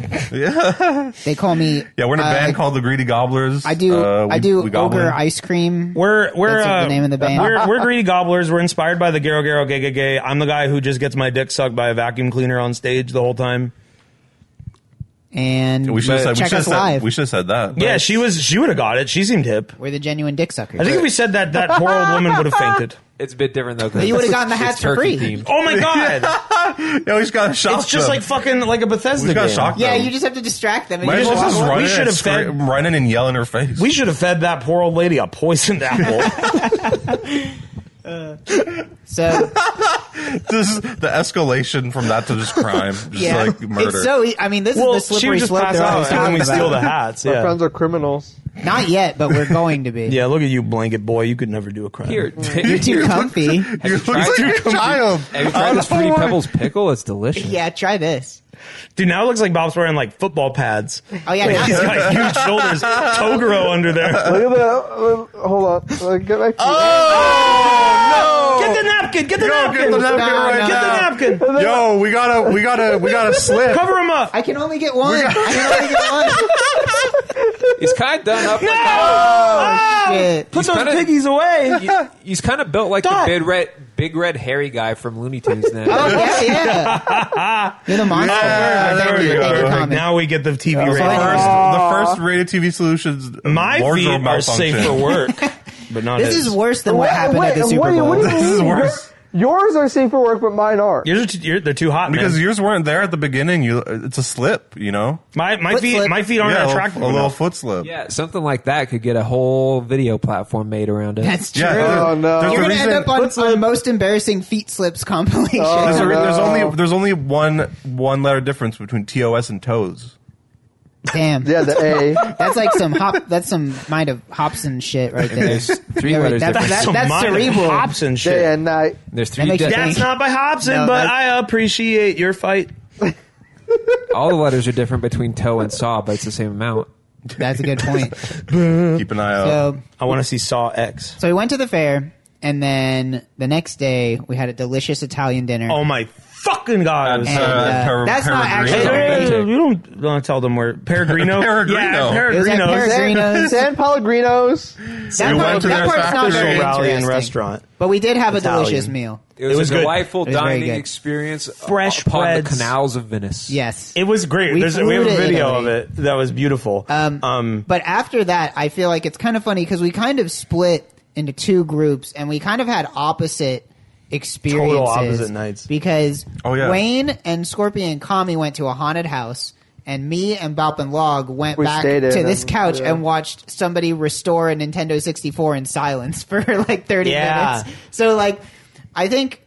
Speaker 4: They call me.
Speaker 5: yeah, we're in a
Speaker 4: uh,
Speaker 5: band called the Greedy Gobblers.
Speaker 4: I do.
Speaker 5: Uh, we-
Speaker 4: I do
Speaker 5: we gobble.
Speaker 4: ogre ice cream.
Speaker 1: We're we're
Speaker 4: That's
Speaker 1: uh,
Speaker 4: the name of the band.
Speaker 1: We're, we're greedy gobblers. We're inspired by the Garo Garo Gay Gay Gay. I'm the guy who just gets my dick sucked by a vacuum cleaner on stage the whole time.
Speaker 4: and
Speaker 5: We should have said. We
Speaker 4: uh, check
Speaker 5: should have
Speaker 4: us
Speaker 5: said.
Speaker 4: live.
Speaker 5: We should have said that.
Speaker 1: Yeah, she was she would have got it. She seemed hip.
Speaker 4: we're the genuine dick suckers.
Speaker 1: I think if we said that, that poor old woman would have fainted.
Speaker 3: It's a bit different though. 'cause
Speaker 4: You would've gotten the
Speaker 3: it's
Speaker 4: hats for
Speaker 3: turkey
Speaker 4: free.
Speaker 3: Themed.
Speaker 1: Oh my god!
Speaker 5: Yeah, we just got shocked.
Speaker 1: it's just like fucking like a Bethesda
Speaker 5: We got
Speaker 1: game.
Speaker 5: shocked.
Speaker 4: yeah,
Speaker 5: them.
Speaker 4: you just have to distract them. And
Speaker 5: Might
Speaker 4: you
Speaker 5: as well
Speaker 4: just
Speaker 5: just
Speaker 4: walk
Speaker 1: run
Speaker 4: away.
Speaker 5: running,
Speaker 1: We should
Speaker 5: and
Speaker 1: have fed-
Speaker 5: scream, running and yell in her face.
Speaker 1: We should have fed that poor old lady a poisoned apple.
Speaker 4: So
Speaker 5: this is the escalation from that to just crime, just
Speaker 4: yeah,
Speaker 5: like murder.
Speaker 4: it's so. e- I mean, this
Speaker 1: well,
Speaker 4: is the
Speaker 1: she would
Speaker 4: slippery
Speaker 1: just
Speaker 4: slope. Oh,
Speaker 1: pass
Speaker 4: they're
Speaker 1: out and
Speaker 4: always
Speaker 1: then
Speaker 4: talking
Speaker 1: we
Speaker 4: about.
Speaker 1: steal the hats.
Speaker 2: Our
Speaker 1: Yeah.
Speaker 2: friends are criminals.
Speaker 4: Not yet, but we're going to be.
Speaker 1: Yeah, look at you, blanket boy. You could never do a crime.
Speaker 3: Here,
Speaker 4: You're too comfy.
Speaker 5: you look like a child.
Speaker 3: Have you tried this Fruity Pebbles pickle? It's delicious.
Speaker 4: yeah, try this.
Speaker 1: Dude, now it looks like Bob's wearing like football pads.
Speaker 4: Oh yeah,
Speaker 1: He's
Speaker 4: now,
Speaker 1: got huge shoulders, Toguro under there.
Speaker 2: Look at the. uh, hold on. Uh, get back to
Speaker 5: Oh no!
Speaker 1: Get the napkin. Get the
Speaker 5: Yo,
Speaker 1: napkin.
Speaker 5: get the napkin
Speaker 4: No,
Speaker 5: right
Speaker 4: no.
Speaker 1: Get
Speaker 5: now.
Speaker 1: the napkin.
Speaker 5: Yo, we gotta, we gotta, we gotta slip.
Speaker 1: Cover him up.
Speaker 4: I can only get one. I can only get one.
Speaker 3: He's kind of done up. No!
Speaker 4: Oh, shit.
Speaker 1: Put those
Speaker 3: kinda-
Speaker 1: piggies away.
Speaker 3: he's kind of built like
Speaker 1: Stop.
Speaker 3: the big red, big red hairy guy from Looney Tunes.
Speaker 4: Oh,
Speaker 3: Now
Speaker 4: yeah, yeah. You're the monster.
Speaker 5: Yeah,
Speaker 4: Thank
Speaker 5: there
Speaker 4: you,
Speaker 5: we
Speaker 4: thank
Speaker 5: go.
Speaker 4: you,
Speaker 5: Perfect.
Speaker 4: Tommy.
Speaker 1: Now we get the TV
Speaker 4: was like-
Speaker 1: rating.
Speaker 5: First, the first rated TV solutions. uh,
Speaker 1: My feet
Speaker 5: wardrobe
Speaker 1: are safe
Speaker 5: malfunction.
Speaker 1: for work, but not
Speaker 4: this
Speaker 1: his.
Speaker 4: is worse than what happened at the Super
Speaker 2: what, do you-
Speaker 4: Bowl.
Speaker 2: what do you
Speaker 5: This is
Speaker 2: mean?
Speaker 5: worse.
Speaker 2: Yours are safe for work, but mine aren't.
Speaker 1: Yours are too, you're, they're too hot man.
Speaker 5: because yours weren't there at the beginning. You, it's a slip. You know,
Speaker 1: my my
Speaker 4: Foot
Speaker 1: feet
Speaker 4: slip.
Speaker 1: my feet aren't
Speaker 5: yeah, a-
Speaker 1: attractive.
Speaker 5: a little
Speaker 1: enough.
Speaker 5: foot slip.
Speaker 3: yeah, something like that could get a whole video platform made around it.
Speaker 4: That's true.
Speaker 5: Yeah, uh, there's-
Speaker 2: Oh, no.
Speaker 5: There's
Speaker 4: You're
Speaker 5: a
Speaker 4: gonna
Speaker 5: reason.
Speaker 4: end up on,
Speaker 1: Let's
Speaker 4: on
Speaker 1: look.
Speaker 4: most embarrassing feet slips compilation.
Speaker 5: there's, Oh. a re- there's
Speaker 2: no.
Speaker 5: only there's only one one letter difference between TOS and toes.
Speaker 4: Damn,
Speaker 2: Yeah, the A.
Speaker 4: that's like some hop. That's some mind of Hobson shit right there.
Speaker 3: There's three
Speaker 4: Yeah, right,
Speaker 3: letters.
Speaker 4: that-
Speaker 3: difference.
Speaker 1: Some
Speaker 4: that's
Speaker 1: minor
Speaker 4: cerebral.
Speaker 1: hops and shit.
Speaker 2: Day and night.
Speaker 3: There's
Speaker 4: That
Speaker 3: three.
Speaker 4: makes you
Speaker 3: di-
Speaker 1: That's
Speaker 4: think-
Speaker 1: not by Hobson,
Speaker 4: No,
Speaker 1: but
Speaker 4: that-
Speaker 1: I appreciate your fight.
Speaker 3: all the letters are different between toe and saw, but it's the same amount.
Speaker 4: That's a good point. Hmm.
Speaker 5: Keep an eye out.
Speaker 4: So,
Speaker 1: I want to see Saw X.
Speaker 4: so we went to the fair, and then the next day we had a delicious Italian dinner.
Speaker 1: Oh my fucking god. it was
Speaker 5: Uh,
Speaker 1: so
Speaker 4: And,
Speaker 1: good.
Speaker 4: uh,
Speaker 5: Per-
Speaker 4: that's not
Speaker 5: Peregrino.
Speaker 1: Hey,
Speaker 4: actually-
Speaker 1: hey, hey,
Speaker 4: authentic.
Speaker 1: you don't want to tell them where Peregrino.
Speaker 5: Peregrino.
Speaker 1: Yeah,
Speaker 4: It was at
Speaker 1: Peregrino's.
Speaker 4: Peregrino's.
Speaker 2: San Pellegrino's.
Speaker 4: That,
Speaker 5: We
Speaker 4: part,
Speaker 5: went to
Speaker 4: that
Speaker 5: their
Speaker 4: part's not
Speaker 5: official
Speaker 4: very
Speaker 1: rally and
Speaker 4: interesting.
Speaker 1: restaurant.
Speaker 4: But we did have
Speaker 1: Italian.
Speaker 4: a delicious meal.
Speaker 3: It was,
Speaker 1: was
Speaker 3: a
Speaker 1: good.
Speaker 3: delightful
Speaker 4: It was very
Speaker 3: dining
Speaker 4: good.
Speaker 3: experience
Speaker 1: Fresh
Speaker 3: upon
Speaker 1: breads.
Speaker 3: the canals of Venice.
Speaker 4: Yes.
Speaker 1: It was great.
Speaker 4: We
Speaker 1: There's, we
Speaker 4: flew
Speaker 1: have a
Speaker 4: to
Speaker 1: video
Speaker 4: Italy.
Speaker 1: of it that was beautiful. Um,
Speaker 4: But after that, I feel like it's kind of funny because we kind of split into two groups and we kind of had opposite experiences.
Speaker 1: opposite nights.
Speaker 4: Because
Speaker 5: Oh, yeah.
Speaker 4: Wayne and Scorpion and Kami went to a haunted house. And me and Balp and Log went
Speaker 2: We
Speaker 4: back to
Speaker 2: stayed in
Speaker 4: this
Speaker 2: and-
Speaker 4: couch
Speaker 2: yeah.
Speaker 4: and watched somebody restore a Nintendo 64 in silence for like 30
Speaker 1: Yeah.
Speaker 4: minutes. So, like, I think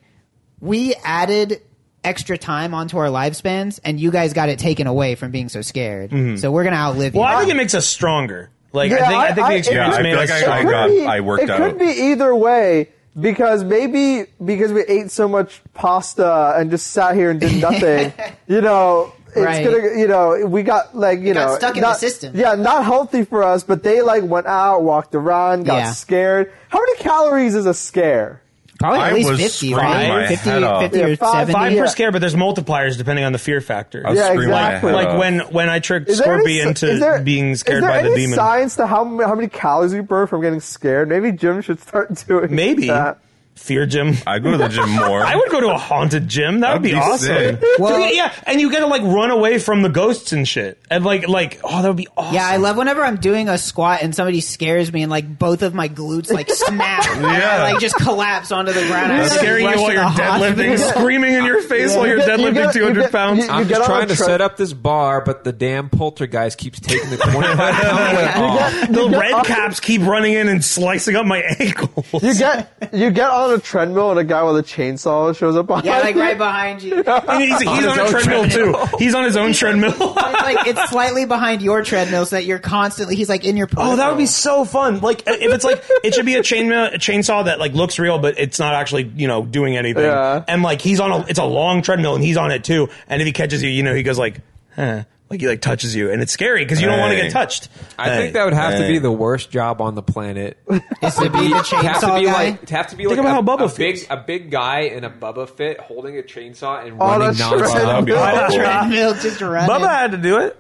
Speaker 4: we added extra time onto our lifespans, and you guys got it taken away from being so scared. So, we're going to outlive you.
Speaker 1: Mm-hmm. well, I think it makes us stronger. Like I
Speaker 2: Yeah,
Speaker 1: think I,
Speaker 2: I-
Speaker 1: think
Speaker 2: I-
Speaker 1: the
Speaker 2: it
Speaker 1: experience
Speaker 5: could-
Speaker 1: made
Speaker 5: Yeah, I
Speaker 1: us
Speaker 5: feel like
Speaker 1: stronger.
Speaker 5: I-
Speaker 2: It
Speaker 5: got-
Speaker 2: could be-
Speaker 5: worked
Speaker 2: It
Speaker 5: out.
Speaker 2: could be either way because maybe because we ate so much pasta and just sat here and did nothing, you know. It's
Speaker 4: Right.
Speaker 2: gonna, you know, we got like, you
Speaker 4: got
Speaker 2: know,
Speaker 4: stuck in the
Speaker 2: not,
Speaker 4: system.
Speaker 2: Yeah, not healthy for us, but they like went out, walked around, got
Speaker 4: Yeah.
Speaker 2: scared. How many calories is a scare?
Speaker 4: Probably Oh, at
Speaker 5: I
Speaker 4: least
Speaker 5: was
Speaker 4: 50,
Speaker 5: screaming
Speaker 4: right?
Speaker 5: my
Speaker 4: 50,
Speaker 5: head off.
Speaker 4: 50
Speaker 2: Yeah,
Speaker 4: or
Speaker 2: five-
Speaker 4: 70.
Speaker 1: Five
Speaker 2: Yeah.
Speaker 1: per scare, but there's multipliers depending on the fear factor.
Speaker 5: I was
Speaker 2: Yeah,
Speaker 5: screaming my head
Speaker 2: exactly.
Speaker 1: like
Speaker 5: off.
Speaker 1: when when I tricked
Speaker 2: Is there
Speaker 1: Scorpion
Speaker 2: any,
Speaker 1: into
Speaker 2: is there-
Speaker 1: being
Speaker 2: is
Speaker 1: scared
Speaker 2: there
Speaker 1: by the
Speaker 2: any
Speaker 1: demon.
Speaker 2: science to how m- how many calories you burn from getting scared? Maybe Jim should start doing
Speaker 1: Maybe
Speaker 2: that.
Speaker 1: fear gym.
Speaker 5: I go to the gym more.
Speaker 1: I would go to a haunted gym. That would
Speaker 5: That'd
Speaker 1: be,
Speaker 5: be
Speaker 1: awesome.
Speaker 5: sick.
Speaker 1: Well, yeah, and you got to like run away from the ghosts and shit, and like like oh, that would be awesome.
Speaker 4: Yeah, I love whenever I'm doing a squat and somebody scares me and like both of my glutes like snap and I
Speaker 5: Yeah.
Speaker 4: like just collapse onto the ground. I,
Speaker 1: I'm
Speaker 4: like,
Speaker 1: scaring
Speaker 4: rush
Speaker 1: you while
Speaker 4: to
Speaker 1: you're
Speaker 4: the
Speaker 1: deadlifting,
Speaker 4: hospital.
Speaker 1: screaming in your face while you're
Speaker 2: You get- you
Speaker 1: deadlifting
Speaker 2: get-
Speaker 1: 200
Speaker 2: you get-
Speaker 1: pounds.
Speaker 2: you-
Speaker 3: I'm
Speaker 2: you get
Speaker 3: just
Speaker 2: on
Speaker 3: trying
Speaker 2: a
Speaker 3: to
Speaker 2: truck-
Speaker 3: set up this bar, but the damn poltergeist keeps taking the 25 pound weight off.
Speaker 1: the
Speaker 2: get
Speaker 1: red
Speaker 2: up-
Speaker 1: caps keep running in and slicing up my ankles.
Speaker 2: You get you get on a treadmill and a guy with a chainsaw shows up on
Speaker 4: Yeah, like right behind you. It's
Speaker 1: And he's he's on,
Speaker 3: his
Speaker 1: a
Speaker 3: own
Speaker 1: treadmill,
Speaker 3: treadmill.
Speaker 1: too. He's on his own treadmill.
Speaker 4: like it's slightly behind your treadmill so that you're constantly he's like in your
Speaker 1: Oh, that would be so
Speaker 4: peripheral.
Speaker 1: fun! Like, if it's like, it should be a chain a chainsaw that like looks real, but it's not actually you know doing anything.
Speaker 2: Yeah.
Speaker 1: And like he's on a, it's a long treadmill, and he's on it too. And if he catches you, you know he goes like, huh, like he like touches you, and it's scary because you don't want to
Speaker 5: Hey.
Speaker 1: get touched.
Speaker 3: I
Speaker 1: Hey.
Speaker 3: think that would have to
Speaker 5: Hey.
Speaker 3: be the worst job on the planet.
Speaker 4: Is to be the
Speaker 3: have to
Speaker 4: chainsaw
Speaker 3: be
Speaker 4: guy.
Speaker 3: like to have to be like
Speaker 1: about
Speaker 3: a,
Speaker 1: how Bubba
Speaker 3: a big
Speaker 1: feels.
Speaker 3: a big guy in a Bubba fit holding a chainsaw and
Speaker 2: Oh,
Speaker 3: running
Speaker 2: that's true.
Speaker 5: That would Uh, be
Speaker 3: nonstop.
Speaker 1: Why not
Speaker 5: awful.
Speaker 1: try?
Speaker 4: treadmill just running.
Speaker 1: Bubba had to do it.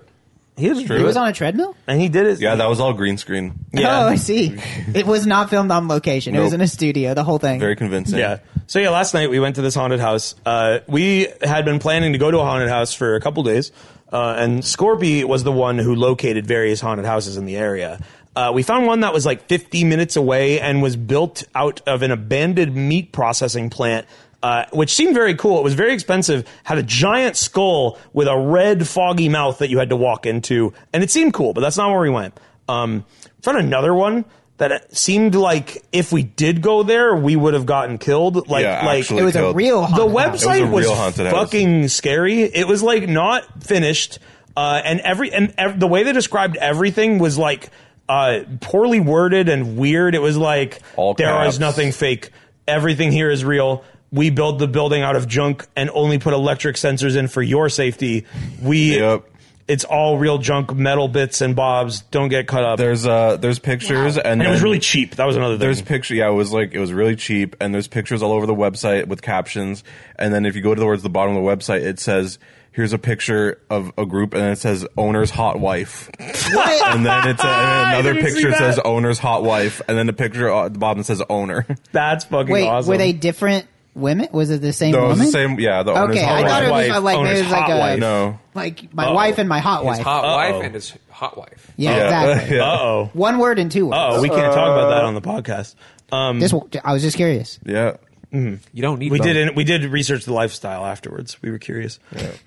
Speaker 1: He was
Speaker 5: true.
Speaker 4: He was on a treadmill?
Speaker 1: and he did it.
Speaker 5: Yeah, that was all green screen.
Speaker 1: Yeah.
Speaker 4: Oh, I see. It was not filmed on location. It was in
Speaker 5: Nope.
Speaker 4: a studio, the whole thing.
Speaker 5: Very convincing.
Speaker 1: Yeah. So yeah, last night we went to this haunted house. Uh, we had been planning to go to a haunted house for a couple days, uh, and Scorpy was the one who located various haunted houses in the area. Uh, we found one that was like 50 minutes away and was built out of an abandoned meat processing plant. Uh, which seemed very cool. It was very expensive. Had a giant skull with a red foggy mouth that you had to walk into, and it seemed cool. But that's not where we went. Um, found another one that seemed like if we did go there, we would have gotten killed. Like,
Speaker 5: Yeah,
Speaker 1: like
Speaker 5: actually
Speaker 4: it was a
Speaker 5: killed.
Speaker 4: real
Speaker 1: the
Speaker 4: haunted house.
Speaker 5: It was a
Speaker 1: website was,
Speaker 5: real haunted house.
Speaker 1: fucking scary. It was like not finished, uh, and every and ev- the way they described everything was like uh, poorly worded and weird. It was like
Speaker 5: All
Speaker 1: there is
Speaker 5: caps.
Speaker 1: nothing fake. Everything here is real. We build the building out of junk and only put electric sensors in for your safety. We.
Speaker 5: Yep.
Speaker 1: It's all real junk, metal bits and bobs. Don't get cut up.
Speaker 5: There's uh there's pictures and,
Speaker 1: and it was
Speaker 5: then
Speaker 1: really cheap. That was another thing.
Speaker 5: there's picture yeah, it was like it was really cheap and there's pictures all over the website with captions and then if you go towards the bottom of the website it says here's a picture of a group and it says owner's hot wife.
Speaker 4: What?
Speaker 5: And then it's uh, and
Speaker 1: I
Speaker 5: another
Speaker 1: didn't see
Speaker 5: picture
Speaker 1: that.
Speaker 5: says owner's hot wife, and then the picture at the bottom says owner.
Speaker 1: That's fucking
Speaker 4: Wait,
Speaker 1: awesome.
Speaker 4: were they different women? Was it the same
Speaker 5: No, it was
Speaker 4: woman?
Speaker 5: the same. Yeah, the owner's
Speaker 4: Okay,
Speaker 5: hot
Speaker 4: I
Speaker 5: wife.
Speaker 4: thought it was
Speaker 1: wife,
Speaker 4: uh, like maybe
Speaker 1: owner's
Speaker 4: it was like
Speaker 1: hot
Speaker 4: a
Speaker 1: wife.
Speaker 5: No.
Speaker 4: like my wife and my hot wife.
Speaker 3: His hot
Speaker 1: Uh-oh.
Speaker 3: wife and his hot wife.
Speaker 4: yeah,
Speaker 5: Yeah.
Speaker 4: exactly.
Speaker 5: Yeah.
Speaker 1: Uh oh.
Speaker 4: One word and two words.
Speaker 1: Oh, we can't talk about that on the podcast. Um,
Speaker 4: Just, I was just curious.
Speaker 5: Yeah.
Speaker 3: You don't need.
Speaker 1: we
Speaker 3: both.
Speaker 1: did we did research the lifestyle afterwards. We were curious.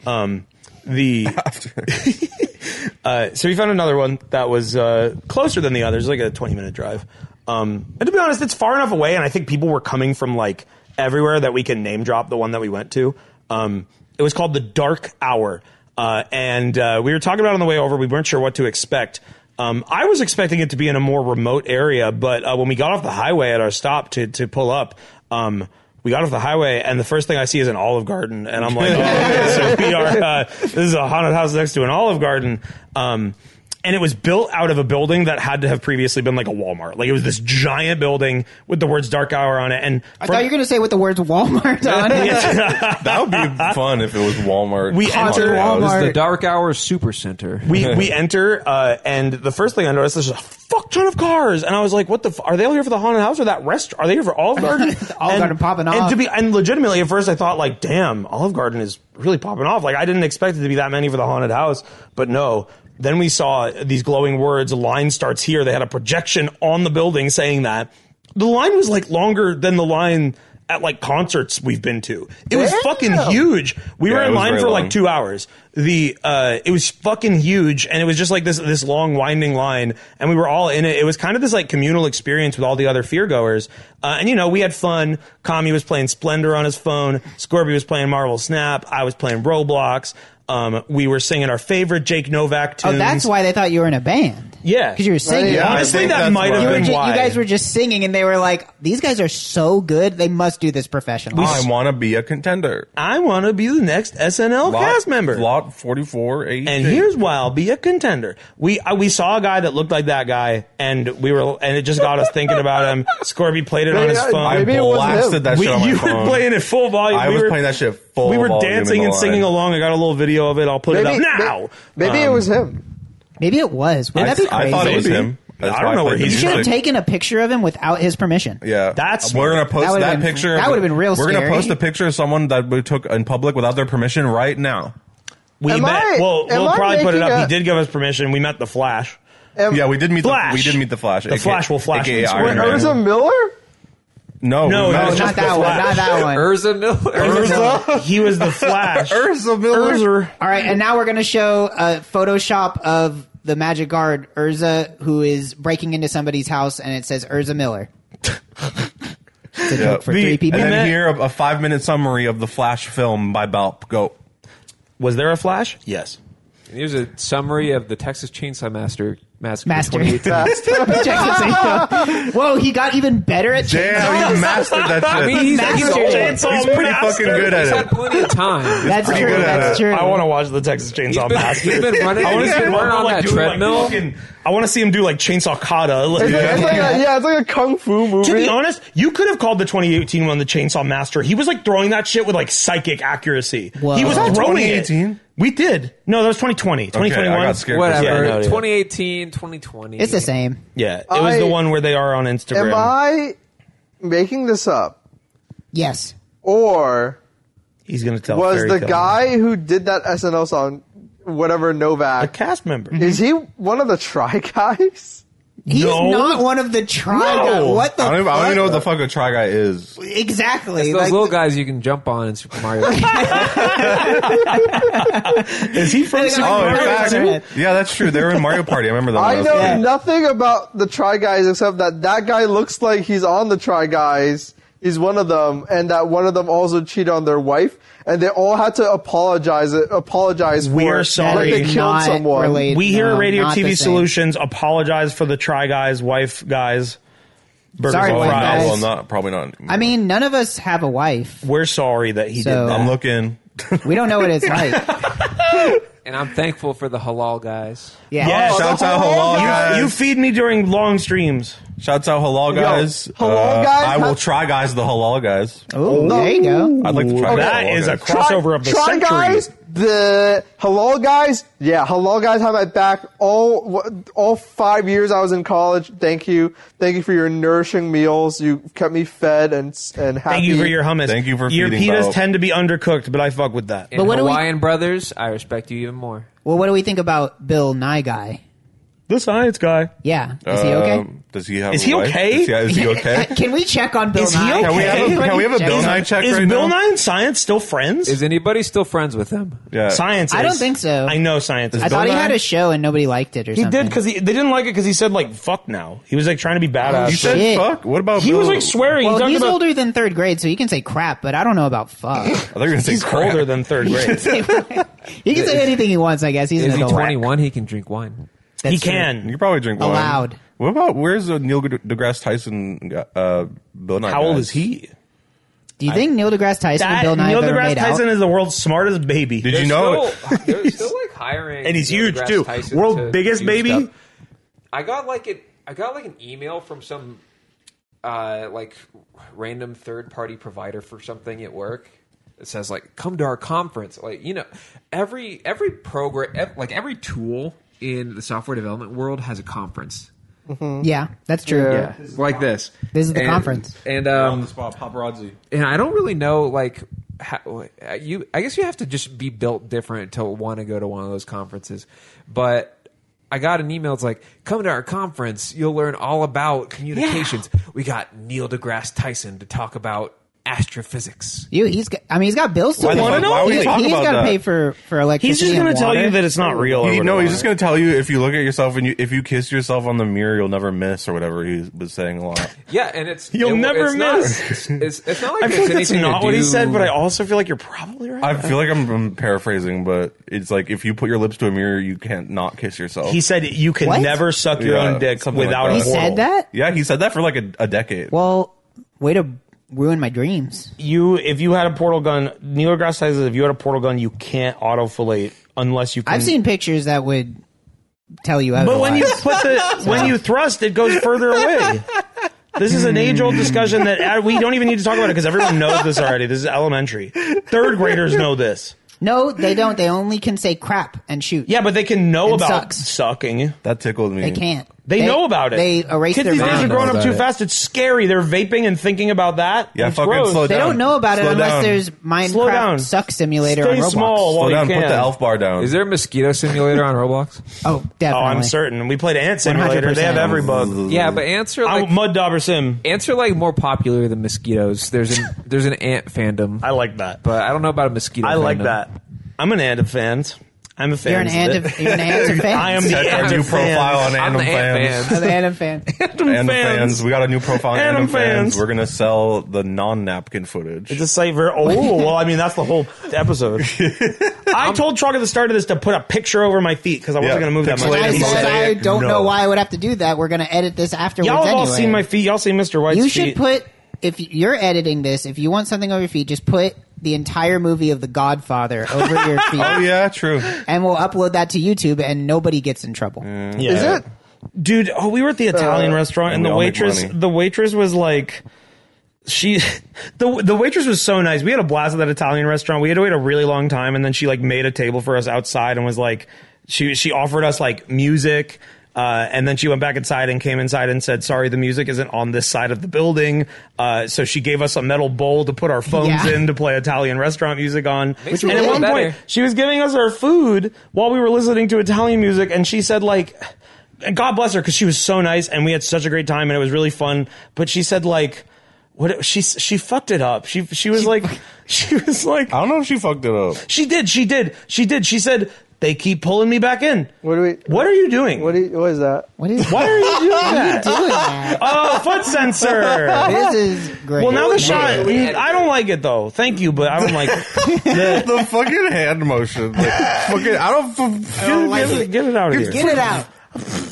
Speaker 1: Um, the uh, so we found another one that was uh, closer than the others, like a twenty minute drive. Um, and to be honest, it's far enough away, and I think people were coming from like everywhere that we can name drop the one that we went to. Um, it was called the Dark Hour, uh, and uh, we were talking about it on the way over. We weren't sure what to expect. Um, I was expecting it to be in a more remote area, but uh, when we got off the highway at our stop to to pull up, um, we got off the highway, and the first thing I see is an Olive Garden, and I'm like, oh, okay, so we are. Uh, this is a haunted house next to an Olive Garden, um, and it was built out of a building that had to have previously been like a Walmart. Like it was this giant building with the words "Dark Hour" on it. And
Speaker 4: I thought you were going to say with the words Walmart on it.
Speaker 5: That would be fun if it was Walmart.
Speaker 1: We
Speaker 5: Come on
Speaker 1: enter
Speaker 5: now. This is
Speaker 4: Walmart.
Speaker 3: The Dark Hour Supercenter.
Speaker 1: we we enter uh, and the first thing I noticed is a fuck ton of cars and I was like what the f- are they all here for the haunted house or that restaurant are they here for Olive Garden
Speaker 4: Olive
Speaker 1: and,
Speaker 4: Garden popping
Speaker 1: and
Speaker 4: off.
Speaker 1: to be and legitimately at first I thought like damn Olive Garden is really popping off like I didn't expect it to be that many for the haunted house but no then we saw these glowing words line starts here they had a projection on the building saying that the line was like longer than the line at like concerts we've been to it was
Speaker 2: Damn.
Speaker 1: fucking huge we were
Speaker 5: it
Speaker 1: in
Speaker 5: was
Speaker 1: line
Speaker 5: very
Speaker 1: for like
Speaker 5: long.
Speaker 1: two two hours. The uh, it was fucking huge, and it was just like this this long winding line, and we were all in it. It was kind of this like communal experience with all the other fear goers, uh, and you know we had fun. Kami was playing Splendor on his phone. Scorby was playing Marvel Snap. I was playing Roblox. Um, we were singing our favorite Jake Novak
Speaker 4: Oh,
Speaker 1: tunes.
Speaker 4: that's why they thought you were in a band.
Speaker 1: Yeah.
Speaker 4: because you were singing.
Speaker 2: Yeah,
Speaker 5: I
Speaker 1: Honestly,
Speaker 5: think
Speaker 1: that
Speaker 5: that's
Speaker 1: might
Speaker 5: why.
Speaker 1: have
Speaker 4: You, were
Speaker 1: been
Speaker 4: ju-
Speaker 1: why.
Speaker 4: you guys were just singing, and they were like, "These guys are so good. They must do this professionally."
Speaker 5: I want to be a contender.
Speaker 1: I want to be the next SNL
Speaker 5: Lot-
Speaker 1: cast member.
Speaker 5: Lot 44, 80.
Speaker 1: And here's why I'll be a contender. We uh, we saw a guy that looked like that guy, and we were, and it just got us thinking about him. Scorby played it on his
Speaker 2: Maybe I-
Speaker 5: I
Speaker 1: phone.
Speaker 2: maybe it was him.
Speaker 5: blasted that
Speaker 1: we,
Speaker 5: shit on my
Speaker 1: you
Speaker 5: phone.
Speaker 1: were playing it full volume.
Speaker 5: I
Speaker 1: we
Speaker 5: was
Speaker 1: were,
Speaker 5: playing that shit full
Speaker 1: We were
Speaker 5: volume in
Speaker 1: dancing
Speaker 5: the
Speaker 1: and singing
Speaker 5: line.
Speaker 1: along. I got a little video of it. I'll put it up now. Um,
Speaker 2: Maybe it was him.
Speaker 4: Maybe it was. Would
Speaker 5: I,
Speaker 4: not that be crazy?
Speaker 5: I thought it was him. That's
Speaker 1: I don't
Speaker 5: why
Speaker 1: know where
Speaker 5: played the
Speaker 1: he's-
Speaker 4: you should have
Speaker 5: music.
Speaker 4: taken a picture of him without his permission.
Speaker 5: Yeah,
Speaker 1: That's-
Speaker 5: we're gonna post
Speaker 4: That
Speaker 5: that,
Speaker 4: would've been-
Speaker 5: picture.
Speaker 4: that
Speaker 5: of-
Speaker 4: would've been real
Speaker 5: We're
Speaker 4: scary.
Speaker 5: gonna post a picture of someone that we took in public without their permission right now.
Speaker 1: We
Speaker 2: Am
Speaker 1: met.
Speaker 2: I-
Speaker 1: well,
Speaker 2: am
Speaker 1: we'll
Speaker 2: I
Speaker 1: probably put it
Speaker 2: making
Speaker 1: up. he
Speaker 2: a-
Speaker 1: did give us permission. We met the Flash.
Speaker 2: Am- oh,
Speaker 5: Yeah, we did meet
Speaker 1: Flash.
Speaker 5: the we did meet the Flash.
Speaker 1: The Flash will flash
Speaker 5: AKA
Speaker 1: on screen.
Speaker 5: Iron Man.
Speaker 2: Urza Miller?
Speaker 5: No,
Speaker 1: No,
Speaker 5: we met
Speaker 1: no,
Speaker 5: him.
Speaker 1: It's
Speaker 4: Not
Speaker 1: just
Speaker 4: that
Speaker 1: the
Speaker 4: one.
Speaker 1: Flash.
Speaker 4: Not that one.
Speaker 3: Urza Miller.
Speaker 1: Urza. he was the Flash.
Speaker 5: Urza Miller?
Speaker 1: Urza.
Speaker 4: All right, and now we're going to show a Photoshop of the Magic Guard Urza, who is breaking into somebody's house, and it says Urza Miller. it's a joke for
Speaker 1: The-
Speaker 4: three people.
Speaker 5: And
Speaker 1: We
Speaker 5: then
Speaker 1: met-
Speaker 5: here a, a five minute summary of the Flash film by Balp. Go.
Speaker 1: Was there a Flash? Yes.
Speaker 3: Here's a summary of the Texas Chainsaw Master Massacre.
Speaker 4: Master.
Speaker 3: 2018.
Speaker 4: Whoa, he got even better at
Speaker 5: Damn, you mastered that shit.
Speaker 3: I mean, he's, he's,
Speaker 4: Master.
Speaker 3: old.
Speaker 4: Chainsaw
Speaker 3: he's
Speaker 5: He's pretty fucking good at
Speaker 3: had
Speaker 5: it.
Speaker 3: plenty of time.
Speaker 4: That's
Speaker 5: pretty
Speaker 4: true.
Speaker 5: good at
Speaker 4: That's
Speaker 5: it.
Speaker 4: true.
Speaker 1: I want to watch the Texas
Speaker 3: He's
Speaker 1: Chainsaw
Speaker 3: been,
Speaker 1: Massacre.
Speaker 3: he's been running,
Speaker 1: I want to
Speaker 3: he's
Speaker 1: see
Speaker 3: been
Speaker 1: him
Speaker 3: running on that
Speaker 1: like, doing, like,
Speaker 3: treadmill.
Speaker 1: fucking- I want to see him do like chainsaw kata. Like,
Speaker 2: It's like, it's like a, yeah, it's like a kung fu movie.
Speaker 1: To be honest, you could have called the 2018 one the Chainsaw Master. He was like throwing that shit with like psychic accuracy.
Speaker 4: Whoa.
Speaker 1: He was
Speaker 4: Was that
Speaker 1: throwing
Speaker 5: 2018?
Speaker 1: it. We did. No, that was 2020.
Speaker 5: Okay,
Speaker 1: 2021.
Speaker 5: I got scared.
Speaker 3: Whatever.
Speaker 1: Yeah, no, yeah.
Speaker 3: 2018, 2020.
Speaker 4: It's the same.
Speaker 1: Yeah, it was
Speaker 2: I-
Speaker 1: the one where they are on Instagram.
Speaker 2: Am I making this up?
Speaker 4: Yes.
Speaker 2: Or
Speaker 1: He's gonna tell.
Speaker 2: was
Speaker 1: fairy
Speaker 2: the
Speaker 1: tales.
Speaker 2: guy who did that SNL song, whatever
Speaker 1: a
Speaker 2: Novak,
Speaker 1: cast member?
Speaker 2: is he one of the Try Guys?
Speaker 4: He's
Speaker 1: No.
Speaker 4: not one of the tribe.
Speaker 1: No.
Speaker 4: What the
Speaker 5: I don't, even, I don't
Speaker 4: fuck?
Speaker 5: even know what the fuck a try guy is.
Speaker 4: Exactly.
Speaker 3: Those
Speaker 4: like-
Speaker 3: little guys you can jump on in Super Mario.
Speaker 1: Is he from? Super
Speaker 5: Oh, in
Speaker 1: Mario
Speaker 5: fact,
Speaker 1: Bros.
Speaker 5: yeah, that's true. They were in Mario Party. I remember that.
Speaker 2: I
Speaker 5: one.
Speaker 2: know
Speaker 5: That was
Speaker 2: nothing about the Try Guys except that that guy looks like he's on the Try Guys. He's one of them, and that one of them also cheated on their wife, and they all had to apologize. Apologize. for
Speaker 1: We're
Speaker 2: it,
Speaker 1: sorry.
Speaker 2: Like they killed
Speaker 4: Not
Speaker 2: someone.
Speaker 4: related.
Speaker 1: We here
Speaker 4: No,
Speaker 1: at Radio
Speaker 4: not the
Speaker 1: TV
Speaker 4: same.
Speaker 1: Solutions apologize for the try guys, wife guys, burgers
Speaker 4: Sorry,
Speaker 1: and
Speaker 5: Well,
Speaker 4: white
Speaker 5: not-
Speaker 1: fries.
Speaker 4: guys.
Speaker 5: well, not probably not.
Speaker 4: I mean, none of us have a wife.
Speaker 1: We're sorry that he
Speaker 4: So-
Speaker 1: did that.
Speaker 5: I'm looking.
Speaker 4: We don't know what it's like.
Speaker 3: and I'm thankful for the halal guys.
Speaker 4: Yeah.
Speaker 1: Yes.
Speaker 5: Shouts
Speaker 2: the
Speaker 5: out
Speaker 2: halal
Speaker 5: halal
Speaker 2: guy.
Speaker 5: guys.
Speaker 1: You feed me during long streams.
Speaker 5: Shouts out halal guys. Uh,
Speaker 2: halal guys,
Speaker 5: I will
Speaker 2: huh?
Speaker 5: try guys the halal guys.
Speaker 4: Ooh, Oh, there you go.
Speaker 5: I'd like to try.
Speaker 1: That is
Speaker 5: guys, halal
Speaker 1: a
Speaker 5: guys.
Speaker 1: crossover of the
Speaker 2: Try
Speaker 1: century.
Speaker 2: guys, the hello guys, yeah, hello guys have my back. All all five years I was in college. Thank you, thank you for your nourishing meals. You kept me fed and and happy.
Speaker 1: Thank you for your hummus.
Speaker 5: Thank you for
Speaker 1: your
Speaker 5: feeding,
Speaker 1: pitas
Speaker 5: Bo.
Speaker 1: tend to be undercooked, but I fuck with that.
Speaker 3: And
Speaker 4: But what do we-
Speaker 3: Hawaiian brothers, I respect you even more.
Speaker 4: Well, what do we think about Bill Nye guy?
Speaker 1: The science guy.
Speaker 4: Yeah. Is he okay?
Speaker 5: Um, does he have?
Speaker 1: Is
Speaker 5: a
Speaker 1: he
Speaker 5: wife?
Speaker 1: okay?
Speaker 5: Is he, is he okay?
Speaker 4: Can we check on Bill
Speaker 1: Is he okay?
Speaker 4: Nye?
Speaker 5: Can we have a, can we have a
Speaker 4: Check
Speaker 5: Bill
Speaker 4: his-
Speaker 5: Nye check
Speaker 1: Is
Speaker 5: right
Speaker 1: Bill
Speaker 5: now?
Speaker 1: Nye and Science still friends?
Speaker 3: Is anybody still friends with them?
Speaker 5: Yeah.
Speaker 1: Science.
Speaker 4: I don't
Speaker 1: is.
Speaker 4: think so.
Speaker 1: I know Science. Is
Speaker 4: I thought he
Speaker 1: Bill
Speaker 4: had
Speaker 1: Nye-
Speaker 4: a show and nobody liked it or
Speaker 1: He
Speaker 4: something.
Speaker 1: did because they didn't like it because he said like fuck now. He was like trying to be badass.
Speaker 5: You said
Speaker 4: Shit.
Speaker 5: fuck. What about
Speaker 1: he
Speaker 5: Bill?
Speaker 1: was like swearing. he
Speaker 4: Well,
Speaker 1: talked
Speaker 4: he's
Speaker 1: about-
Speaker 4: older than third grade, so he can say crap, but I don't know about fuck.
Speaker 5: I thought you were gonna say
Speaker 1: He's
Speaker 5: crap.
Speaker 1: older than third grade.
Speaker 4: he can say anything he wants, I guess. He's
Speaker 3: Is
Speaker 4: an
Speaker 3: he
Speaker 4: adult.
Speaker 3: 21? He can drink wine.
Speaker 4: That's
Speaker 1: he
Speaker 4: true.
Speaker 5: You could
Speaker 1: can.
Speaker 5: probably drink wine.
Speaker 4: Allowed.
Speaker 5: What about where's the Neil deGrasse Tyson? Uh, Bill Nye.
Speaker 1: How old
Speaker 5: guy?
Speaker 1: is he?
Speaker 4: Do you think Neil deGrasse Tyson and
Speaker 1: That,
Speaker 4: Bill Nye
Speaker 1: Neil
Speaker 4: have ever
Speaker 1: deGrasse
Speaker 4: made
Speaker 1: Tyson
Speaker 4: out?
Speaker 1: is the world's smartest baby.
Speaker 5: Did you know?
Speaker 3: Still, they're still like hiring,
Speaker 1: And Oh, he's
Speaker 3: Neil
Speaker 1: huge,
Speaker 3: deGrasse
Speaker 1: too.
Speaker 3: Tyson
Speaker 1: World
Speaker 3: to
Speaker 1: biggest
Speaker 3: do
Speaker 1: baby?
Speaker 3: stuff. I got like it. I got like an email from some uh, like random third party provider for something at work. It says like, "Come to our conference." Like you know, every every program, ev- like every tool in the software development world has a conference.
Speaker 4: Yeah, that's true.
Speaker 2: Yeah.
Speaker 3: like this.
Speaker 4: This is the
Speaker 3: And-
Speaker 4: conference.
Speaker 3: and um,
Speaker 5: spot, paparazzi.
Speaker 3: and I don't really know like how, you. I guess you have to just be built different to want to go to one of those conferences. But I got an email. It's like, come to our conference. You'll learn all about communications. We got Neil deGrasse Tyson to talk about astrophysics.
Speaker 4: You, he's. got- I mean, he's got bills to
Speaker 5: Why the
Speaker 4: pay.
Speaker 5: fuck- why would
Speaker 4: He's,
Speaker 5: we talk about
Speaker 4: got to
Speaker 5: that?
Speaker 4: pay for for electricity.
Speaker 1: He's just
Speaker 4: going
Speaker 1: gonna
Speaker 4: to
Speaker 1: tell you that it's not real. Or
Speaker 5: He, no,
Speaker 1: whatever.
Speaker 5: he's just going to tell you if you look at yourself and you, if you kiss yourself on the mirror, you'll never miss or whatever he was saying a lot.
Speaker 3: Yeah, and it's
Speaker 1: You'll
Speaker 3: it-
Speaker 1: never
Speaker 3: it's not-
Speaker 1: miss.
Speaker 3: it's, it's, it's not like
Speaker 1: I
Speaker 3: it's
Speaker 1: feel like that's
Speaker 3: anything to
Speaker 1: not what he
Speaker 3: do-
Speaker 1: said, but I also feel like you're probably right.
Speaker 5: I feel like I'm, I'm paraphrasing, but it's like if you put your lips to a mirror, you can't not kiss yourself.
Speaker 1: he said you can
Speaker 4: What?
Speaker 1: never suck your
Speaker 5: Yeah,
Speaker 1: own dick
Speaker 5: something like
Speaker 1: without
Speaker 5: that.
Speaker 1: a
Speaker 5: He
Speaker 1: portal.
Speaker 4: said that.
Speaker 5: yeah, he said that for like a, a decade.
Speaker 4: Well, way to ruin my dreams.
Speaker 1: You, if you had a portal gun, Neil deGrasse Tyson, says if you had a portal gun, you can't autofillate unless you. Can,
Speaker 4: I've seen pictures that would tell you otherwise.
Speaker 1: But when you put the when you thrust, it goes further away. This is an age old discussion that uh, we don't even need to talk about it because everyone knows this already. This is elementary. Third graders know this.
Speaker 4: no, they don't. They only can say crap and shoot.
Speaker 1: Yeah, but they can know
Speaker 4: It
Speaker 1: about
Speaker 4: sucks.
Speaker 1: sucking.
Speaker 5: that tickled me.
Speaker 4: they can't.
Speaker 1: They, know about it.
Speaker 4: They erase
Speaker 1: Kids
Speaker 4: their
Speaker 1: these days are
Speaker 4: mind.
Speaker 1: growing up
Speaker 5: about
Speaker 1: too
Speaker 5: it.
Speaker 1: fast. It's scary. They're vaping and thinking about that.
Speaker 5: Yeah,
Speaker 1: it's
Speaker 5: fucking
Speaker 1: gross.
Speaker 5: slow
Speaker 4: They
Speaker 5: down.
Speaker 4: don't know about it
Speaker 5: Slow
Speaker 4: unless
Speaker 5: down.
Speaker 4: there's
Speaker 1: Slow down.
Speaker 4: Minecraft suck simulator
Speaker 1: Stay
Speaker 4: on Roblox.
Speaker 1: small while
Speaker 5: Slow
Speaker 1: you
Speaker 5: down. Put
Speaker 1: can.
Speaker 5: the elf bar down.
Speaker 3: Is there a mosquito simulator on Roblox?
Speaker 4: Oh,
Speaker 1: Oh,
Speaker 4: definitely.
Speaker 1: I'm certain. We played Ant Simulator. They have
Speaker 4: 100%.
Speaker 1: every bug.
Speaker 3: yeah, but answer
Speaker 1: I,
Speaker 3: like
Speaker 1: Mud Dauber Sim.
Speaker 3: ants are like more popular than mosquitoes. There's an there's an ant fandom,
Speaker 1: I like that.
Speaker 3: but I don't know about a mosquito.
Speaker 1: I like
Speaker 3: fandom.
Speaker 1: that. I'm an Ant of fans. I'm a fan.
Speaker 4: You're an anti. You're an anti fan.
Speaker 1: I am the
Speaker 5: That's our
Speaker 1: Ant
Speaker 5: new
Speaker 1: of
Speaker 5: profile on
Speaker 1: fans.
Speaker 3: I'm
Speaker 5: Anim
Speaker 3: the ant
Speaker 5: fans.
Speaker 3: fan.
Speaker 4: I'm an anti fan.
Speaker 5: Anim fans. We got a new profile on
Speaker 1: Anim
Speaker 5: Anim fans.
Speaker 1: fans.
Speaker 5: We're gonna sell the non-napkin footage.
Speaker 1: It's a site ver- Oh, well, I mean, that's the whole episode. I told Chalk at the start of this to put a picture over my feet because I wasn't
Speaker 5: Yeah,
Speaker 1: going to move that much.
Speaker 5: pixelated
Speaker 4: I
Speaker 5: Mosaic,
Speaker 4: said I don't
Speaker 5: no.
Speaker 4: know why I would have to do that. We're going to edit this afterwards.
Speaker 1: Y'all have all
Speaker 4: anyway.
Speaker 1: seen my feet. Y'all seen Mr. White's
Speaker 4: You
Speaker 1: feet.
Speaker 4: should put if you're editing this. If you want something over your feet, just put the entire movie of The Godfather over your feet,
Speaker 5: oh yeah, true.
Speaker 4: and we'll upload that to YouTube, and nobody gets in trouble.
Speaker 1: Yeah.
Speaker 2: Is it?
Speaker 1: dude oh we were at the italian
Speaker 2: Uh,
Speaker 1: restaurant and
Speaker 5: And we
Speaker 1: the
Speaker 5: all make
Speaker 1: waitress
Speaker 5: money.
Speaker 1: the waitress was like she the the waitress was so nice we had a blast at that italian restaurant we had to wait a really long time and then she like made a table for us outside and was like she she offered us like music uh, and then she went back inside and came inside and said, "Sorry, the music isn't on this side of the building." Uh, so she gave us a metal bowl to put our phones
Speaker 4: Yeah.
Speaker 1: in to play Italian restaurant music on.
Speaker 3: Makes
Speaker 1: and
Speaker 3: it
Speaker 1: at
Speaker 3: really
Speaker 1: one point,
Speaker 3: better.
Speaker 1: she was giving us our food while we were listening to Italian music, and she said like, and God bless her because she was so nice, and we had such a great time, and it was really fun. But she said like, what she she fucked it up. She she was like, she was like,
Speaker 5: I don't know if she fucked it up.
Speaker 1: she did, she did, she did. She said they keep pulling me back in.
Speaker 2: What do we?
Speaker 1: What are you doing?
Speaker 2: What, do you, what is that?
Speaker 4: What is
Speaker 1: Why are you doing that?
Speaker 4: doing that?
Speaker 1: Oh, foot sensor.
Speaker 4: This is great.
Speaker 1: Well, now the
Speaker 4: Man.
Speaker 1: shot. I don't like it though. Thank you, but I don't like. The,
Speaker 5: the fucking hand motion. Like, fucking, I don't. f-
Speaker 1: get, it, get it out of here.
Speaker 4: Get it out.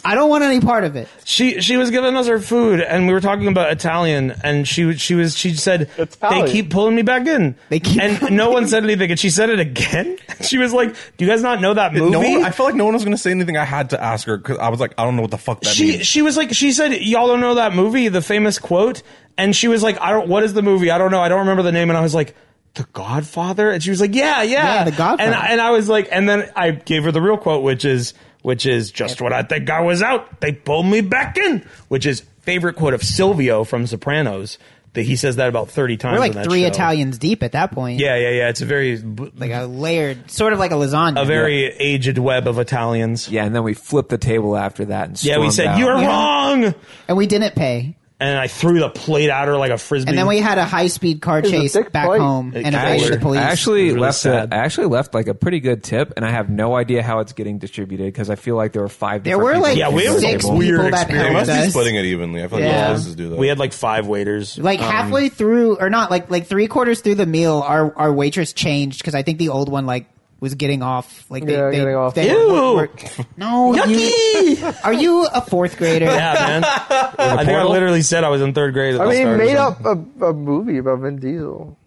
Speaker 4: I don't want any part of it.
Speaker 1: she she was giving us her food and we were talking about Italian and she was- she was she said
Speaker 2: Italian.
Speaker 1: they keep pulling me back in
Speaker 4: They keep
Speaker 1: and
Speaker 4: pulling
Speaker 1: no
Speaker 4: me-
Speaker 1: one said anything and she said it again she was like do you guys not know that movie
Speaker 5: No one, I felt like no one was gonna say anything. I had to ask her because I was like, I don't know what the fuck that
Speaker 1: she
Speaker 5: means.
Speaker 1: she was like she said y'all don't know that movie the famous quote and she was like I don't what is the movie I don't know I don't remember the name and I was like the Godfather and she was like yeah yeah,
Speaker 4: Yeah, The Godfather.
Speaker 1: and I- and I was like and then I gave her the real quote which is which is just what I think I was out they pulled me back in which is favorite quote of Silvio from Sopranos that he says that about 30 times
Speaker 4: We're
Speaker 1: in
Speaker 4: like
Speaker 1: that
Speaker 4: three
Speaker 1: show.
Speaker 4: Italians deep at that point.
Speaker 1: yeah yeah yeah it's a very b-
Speaker 4: Like a layered, sort of like a lasagna.
Speaker 1: a very aged web of Italians
Speaker 3: Yeah, and then we flipped the table after that and
Speaker 1: yeah we
Speaker 3: stormed
Speaker 1: said
Speaker 3: out.
Speaker 1: you're
Speaker 4: Yeah.
Speaker 1: wrong
Speaker 4: and we didn't pay.
Speaker 1: and I threw the plate at her like a frisbee
Speaker 4: And then we had a high speed car
Speaker 2: was a
Speaker 4: chase
Speaker 2: thick
Speaker 4: back
Speaker 2: fight.
Speaker 4: home and
Speaker 1: I
Speaker 4: evaded the
Speaker 1: actually-
Speaker 4: police.
Speaker 3: I actually
Speaker 1: Really
Speaker 3: left. A,
Speaker 1: sad.
Speaker 3: I actually left like a pretty good tip, and I have no idea how it's getting distributed because I feel like there were five.
Speaker 4: there
Speaker 3: different people
Speaker 4: were like
Speaker 1: Yeah,
Speaker 3: at
Speaker 1: we
Speaker 3: the
Speaker 1: had
Speaker 4: six
Speaker 1: like
Speaker 4: people
Speaker 1: weird
Speaker 4: that
Speaker 1: experience.
Speaker 5: they
Speaker 4: helped
Speaker 5: must be
Speaker 4: us.
Speaker 5: splitting it evenly. I feel like
Speaker 4: Yeah.
Speaker 5: most places do that.
Speaker 1: We had like five waiters.
Speaker 4: Like halfway through, or not like like three quarters through the meal, our our waitress changed because I think the old one like was getting off. Like they,
Speaker 2: Yeah,
Speaker 4: they,
Speaker 2: getting off.
Speaker 4: they-
Speaker 1: Ew.
Speaker 4: no, you, are you a fourth grader?
Speaker 1: yeah, man. I think I
Speaker 3: portal?
Speaker 1: literally said I was in third grade. At
Speaker 2: I
Speaker 1: the
Speaker 2: mean,
Speaker 1: start
Speaker 2: he
Speaker 1: or
Speaker 2: made
Speaker 1: something.
Speaker 2: up a, a movie about Vin Diesel.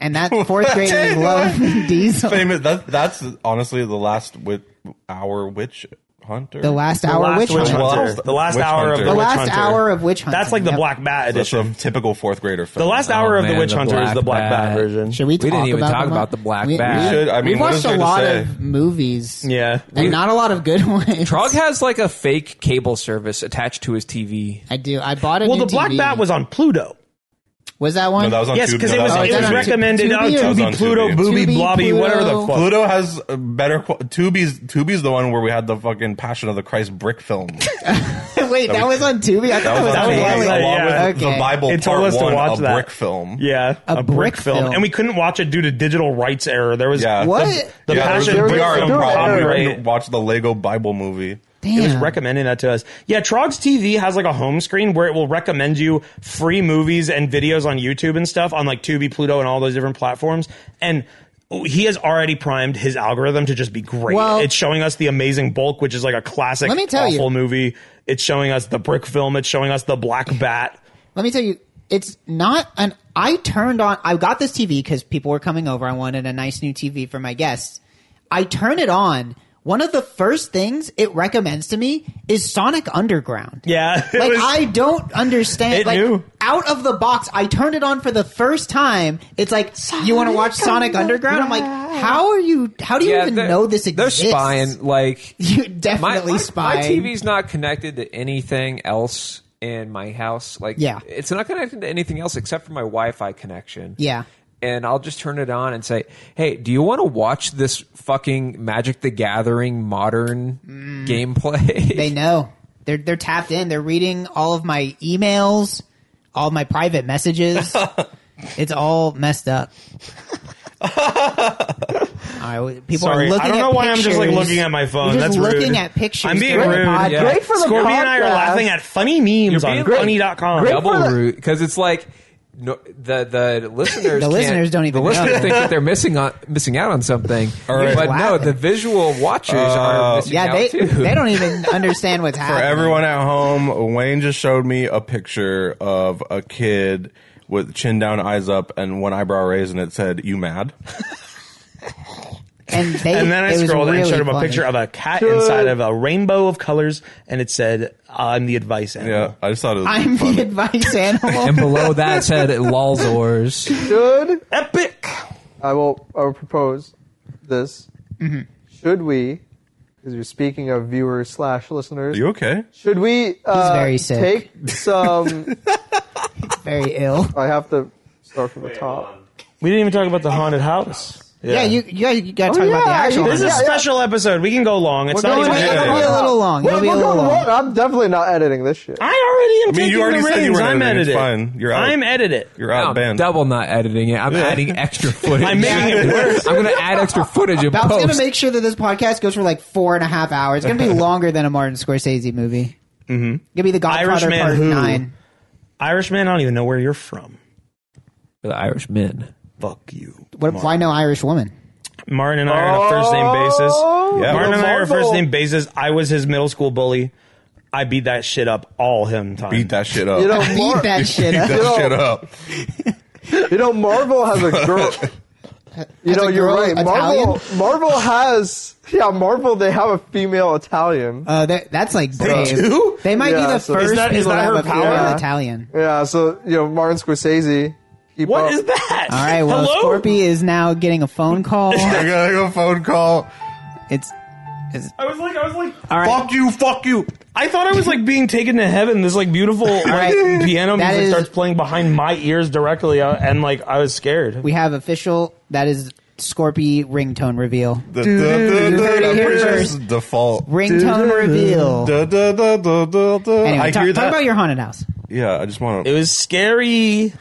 Speaker 4: and that fourth grade is love diesel.
Speaker 5: Famous. That, that's honestly the last wit, our witch hunter.
Speaker 4: The last
Speaker 1: The
Speaker 4: hour
Speaker 1: last
Speaker 4: witch,
Speaker 1: witch
Speaker 4: hunter.
Speaker 1: hunter. The last
Speaker 5: Witch
Speaker 1: hour of the,
Speaker 5: Hunter.
Speaker 4: The
Speaker 5: Witch
Speaker 4: last
Speaker 1: Hunter.
Speaker 4: hour of witch hunter.
Speaker 1: That's like the
Speaker 4: yep.
Speaker 1: Black Bat
Speaker 5: That's
Speaker 1: edition.
Speaker 5: a typical fourth grader film.
Speaker 1: the last hour of the
Speaker 3: man,
Speaker 1: Witch
Speaker 3: the
Speaker 1: Hunter is
Speaker 3: Black
Speaker 1: the Black Bat,
Speaker 3: Bat.
Speaker 1: version.
Speaker 4: Should we?
Speaker 3: We
Speaker 4: talk
Speaker 3: didn't even
Speaker 4: about
Speaker 3: talk
Speaker 4: the
Speaker 3: about the Black
Speaker 4: we,
Speaker 3: Bat.
Speaker 4: We,
Speaker 3: We
Speaker 5: should. I mean,
Speaker 4: we've
Speaker 5: what
Speaker 4: watched
Speaker 5: is
Speaker 4: a
Speaker 5: there to
Speaker 4: lot
Speaker 5: say?
Speaker 4: of movies.
Speaker 1: Yeah.
Speaker 4: and not a lot of good ones.
Speaker 3: Trog has like a fake cable service attached to his TV.
Speaker 4: I do. I bought a
Speaker 1: Well,
Speaker 4: new
Speaker 1: the Black
Speaker 4: TV.
Speaker 1: Bat was on Pluto.
Speaker 4: was that one.
Speaker 5: No, that was on
Speaker 1: Yes,
Speaker 5: Tubi.
Speaker 1: because
Speaker 5: No,
Speaker 1: it
Speaker 5: that
Speaker 1: was
Speaker 5: on
Speaker 1: it was
Speaker 5: Tubi.
Speaker 1: recommended.
Speaker 4: Oh, Tubi
Speaker 1: Oh,
Speaker 4: or- That was
Speaker 1: Tubi,
Speaker 5: on
Speaker 1: Pluto,
Speaker 5: Tubi.
Speaker 1: Booby,
Speaker 4: Tubi,
Speaker 1: Blobby, whatever the
Speaker 4: Pluto.
Speaker 1: fuck.
Speaker 5: Pluto has a better. Qu- Tubi's Tubi's the one where we had the fucking Passion of the Christ brick film.
Speaker 4: Wait, that was on Tubi. I thought
Speaker 5: That was
Speaker 1: That
Speaker 5: on
Speaker 1: was
Speaker 5: Tubi,
Speaker 1: on
Speaker 4: Ellen.
Speaker 1: Tubi,
Speaker 5: along
Speaker 1: yeah.
Speaker 5: with
Speaker 4: Okay.
Speaker 5: the Bible
Speaker 1: It told
Speaker 5: Part
Speaker 1: us to
Speaker 5: One,
Speaker 1: watch
Speaker 5: a
Speaker 1: that.
Speaker 5: brick film.
Speaker 1: Yeah,
Speaker 4: A brick film.
Speaker 1: and we couldn't watch it due to digital rights error. There was
Speaker 5: Yeah.
Speaker 4: What?
Speaker 1: The, the
Speaker 5: yeah,
Speaker 1: passion
Speaker 5: there was a
Speaker 2: Brick
Speaker 5: VR
Speaker 2: Film
Speaker 5: problem. We
Speaker 2: error.
Speaker 5: were
Speaker 1: Right.
Speaker 5: gonna watch the Lego Bible movie.
Speaker 4: Damn.
Speaker 1: It was recommending that to us. Yeah, Trog's TV has like a home screen where it will recommend you free movies and videos on YouTube and stuff on like Tubi, Pluto, and all those different platforms. And he has already primed his algorithm to just be great.
Speaker 4: Well-
Speaker 1: it's showing us The Amazing Bulk, which is like a classic
Speaker 4: Let me tell you.
Speaker 1: awful movie. It's showing us The Brick Film. It's showing us The Black Bat.
Speaker 4: Let me tell you, it's not an. I turned on. I got this TV because people were coming over. I wanted a nice new TV for my guests. I turn it on. One of the first things it recommends to me is Sonic Underground.
Speaker 1: Yeah. it
Speaker 4: Like
Speaker 1: was-
Speaker 4: I don't understand.
Speaker 1: It
Speaker 4: like
Speaker 1: knew.
Speaker 4: out of the box, I turned it on for the first time. It's like you want to watch Sonic Underground. I'm like, how are you? How do you even
Speaker 3: they're-
Speaker 4: know this exists?
Speaker 3: They're spying. Like
Speaker 4: You definitely
Speaker 3: my,
Speaker 4: spy.
Speaker 3: My TV's not connected to anything else in my house. Like
Speaker 4: Yeah.
Speaker 3: it's not connected to anything else except for my Wi-Fi connection.
Speaker 4: Yeah.
Speaker 3: And I'll just turn it on and say, "Hey, do you want to watch this fucking Magic the Gathering modern gameplay?"
Speaker 4: Mm. They know. They're they're tapped in. They're reading all of my emails, all my private messages. it's all messed up. all right, we- people
Speaker 1: Sorry,
Speaker 4: are looking
Speaker 1: I don't
Speaker 4: at
Speaker 1: know why I'm just like
Speaker 4: pictures.
Speaker 1: looking at my phone.
Speaker 4: You're just
Speaker 1: That's
Speaker 4: looking
Speaker 1: rude.
Speaker 4: at pictures.
Speaker 1: I'm being
Speaker 4: during the
Speaker 1: rude.
Speaker 4: podcast.
Speaker 3: Yeah.
Speaker 2: Great for the
Speaker 1: Scorby and I are
Speaker 2: podcast.
Speaker 1: laughing at funny memes
Speaker 3: You're
Speaker 1: on
Speaker 3: being like-
Speaker 1: funny.com.
Speaker 2: Great
Speaker 3: double
Speaker 2: for the-
Speaker 3: root because it's like no, the the listeners
Speaker 4: The
Speaker 3: can't-
Speaker 4: listeners don't even
Speaker 3: the listeners
Speaker 4: know.
Speaker 3: think that they're missing on missing out on something.
Speaker 5: right.
Speaker 3: But no,
Speaker 4: Laughing.
Speaker 3: the visual watchers are missing
Speaker 4: Yeah,
Speaker 3: out
Speaker 4: they
Speaker 3: too.
Speaker 4: they don't even understand what's
Speaker 5: For
Speaker 4: happening.
Speaker 5: everyone at home, Wayne just showed me a picture of a kid with chin down, eyes up, and one eyebrow raised, and it said, "You mad?"
Speaker 4: and they
Speaker 1: And then I
Speaker 4: it was
Speaker 1: scrolled and
Speaker 4: really
Speaker 1: showed him a
Speaker 4: funny.
Speaker 1: picture of a cat inside of a rainbow of colors, and it said, "I'm the advice animal."
Speaker 5: Yeah, I just thought it was
Speaker 4: I'm
Speaker 5: funny.
Speaker 4: the advice animal.
Speaker 3: and below that said Lalzors.
Speaker 2: Should
Speaker 1: Epic.
Speaker 2: I will I will propose this?
Speaker 4: Mm-hmm.
Speaker 2: Should we? Because you're speaking of viewers slash listeners.
Speaker 5: Are you okay?
Speaker 2: Should we uh,
Speaker 4: very sick.
Speaker 2: take some?
Speaker 4: Very ill.
Speaker 2: I have to start from the
Speaker 6: hold
Speaker 2: top.
Speaker 6: on.
Speaker 1: We didn't even talk about the haunted house.
Speaker 4: Yeah, you you guys you got to talk about the
Speaker 2: yeah,
Speaker 4: actual.
Speaker 2: you-
Speaker 1: This is a special episode. We can go long. It's
Speaker 2: We're
Speaker 1: not
Speaker 2: going
Speaker 1: even.
Speaker 2: in.
Speaker 4: It'll
Speaker 5: Yeah.
Speaker 4: be a little long.
Speaker 2: We're
Speaker 4: It'll be a
Speaker 2: going
Speaker 4: little long.
Speaker 2: along. I'm definitely not editing this shit.
Speaker 1: I already am
Speaker 5: I mean,
Speaker 1: taking
Speaker 5: you already
Speaker 1: the
Speaker 5: said you
Speaker 1: reins.
Speaker 5: were
Speaker 1: I'm
Speaker 5: editing.
Speaker 1: edited.
Speaker 5: It's fine. You're out.
Speaker 1: I'm edited.
Speaker 5: You're out,
Speaker 3: I'm
Speaker 5: banned.
Speaker 3: double not editing it. I'm adding extra footage.
Speaker 1: I'm making it worse.
Speaker 3: I'm going to add extra footage in
Speaker 4: Val's gonna
Speaker 3: post.
Speaker 4: make sure that this podcast goes for like four and a half hours. It's gonna be longer than a Martin Scorsese movie. Mm-hmm. Gonna be the Godfather
Speaker 1: Irishman
Speaker 4: Part
Speaker 1: who?
Speaker 4: Nine.
Speaker 1: Irishman. I don't even know where you're from.
Speaker 3: For the Irish men.
Speaker 1: Fuck you,
Speaker 4: What? Why no Irish woman?
Speaker 1: Martin and I are on a first name basis.
Speaker 4: Oh,
Speaker 5: Yeah.
Speaker 1: Martin and I are
Speaker 2: Marvel.
Speaker 1: first name basis. I was his middle school bully. I beat that shit up all him time.
Speaker 5: Beat that shit up.
Speaker 2: You know,
Speaker 4: Beat
Speaker 2: Mar-
Speaker 4: that shit
Speaker 5: Beat
Speaker 4: up.
Speaker 5: that shit up.
Speaker 2: You know, Marvel has a girl. You
Speaker 4: Has
Speaker 2: know,
Speaker 4: a
Speaker 2: you're
Speaker 4: girl
Speaker 2: right. Marvel,
Speaker 4: Italian?
Speaker 2: Marvel has yeah. Marvel, they have a female Italian.
Speaker 4: Oh, that- that's like brave.
Speaker 1: do?
Speaker 4: They might
Speaker 2: Yeah,
Speaker 4: be the
Speaker 2: so-
Speaker 4: first
Speaker 1: Is that- is
Speaker 4: people
Speaker 1: that
Speaker 4: that
Speaker 1: her
Speaker 4: have a female
Speaker 1: power?
Speaker 4: Italian.
Speaker 2: Yeah, so you know, Martin Scorsese. keep
Speaker 1: What
Speaker 2: up.
Speaker 1: is that?
Speaker 4: All right. Well,
Speaker 1: Hello?
Speaker 4: Scorpy is now getting a phone call.
Speaker 5: I got a phone call.
Speaker 4: it's. it's
Speaker 1: I was like, I was like,
Speaker 4: all right.
Speaker 5: Fuck you. Fuck you.
Speaker 1: I thought I was like being taken to heaven. This like beautiful like,
Speaker 4: Right.
Speaker 1: piano
Speaker 4: That
Speaker 1: music
Speaker 4: is-
Speaker 1: starts playing behind my ears directly, uh, and like I was scared.
Speaker 4: We have official. That is Scorpy ringtone reveal.
Speaker 5: Da- da- da- da- da- I'm pretty sure this is default.
Speaker 4: Ringtone reveal.
Speaker 5: Da- da- da- da- da- da.
Speaker 4: Anyway,
Speaker 5: I
Speaker 4: talk,
Speaker 5: hear
Speaker 4: talk about
Speaker 5: that.
Speaker 4: your haunted house.
Speaker 5: Yeah, I just want
Speaker 1: it
Speaker 5: to.
Speaker 1: was scary.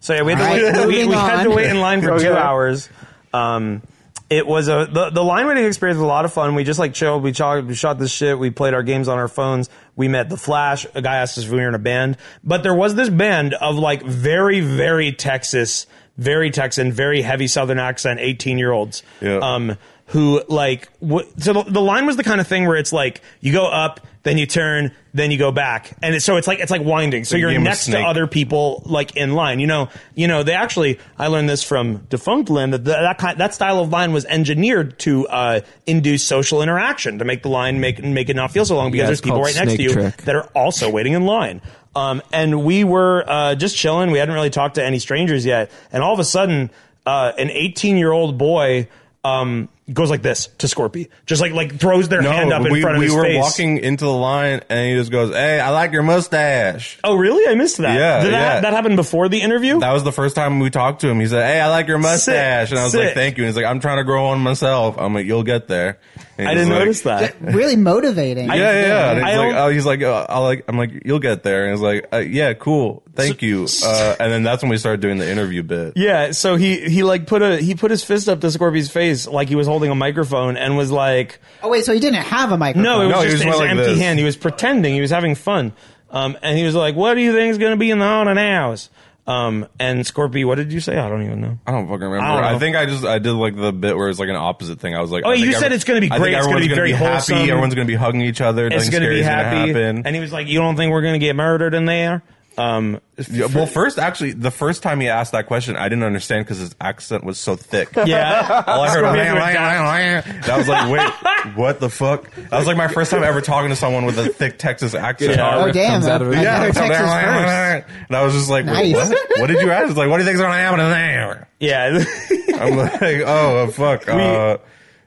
Speaker 1: So yeah, we had,
Speaker 4: All
Speaker 1: to,
Speaker 4: right,
Speaker 1: wait, we,
Speaker 4: moving
Speaker 1: we had to
Speaker 4: on.
Speaker 1: wait in line for
Speaker 2: Okay.
Speaker 1: two hours. Um, it was a the, the line waiting experience was a lot of fun. We just like chilled, we, shot, we shot this shit, we played our games on our phones. We met the Flash. A guy asked us if we were in a band, but there was this band of like very very Texas, very Texan, very heavy Southern accent, eighteen year olds.
Speaker 5: Yeah.
Speaker 1: Um, who like w- so the, the line was the kind of thing where it's like you go up, then you turn, then you go back, and it, so it's like it's like winding. So
Speaker 5: The
Speaker 1: you're
Speaker 5: game of
Speaker 1: next to
Speaker 5: Snake.
Speaker 1: other people like in line. You know, you know they actually I learned this from Defunct Land that th- that kind, that style of line was engineered to uh, induce social interaction to make the line make make it not feel so long because
Speaker 3: Yeah,
Speaker 1: there's
Speaker 3: it's
Speaker 1: people
Speaker 3: called
Speaker 1: right next
Speaker 3: Snake
Speaker 1: to you
Speaker 3: Trick.
Speaker 1: that are also waiting in line. Um, and we were uh, just chilling. We hadn't really talked to any strangers yet. And all of a sudden, uh, an 18 year old boy um, goes like this to Scorpy, just like like throws their hand up in
Speaker 5: we,
Speaker 1: front of
Speaker 5: we
Speaker 1: his
Speaker 5: were
Speaker 1: face.
Speaker 5: walking into the line, and he just goes, "Hey, I like your mustache."
Speaker 1: Oh, really? I missed that.
Speaker 5: Yeah,
Speaker 1: Did that,
Speaker 5: yeah.
Speaker 1: that happened before the interview?
Speaker 5: That was the first time we talked to him. He said, "Hey, I like your mustache," and I was
Speaker 1: Sick.
Speaker 5: like, "Thank you." And he's like, "I'm trying to grow on myself." I'm like, "You'll get there." And
Speaker 1: I
Speaker 5: he's
Speaker 1: didn't
Speaker 5: like-
Speaker 1: notice that.
Speaker 4: really motivating.
Speaker 5: Yeah, yeah, yeah. And he's
Speaker 1: I
Speaker 5: like,
Speaker 1: don't-
Speaker 5: oh, he's like, oh, I like, I'm like, you'll get there. And he's like, uh, yeah, cool, thank you. Uh, and then that's when we started doing the interview bit.
Speaker 1: Yeah, so he he like put a he put his fist up to Scorpy's face like he was holding a microphone and was like,
Speaker 4: Oh wait, so he didn't have a microphone.
Speaker 1: No, it was
Speaker 5: No, he
Speaker 1: just
Speaker 5: was
Speaker 1: his
Speaker 5: going like
Speaker 1: empty
Speaker 5: this.
Speaker 1: hand. He was pretending. He was having fun. Um, and he was like, "What do you think is going to be in the on and outs?" Um, and Scorpy, what did you say? I don't even know.
Speaker 5: I don't fucking remember.
Speaker 1: I don't
Speaker 5: I,
Speaker 1: know.
Speaker 5: think I just I did like the bit where it's like an opposite thing. I was like,
Speaker 1: Oh,
Speaker 5: I think
Speaker 1: you said
Speaker 5: every-
Speaker 1: it's gonna be
Speaker 5: I think
Speaker 1: great. It's gonna
Speaker 5: everyone's
Speaker 1: be very
Speaker 5: happy.
Speaker 1: wholesome.
Speaker 5: Everyone's gonna be hugging each other.
Speaker 1: It's
Speaker 5: going to
Speaker 1: be happy.
Speaker 5: happen.
Speaker 1: And he was like, "You don't think we're going to get murdered in there?" Um,
Speaker 5: Yeah, well, first, actually, the first time he asked that question, I didn't understand because his accent was so thick.
Speaker 1: yeah.
Speaker 5: All I heard was,
Speaker 1: Scorpy's
Speaker 5: "Wah,
Speaker 1: with
Speaker 5: wah, wah, wah." And I was like, wait, what the fuck? That was like my first time ever talking to someone with a thick Texas accent.
Speaker 3: Yeah.
Speaker 4: Oh
Speaker 3: Riff
Speaker 4: damn!
Speaker 3: comes out of it.
Speaker 4: I- I
Speaker 3: Yeah,
Speaker 4: better
Speaker 5: it's
Speaker 4: text his first.
Speaker 5: And I was just like, wait,
Speaker 4: Nice.
Speaker 5: what? what did you ask? It's like, what do you think's going to happen in there?
Speaker 1: Yeah.
Speaker 5: I'm like, oh, fuck. uh,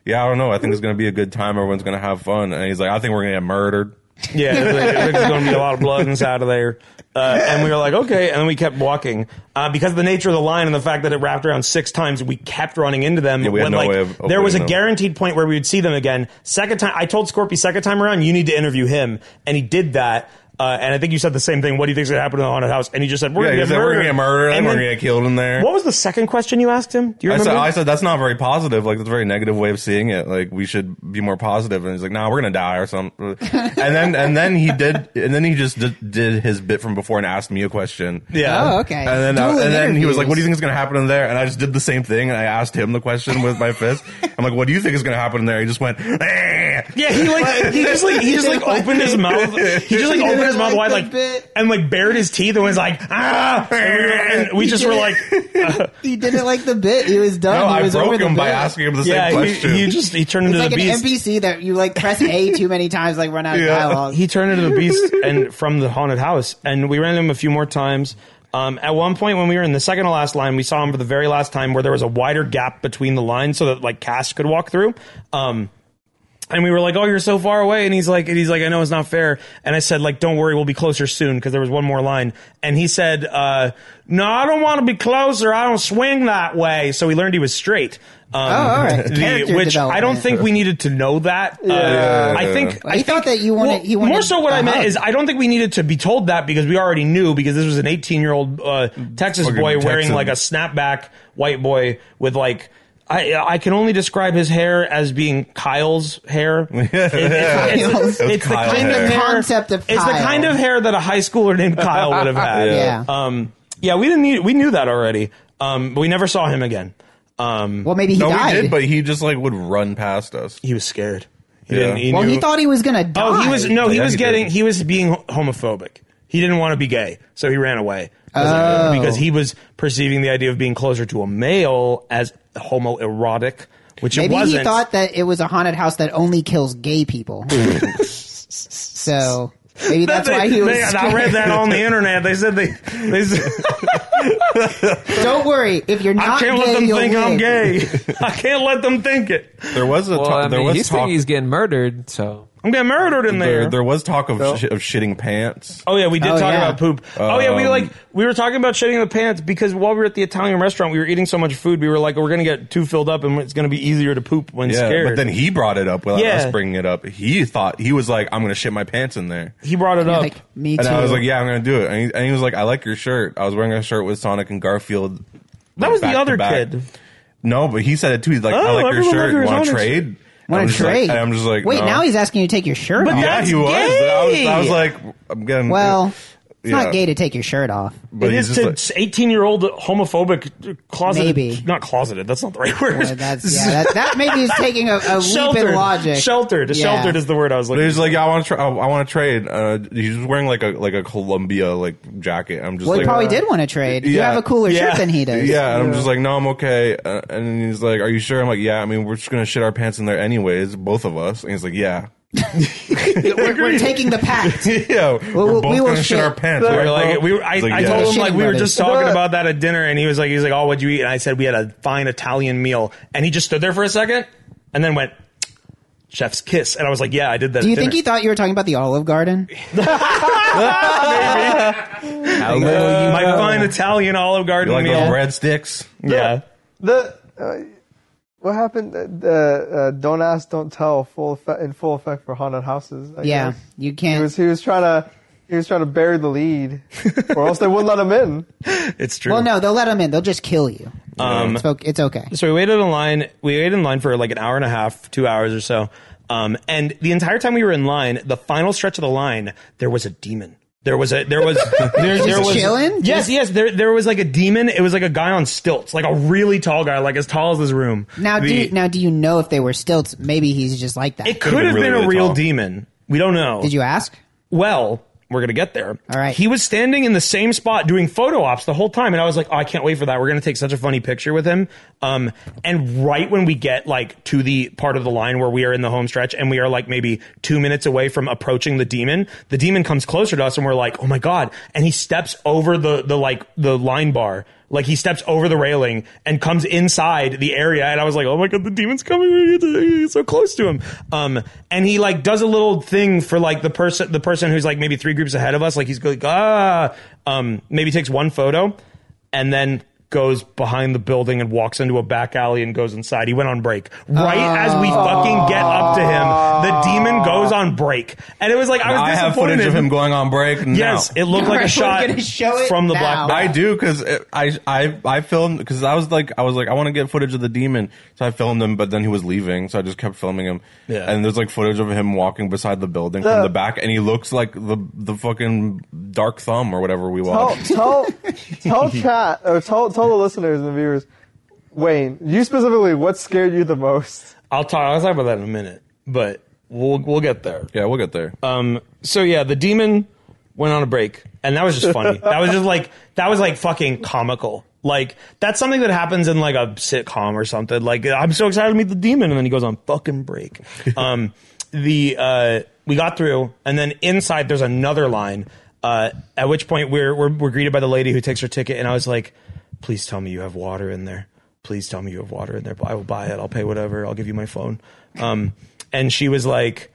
Speaker 5: yeah, I don't know. I think it's going to be a good time. Everyone's going to have fun. And he's like, I think we're going to get murdered.
Speaker 1: Yeah, there's going to be a lot of blood inside of there. Uh, and we were like, okay. And then we kept walking. Uh, because of the nature of the line and the fact that it wrapped around six times, we kept running into them.
Speaker 5: we had no
Speaker 1: like,
Speaker 5: way of
Speaker 1: there was a
Speaker 5: avoiding them.
Speaker 1: guaranteed point where we would see them again. Second time, I told Scorpy, second time around, you need to interview him. And he did that. Uh, and I think you said the same thing. What do you think's going to happen in the haunted house? And he just said, we're
Speaker 5: Yeah,
Speaker 1: going to
Speaker 5: he's
Speaker 1: get
Speaker 5: like, we're
Speaker 1: murdered.
Speaker 5: going to get murdered. And
Speaker 1: And
Speaker 5: we're
Speaker 1: then-
Speaker 5: going to get killed in there.
Speaker 1: what was the second question you asked him? Do you
Speaker 5: I
Speaker 1: remember?
Speaker 5: said, I said, that's not very positive. Like, that's a very negative way of seeing it. Like, we should be more positive. And he's like, nah, we're going to die or something. and then, and then he did, and then he just did, did his bit from before and asked me a question.
Speaker 1: yeah.
Speaker 4: Oh okay.
Speaker 5: And then, I-
Speaker 4: Dueling
Speaker 5: and then he was like, "What do
Speaker 4: interviews.
Speaker 5: you think is going to happen in there?" And I just did the same thing, and I asked him the question with my fist. I'm like, "What do you think is going to happen in there?" He just went, "Eh."
Speaker 1: Yeah, he like he just like he just like opened his mouth. He just like opened his mouth wide
Speaker 4: Like
Speaker 1: like
Speaker 4: the bit.
Speaker 1: and like bared his teeth and was like ah. And we, were- and we just were like
Speaker 4: He didn't like the bit. He was done.
Speaker 5: No,
Speaker 4: he
Speaker 5: I
Speaker 4: was over
Speaker 5: broke
Speaker 4: the
Speaker 5: him by
Speaker 4: bit.
Speaker 5: asking him the
Speaker 1: yeah.
Speaker 5: same
Speaker 1: He,
Speaker 5: question.
Speaker 1: he just he turned
Speaker 4: It's
Speaker 1: into
Speaker 4: like
Speaker 1: the
Speaker 4: an
Speaker 1: beast.
Speaker 4: NPC that you like press A too many times, like run out of
Speaker 5: Yeah.
Speaker 4: dialogue.
Speaker 1: He turned into the beast and from the haunted house, and we ran into him a few more times. Um, at one point, when we were in the second to last line, we saw him for the very last time, where there was a wider gap between the lines, so that like Cass could walk through. Um, and we were like, "Oh, you're so far away," and he's like, "And he's like, I know it's not fair." And I said, "Like, don't worry, we'll be closer soon," because there was one more line. And he said, uh, "No, I don't want to be closer. I don't swing that way." So he learned he was straight. Um,
Speaker 3: Oh,
Speaker 4: all right.
Speaker 1: the-
Speaker 4: Character
Speaker 1: which I don't
Speaker 4: development.
Speaker 1: think we needed to know that. Uh, I think
Speaker 4: I thought that you wanted.
Speaker 1: well,
Speaker 4: he wanted Uh-huh.
Speaker 1: more so what
Speaker 4: a
Speaker 1: I meant
Speaker 4: hug.
Speaker 1: is I don't think we needed to be told that because we already knew because this was an 18 year old uh, Texas
Speaker 5: Fucking
Speaker 1: boy wearing
Speaker 5: Texan.
Speaker 1: like a snapback white boy with like. I, I can only describe his hair as being Kyle's hair. It- it's- it's-
Speaker 4: Kyle's.
Speaker 1: It's the
Speaker 5: Kyle's
Speaker 1: kind of
Speaker 5: hair.
Speaker 1: hair.
Speaker 4: Concept of
Speaker 1: It's the
Speaker 4: Kyle.
Speaker 1: kind of hair that a high schooler named Kyle would have had.
Speaker 4: Yeah.
Speaker 1: Um. Yeah. We didn't need. We knew that already. Um. But we never saw him again. Um.
Speaker 4: well, maybe he
Speaker 5: no,
Speaker 4: died.
Speaker 5: we did, but he just like would run past us.
Speaker 1: He was scared. He
Speaker 5: Yeah.
Speaker 1: didn't. He
Speaker 4: well,
Speaker 1: knew.
Speaker 4: he thought he was gonna die.
Speaker 1: Oh, he was no, he
Speaker 5: Yeah,
Speaker 1: was
Speaker 5: he
Speaker 1: getting
Speaker 5: did.
Speaker 1: he was being homophobic. He didn't want to be gay, so he ran away
Speaker 4: Oh.
Speaker 1: because he was perceiving the idea of being closer to a male as homoerotic, which it
Speaker 4: Maybe
Speaker 1: wasn't.
Speaker 4: he thought that it was a haunted house that only kills gay people. so maybe that's,
Speaker 1: They-
Speaker 4: why he was.
Speaker 1: they- I
Speaker 4: scared.
Speaker 1: read that on the internet. They said they. they said,
Speaker 4: Don't worry, if you're
Speaker 1: I
Speaker 4: not
Speaker 1: can't
Speaker 4: gay,
Speaker 1: let them
Speaker 4: you'll
Speaker 1: think I'm
Speaker 4: live.
Speaker 1: gay. I can't let them think it.
Speaker 5: There was a
Speaker 3: Well,
Speaker 5: talk,
Speaker 3: I
Speaker 5: there
Speaker 3: mean,
Speaker 5: was
Speaker 3: he's
Speaker 5: talk
Speaker 3: thinking he's getting murdered, so
Speaker 1: I'm getting murdered in
Speaker 5: there, there was talk of
Speaker 2: No.
Speaker 5: sh- of shitting pants.
Speaker 1: Oh yeah, we did
Speaker 4: Oh,
Speaker 1: talk
Speaker 4: yeah.
Speaker 1: about poop. oh yeah, we
Speaker 5: Um,
Speaker 1: like we were talking about shitting in the pants because while we were at the Italian restaurant, we were eating so much food, we were like, we're gonna get too filled up, and it's gonna be easier to poop when
Speaker 5: Yeah,
Speaker 1: scared.
Speaker 5: but then he brought it up without
Speaker 1: Yeah.
Speaker 5: us bringing it up. He thought he was like, "I'm going to shit my pants in there."
Speaker 1: he brought it
Speaker 4: You're
Speaker 1: up.
Speaker 4: Like, me too.
Speaker 5: And I was like, "Yeah, I'm gonna do it." And he, and he was like, "I like your shirt." I was wearing a shirt with Sonic and Garfield.
Speaker 1: that
Speaker 5: like,
Speaker 1: was the
Speaker 5: back to
Speaker 1: other
Speaker 5: back.
Speaker 1: kid.
Speaker 5: No, but he said it too. He's like,
Speaker 1: Oh,
Speaker 5: "I like your
Speaker 1: everyone loves
Speaker 5: shirt.
Speaker 1: your
Speaker 5: You want
Speaker 1: Sonic
Speaker 5: to
Speaker 1: shirt."
Speaker 5: trade?"
Speaker 4: want
Speaker 5: I'm
Speaker 4: to
Speaker 5: just like-
Speaker 4: trade?
Speaker 5: and I'm just like,
Speaker 4: wait.
Speaker 5: no.
Speaker 4: Now he's asking you to take your shirt
Speaker 1: But
Speaker 4: off.
Speaker 1: that-
Speaker 5: yeah,
Speaker 1: That's
Speaker 5: he was. I was. I was
Speaker 1: gay.
Speaker 5: like, I'm getting
Speaker 4: Well, It's not gay to take your shirt off.
Speaker 5: But
Speaker 1: it
Speaker 5: he's
Speaker 1: is
Speaker 5: just
Speaker 1: to
Speaker 5: like-
Speaker 1: 18 year old homophobic closeted.
Speaker 4: Maybe.
Speaker 1: Not closeted. That's not the right word.
Speaker 4: Well, that's yeah. That, that maybe is taking a, a leap in
Speaker 1: sheltered.
Speaker 4: logic.
Speaker 1: Sheltered.
Speaker 4: Yeah.
Speaker 1: Sheltered is the word I was
Speaker 5: But
Speaker 1: looking
Speaker 5: he's
Speaker 1: for.
Speaker 5: like, I want to, tra- I want to trade. Uh, he's just wearing like a like a Columbia like jacket. I'm just
Speaker 4: Well, he
Speaker 5: like,
Speaker 4: probably
Speaker 5: uh,
Speaker 4: did want to trade. You
Speaker 5: yeah.
Speaker 4: have a cooler
Speaker 1: Yeah.
Speaker 4: shirt than he does.
Speaker 5: Yeah, and I'm just like, no, I'm okay. Uh, and he's like, are you sure? I'm like, yeah. I mean, we're just gonna shit our pants in there anyways, both of us. And he's like, yeah,
Speaker 4: we're, we're taking the pact.
Speaker 5: yeah. we're
Speaker 4: we
Speaker 5: both
Speaker 4: will
Speaker 5: gonna
Speaker 4: shit.
Speaker 5: shit our pants.
Speaker 1: We were
Speaker 5: right,
Speaker 1: like,
Speaker 5: bro?
Speaker 1: we were, I,
Speaker 5: He's like,
Speaker 1: I
Speaker 5: "Yeah."
Speaker 1: told him
Speaker 4: Shitty
Speaker 1: like we were
Speaker 4: brothers.
Speaker 1: just talking
Speaker 2: Uh,
Speaker 1: about that at dinner, and he was like, he's like, oh, what'd you eat? And I said we had a fine Italian meal, and he just stood there for a second, and then went, chef's kiss, and I was like, yeah, I did that.
Speaker 4: Do
Speaker 1: at
Speaker 4: you think he
Speaker 1: dinner."
Speaker 4: thought you were talking about the Olive Garden?
Speaker 3: How
Speaker 1: my fine Italian Olive
Speaker 5: You
Speaker 1: Garden
Speaker 5: like
Speaker 1: meal?
Speaker 5: those breadsticks?
Speaker 1: Yeah.
Speaker 2: The uh, what happened? Uh, uh, don't ask, don't tell. Full effect, in full effect for haunted houses. I
Speaker 4: Yeah,
Speaker 2: guess.
Speaker 4: you
Speaker 2: he
Speaker 4: can't.
Speaker 2: was he was trying to he was trying to bury the lead, or else they wouldn't let him in.
Speaker 1: it's true.
Speaker 4: well, no, they'll let him in. They'll just kill you.
Speaker 1: Um,
Speaker 4: it's, o- it's okay.
Speaker 1: so we waited in line. We waited in line for like an hour and a half, two hours or so. Um, and the entire time we were in line, the final stretch of the line, there was a demon. There was a there was there, there was
Speaker 4: chilling?
Speaker 1: Yes, yes. There there was like a demon. It was like a guy on stilts, like a really tall guy, like as tall as this room.
Speaker 4: Now, do
Speaker 1: The-
Speaker 4: you, now do you know if they were stilts? Maybe he's just like that.
Speaker 1: it could have
Speaker 5: really,
Speaker 1: been a
Speaker 5: really
Speaker 1: real
Speaker 5: tall.
Speaker 1: demon. We don't know.
Speaker 4: Did you ask?
Speaker 1: Well, we're gonna get there.
Speaker 4: All right.
Speaker 1: He was standing in the same spot doing photo ops the whole time, and I was like, oh, I can't wait for that. We're gonna take such a funny picture with him. Um, and right when we get like to the part of the line where we are in the home stretch, and we are like maybe two minutes away from approaching the demon, the demon comes closer to us, and we're like, oh my god! And he steps over the the like the line bar. Like he steps over the railing and comes inside the area, and I was like, "Oh my god, the demon's coming! It's so close to him!" Um, and he like does a little thing for like the person, the person who's like maybe three groups ahead of us. Like he's like, "Ah," um, maybe takes one photo, and then goes behind the building and walks into a back alley and goes inside. He went on break right as we fucking get up to him. The demon goes on break, and it was like I was
Speaker 5: I have
Speaker 1: disappointed.
Speaker 5: footage of him going on break. Now.
Speaker 1: Yes, it looked like
Speaker 4: We're
Speaker 1: a shot
Speaker 4: gonna show it
Speaker 1: from the
Speaker 4: now.
Speaker 1: black.
Speaker 5: I do because I I I filmed because I was like I was like I want to get footage of the demon, so I filmed him. But then he was leaving, so I just kept filming him.
Speaker 1: Yeah.
Speaker 5: And there's like footage of him walking beside the building from
Speaker 2: Yeah.
Speaker 5: the back, and he looks like the the fucking dark thumb or whatever we
Speaker 2: Tell
Speaker 5: watched.
Speaker 2: tell tell chat or tell tell the listeners and the viewers. Wayne, you specifically, what scared you the most?
Speaker 1: I'll talk. I'll talk about that in a minute, but we'll we'll get there.
Speaker 5: Yeah, we'll get there.
Speaker 1: Um. So yeah, the demon went on a break, and that was just funny. that was just like that was like fucking comical. Like that's something that happens in like a sitcom or something. Like I'm so excited to meet the demon, and then he goes on fucking break. Um. the uh, we got through, and then inside there's another line. Uh, at which point we're, we're we're greeted by the lady who takes her ticket, and I was like, "Please tell me you have water in there. Please tell me you have water in there. I will buy it. I'll pay whatever. I'll give you my phone." Um, and she was like,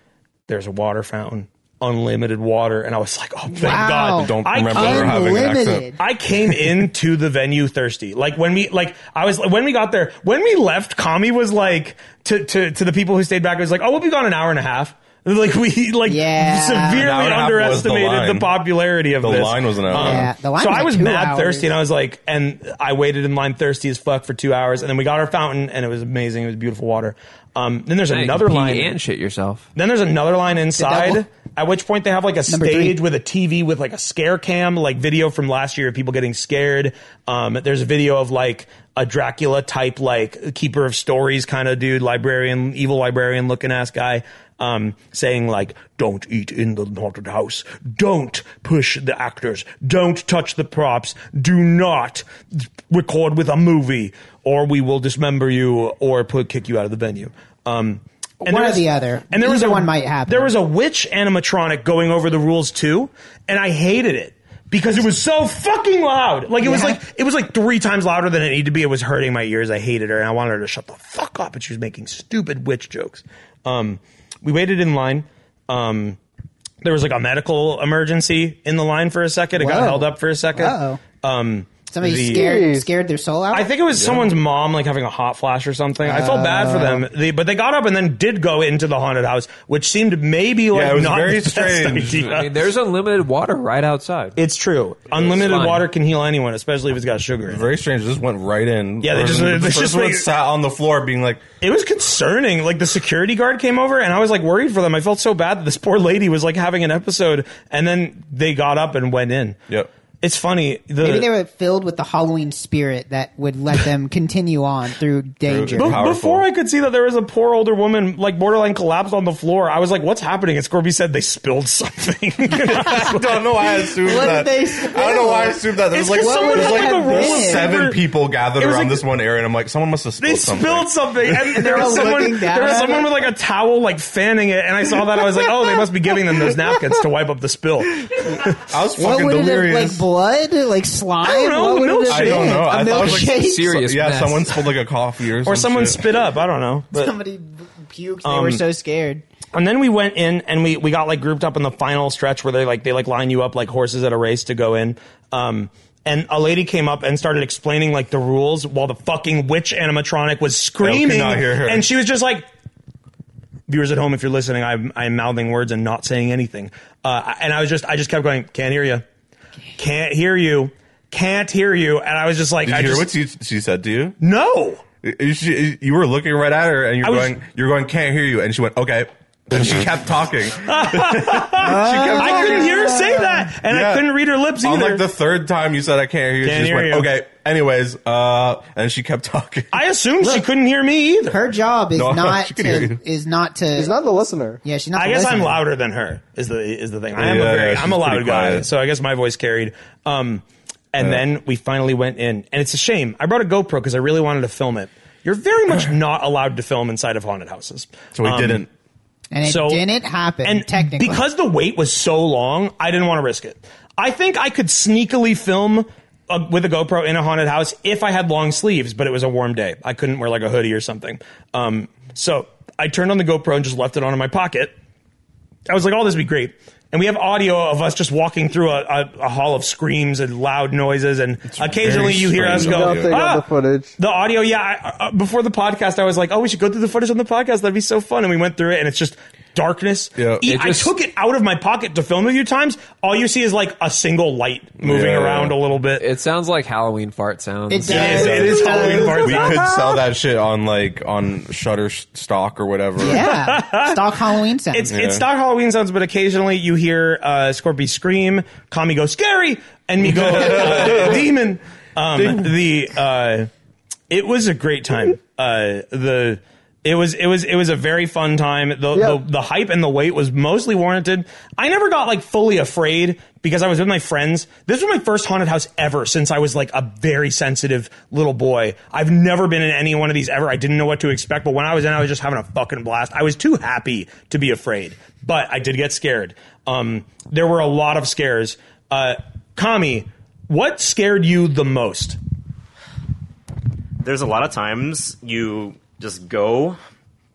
Speaker 1: there's a water fountain, unlimited water, and I was like, oh thank
Speaker 4: Wow.
Speaker 1: God!
Speaker 5: Don't
Speaker 1: I
Speaker 5: remember
Speaker 1: came-
Speaker 5: her having an accent.
Speaker 4: Unlimited.
Speaker 1: I came into the venue thirsty. Like when we like I was when we got there, when we left, Kami was like to to to the people who stayed back, it was like, Oh, we'll be gone an hour and a half. Like we like
Speaker 4: Yeah.
Speaker 1: severely
Speaker 5: An hour and a half was the
Speaker 1: underestimated the,
Speaker 5: line.
Speaker 1: popularity of
Speaker 5: The
Speaker 1: this.
Speaker 5: line was an hour.
Speaker 4: Yeah, the line
Speaker 1: so
Speaker 4: was
Speaker 1: I
Speaker 4: like
Speaker 1: was
Speaker 4: two
Speaker 1: mad
Speaker 4: hours.
Speaker 1: thirsty, and I was like, and I waited in line thirsty as fuck for two hours, and then we got our fountain, and it was amazing. It was beautiful water. Um, then there's another line
Speaker 3: and shit yourself.
Speaker 1: then there's another line inside.
Speaker 4: double.
Speaker 1: At which point they have like a
Speaker 4: Number
Speaker 1: stage
Speaker 4: three.
Speaker 1: with a TV with like a scare cam, like video from last year of people getting scared. Um, there's a video of like a Dracula type, like keeper of stories kind of dude, librarian, evil librarian looking ass guy. Um, saying like, don't eat in the haunted house. Don't push the actors. Don't touch the props. Do not record with a movie or we will dismember you or put, kick you out of the venue. Um, and
Speaker 4: One
Speaker 1: there
Speaker 4: or
Speaker 1: was-
Speaker 4: the other.
Speaker 1: And there was
Speaker 4: Either
Speaker 1: a,
Speaker 4: one might happen.
Speaker 1: There was a witch animatronic going over the rules too, and I hated it because it was so fucking loud. Like it was
Speaker 4: Yeah.
Speaker 1: like it was like three times louder than it needed to be. It was hurting my ears. I hated her, and I wanted her to shut the fuck up. And she was making stupid witch jokes. Um, we waited in line. Um, there was like a medical emergency in the line for a second. It got
Speaker 4: Whoa.
Speaker 1: held up for a second.
Speaker 4: Uh-oh.
Speaker 1: Um,
Speaker 4: Somebody
Speaker 1: The-
Speaker 4: scared
Speaker 2: Jeez.
Speaker 4: scared their soul out.
Speaker 1: I think it was someone's mom like having a hot flash or something. I felt bad for
Speaker 5: Uh.
Speaker 1: them, they, but they got up and then did go into the haunted house, which seemed maybe like
Speaker 5: it was
Speaker 1: not
Speaker 5: very
Speaker 1: the best
Speaker 5: strange.
Speaker 1: idea.
Speaker 3: I mean, there's unlimited water right outside.
Speaker 1: it's true. Unlimited
Speaker 3: fine.
Speaker 1: water can heal anyone, especially if it's got sugar. in it.
Speaker 5: Very strange. It just went right in.
Speaker 1: Yeah, they just-
Speaker 5: The
Speaker 1: they
Speaker 5: first
Speaker 1: just
Speaker 5: one
Speaker 1: like-
Speaker 5: sat on the floor, being like,
Speaker 1: It was concerning. Like the security guard came over, and I was like worried for them. I felt so bad that this poor lady was like having an episode, and then they got up and went in.
Speaker 5: "Yep."
Speaker 1: It's funny. The,
Speaker 4: Maybe they were filled with the Halloween spirit that would let them continue on through danger.
Speaker 5: Boom.
Speaker 1: Be-
Speaker 5: Powerful.
Speaker 1: Before I could see that there was a poor older woman, like borderline collapsed on the floor, I was like, "What's happening?" And Scorby said they spilled something.
Speaker 5: I don't know why I assumed
Speaker 4: What
Speaker 5: that.
Speaker 4: did they
Speaker 5: I don't know why I assumed that. There
Speaker 1: It's
Speaker 5: was like,
Speaker 1: 'cause
Speaker 5: there
Speaker 1: someone
Speaker 5: was
Speaker 4: had
Speaker 5: like
Speaker 4: like a roll of
Speaker 5: seven
Speaker 1: paper.
Speaker 5: people gathered
Speaker 1: It was
Speaker 5: around
Speaker 1: like-
Speaker 5: this one area, and I'm like, someone must have spilled
Speaker 1: they
Speaker 5: something.
Speaker 1: spilled something, and there
Speaker 4: They're
Speaker 1: was
Speaker 4: all
Speaker 1: someone,
Speaker 4: looking down
Speaker 1: there was
Speaker 4: at
Speaker 1: someone
Speaker 4: it.
Speaker 1: with like a towel, like fanning it, and I saw that I was like, "Oh, they must be giving them those napkins to wipe up the spill."
Speaker 5: I was
Speaker 4: what
Speaker 5: fucking
Speaker 4: would it have
Speaker 5: delirious.
Speaker 4: like blood, like slime?
Speaker 1: I don't know,
Speaker 4: what would
Speaker 1: milkshake.
Speaker 4: it have
Speaker 1: I
Speaker 4: been?
Speaker 5: don't know.
Speaker 4: A
Speaker 5: I thought it was, like,
Speaker 4: milkshake?
Speaker 3: serious.
Speaker 5: So- yeah,
Speaker 3: mess.
Speaker 5: someone spilled like a coffee or
Speaker 1: Or
Speaker 5: some
Speaker 1: someone
Speaker 5: shit.
Speaker 1: spit up. I don't know. But-
Speaker 4: Somebody puked. They were so scared.
Speaker 1: and then we went in and we we got like grouped up in the final stretch where they like they like line you up like horses at a race to go in um and a lady came up and started explaining like the rules while the fucking witch animatronic was screaming
Speaker 5: I cannot hear her.
Speaker 1: and she was just like viewers at home if you're listening i'm i'm mouthing words and not saying anything uh and i was just i just kept going can't hear you can't hear you can't hear you and i was just like
Speaker 5: Did you
Speaker 1: i
Speaker 5: hear
Speaker 1: just
Speaker 5: what she, she said to you?
Speaker 1: no
Speaker 5: You- she- you were looking right at her, and you're
Speaker 1: I was-
Speaker 5: going, "You're going, can't hear you," and she went, "Okay." And she kept talking. she kept
Speaker 1: i
Speaker 5: talking.
Speaker 1: couldn't hear her say that and i
Speaker 5: Yeah.
Speaker 1: couldn't read her lips
Speaker 5: On
Speaker 1: either
Speaker 5: like the third time you said, "I can't hear you,"
Speaker 1: Can't
Speaker 5: she just
Speaker 1: hear
Speaker 5: went,
Speaker 1: you.
Speaker 5: "Okay." Anyways, uh, and she kept talking.
Speaker 1: i assumed she couldn't hear me either
Speaker 4: Her job is
Speaker 5: No,
Speaker 4: not
Speaker 5: she can hear
Speaker 4: to
Speaker 5: you.
Speaker 4: is not to.
Speaker 2: He's not the listener.
Speaker 4: yeah, she's not.
Speaker 1: I
Speaker 4: the
Speaker 1: guess I'm
Speaker 4: listener.
Speaker 1: louder than her is the is the thing. I am
Speaker 5: Yeah,
Speaker 1: a very
Speaker 5: yeah,
Speaker 1: I'm a
Speaker 5: she's
Speaker 1: loud
Speaker 5: pretty
Speaker 1: guy,
Speaker 5: quiet.
Speaker 1: so I guess my voice carried. Um, and then we finally went in, and it's a shame. I brought a GoPro because I really wanted to film it. You're very much not allowed to film inside of haunted houses.
Speaker 5: So we
Speaker 1: Um,
Speaker 5: didn't.
Speaker 4: and it
Speaker 1: so-
Speaker 4: didn't happen.
Speaker 1: and
Speaker 4: technically,
Speaker 1: because the wait was so long, I didn't want to risk it. I think I could sneakily film uh with a GoPro in a haunted house if I had long sleeves, but it was a warm day. I couldn't wear like a hoodie or something. Um, so I turned on the GoPro and just left it on in my pocket. I was like, "Oh, this would be great." And we have audio of us just walking through a, a, a hall of screams and loud noises, and occasionally you hear us
Speaker 5: strange
Speaker 1: go,
Speaker 5: audio.
Speaker 2: Nothing on
Speaker 1: "Ah!"
Speaker 2: the footage.
Speaker 1: The audio, yeah. I, uh, before the podcast, I was like, "Oh, we should go through the footage on the podcast. That'd be so fun." And we went through it, and it's just darkness.
Speaker 5: Yeah.
Speaker 1: E-
Speaker 5: It
Speaker 1: I
Speaker 3: just-
Speaker 1: took it out of my pocket to film a few times. All you see is like a single light moving
Speaker 5: Yeah.
Speaker 1: around a little bit.
Speaker 3: It sounds like Halloween fart sounds.
Speaker 4: It
Speaker 1: Yeah,
Speaker 4: does.
Speaker 1: it is Halloween parts.
Speaker 5: We could sell that shit on like on Shutter stock or whatever.
Speaker 4: yeah, stock Halloween sounds.
Speaker 1: It's it's not Halloween sounds, but occasionally you hear uh, Scorpy scream, Kami go scary, and me go uh, demon. Um, the uh, it was a great time. Uh, the it was it was it was a very fun time. The,
Speaker 2: Yeah.
Speaker 1: the the hype and the wait was mostly warranted. I never got like fully afraid because I was with my friends. This was my first haunted house ever since I was like a very sensitive little boy. I've never been in any one of these ever. I didn't know what to expect, but when I was in, I was just having a fucking blast. I was too happy to be afraid, but I did get scared. Um, there were a lot of scares. Uh, Kami, what scared you the most?
Speaker 7: there's a lot of times you just go,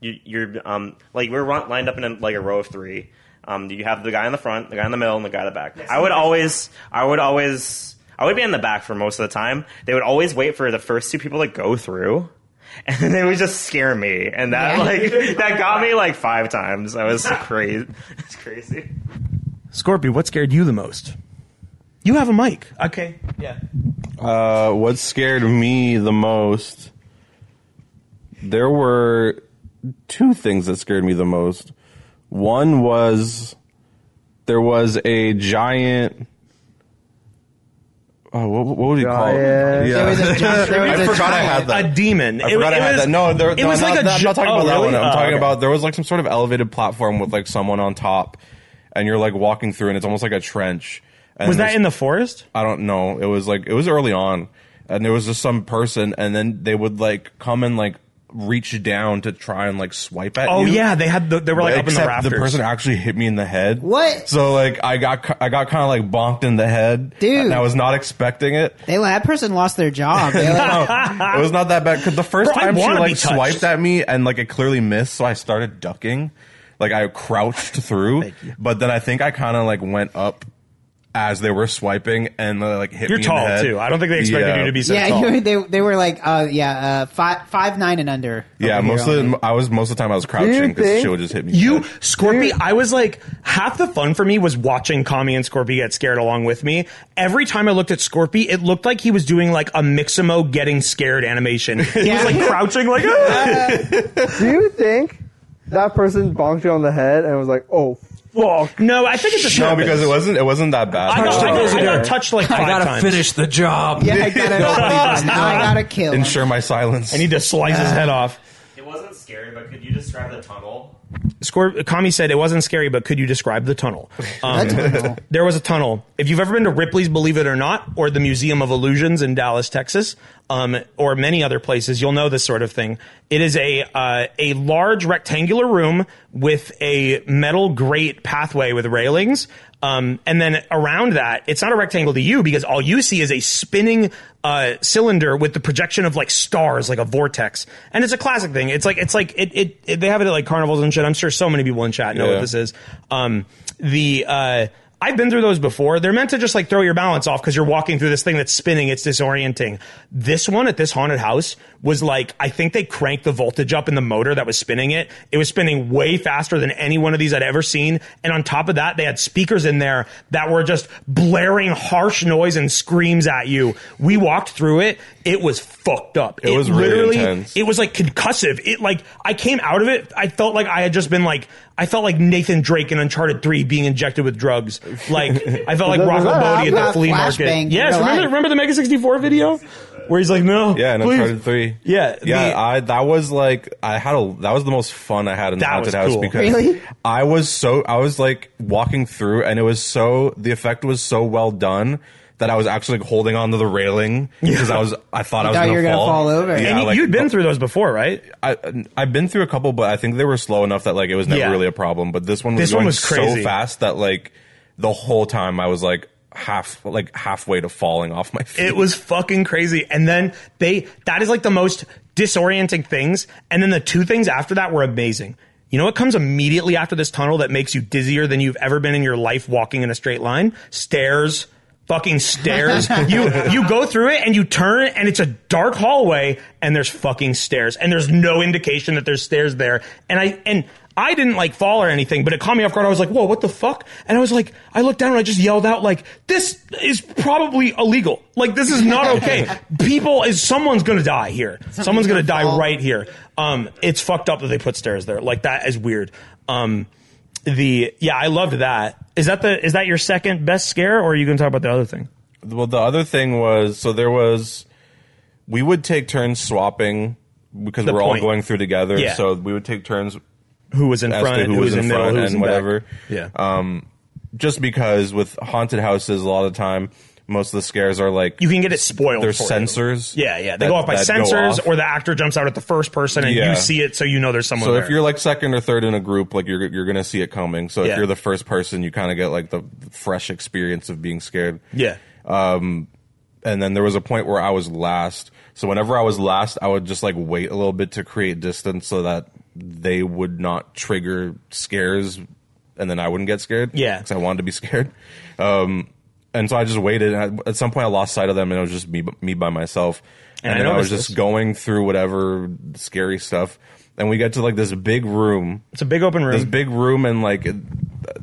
Speaker 7: you, you're um like we're run- lined up in a, like a row of three. Um, you have the guy in the front, the guy in the middle, and the guy in the back. I would always, I would always, I would be in the back for most of the time. They would always wait for the first two people to go through. And they would just scare me, and that
Speaker 4: Yeah.
Speaker 7: like that got me like five times. I was crazy. It's crazy.
Speaker 1: Scorpy, what scared you the most? You have a mic. Okay. Yeah.
Speaker 5: Uh, what scared me the most? There were two things that scared me the most. One was there was a giant. Oh, what, what would you call it?
Speaker 2: Giant.
Speaker 5: Yeah.
Speaker 4: there was a giant- there was
Speaker 5: I
Speaker 4: a
Speaker 5: forgot I
Speaker 4: giant-
Speaker 5: had that.
Speaker 1: A demon.
Speaker 5: I forgot I had that. No, there,
Speaker 1: it
Speaker 5: no,
Speaker 1: was
Speaker 5: I'm
Speaker 1: like
Speaker 5: not,
Speaker 1: a.
Speaker 5: I'm not talking
Speaker 1: oh,
Speaker 5: about that
Speaker 1: really?
Speaker 5: one. I'm
Speaker 1: Oh,
Speaker 5: talking
Speaker 1: okay.
Speaker 5: about there was like some sort of elevated platform with like someone on top, and you're like walking through, and it's almost like a trench. And
Speaker 1: Was that
Speaker 5: there's-
Speaker 1: in the forest?
Speaker 5: I don't know. It was like it was early on, and there was just some person, and then they would like come and like reach down to try and like swipe at
Speaker 1: Oh
Speaker 5: you.
Speaker 1: yeah, they had. The, they were like up in the
Speaker 5: Except
Speaker 1: rafters.
Speaker 5: the person actually hit me in the head.
Speaker 4: What?
Speaker 5: So like I got cu- I got kind of like bonked in the head,
Speaker 4: Dude.
Speaker 5: And I was not expecting it.
Speaker 4: They that person lost their job. They like-
Speaker 5: No, it was not that bad. Cause the first
Speaker 1: Bro, I
Speaker 5: time she
Speaker 1: wanna be
Speaker 5: like
Speaker 1: touched.
Speaker 5: swiped at me and like it clearly missed, so I started ducking. Like I crouched through, but then I think I kind of like went up as they were swiping and they like hit
Speaker 1: You're
Speaker 5: me in
Speaker 1: tall
Speaker 5: the head.
Speaker 1: too. I don't think they expected
Speaker 5: Yeah.
Speaker 1: you to be so
Speaker 4: yeah,
Speaker 1: tall.
Speaker 4: you- they they were like, uh, yeah, uh, five five nine and under.
Speaker 5: Yeah,
Speaker 4: over here
Speaker 5: most of
Speaker 4: only.
Speaker 5: the, I was most of the time I was crouching because
Speaker 2: think-
Speaker 5: she would just hit me.
Speaker 1: You, Scorpy, I was like, half the fun for me was watching Kami and Scorpy get scared along with me. Every time I looked at Scorpy, it looked like he was doing like a Mixamo getting scared animation. He was
Speaker 4: Yeah.
Speaker 1: like crouching, like, "Ah."
Speaker 2: Do you think that person bonked you on the head and was like, "Oh,
Speaker 1: no, I think it's a
Speaker 5: no,
Speaker 1: service.
Speaker 5: because it wasn't it wasn't that bad.
Speaker 1: I got, I got- I got touched like five
Speaker 3: I gotta
Speaker 1: times.
Speaker 3: finish the job.
Speaker 4: yeah, I gotta, now I gotta kill. him.
Speaker 5: Ensure my silence.
Speaker 1: I need to slice his head off.
Speaker 7: It wasn't scary, but could you describe the tunnel?
Speaker 1: Scorp- Kami said it wasn't scary, but could you describe the tunnel? Um,
Speaker 4: tunnel.
Speaker 1: there was a tunnel. If you've ever been to Ripley's Believe It or Not or the Museum of Illusions in Dallas, Texas, um, or many other places, you'll know this sort of thing. It is a uh, a large rectangular room with a metal grate pathway with railings. Um, and then around that, it's not a rectangle to you because all you see is a spinning uh, cylinder with the projection of like stars, like a vortex. And it's a classic thing. It's like it's like it, it, it they have it at like carnivals and shit. I'm sure so many people in chat know
Speaker 5: Yeah.
Speaker 1: what this is. Um, the uh, I've been through those before. They're meant to just like throw your balance off because you're walking through this thing that's spinning. It's disorienting. This one at this haunted house was like I think they cranked the voltage up in the motor that was spinning it. It was spinning way faster than any one of these I'd ever seen. And on top of that, they had speakers in there that were just blaring harsh noise and screams at you. We walked through it. It was fucked up. It,
Speaker 5: was really intense.
Speaker 1: It was like concussive. It like I came out of it. I felt like I had just been like I felt like Nathan Drake in Uncharted Three being injected with drugs. Like I felt like
Speaker 2: Does
Speaker 1: Rocco
Speaker 2: that
Speaker 1: Bodie at the
Speaker 2: happen?
Speaker 1: flea
Speaker 4: Flashbang
Speaker 1: market.
Speaker 4: in
Speaker 1: Yes,
Speaker 4: real
Speaker 1: remember
Speaker 4: life.
Speaker 1: remember the Mega sixty four video where he's like, no,
Speaker 5: yeah, and
Speaker 1: please.
Speaker 5: Uncharted three.
Speaker 1: Yeah,
Speaker 5: yeah.
Speaker 1: the-
Speaker 5: I that was like I had a that was the most fun I had in the
Speaker 1: That
Speaker 5: haunted
Speaker 1: was
Speaker 5: house
Speaker 1: cool.
Speaker 5: because
Speaker 4: Really?
Speaker 5: I was so I was like walking through and it was so the effect was so well done that I was actually like, holding onto the railing because I was I thought I
Speaker 4: thought
Speaker 5: was gonna
Speaker 4: you were gonna
Speaker 5: fall.
Speaker 4: fall over. And
Speaker 1: And
Speaker 5: like,
Speaker 1: you, had been through those before, right?
Speaker 5: I I've been through a couple, but I think they were slow enough that like it was never
Speaker 1: Yeah.
Speaker 5: really a problem. But this one was
Speaker 1: This one
Speaker 5: going
Speaker 1: was crazy.
Speaker 5: so fast that like the whole time I was like half like halfway to falling off my feet.
Speaker 1: It was fucking crazy. And then they that is like the most disorienting things. And then the two things after that were amazing. You know what comes immediately after this tunnel that makes you dizzier than you've ever been in your life walking in a straight line? Stairs. Fucking stairs. you you go through it and you turn and it's a dark hallway and there's fucking stairs. And there's no indication that there's stairs there. And I and I didn't like fall or anything, but it caught me off guard. I was like, whoa, what the fuck? And I was like, I looked down and I just yelled out like, this is probably illegal. Like, this is not okay. People is, someone's going to die here. someone's going to die
Speaker 4: fall.
Speaker 1: right here. Um, it's fucked up that they put stairs there. Like, that is weird. Um, the, yeah, I loved that. Is that the, is that your second best scare or are you going to talk about the other thing?
Speaker 5: well, the other thing was so there was we would take turns swapping because
Speaker 1: The
Speaker 5: we're
Speaker 1: point.
Speaker 5: all going through together.
Speaker 1: Yeah.
Speaker 5: So we would take turns
Speaker 1: Who was in
Speaker 5: as
Speaker 1: front,
Speaker 5: to
Speaker 1: who, was in, middle,
Speaker 5: front
Speaker 1: who was
Speaker 5: and
Speaker 1: in back.
Speaker 5: whatever.
Speaker 1: Yeah.
Speaker 5: Um, just because with haunted houses, a lot of the time, most of the scares are like
Speaker 1: you can get it spoiled.
Speaker 5: There's
Speaker 1: for you.
Speaker 5: sensors
Speaker 1: Yeah, yeah. They
Speaker 5: that-
Speaker 1: go off by
Speaker 5: that go
Speaker 1: sensors,
Speaker 5: off.
Speaker 1: or the actor jumps out at the first person, and
Speaker 5: Yeah.
Speaker 1: you see it, so you know there's someone.
Speaker 5: So
Speaker 1: there.
Speaker 5: if you're like second or third in a group, like you're you're gonna see it coming. So if
Speaker 1: Yeah.
Speaker 5: you're the first person, you kind of get like the fresh experience of being scared.
Speaker 1: yeah,
Speaker 5: Um, and then there was a point where I was last. So whenever I was last, I would just like wait a little bit to create distance so that they would not trigger scares, and then I wouldn't get scared.
Speaker 1: Yeah.
Speaker 5: because I wanted to be scared. Um, and so I just waited. And I, at some point, I lost sight of them, and it was just me me by myself.
Speaker 1: And
Speaker 5: And,
Speaker 1: I
Speaker 5: then I was
Speaker 1: noticed
Speaker 5: just
Speaker 1: this.
Speaker 5: going through whatever scary stuff. And we get to like this big room
Speaker 1: it's a big open room.
Speaker 5: this big room and like it-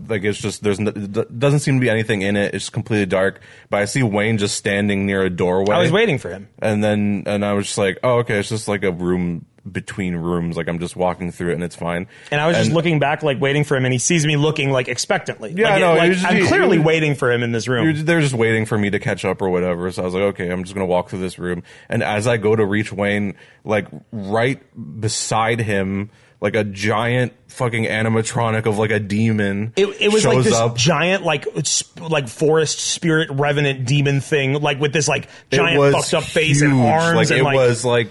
Speaker 5: like it's just there's no, it doesn't seem to be anything in it. It's completely dark. But I see Wayne just standing near a doorway.
Speaker 1: I was waiting for him.
Speaker 5: and then and I was just like, oh okay, it's just like a room between rooms. Like I'm just walking through it and it's fine.
Speaker 1: And I was just looking back, like waiting for him, and he sees me looking like expectantly.
Speaker 5: Yeah,
Speaker 1: like,
Speaker 5: I know,
Speaker 1: like,
Speaker 5: it was-
Speaker 1: I'm
Speaker 5: it-
Speaker 1: clearly
Speaker 5: it-
Speaker 1: waiting for him in this room.
Speaker 5: You're- they're just waiting for me to catch up or whatever. So I was like, okay, I'm just gonna walk through this room. And as I go to reach Wayne, like right beside him, like a giant fucking animatronic of like a demon.
Speaker 1: it, it was like
Speaker 5: shows
Speaker 1: this
Speaker 5: up.
Speaker 1: giant, like sp- like forest spirit revenant demon thing, like with this like
Speaker 5: It
Speaker 1: giant
Speaker 5: was
Speaker 1: fucked up face and
Speaker 5: huge.
Speaker 1: arms,
Speaker 5: Like
Speaker 1: and
Speaker 5: it
Speaker 1: like
Speaker 5: was like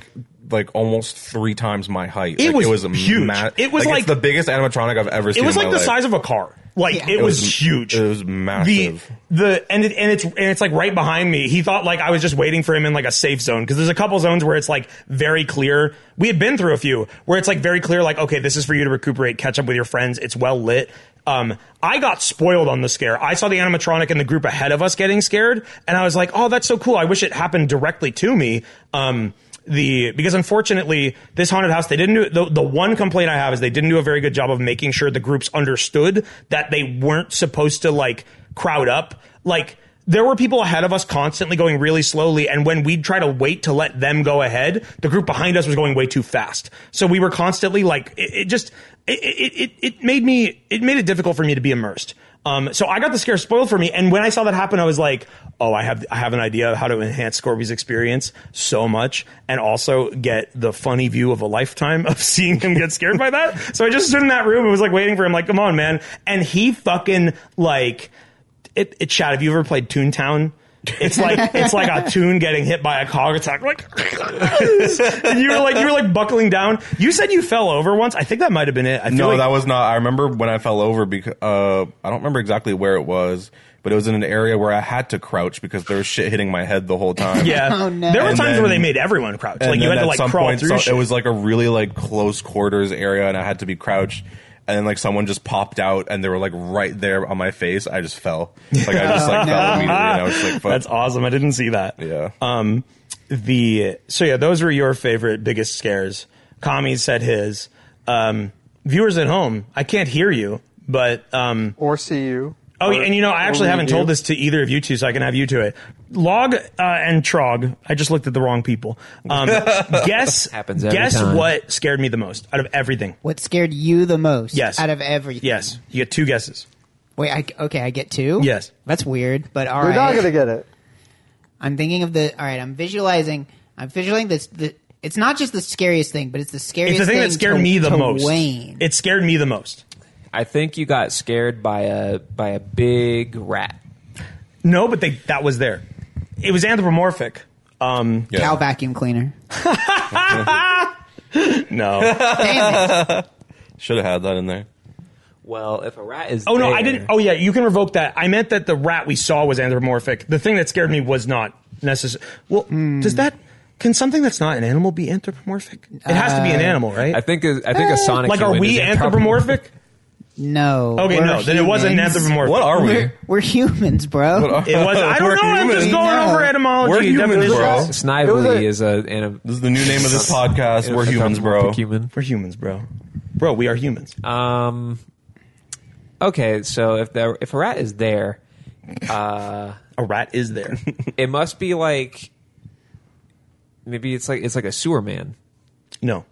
Speaker 5: like almost three times my height.
Speaker 1: It
Speaker 5: Like,
Speaker 1: was
Speaker 5: it was
Speaker 1: huge.
Speaker 5: ma-
Speaker 1: It was
Speaker 5: it's
Speaker 1: like-
Speaker 5: the biggest animatronic I've ever
Speaker 1: it
Speaker 5: seen.
Speaker 1: was
Speaker 5: in my
Speaker 1: like the
Speaker 5: life.
Speaker 1: size of a car. Like
Speaker 4: Yeah.
Speaker 1: it,
Speaker 4: It
Speaker 1: was,
Speaker 5: was-
Speaker 1: huge.
Speaker 5: it was massive.
Speaker 1: The, the and it, and it's and it's like right behind me. He thought like I was just waiting for him in like a safe zone because there's a couple zones where it's like very clear. We had been through a few where it's like very clear. Like okay, this is for you to recuperate, catch up with your friends. It's well lit. Um, I got spoiled on the scare. I saw the animatronic in the group ahead of us getting scared, and I was like, "Oh, that's so cool! I wish it happened directly to me." Um, the because unfortunately this haunted house they didn't do the, the one complaint i have is they didn't do a very good job of making sure the groups understood that they weren't supposed to like crowd up like there were people ahead of us constantly going really slowly and when we'd try to wait to let them go ahead the group behind us was going way too fast so we were constantly like it, it just it, it, it, it made me it made it difficult for me to be immersed um, so I got the scare spoiled for me, and when I saw that happen, I was like, "Oh, I have I have an idea of how to enhance Scorby's experience so much, and also get the funny view of a lifetime of seeing him get scared by that." So I just stood in that room and was like waiting for him, like, "Come on, man!" And he fucking like it. It shot. Have you ever played Toontown? It's like it's like a tune getting hit by a car. It's like, like and you were like you were like buckling down. You said you fell over once. I think that might have been it. I feel
Speaker 5: No,
Speaker 1: like-
Speaker 5: that was not. I remember when I fell over because uh, I don't remember exactly where it was, but it was in an area where I had to crouch because there was shit hitting my head the whole time.
Speaker 1: Yeah.
Speaker 4: Oh, no.
Speaker 1: There were
Speaker 5: And
Speaker 1: times where
Speaker 5: then-
Speaker 1: they made everyone crouch.
Speaker 5: And
Speaker 1: Like you
Speaker 5: then
Speaker 1: had to
Speaker 5: at
Speaker 1: like
Speaker 5: some
Speaker 1: crawl
Speaker 5: point,
Speaker 1: through
Speaker 5: so-
Speaker 1: shit.
Speaker 5: It was like a really like close quarters area, and I had to be crouched. And then like someone just popped out, and they were like right there on my face. I just fell. Like I just like fell immediately. And I was just like, fuck.
Speaker 1: That's awesome. I didn't see that.
Speaker 5: Yeah.
Speaker 1: Um the so yeah, those were your favorite biggest scares. Kami said his. Um viewers at home, I can't hear you, but um
Speaker 2: or see you.
Speaker 1: Oh, and you know, I actually
Speaker 2: we
Speaker 1: haven't
Speaker 2: do.
Speaker 1: told this to either of you two, so I can have you to it. Log uh, and Trog. I just looked at the wrong people. Um, guess
Speaker 3: Happens every
Speaker 1: guess
Speaker 3: time.
Speaker 1: what scared me the most out of everything.
Speaker 4: What scared you the most?
Speaker 1: Yes.
Speaker 4: Out of everything.
Speaker 1: Yes, you get two guesses.
Speaker 4: Wait. I, okay. I get two.
Speaker 1: Yes.
Speaker 4: That's weird. But all
Speaker 2: You're
Speaker 4: right.
Speaker 2: not gonna get it.
Speaker 4: I'm thinking of the. All right. I'm visualizing. I'm visualizing this. The, it's not just the scariest thing, but it's the
Speaker 1: It's
Speaker 4: scariest.
Speaker 1: the thing that scared
Speaker 4: to-
Speaker 1: me the
Speaker 4: to
Speaker 1: most.
Speaker 4: Wayne.
Speaker 1: It scared me the most.
Speaker 3: I think you got scared by a by a big rat.
Speaker 1: No, but they that was there. It was anthropomorphic. Um,
Speaker 5: Yeah.
Speaker 4: Cow vacuum cleaner.
Speaker 1: no.
Speaker 4: Damn it.
Speaker 5: Should have had that in there.
Speaker 3: Well, if a rat is
Speaker 1: Oh no, I
Speaker 3: there-
Speaker 1: didn't. Oh yeah, you can revoke that. I meant that the rat we saw was anthropomorphic. The thing that scared me was not necessary. Well,
Speaker 5: Hmm.
Speaker 1: does that? Can something that's not an animal be anthropomorphic? It has to be an
Speaker 5: Uh,
Speaker 1: animal, right?
Speaker 3: I think a, I think a Sonic.
Speaker 1: Eh, like, are
Speaker 3: joint
Speaker 1: we
Speaker 3: is
Speaker 1: anthropomorphic?
Speaker 4: No.
Speaker 1: Okay,
Speaker 4: we're
Speaker 1: no, then it wasn't
Speaker 4: humans.
Speaker 1: anthropomorphic.
Speaker 5: What are we?
Speaker 4: We're, we're humans, bro.
Speaker 1: It was. I don't
Speaker 5: We're
Speaker 1: know. I'm just
Speaker 5: humans.
Speaker 1: going
Speaker 4: No.
Speaker 1: over etymology.
Speaker 5: We're humans,
Speaker 1: definitions.
Speaker 5: bro.
Speaker 2: It was
Speaker 3: Snively
Speaker 2: a-
Speaker 3: is a, and a
Speaker 5: This is the new name of this podcast. We're humans, bro.
Speaker 3: Human.
Speaker 1: We're humans, bro. Bro, we are humans.
Speaker 5: Uh.
Speaker 3: Um. Okay, so if there if a rat is there, uh,
Speaker 1: A rat is there.
Speaker 3: it must be like maybe it's like it's like a sewer man.
Speaker 1: no,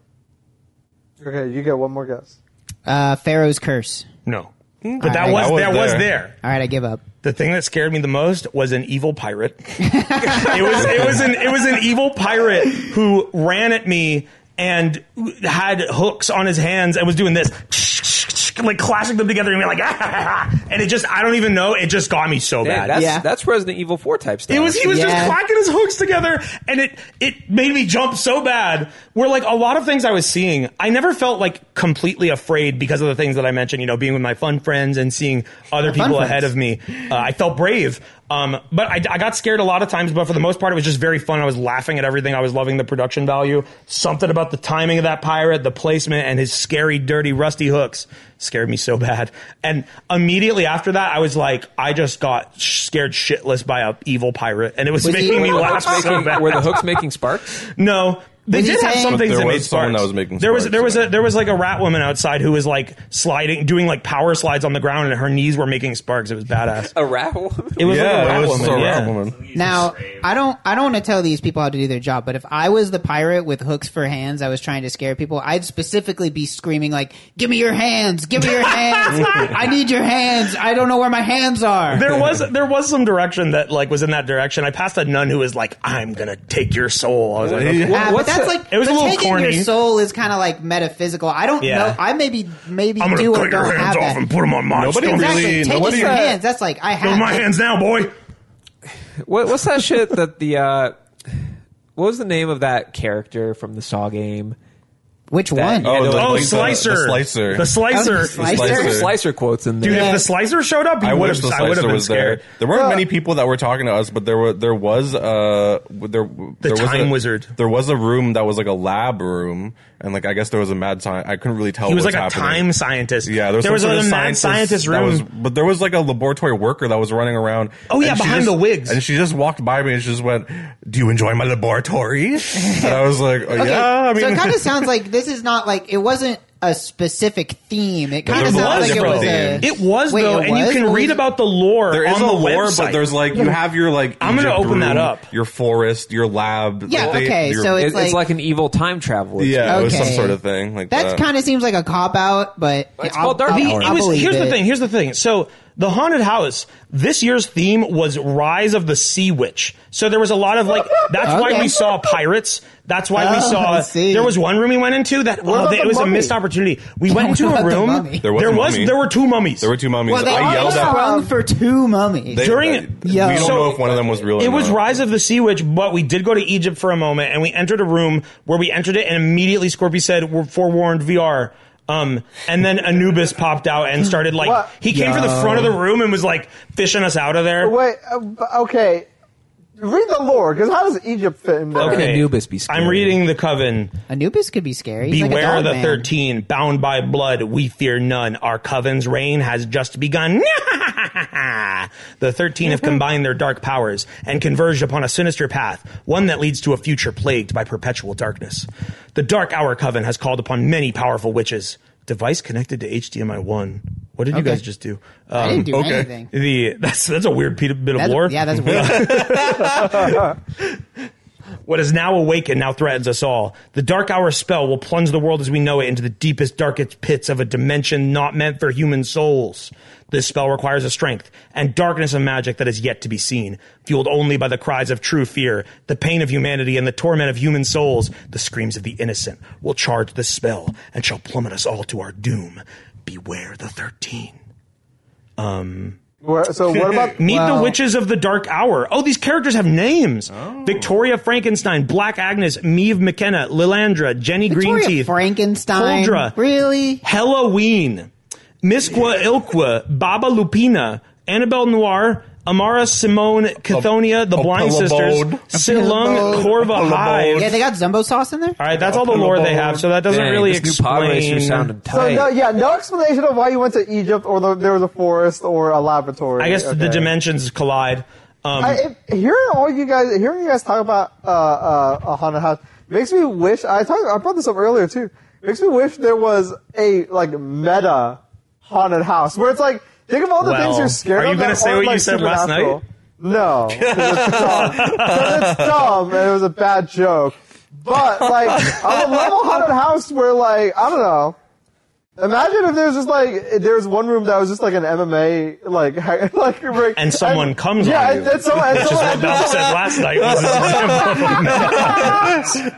Speaker 2: Okay, you get one more guess.
Speaker 4: Uh, Pharaoh's curse.
Speaker 1: no. But that
Speaker 4: right.
Speaker 1: was,
Speaker 5: That was
Speaker 1: that was
Speaker 5: there.
Speaker 1: there.
Speaker 4: All right, I give up.
Speaker 1: The thing that scared me the most was an evil pirate. it was it was an it was an evil pirate who ran at me and had hooks on his hands and was doing this like clashing them together and being like "Ah, and it just I don't even know it just got me so
Speaker 3: Man,
Speaker 1: bad.
Speaker 3: that's
Speaker 4: Yeah.
Speaker 3: that's Resident Evil Four type stuff.
Speaker 1: It was he was
Speaker 4: Yeah.
Speaker 1: just clacking his hooks together, and it it made me jump so bad. Where like a lot of things I was seeing, I never felt like completely afraid because of the things that I mentioned. You know, being with my fun friends and seeing other
Speaker 4: Fun
Speaker 1: people
Speaker 4: friends.
Speaker 1: ahead of me, uh, I felt brave. Um, but I, I got scared a lot of times. But for the most part, it was just very fun. I was laughing at everything. I was loving the production value. Something about the timing of that pirate, the placement, and his scary, dirty, rusty hooks scared me so bad. And immediately after that, I was like, I just got scared shitless by a evil pirate, and it was,
Speaker 4: Was he-
Speaker 1: making me
Speaker 4: Were the
Speaker 1: laugh
Speaker 4: hooks
Speaker 1: so
Speaker 3: making,
Speaker 1: bad.
Speaker 3: were the hooks making sparks?
Speaker 1: No. They
Speaker 4: Was he
Speaker 1: did have
Speaker 4: saying-
Speaker 1: some
Speaker 4: But
Speaker 1: things
Speaker 5: there
Speaker 1: that made
Speaker 5: was someone
Speaker 1: sparks.
Speaker 5: that was making
Speaker 1: there was
Speaker 5: sparks,
Speaker 1: there was
Speaker 5: yeah.
Speaker 1: a there was like a rat woman outside who was like sliding, doing like power slides on the ground, and her knees were making sparks. It was badass.
Speaker 3: A rat woman?
Speaker 1: It was like a
Speaker 5: Yeah,
Speaker 1: rat
Speaker 5: it was
Speaker 1: woman.
Speaker 5: Oh, so
Speaker 1: yeah.
Speaker 5: rat woman.
Speaker 4: Now, I don't I don't want to tell these people how to do their job, but if I was the pirate with hooks for hands, I was trying to scare people, I'd specifically be screaming like, "Give me your hands! Give me your hands! I need your hands! I don't know where my hands are!"
Speaker 1: There was there was some direction that like was in that direction. I passed a nun who was like, "I'm gonna take your soul." I was like, okay.
Speaker 4: Ah, but
Speaker 3: What's
Speaker 4: that's
Speaker 3: the-
Speaker 4: like
Speaker 1: It was
Speaker 4: the
Speaker 1: a little
Speaker 4: taking
Speaker 1: corny.
Speaker 4: your soul is kind of like metaphysical. I don't
Speaker 1: Yeah.
Speaker 4: know. I maybe maybe
Speaker 1: "I'm
Speaker 4: do
Speaker 1: gonna
Speaker 4: or
Speaker 1: cut your
Speaker 4: don't have
Speaker 1: hands off
Speaker 4: that.
Speaker 1: and put them on my
Speaker 5: Nobody
Speaker 1: stomach.
Speaker 4: exactly.
Speaker 5: Really,
Speaker 4: Take
Speaker 5: nobody-
Speaker 4: your hands. That's like I
Speaker 1: Those
Speaker 4: have
Speaker 1: are my hands now, boy."
Speaker 3: What, what's that shit that the uh, what was the name of that character from the Saw game?
Speaker 4: Which one?
Speaker 5: Oh,
Speaker 1: Oh,
Speaker 5: the- like the-
Speaker 1: slicer.
Speaker 5: the slicer.
Speaker 1: The slicer.
Speaker 4: Oh, the slicer.
Speaker 5: Slicer.
Speaker 3: There's slicer quotes in there.
Speaker 1: Dude, if the slicer showed up,
Speaker 5: I
Speaker 1: you would
Speaker 5: wish
Speaker 1: have.
Speaker 5: the
Speaker 1: I would have
Speaker 5: slicer
Speaker 1: been
Speaker 5: was
Speaker 1: scared.
Speaker 5: there. There weren't many people that were talking to us, but there were there was uh there the there was
Speaker 1: time
Speaker 5: a,
Speaker 1: wizard.
Speaker 5: There was a room that was like a lab room, and like I guess there was a mad time. I couldn't really tell.
Speaker 1: He was
Speaker 5: what
Speaker 1: like a
Speaker 5: happening.
Speaker 1: time scientist.
Speaker 5: Yeah, there was,
Speaker 1: there was
Speaker 5: some
Speaker 1: like
Speaker 5: sort
Speaker 1: a
Speaker 5: of
Speaker 1: mad scientist
Speaker 5: that
Speaker 1: room.
Speaker 5: was- but there was like a laboratory worker that was running around.
Speaker 1: Oh, yeah,
Speaker 5: and she
Speaker 1: behind
Speaker 5: just-
Speaker 1: the wigs.
Speaker 5: And she just walked by me and she just went, "Do you enjoy my laboratory?" and I was like, oh,
Speaker 4: Okay,
Speaker 5: "Yeah." I mean,
Speaker 4: so it kind of sounds like this is not like it wasn't a specific theme. It kind
Speaker 5: there
Speaker 4: of
Speaker 5: was a lot
Speaker 4: sounds
Speaker 5: of
Speaker 4: like it
Speaker 5: different
Speaker 4: was a.
Speaker 1: it was
Speaker 4: Wait,
Speaker 1: though,
Speaker 4: it
Speaker 1: and you
Speaker 4: was?
Speaker 1: can
Speaker 4: What
Speaker 1: read
Speaker 4: was-
Speaker 1: about the lore
Speaker 5: there is
Speaker 1: on
Speaker 5: a
Speaker 1: the
Speaker 5: lore,
Speaker 1: website.
Speaker 5: but there's like you have your like
Speaker 1: I'm gonna
Speaker 5: Egypt
Speaker 1: open that
Speaker 5: room,
Speaker 1: up.
Speaker 5: Your forest, your lab.
Speaker 4: Yeah,
Speaker 5: like, they-
Speaker 4: okay,
Speaker 5: your-
Speaker 4: so
Speaker 3: It-
Speaker 4: it's
Speaker 3: it's, like,
Speaker 4: like
Speaker 3: an evil time travel.
Speaker 5: yeah, it was some
Speaker 4: okay.
Speaker 5: sort of thing like
Speaker 4: That
Speaker 5: that.
Speaker 4: kind of seems like a cop out, but
Speaker 3: It's
Speaker 4: I'll-
Speaker 3: called Dark
Speaker 4: I'll-
Speaker 3: Tower.
Speaker 4: I'll
Speaker 3: I
Speaker 1: it was,
Speaker 4: believe
Speaker 1: here's the
Speaker 4: it.
Speaker 1: thing. Here's the thing. So the haunted house. This year's theme was Rise of the Sea Witch. So there was a lot of like. That's why
Speaker 4: Okay.
Speaker 1: we saw pirates. That's why we
Speaker 4: Oh,
Speaker 1: saw.
Speaker 4: I see.
Speaker 1: There was one room we went into that.
Speaker 2: What
Speaker 1: oh,
Speaker 2: about
Speaker 1: they-
Speaker 2: the
Speaker 1: it was
Speaker 2: mummy?
Speaker 1: a missed opportunity. We went into
Speaker 4: about
Speaker 1: a
Speaker 4: the
Speaker 1: room.
Speaker 4: mummy?
Speaker 5: There was a mummy.
Speaker 1: there were two mummies.
Speaker 5: there were two mummies.
Speaker 4: Well, they
Speaker 5: I
Speaker 4: all
Speaker 5: yelled at
Speaker 4: sprung for two mummies.
Speaker 5: They-
Speaker 1: During-
Speaker 5: they-
Speaker 4: Yeah.
Speaker 5: we don't
Speaker 1: So-
Speaker 5: know if one of them was real. or
Speaker 1: It was
Speaker 5: not.
Speaker 1: Rise of the Sea Witch, but we did go to Egypt for a moment, and we entered a room where we entered it, and immediately Scorpy said, "We're forewarned, VR." Um, and then Anubis popped out and started like
Speaker 2: What?
Speaker 1: he came to the front of the room and was like fishing us out of there.
Speaker 2: Wait, uh, okay. Read the lore, because how does Egypt fit in there?
Speaker 3: Okay. Can Anubis be scary?
Speaker 1: I'm reading the Coven.
Speaker 4: Anubis could be scary. He's like a
Speaker 1: Beware
Speaker 4: dog
Speaker 1: the
Speaker 4: man.
Speaker 1: thirteen, bound by blood, we fear none. Our coven's reign has just begun. the thirteen
Speaker 4: Mm-hmm.
Speaker 1: have combined their dark powers and converged upon a sinister path, one that leads to a future plagued by perpetual darkness. The Dark Hour Coven has called upon many powerful witches. Device connected to HDMI one. What did you
Speaker 4: Okay.
Speaker 1: guys just do? Um,
Speaker 4: I didn't do
Speaker 5: Okay.
Speaker 4: anything.
Speaker 1: The that's that's a weird pe- bit of
Speaker 4: That's-
Speaker 1: lore.
Speaker 4: yeah, that's weird.
Speaker 1: What is now awake and now threatens us all. The dark hour spell will plunge the world as we know it into the deepest, darkest pits of a dimension not meant for human souls. This spell requires a strength and darkness of magic that is yet to be seen, fueled only by the cries of true fear, the pain of humanity, and the torment of human souls. The screams of the innocent will charge this spell and shall plummet us all to our doom. Beware the thirteen.
Speaker 2: Where- so what about
Speaker 1: Meet the
Speaker 4: Wow.
Speaker 1: witches of the dark hour. Oh, these characters have names.
Speaker 3: Oh.
Speaker 1: Victoria Frankenstein, Black Agnes, Meve McKenna, Lilandra, Jenny
Speaker 4: Victoria
Speaker 1: Greenteeth,
Speaker 4: Frankenstein.
Speaker 1: Cauldra.
Speaker 4: Really?
Speaker 1: Halloween, Misqua Ilqua, Baba Lupina, Annabelle Noir, Amara Simone, Cathonia, the Blind Sisters,
Speaker 5: Apollo Bode.
Speaker 1: Silung, Corva
Speaker 4: Yeah,
Speaker 1: Hive.
Speaker 4: they got Zumbo sauce in there.
Speaker 1: All right, that's all the lore they have, so that doesn't
Speaker 3: Dang,
Speaker 1: really
Speaker 3: this new pod racer
Speaker 1: explain.
Speaker 3: sounded
Speaker 2: So
Speaker 3: tight.
Speaker 2: no, yeah, no explanation of why you went to Egypt or the, there was a forest or a laboratory.
Speaker 1: I guess the
Speaker 2: Okay.
Speaker 1: dimensions collide. Um,
Speaker 2: I, if, hearing all you guys, hearing you guys talk about uh, uh, a haunted house makes me wish. I talked, I brought this up earlier too. Makes me wish there was a like meta haunted house where it's like think of all the
Speaker 1: Well,
Speaker 2: things you're scared
Speaker 1: are
Speaker 2: of.
Speaker 1: you gonna
Speaker 2: that
Speaker 1: say
Speaker 2: aren't,
Speaker 1: what you
Speaker 2: like,
Speaker 1: said last
Speaker 2: supernatural.
Speaker 1: night?
Speaker 2: No, 'cause it's dumb. 'Cause it's dumb, and it was a bad joke. But like, on a level haunted house where like I don't know. Imagine if there's just like there's one room that was just like an MMA like ha- like break,
Speaker 1: and someone comes
Speaker 2: yeah,
Speaker 1: on you.
Speaker 2: and, and someone, and someone
Speaker 1: what Bell said last night. was his-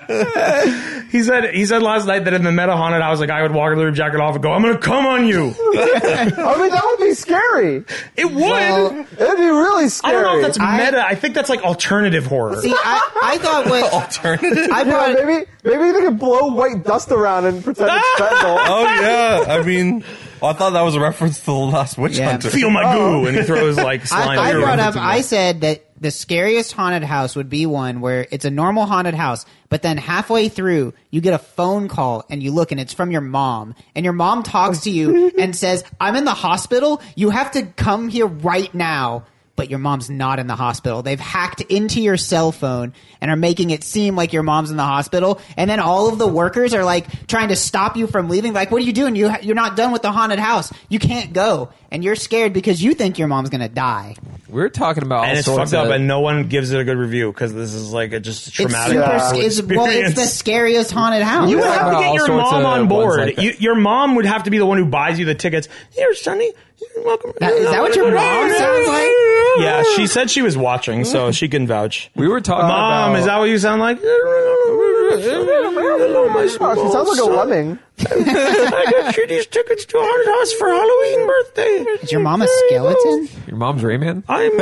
Speaker 1: he said he said last night that in the meta haunted, I was like, I would walk in the room, jacket off, and go, "I'm gonna come on you."
Speaker 2: I mean, that would be scary.
Speaker 1: It would.
Speaker 4: Well,
Speaker 2: It'd be really
Speaker 1: I
Speaker 2: scary.
Speaker 1: don't know if that's
Speaker 4: I-
Speaker 1: meta. I think that's like alternative horror.
Speaker 4: See, I, I thought
Speaker 5: Oh,
Speaker 4: what
Speaker 5: Alternative.
Speaker 4: I
Speaker 2: Yeah,
Speaker 4: brought.
Speaker 2: maybe maybe they could blow white dust around and pretend it's fentanyl.
Speaker 5: oh yeah, I mean, I thought that was a reference to the last witch
Speaker 4: Yeah.
Speaker 5: hunter.
Speaker 1: Feel my goo, and he throws like slime.
Speaker 4: I, I
Speaker 1: everywhere.
Speaker 4: brought up. I said that the scariest haunted house would be one where it's a normal haunted house, but then halfway through you get a phone call and you look and it's from your mom, and your mom talks to you and says, "I'm in the hospital. You have to come here right now." But your mom's not in the hospital. They've hacked into your cell phone and are making it seem like your mom's in the hospital. And then all of the workers are like trying to stop you from leaving. Like, what are you doing? You, you're not done with the haunted house. You can't go. And you're scared because you think your mom's going to die.
Speaker 3: We're talking about all
Speaker 1: and it's
Speaker 3: sorts
Speaker 1: fucked up,
Speaker 3: of
Speaker 1: and no one gives it a good review because this is like a just a traumatic.
Speaker 2: super
Speaker 1: horrible
Speaker 4: It's, super, it's, well, it's the
Speaker 1: experience.
Speaker 4: scariest haunted house.
Speaker 1: You would
Speaker 3: Yeah,
Speaker 1: have to
Speaker 3: about
Speaker 1: get
Speaker 3: all
Speaker 1: your
Speaker 3: sorts
Speaker 1: mom
Speaker 3: of
Speaker 1: on
Speaker 3: ones
Speaker 1: board.
Speaker 3: like that.
Speaker 1: you, your mom would have to be the one who buys you the tickets. Here, Sonny, you're welcome.
Speaker 4: That- is that what your mom sounds like?
Speaker 1: Yeah, she said she was watching, so she can vouch.
Speaker 3: we were talking
Speaker 1: mom,
Speaker 3: about
Speaker 1: is that what you sound like?
Speaker 2: Oh, she sounds like a lemming.
Speaker 1: I got you these tickets to a haunted house for Halloween birthday.
Speaker 4: Is your mom a skeleton?
Speaker 3: Your mom's Rayman?
Speaker 1: I'm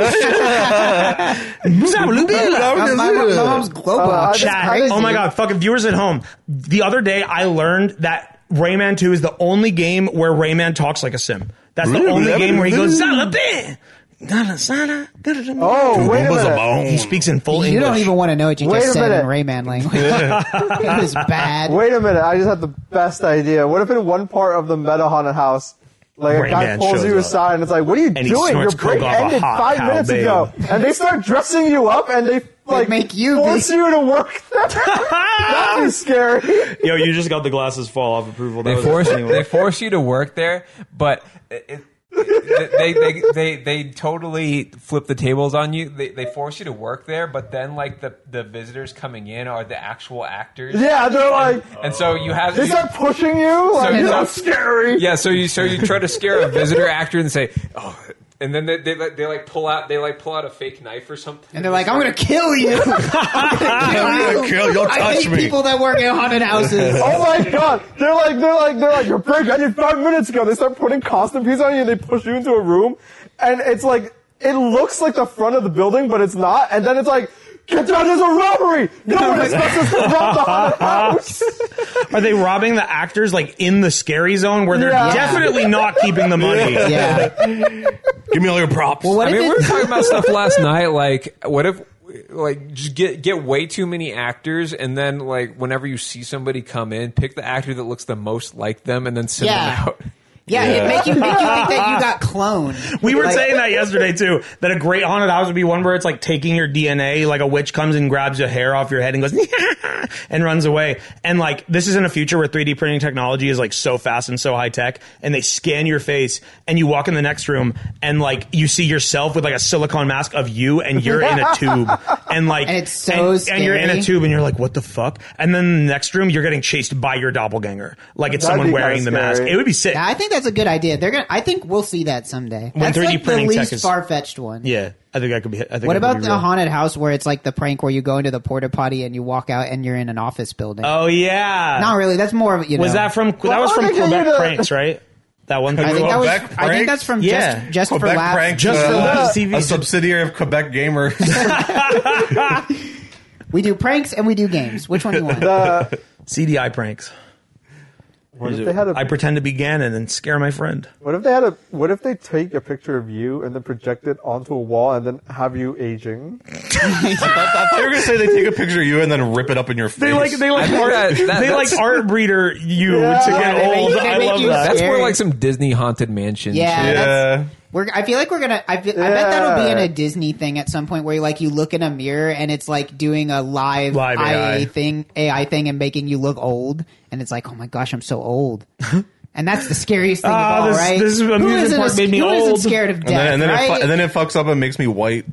Speaker 1: Um,
Speaker 4: My, my mom's global.
Speaker 2: Uh, I just-
Speaker 1: Chat.
Speaker 2: how does
Speaker 1: Oh my
Speaker 2: it-
Speaker 1: god, fucking viewers at home. The other day I learned that Rayman 2 is the only game where Rayman talks like a sim. That's the only game where he goes "Zalabin, dalasana, da-da-da-da."
Speaker 2: Oh, wait a
Speaker 5: Boomba's
Speaker 2: minute.
Speaker 5: bone.
Speaker 1: He speaks in full
Speaker 4: you
Speaker 1: English.
Speaker 4: don't even want to know what you
Speaker 2: Wait
Speaker 4: just
Speaker 2: a
Speaker 4: said in
Speaker 2: minute.
Speaker 4: Rayman language. it was bad.
Speaker 2: Wait a minute, I just had the best idea. What if in one part of the meta haunted house, like a guy
Speaker 1: Rayman
Speaker 2: pulls
Speaker 1: shows
Speaker 2: you
Speaker 1: up.
Speaker 2: aside and it's like, "What are you
Speaker 1: he
Speaker 2: doing? Your
Speaker 1: snorts
Speaker 2: break
Speaker 1: coke off a
Speaker 2: ended
Speaker 1: hot
Speaker 2: five
Speaker 1: cow,
Speaker 2: minutes
Speaker 1: babe."
Speaker 2: ago," and they start dressing you up and they like
Speaker 4: make you
Speaker 2: force
Speaker 4: be-
Speaker 2: you to work there. That'd be scary.
Speaker 1: Yo, you just got the glasses fall off approval. That
Speaker 3: They
Speaker 1: was
Speaker 3: force
Speaker 1: a funny one.
Speaker 3: they force you to work there, but it, it- they, they they they totally flip the tables on you. They, they force you to work there, but then like the, the visitors coming in are the actual actors.
Speaker 2: Yeah, they're like
Speaker 3: and so you have
Speaker 2: they
Speaker 3: you-
Speaker 2: start pushing you. Like,
Speaker 3: So-
Speaker 2: "You're
Speaker 3: so-
Speaker 2: not scary.
Speaker 3: Yeah, so you so you try to scare a visitor actor and say, oh, and then they, they like- they like pull out they like pull out a fake knife or something,
Speaker 4: And they're like, I'm gonna kill you. I'm gonna kill you.
Speaker 5: Kill, don't
Speaker 4: I
Speaker 5: touch
Speaker 4: hate
Speaker 5: me.
Speaker 4: people that work in haunted houses.
Speaker 2: Oh my god! They're like, they're like, they're like, your break ended five minutes ago. They start putting costume pieces on you and they push you into a room. And it's like, it looks like the front of the building, but it's not. And then it's like, get down, there's a robbery! No one expects us to rob the haunted house!
Speaker 1: Are they robbing the actors like in the scary zone where they're
Speaker 2: Yeah.
Speaker 1: definitely not keeping the money?
Speaker 4: yeah.
Speaker 5: Give me all your props.
Speaker 4: What
Speaker 3: I
Speaker 4: if
Speaker 3: mean, we were
Speaker 4: it's
Speaker 3: talking about stuff last night. Like, what if, like, just get get way too many actors, and then like, whenever you see somebody come in, pick the actor that looks the most like them, and then send
Speaker 4: Yeah.
Speaker 3: them out.
Speaker 4: yeah, It make you make you think that you got cloned.
Speaker 1: We were
Speaker 4: Like-
Speaker 1: saying that yesterday too. That a great haunted house would be one where it's like taking your DNA, like a witch comes and grabs your hair off your head and goes and runs away. And like this is in a future where 3D printing technology is like so fast and so high tech, and they scan your face, and you walk in the next room, and like you see yourself with like a silicone mask of you, and you're in a tube, and like
Speaker 4: And it's so
Speaker 1: and, and you're in a
Speaker 4: scary.
Speaker 1: tube, and you're like, what the fuck? And then the next room, you're getting chased by your doppelganger, like it's
Speaker 2: That'd
Speaker 1: someone
Speaker 2: be
Speaker 1: wearing
Speaker 2: kinda
Speaker 1: the mask.
Speaker 2: scary.
Speaker 1: It would be sick.
Speaker 4: Yeah, I think that's a good idea. They're gonna. I think we'll see that someday. that's
Speaker 1: 3D
Speaker 4: like the
Speaker 1: printing tech
Speaker 4: least
Speaker 1: is-
Speaker 4: far fetched one.
Speaker 1: yeah, I think I could be. I think
Speaker 4: What
Speaker 1: I could
Speaker 4: about
Speaker 1: be
Speaker 4: the
Speaker 1: real.
Speaker 4: haunted house where it's like the prank where you go into the porta potty and you walk out and you're in an office building?
Speaker 1: Oh yeah.
Speaker 4: Not really. That's more of you know.
Speaker 1: Was that from that was
Speaker 2: how
Speaker 1: from
Speaker 2: did they do
Speaker 1: Quebec
Speaker 2: that?
Speaker 1: Pranks, right? That one thing.
Speaker 4: I think
Speaker 1: we
Speaker 4: that was.
Speaker 1: watched.
Speaker 5: Quebec
Speaker 4: I think
Speaker 5: prank?
Speaker 4: that's from
Speaker 1: Yeah.
Speaker 4: just just for
Speaker 5: Quebec
Speaker 4: laughs.
Speaker 5: prank,
Speaker 1: Just for
Speaker 5: uh,
Speaker 1: Laughs
Speaker 5: a
Speaker 1: TV.
Speaker 5: subsidiary of Quebec Gamers.
Speaker 4: We do pranks and we do games. Which one do you want?
Speaker 1: CDI pranks.
Speaker 2: What if they had
Speaker 1: I
Speaker 2: a,
Speaker 1: pretend to be Ganon and scare my friend.
Speaker 2: what if they had a, what if they take a picture of you and then project it onto a wall and then have you aging?
Speaker 5: I thought you were gonna say they take a picture of you and then rip it up in your face.
Speaker 1: They like they
Speaker 3: I
Speaker 1: like
Speaker 3: think
Speaker 1: art,
Speaker 3: that- that-
Speaker 1: they like
Speaker 3: that's-
Speaker 1: art breeder you
Speaker 2: Yeah.
Speaker 1: to
Speaker 2: Yeah,
Speaker 1: get
Speaker 4: they make
Speaker 1: old.
Speaker 4: you- they
Speaker 1: I
Speaker 4: make
Speaker 1: love
Speaker 4: you
Speaker 1: that.
Speaker 3: That's more
Speaker 4: Scary.
Speaker 3: like some Disney haunted mansion.
Speaker 4: Yeah,
Speaker 3: shit.
Speaker 4: that's-
Speaker 5: yeah.
Speaker 4: We're, I feel like we're gonna. I, feel, I bet that'll be in
Speaker 2: Yeah.
Speaker 4: a Disney thing at some point where you like you look in a mirror and it's like doing a live,
Speaker 1: Live
Speaker 4: IA
Speaker 1: AI.
Speaker 4: thing, AI thing, and making you look old. And it's like, oh my gosh, I'm so old. and that's the scariest thing
Speaker 1: Ah,
Speaker 4: of all,
Speaker 1: this-
Speaker 4: right?
Speaker 1: this amusement
Speaker 4: who isn't,
Speaker 1: park
Speaker 4: a-
Speaker 1: made me
Speaker 4: who isn't
Speaker 1: old.
Speaker 4: scared of death,
Speaker 5: And then, and, then
Speaker 4: right?
Speaker 5: it fu- and then it fucks up and makes me white.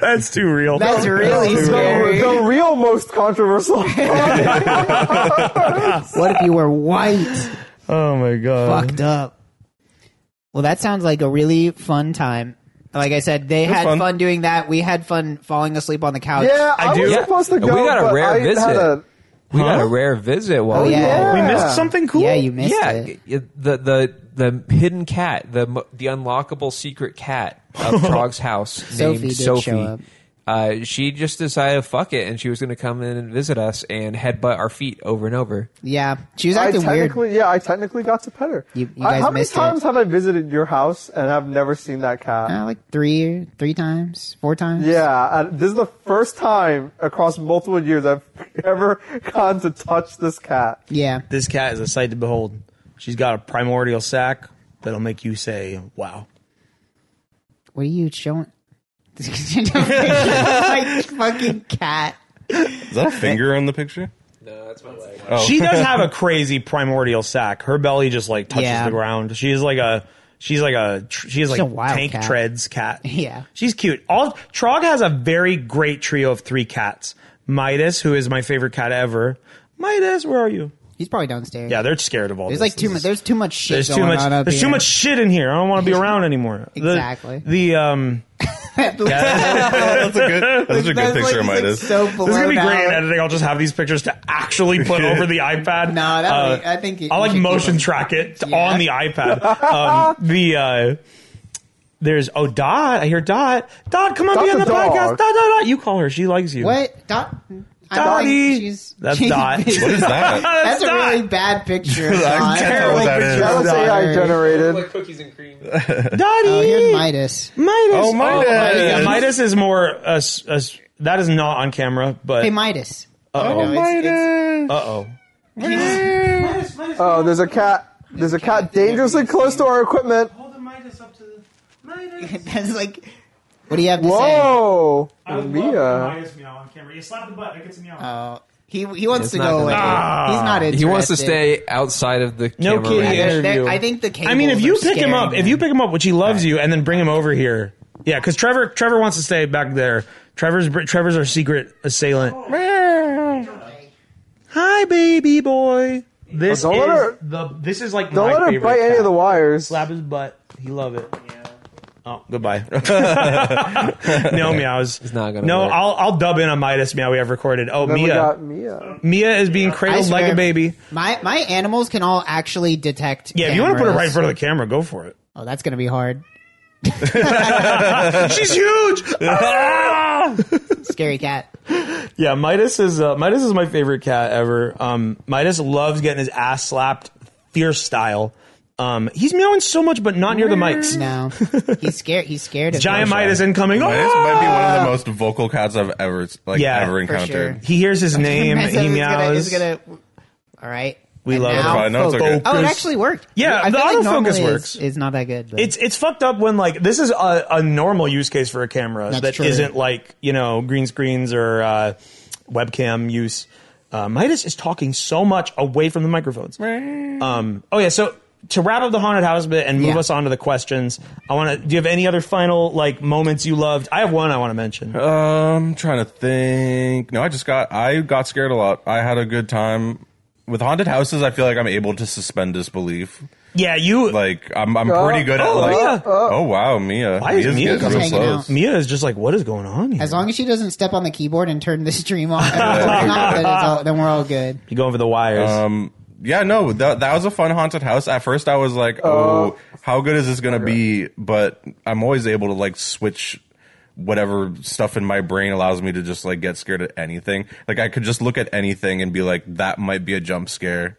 Speaker 1: That's too real.
Speaker 4: that's really scary.
Speaker 2: The, the real most controversial.
Speaker 4: what if you were white?
Speaker 1: oh my god.
Speaker 4: Fucked up. Well, that sounds like a really fun time. Like I said, they had fun.
Speaker 5: fun.
Speaker 4: doing that. We we had fun falling asleep on the couch.
Speaker 2: yeah,
Speaker 1: I
Speaker 2: I,
Speaker 1: do.
Speaker 2: was
Speaker 1: Yeah.
Speaker 2: supposed to
Speaker 3: We
Speaker 2: go.
Speaker 3: got a
Speaker 2: but
Speaker 3: rare
Speaker 2: I had
Speaker 3: visit.
Speaker 2: a-
Speaker 3: We got a rare visit while
Speaker 4: Oh,
Speaker 3: we
Speaker 4: yeah.
Speaker 1: We
Speaker 2: Yeah.
Speaker 1: missed something cool.
Speaker 4: Yeah, you missed
Speaker 3: yeah,
Speaker 4: it.
Speaker 3: y- the the the hidden cat, the mo- the unlockable secret cat of Trog's house
Speaker 4: Sophie
Speaker 3: named
Speaker 4: did
Speaker 3: Sophie.
Speaker 4: show up.
Speaker 3: Uh, she just decided fuck it, and she was going to come in and visit us and headbutt our feet over and over.
Speaker 4: Yeah, she was
Speaker 2: I
Speaker 4: acting weird.
Speaker 2: technically, yeah, I technically got to pet her.
Speaker 4: You- you
Speaker 2: I-
Speaker 4: guys
Speaker 2: how many
Speaker 4: missed it.
Speaker 2: times have I visited your house and I've never seen that cat?
Speaker 4: Uh, like three, three times, four times.
Speaker 2: yeah, and this is the first time across multiple years I've ever gone to touch this cat.
Speaker 4: yeah.
Speaker 1: This cat is a sight to behold. She's got a primordial sack that'll make you say, "Wow."
Speaker 4: What are you showing? like fucking cat.
Speaker 5: Is that a finger on the picture?
Speaker 3: No, that's my leg.
Speaker 4: Oh.
Speaker 1: She does have a crazy primordial sack. Her belly just like touches
Speaker 4: Yeah.
Speaker 1: the ground. She's like a she's like a tr- she's like
Speaker 4: a wild
Speaker 1: tank
Speaker 4: cat.
Speaker 1: treads cat.
Speaker 4: Yeah.
Speaker 1: she's cute. All Trog has a very great trio of three cats. Midas, who is my favorite cat ever. Midas, where are you?
Speaker 4: He's probably downstairs.
Speaker 1: Yeah, they're scared of all.
Speaker 4: there's
Speaker 1: this.
Speaker 4: like too
Speaker 1: This
Speaker 4: much.
Speaker 1: is-
Speaker 4: There's too much shit.
Speaker 1: There's too
Speaker 4: going
Speaker 1: much.
Speaker 4: on up
Speaker 1: There's too
Speaker 4: here.
Speaker 1: much shit in here. I don't want to be around anymore. The-
Speaker 4: Exactly.
Speaker 1: The, um.
Speaker 4: At least.
Speaker 5: that's a good. That's a good
Speaker 4: That's like-
Speaker 5: picture of
Speaker 4: it's, like,
Speaker 5: Midas.
Speaker 4: so
Speaker 1: This is gonna be
Speaker 4: blown
Speaker 1: great in
Speaker 4: out.
Speaker 1: editing. I'll just have these pictures to actually put over the iPad.
Speaker 4: Nah, that would be- I think you-
Speaker 1: I'll Uh,
Speaker 4: you
Speaker 1: like
Speaker 4: should keep
Speaker 1: motion
Speaker 4: it.
Speaker 1: track it
Speaker 4: Yeah.
Speaker 1: on the iPad. Um, the uh, there's oh Dot. I hear Dot. Dot, come on, be
Speaker 2: Dot's
Speaker 1: on
Speaker 2: a
Speaker 1: the
Speaker 2: dog.
Speaker 1: podcast. Dot, Dot, Dot. You call her. She likes you.
Speaker 4: What? Dot? I don't
Speaker 1: Dottie.
Speaker 4: think she's-
Speaker 1: That's Dot.
Speaker 5: What is that?
Speaker 4: That's, a
Speaker 1: Dot.
Speaker 4: really bad picture. Dot.
Speaker 5: I can't tell what that is.
Speaker 2: That was AI generated.
Speaker 3: like cookies and cream.
Speaker 1: Dottie.
Speaker 4: Oh, here's Midas.
Speaker 1: Midas.
Speaker 5: Oh, Midas.
Speaker 1: yeah, Midas is more. Uh, s- uh, s- that is not on camera, but
Speaker 4: Hey,
Speaker 1: uh
Speaker 4: Midas.
Speaker 1: oh,
Speaker 4: No, it's- it's-
Speaker 1: oh.
Speaker 5: Midas.
Speaker 2: Oh, there's a cat. There's a cat dangerously close to our equipment.
Speaker 6: Hold the Midas up to the Midas.
Speaker 4: That's like, what do you have to say?
Speaker 2: Whoa,
Speaker 6: I would love the
Speaker 2: Mia.
Speaker 6: Midas meow on camera. You slap the butt, it gets a meow.
Speaker 4: Oh, he he wants
Speaker 3: It's
Speaker 4: to
Speaker 3: not
Speaker 4: go
Speaker 3: gonna
Speaker 4: away.
Speaker 1: work.
Speaker 4: He's not interested.
Speaker 3: He wants to stay outside of the
Speaker 1: No
Speaker 3: camera
Speaker 1: kidding.
Speaker 3: range.
Speaker 4: They're- they're-
Speaker 1: interview.
Speaker 4: I think the cables
Speaker 1: I mean, if you
Speaker 4: are
Speaker 1: pick him
Speaker 4: scaring
Speaker 1: up, if
Speaker 4: them.
Speaker 1: you pick him up, which he loves you, and then bring him over here, yeah, because Trevor Trevor wants to stay back there. Trevor's Trevor's our secret assailant. Hi, baby boy. This
Speaker 2: Don't
Speaker 1: is
Speaker 2: let her-
Speaker 1: the this is like
Speaker 2: Don't
Speaker 1: my
Speaker 2: let her
Speaker 1: favorite
Speaker 2: bite any
Speaker 1: cat.
Speaker 2: of the wires.
Speaker 1: Slap his butt. He love it. Oh, goodbye. no meows. It's
Speaker 3: not gonna
Speaker 1: No,
Speaker 3: work.
Speaker 1: I'll I'll dub in a Midas meow we have recorded. Oh,
Speaker 2: Then we
Speaker 1: Mia.
Speaker 2: got Mia.
Speaker 1: Mia is being
Speaker 4: I
Speaker 1: cradled
Speaker 4: swear,
Speaker 1: like a baby.
Speaker 4: My my animals can all actually detect.
Speaker 1: Yeah, if you want to put her right in
Speaker 4: cameras.
Speaker 1: front of the camera, go for it.
Speaker 4: Oh, that's gonna be hard.
Speaker 1: She's huge. Ah!
Speaker 4: Scary cat.
Speaker 1: yeah, Midas is uh, Midas is my favorite cat ever. Um, Midas loves getting his ass slapped, fierce style. Um, he's meowing so much, but not near the mics.
Speaker 4: No, he's scared. He's scared of
Speaker 1: Giant
Speaker 4: those.
Speaker 1: Midas incoming.
Speaker 5: Midas
Speaker 1: Ah!
Speaker 5: might be one of the most vocal cats I've ever like
Speaker 1: Yeah,
Speaker 4: for
Speaker 5: ever
Speaker 4: sure.
Speaker 5: encountered.
Speaker 1: He hears his name.
Speaker 4: It's
Speaker 1: he
Speaker 4: Gonna, it's
Speaker 1: meows.
Speaker 4: gonna, all right.
Speaker 1: We
Speaker 4: And
Speaker 1: love it.
Speaker 4: now-
Speaker 5: Fine, no, it's okay.
Speaker 4: Oh, it actually worked.
Speaker 1: Yeah,
Speaker 4: I
Speaker 1: the
Speaker 4: feel like
Speaker 1: autofocus
Speaker 4: normally it's-
Speaker 1: works.
Speaker 4: It's not that good. but-
Speaker 1: It's it's fucked up when like this is a, a normal use case for a camera
Speaker 4: That's
Speaker 1: that
Speaker 4: true.
Speaker 1: not like you know green screens or uh, webcam use. Uh, Midas is talking so much away from the microphones. Um, oh yeah, so to wrap up the haunted house bit and move
Speaker 4: Yeah.
Speaker 1: us on to the questions, I want to. Do you have any other final like moments you loved? I have one I want to mention.
Speaker 5: Um, trying to think. No, I just got I got scared a lot. I had a good time with haunted houses. I feel like I'm able to suspend disbelief.
Speaker 1: yeah, you.
Speaker 5: Like I'm I'm pretty good at
Speaker 1: oh,
Speaker 5: like
Speaker 1: Mia.
Speaker 5: oh wow Mia.
Speaker 1: Why is
Speaker 5: Mia's
Speaker 1: Mia
Speaker 5: getting
Speaker 1: coming
Speaker 5: real
Speaker 4: hanging out?
Speaker 5: close.
Speaker 1: Mia is just like, what is going on here?
Speaker 4: As long as she doesn't step on the keyboard and turn the stream off, and if it's not, then, it's all, then we're all good.
Speaker 1: you going for the wires.
Speaker 5: Um, yeah, no, that that was a fun haunted house. At first, I was like, oh, how good is this gonna be? But I'm always able to like switch whatever stuff in my brain allows me to just like get scared at anything. Like I could just look at anything and be like, that might be a jump scare.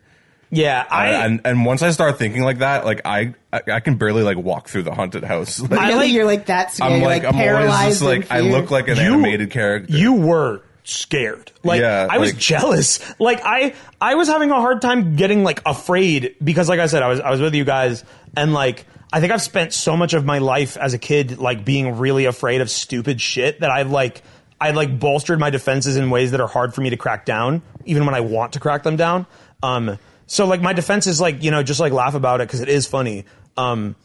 Speaker 1: yeah, I.
Speaker 5: and and once I start thinking like that, like I I, I can barely like walk through the haunted house. Like,
Speaker 1: I
Speaker 4: I
Speaker 1: like-
Speaker 4: like you're like that scared.
Speaker 5: I'm
Speaker 4: you're
Speaker 5: like,
Speaker 4: like,
Speaker 5: I'm always
Speaker 4: paralyzed.
Speaker 5: just like
Speaker 4: in
Speaker 5: I
Speaker 4: fear.
Speaker 5: look like an
Speaker 1: You-
Speaker 5: animated character.
Speaker 1: You were scared. Like
Speaker 5: Yeah,
Speaker 1: I was
Speaker 5: like-
Speaker 1: jealous. Like I I was having a hard time getting like afraid because like I said I was I was with you guys and like I think I've spent so much of my life as a kid like being really afraid of stupid shit that I've like I like bolstered my defenses in ways that are hard for me to crack down even when I want to crack them down. Um so like my defense is like, you know, just like laugh about it cuz it is funny. Um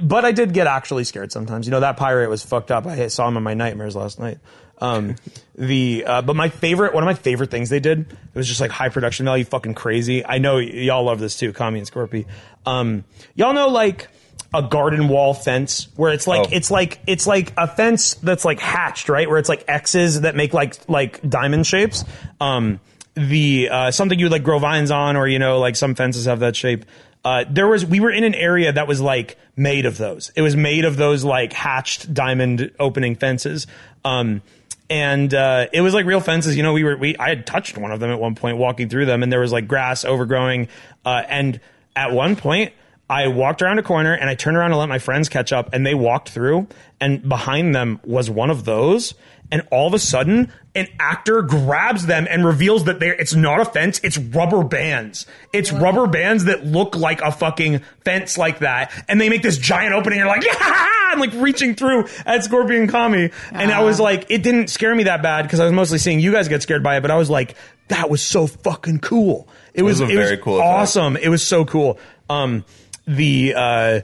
Speaker 1: but I did get actually scared sometimes. You know that pirate was fucked up. I saw him in my nightmares last night. Um, the uh, but my favorite, one of my favorite things they did, it was just like high production value, fucking crazy. I know y- y'all love this too, Kami and Scorpy. Um, y'all know like a garden wall fence where it's like
Speaker 5: Oh.
Speaker 1: it's like it's like a fence that's like hatched, right? Where it's like X's that make like like diamond shapes. Um, the uh, something you would like grow vines on, or you know, like some fences have that shape. Uh, there was we were in an area that was like made of those. It was made of those like hatched diamond opening fences. Um, and uh, it was like real fences. You know, we were we I had touched one of them at one point walking through them, and there was like grass overgrowing. Uh, and at one point, I walked around a corner and I turned around to let my friends catch up, and they walked through, and behind them was one of those. And all of a sudden, an actor grabs them and reveals that they it's not a fence, it's rubber bands. It's rubber bands that look like a fucking fence like that. And they make this giant opening, and you're like, yeah! I'm like reaching through at Scorpion Kami. And I was like, it didn't scare me that bad because I was mostly seeing you guys get scared by it, but I was like, that was so fucking cool. It, was,
Speaker 5: was a
Speaker 1: it
Speaker 5: very cool effect.
Speaker 1: awesome. It was so cool. Um, the uh,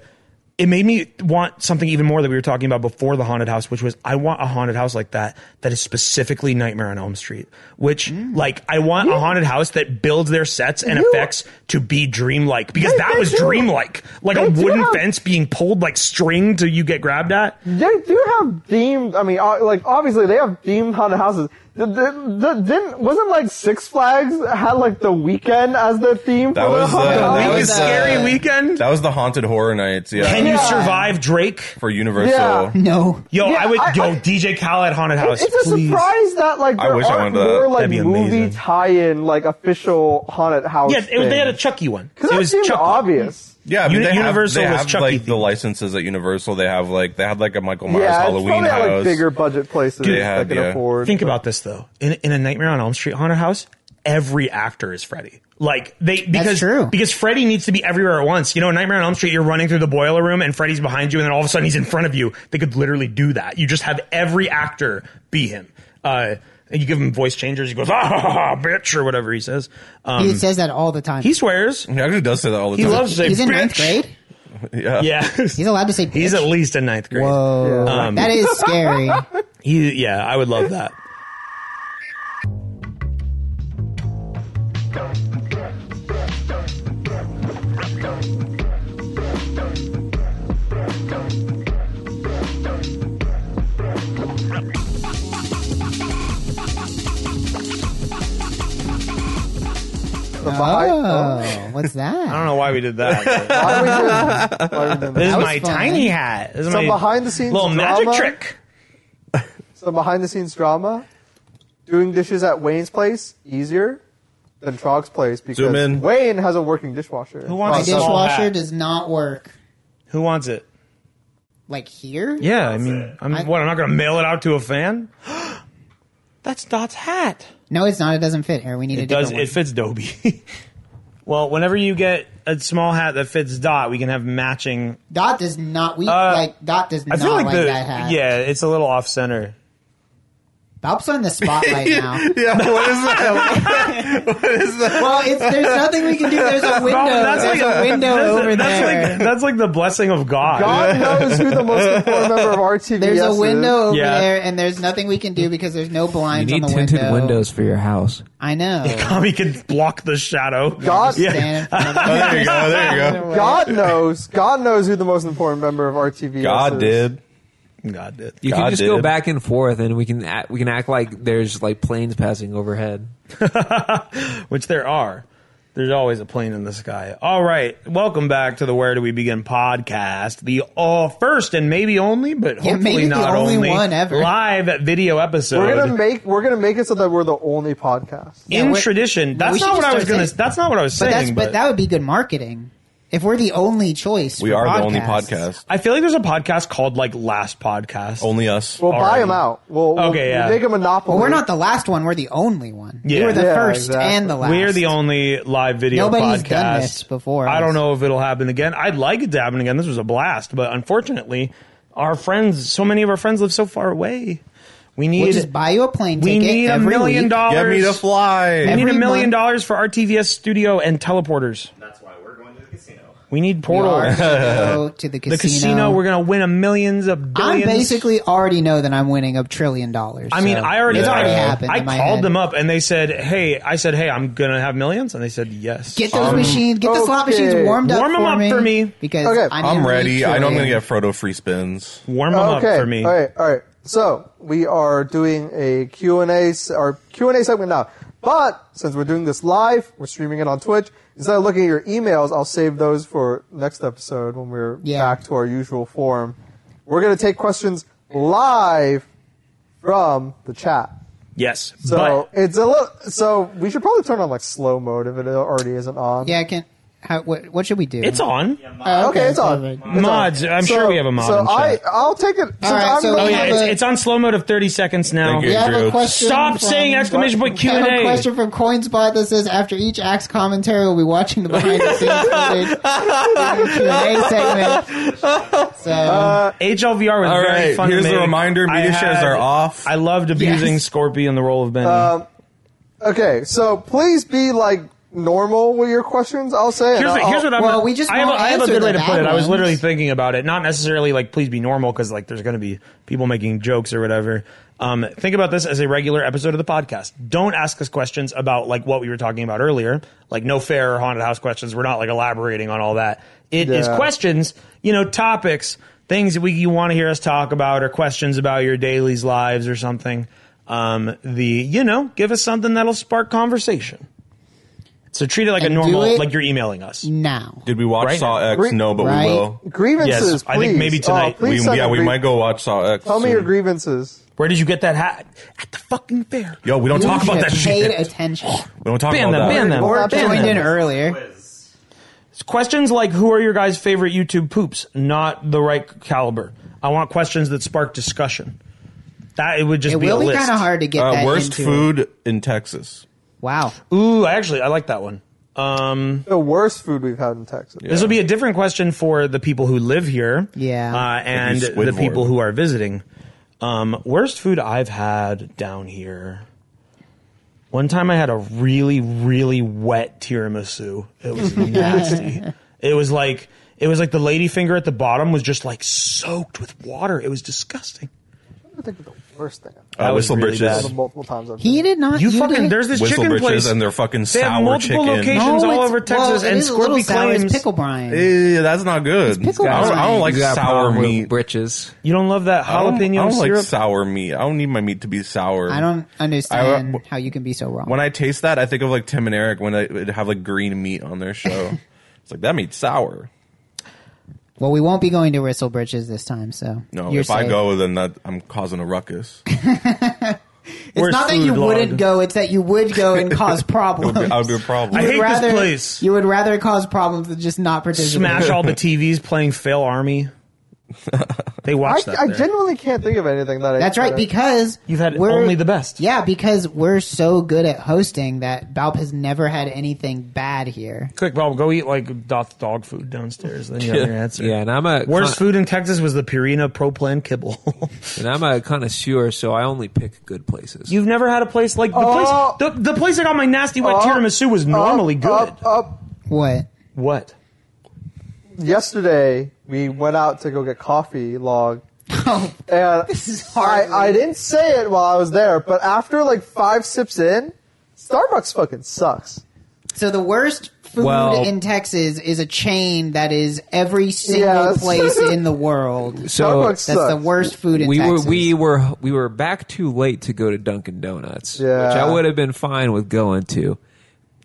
Speaker 1: it made me want something even more that we were talking about before the haunted house, which was I want a haunted house like that that is specifically Nightmare on Elm Street. Which
Speaker 2: Mm.
Speaker 1: like I want a haunted house that builds their sets and effects to be dreamlike because
Speaker 2: Yeah,
Speaker 1: that
Speaker 2: they
Speaker 1: was
Speaker 2: do.
Speaker 1: dreamlike, like a
Speaker 2: They do
Speaker 1: wooden
Speaker 2: have-
Speaker 1: fence being pulled like string till you get grabbed at.
Speaker 2: They do have themed. I mean, uh, like obviously they have themed haunted houses. The, the, the, didn't wasn't like Six Flags had like the weekend as their theme
Speaker 5: That
Speaker 2: for
Speaker 5: was,
Speaker 2: the
Speaker 5: uh,
Speaker 2: haunted
Speaker 5: that
Speaker 2: house?
Speaker 5: was
Speaker 1: It's scary weekend.
Speaker 5: That was the haunted horror nights. Yeah,
Speaker 1: Can you survive Drake?
Speaker 5: for Universal.
Speaker 2: Yeah.
Speaker 4: No.
Speaker 1: Yo,
Speaker 2: Yeah,
Speaker 1: I would
Speaker 2: I-
Speaker 1: yo
Speaker 2: I-
Speaker 1: DJ Khaled haunted house.
Speaker 2: It's a
Speaker 1: please.
Speaker 2: surprise that like
Speaker 5: I
Speaker 2: there
Speaker 5: wish I
Speaker 2: aren't
Speaker 5: went to that.
Speaker 2: more like
Speaker 1: That'd be
Speaker 2: movie
Speaker 1: amazing.
Speaker 2: tie-in like official haunted house.
Speaker 1: Yeah, it was, they had a
Speaker 2: things.
Speaker 1: Chucky one.
Speaker 2: 'Cause
Speaker 1: It
Speaker 2: that
Speaker 1: was
Speaker 2: seemed
Speaker 1: Chucky.
Speaker 2: obvious.
Speaker 5: Yeah, I mean,
Speaker 1: Uni-
Speaker 5: they
Speaker 1: Universal
Speaker 5: have, they
Speaker 1: was
Speaker 5: have
Speaker 1: Chucky
Speaker 5: like the
Speaker 1: themed.
Speaker 5: licenses at Universal. They have like they had like a Michael Myers
Speaker 2: yeah, it's
Speaker 5: Halloween
Speaker 2: probably at,
Speaker 5: house.
Speaker 2: like bigger budget places
Speaker 5: Dude,
Speaker 2: that
Speaker 5: had,
Speaker 2: can
Speaker 5: yeah.
Speaker 2: afford.
Speaker 1: Think about this though. In in a Nightmare on Elm Street haunted house, every actor is Freddy. Like they because
Speaker 4: true.
Speaker 1: because Freddy needs to be everywhere at once. You know, in Nightmare on Elm Street, you're running through the boiler room and Freddy's behind you, and then all of a sudden he's in front of you. They could literally do that. You just have every actor be him. Uh, and you give him voice changers. He goes, ah, ha, ha, ha, bitch, or whatever he says. Um,
Speaker 4: Dude says that all the time.
Speaker 1: he swears.
Speaker 5: He actually does say that all the
Speaker 1: He
Speaker 5: time.
Speaker 1: loves to say,
Speaker 4: He's in ninth
Speaker 1: "Bitch."
Speaker 4: grade.
Speaker 5: yeah.
Speaker 1: Yeah,
Speaker 4: He's allowed to say. Bitch.
Speaker 1: he's at least in ninth grade. Um,
Speaker 4: Whoa,
Speaker 2: Yeah.
Speaker 4: that is scary.
Speaker 1: He, yeah, I would love that.
Speaker 2: The behind-
Speaker 4: oh, what's that?
Speaker 1: I don't know why we did that. but-
Speaker 2: Why we did- why we did that?
Speaker 1: This is
Speaker 4: was
Speaker 1: my
Speaker 4: fun.
Speaker 1: tiny hat. This is
Speaker 2: Some
Speaker 1: my
Speaker 2: behind-the-scenes
Speaker 1: little magic
Speaker 2: drama.
Speaker 1: trick.
Speaker 2: So behind the scenes drama, doing dishes at Wayne's place easier than Trog's place because
Speaker 5: Zoom in.
Speaker 2: Wayne has a working dishwasher. Who
Speaker 1: wants
Speaker 4: My
Speaker 1: a small
Speaker 4: dishwasher
Speaker 1: hat.
Speaker 4: does not work.
Speaker 1: Who wants it?
Speaker 4: Like here?
Speaker 1: Yeah, I mean, I'm,
Speaker 4: I-
Speaker 1: what? I'm not going to mail it out to a fan. That's Dot's hat.
Speaker 4: No, it's not. It doesn't fit here. We need a
Speaker 1: It
Speaker 4: different
Speaker 1: does.
Speaker 4: one.
Speaker 1: It fits Dobie. well, whenever you get a small hat that fits Dot, we can have matching.
Speaker 4: Dot does not. We like Dot does
Speaker 1: Uh, I
Speaker 4: not
Speaker 1: feel
Speaker 4: like,
Speaker 1: like, the
Speaker 4: that hat.
Speaker 1: yeah, it's a little off center.
Speaker 4: Bob's on the spotlight now.
Speaker 5: Yeah, what is that? what is that?
Speaker 4: Well, it's, there's nothing we can do. There's a window.
Speaker 1: that's
Speaker 4: there's
Speaker 1: like
Speaker 4: a window over
Speaker 1: that's
Speaker 4: there.
Speaker 1: like that's like the blessing of God.
Speaker 2: God knows who the most important member of RTV
Speaker 4: there's a window over
Speaker 1: Yeah.
Speaker 4: there, and there's nothing we can do because there's no blinds
Speaker 3: You
Speaker 4: on
Speaker 3: need
Speaker 4: the
Speaker 3: tinted
Speaker 4: window.
Speaker 3: windows for your house.
Speaker 4: I know.
Speaker 1: Tommy can block the shadow.
Speaker 2: God,
Speaker 4: Stand in front of-
Speaker 5: Oh, there you go. There you go.
Speaker 2: God knows. God knows who the most important member of RTV
Speaker 5: God
Speaker 2: is.
Speaker 5: did.
Speaker 1: God did.
Speaker 3: You
Speaker 5: God
Speaker 3: can just go
Speaker 5: did.
Speaker 3: back and forth, and we can act, we can act like there's like planes passing overhead.
Speaker 1: which there are. There's always a plane in the sky. All right, welcome back to the Where Do We Begin podcast, the all first and maybe only, but hopefully
Speaker 4: maybe the
Speaker 1: not
Speaker 4: only one ever.
Speaker 1: live video episode.
Speaker 2: We're gonna make we're gonna make it so that we're the only podcast.
Speaker 1: in
Speaker 4: we're-
Speaker 1: tradition,
Speaker 4: we
Speaker 1: that's
Speaker 4: should
Speaker 1: not what
Speaker 4: just
Speaker 1: I was
Speaker 4: start
Speaker 1: gonna.
Speaker 4: saying-
Speaker 1: That's not what I was
Speaker 4: but, that's,
Speaker 1: saying.
Speaker 4: but that would be good marketing. If we're the only choice,
Speaker 5: We
Speaker 4: for
Speaker 5: are the only
Speaker 4: podcasts.
Speaker 5: podcast.
Speaker 1: I feel like there's a podcast called like Last Podcast.
Speaker 5: Only us.
Speaker 2: We'll 'em buy
Speaker 1: Alrighty.
Speaker 2: them out. We'll, we'll-
Speaker 1: Okay, yeah.
Speaker 2: we'll make a monopoly.
Speaker 4: Well, we're not the last one. We're the only one.
Speaker 1: Yeah.
Speaker 4: We were the
Speaker 2: Yeah,
Speaker 4: first
Speaker 2: exactly.
Speaker 4: and the last.
Speaker 1: We're the only live video
Speaker 4: Nobody's
Speaker 1: podcast
Speaker 4: done this before
Speaker 1: I
Speaker 4: us.
Speaker 1: don't know if it'll happen again. I'd like it to happen again. This was a blast, but unfortunately, our friends, so many of our friends live so far away. We need
Speaker 4: We'll just buy you a plane
Speaker 1: we
Speaker 4: ticket.
Speaker 1: need a
Speaker 4: every
Speaker 1: million
Speaker 4: week.
Speaker 1: dollars.
Speaker 5: Get me to
Speaker 1: We
Speaker 5: fly.
Speaker 1: need a
Speaker 4: Every
Speaker 1: million
Speaker 4: month.
Speaker 1: dollars for our TVS studio and teleporters.
Speaker 7: That's why we're going to the casino.
Speaker 1: We need
Speaker 4: We
Speaker 1: Portal.
Speaker 4: are to go to the
Speaker 1: the
Speaker 4: casino.
Speaker 1: casino, we're going to win a millions of
Speaker 4: I
Speaker 1: billions.
Speaker 4: basically already know that I'm winning a trillion dollars.
Speaker 1: I mean,
Speaker 4: so
Speaker 1: I already,
Speaker 4: it's already
Speaker 1: I,
Speaker 4: happened.
Speaker 1: I
Speaker 4: in my
Speaker 1: called
Speaker 4: head.
Speaker 1: them up and they said, "Hey, I said, hey, I'm gonna have millions. and they said, "Yes."
Speaker 4: Get those machines. Get the slot
Speaker 2: okay.
Speaker 4: machines warmed up.
Speaker 1: Um, Warm 'em
Speaker 4: for
Speaker 1: up
Speaker 4: me
Speaker 1: for me.
Speaker 4: because
Speaker 2: Okay.
Speaker 4: I need
Speaker 5: I'm
Speaker 4: to
Speaker 5: ready.
Speaker 4: reach
Speaker 5: I know I'm gonna
Speaker 4: trillion.
Speaker 5: get Frodo free spins.
Speaker 1: Warm them
Speaker 2: okay.
Speaker 1: up for me.
Speaker 2: All right. All right. So we are doing a Q and A s- our Q and A segment now. But since we're doing this live, we're streaming it on Twitch. Instead of looking at your emails, I'll save those for next episode when we're
Speaker 4: Yeah.
Speaker 2: back to our usual form. We're gonna take questions live from the chat.
Speaker 1: Yes,
Speaker 2: So
Speaker 1: but
Speaker 2: it's a little. So we should probably turn on like slow mode if it already isn't on.
Speaker 4: Yeah, I can. How, what, what should we do?
Speaker 1: it's on.
Speaker 4: Oh,
Speaker 2: Okay, it's on.
Speaker 4: perfect.
Speaker 2: It's on.
Speaker 1: Mods, I'm sure we have a mod
Speaker 2: So
Speaker 1: in
Speaker 2: I,
Speaker 1: chat.
Speaker 2: I'll take it. Since
Speaker 4: right,
Speaker 2: I'm
Speaker 4: so
Speaker 2: the-
Speaker 4: we
Speaker 1: Oh yeah,
Speaker 4: have
Speaker 1: it's,
Speaker 4: a-
Speaker 1: it's on slow mode of 30 seconds now.
Speaker 5: Thank you.
Speaker 4: We have a
Speaker 5: Drew.
Speaker 4: question.
Speaker 1: Stop
Speaker 4: from-
Speaker 1: saying exclamation point Q
Speaker 4: We
Speaker 1: and
Speaker 4: have a
Speaker 1: A.
Speaker 4: question from CoinSpot that says, after each Axe commentary, we'll be watching the behind the scenes footage in the Q&A segment. So,
Speaker 1: Uh, HLVR was
Speaker 5: All
Speaker 1: very
Speaker 5: right,
Speaker 1: fun. to
Speaker 5: here's the
Speaker 1: make.
Speaker 5: reminder,
Speaker 1: I
Speaker 5: media shares
Speaker 1: had-
Speaker 5: are off. Uh,
Speaker 1: I loved abusing
Speaker 4: Yes.
Speaker 1: Scorpion, the role of Benny.
Speaker 2: Okay, so please be like normal with your questions, I'll say.
Speaker 1: Here's,
Speaker 2: and
Speaker 1: what-
Speaker 2: I'll-
Speaker 1: here's what I'm.
Speaker 4: well, we just
Speaker 1: I have, a-
Speaker 4: won't
Speaker 1: I have a
Speaker 4: answer
Speaker 1: good way
Speaker 4: the
Speaker 1: to put
Speaker 4: bad
Speaker 1: it. I was
Speaker 4: ones.
Speaker 1: literally thinking about it. Not necessarily like please be normal because like there's going to be people making jokes or whatever. Um, think about this as a regular episode of the podcast. Don't ask us questions about like what we were talking about earlier, like no fair or haunted house questions. We're not like elaborating on all that. It is
Speaker 2: Yeah.
Speaker 1: questions, you know, topics, things that we you want to hear us talk about, or questions about your dailies lives or something. Um, the you know, give us something that'll spark conversation. So treat it like
Speaker 4: And
Speaker 1: a
Speaker 4: do
Speaker 1: normal,
Speaker 4: it-
Speaker 1: like you're emailing us.
Speaker 4: now.
Speaker 5: Did we watch
Speaker 1: Right.
Speaker 5: Saw X?
Speaker 2: Re-
Speaker 5: no, but
Speaker 4: right.
Speaker 5: we will.
Speaker 2: grievances.
Speaker 1: Yes, I think
Speaker 2: please.
Speaker 1: maybe
Speaker 2: Oh,
Speaker 1: tonight.
Speaker 2: please
Speaker 5: We,
Speaker 2: send
Speaker 5: yeah,
Speaker 2: a
Speaker 5: we
Speaker 2: grie-
Speaker 5: might go watch Saw X.
Speaker 2: Tell me
Speaker 5: soon.
Speaker 2: your grievances.
Speaker 1: Where did you get that hat? At the fucking fair.
Speaker 5: Yo, we don't
Speaker 4: You
Speaker 5: talk
Speaker 4: should
Speaker 5: about that
Speaker 4: have
Speaker 5: shit. Oh,
Speaker 4: Paid attention.
Speaker 5: We don't talk
Speaker 1: Ban them,
Speaker 5: about that. Uh,
Speaker 1: ban them.
Speaker 2: Or
Speaker 1: ban
Speaker 4: Joined
Speaker 1: them.
Speaker 4: in earlier.
Speaker 6: Quiz.
Speaker 1: Questions like who are your guys' favorite YouTube poops? Not the right caliber. I want questions that spark discussion. That it would just
Speaker 4: It
Speaker 1: be
Speaker 4: will
Speaker 1: a
Speaker 4: be
Speaker 1: list.
Speaker 4: kind of hard to get
Speaker 5: Uh,
Speaker 4: that
Speaker 5: worst
Speaker 4: into.
Speaker 5: food in Texas.
Speaker 4: Wow.
Speaker 1: Ooh, I actually I like that one. Um,
Speaker 2: The worst food we've had in Texas.
Speaker 1: This will be a different question for the people who live here,
Speaker 4: Yeah.
Speaker 1: uh, and
Speaker 5: Like you
Speaker 1: the
Speaker 5: Squidward.
Speaker 1: people who are visiting. Um, worst food I've had down here. One time I had a really, really wet tiramisu. It was nasty. it was like it was like the lady finger at the bottom was just like soaked with water. It was disgusting.
Speaker 2: I think the worst thing. I've
Speaker 5: Uh,
Speaker 1: That was
Speaker 5: whistle
Speaker 1: really
Speaker 5: britches.
Speaker 1: bad.
Speaker 2: had multiple times. I've
Speaker 4: He
Speaker 2: been-
Speaker 4: did not.
Speaker 1: You,
Speaker 4: did
Speaker 1: fucking
Speaker 4: it?
Speaker 1: there's this
Speaker 5: Whistle
Speaker 1: chicken
Speaker 5: britches
Speaker 1: place
Speaker 5: and their fucking
Speaker 1: They have
Speaker 5: sour
Speaker 1: multiple
Speaker 5: chicken.
Speaker 1: locations all
Speaker 4: it's-
Speaker 1: over Texas,
Speaker 4: well, it
Speaker 1: and
Speaker 4: is a little
Speaker 1: Scorpy
Speaker 4: sour. It's
Speaker 1: claims
Speaker 4: pickle brine.
Speaker 5: Eh, that's not good. I
Speaker 4: pickle
Speaker 5: don't, I don't
Speaker 4: brine.
Speaker 5: like
Speaker 3: You got a
Speaker 5: sour
Speaker 3: problem with
Speaker 5: meat.
Speaker 3: Britches.
Speaker 1: you don't love that
Speaker 5: I don't,
Speaker 1: jalapeno
Speaker 5: I don't
Speaker 1: syrup.
Speaker 5: like sour meat. I don't need my meat to be sour.
Speaker 4: I don't understand
Speaker 5: I-
Speaker 4: how you can be so wrong.
Speaker 5: When I taste that, I think of like Tim and Eric when they they'd have like green meat on their show. it's like that meat's sour.
Speaker 4: well, we won't be going to Whistle Bridges this time, so
Speaker 5: No,
Speaker 4: you're
Speaker 5: if I
Speaker 4: safe.
Speaker 5: go, then that I'm causing a ruckus.
Speaker 4: it's
Speaker 1: Worst
Speaker 4: not that
Speaker 1: food
Speaker 4: you
Speaker 1: log.
Speaker 4: wouldn't go; it's that you would go and cause problems.
Speaker 5: I would be a problem.
Speaker 1: I
Speaker 4: You would
Speaker 1: hate this place.
Speaker 4: You would rather cause problems than just not participate.
Speaker 1: smash all the TVs playing Fail Army. They
Speaker 2: I,
Speaker 1: watch that.
Speaker 2: I
Speaker 1: there.
Speaker 2: genuinely can't think of anything that I.
Speaker 4: That's right,
Speaker 2: that I-
Speaker 4: because
Speaker 1: You've had
Speaker 4: we're-
Speaker 1: only the best.
Speaker 4: Yeah, because we're so good at hosting that Balp has never had anything bad here.
Speaker 1: Quick, Bob, go eat like dot dog food downstairs. Then you have your answer.
Speaker 3: Yeah, and I'm a
Speaker 1: Worst
Speaker 3: con-
Speaker 1: food in Texas was the Purina Pro Plan kibble.
Speaker 3: and I'm a connoisseur, so I only pick good places.
Speaker 1: You've never had a place like the
Speaker 2: Oh.
Speaker 1: place. The, the place I got my nasty wet
Speaker 2: Up,
Speaker 1: tiramisu was normally
Speaker 2: up,
Speaker 1: good.
Speaker 2: Up, up.
Speaker 4: What?
Speaker 1: What?
Speaker 2: Yesterday we went out to go get coffee. Log.
Speaker 4: Oh,
Speaker 2: And
Speaker 4: is hard.
Speaker 2: I, I didn't say it while I was there, but after like five sips in, Starbucks fucking sucks.
Speaker 4: so the worst food
Speaker 3: Well-
Speaker 4: in Texas is a chain that is every single
Speaker 2: Yes.
Speaker 4: place in the world.
Speaker 3: so
Speaker 2: Starbucks
Speaker 4: That's the
Speaker 2: sucks.
Speaker 4: worst food in
Speaker 3: we were
Speaker 4: Texas.
Speaker 3: we were we were back too late to go to Dunkin' Donuts,
Speaker 2: Yeah.
Speaker 3: which I would have been fine with going to.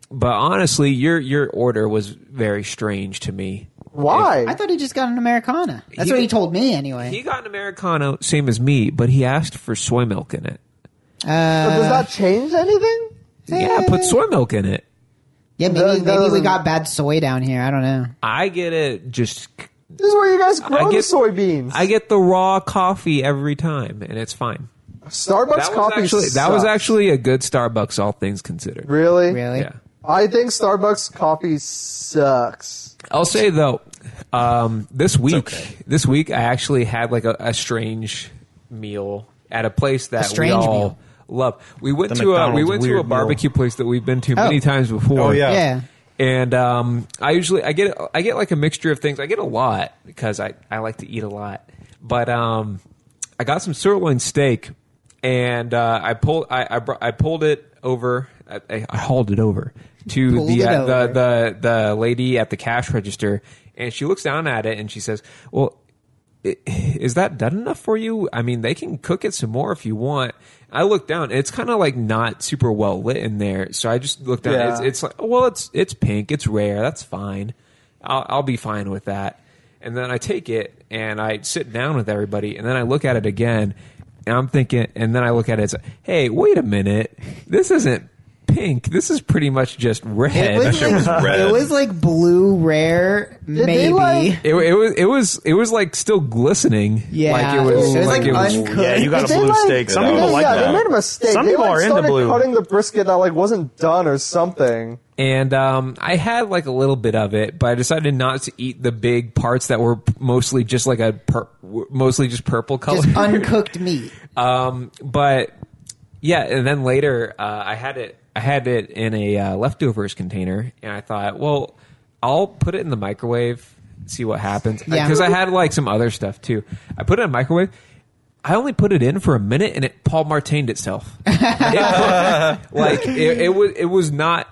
Speaker 3: But honestly, your your order was very strange to me.
Speaker 2: Why?
Speaker 4: I thought he just got an Americana. That's
Speaker 3: He-
Speaker 4: what he told me anyway.
Speaker 3: He got an americano, same as me, but he asked for soy milk in it.
Speaker 2: But does that change anything?
Speaker 3: Yeah, put soy milk in it.
Speaker 4: yeah,
Speaker 2: That-
Speaker 4: maybe,
Speaker 2: that
Speaker 4: maybe we
Speaker 2: doesn't-
Speaker 4: got bad soy down here. I don't know.
Speaker 3: I get it. Just
Speaker 2: This is where you guys grow
Speaker 3: I
Speaker 2: the
Speaker 3: get
Speaker 2: soybeans.
Speaker 3: I get the raw coffee every time, and it's fine.
Speaker 2: Starbucks
Speaker 3: That was
Speaker 2: coffee
Speaker 3: actually that was
Speaker 2: sucks.
Speaker 3: actually a good Starbucks, all things considered.
Speaker 2: really
Speaker 4: Really?
Speaker 3: Yeah.
Speaker 2: I think Starbucks coffee sucks.
Speaker 3: I'll say though, um, this week, this week I actually had like a, a strange meal at a place that
Speaker 4: strange
Speaker 3: we all
Speaker 4: meal.
Speaker 3: love. We went
Speaker 1: The
Speaker 3: to a we
Speaker 1: McDonald's
Speaker 3: went to a
Speaker 1: weird meal.
Speaker 3: barbecue place that we've been to
Speaker 4: Oh.
Speaker 3: many times before.
Speaker 5: Oh, yeah.
Speaker 4: Yeah.
Speaker 3: And um, I usually I get I get like a mixture of things. I get a lot because I, I like to eat a lot. But um, I got some sirloin steak, and uh, I pulled I I, br- I pulled it over. I- I, I hauled it over to
Speaker 4: Pulled
Speaker 3: the,
Speaker 4: it
Speaker 3: uh,
Speaker 4: over.
Speaker 3: the the the lady at the cash register, and she looks down at it and she says, "Well, i- is that done enough for you? I mean, they can cook it some more if you want. I looked down; it's kind of like not super well lit in there. So I just looked down.
Speaker 2: Yeah.
Speaker 3: It's, it's like, well, it's it's pink, it's rare, that's fine. I'll, I'll be fine with that. And then I take it and I sit down with everybody, and then I look at it again, and I'm thinking, and then I look at it. It's like, hey, wait a minute, this isn't pink. This is pretty much just red.
Speaker 4: It was,
Speaker 5: shit was
Speaker 4: like,
Speaker 5: red.
Speaker 4: it was like blue rare,
Speaker 2: they,
Speaker 4: maybe.
Speaker 2: like-
Speaker 3: It, it was it was it was like still glistening.
Speaker 4: Yeah.
Speaker 3: like it was,
Speaker 4: It was, like,
Speaker 3: it was
Speaker 4: uncooked.
Speaker 1: Yeah, you got a
Speaker 2: They
Speaker 1: blue
Speaker 2: like-
Speaker 1: steak. Some
Speaker 5: Yeah,
Speaker 1: people
Speaker 2: yeah,
Speaker 1: like
Speaker 2: yeah,
Speaker 1: that.
Speaker 2: they made a mistake.
Speaker 1: Some
Speaker 2: they
Speaker 1: people
Speaker 2: like,
Speaker 1: are into
Speaker 2: started
Speaker 1: blue.
Speaker 2: cutting the brisket that like wasn't done or something.
Speaker 3: and um, I had like a little bit of it, but I decided not to eat the big parts that were mostly just like a pur- mostly just purple color.
Speaker 4: Just uncooked meat.
Speaker 3: um, but yeah, and then later uh, I had it I had it in a uh, leftovers container, and I thought, well, I'll put it in the microwave, see what happens.
Speaker 4: Yeah.
Speaker 3: Because I had like some other stuff too. I put it in a microwave. I only put it in for a minute, and it Paul Martained itself. It- like it, it was, it was not,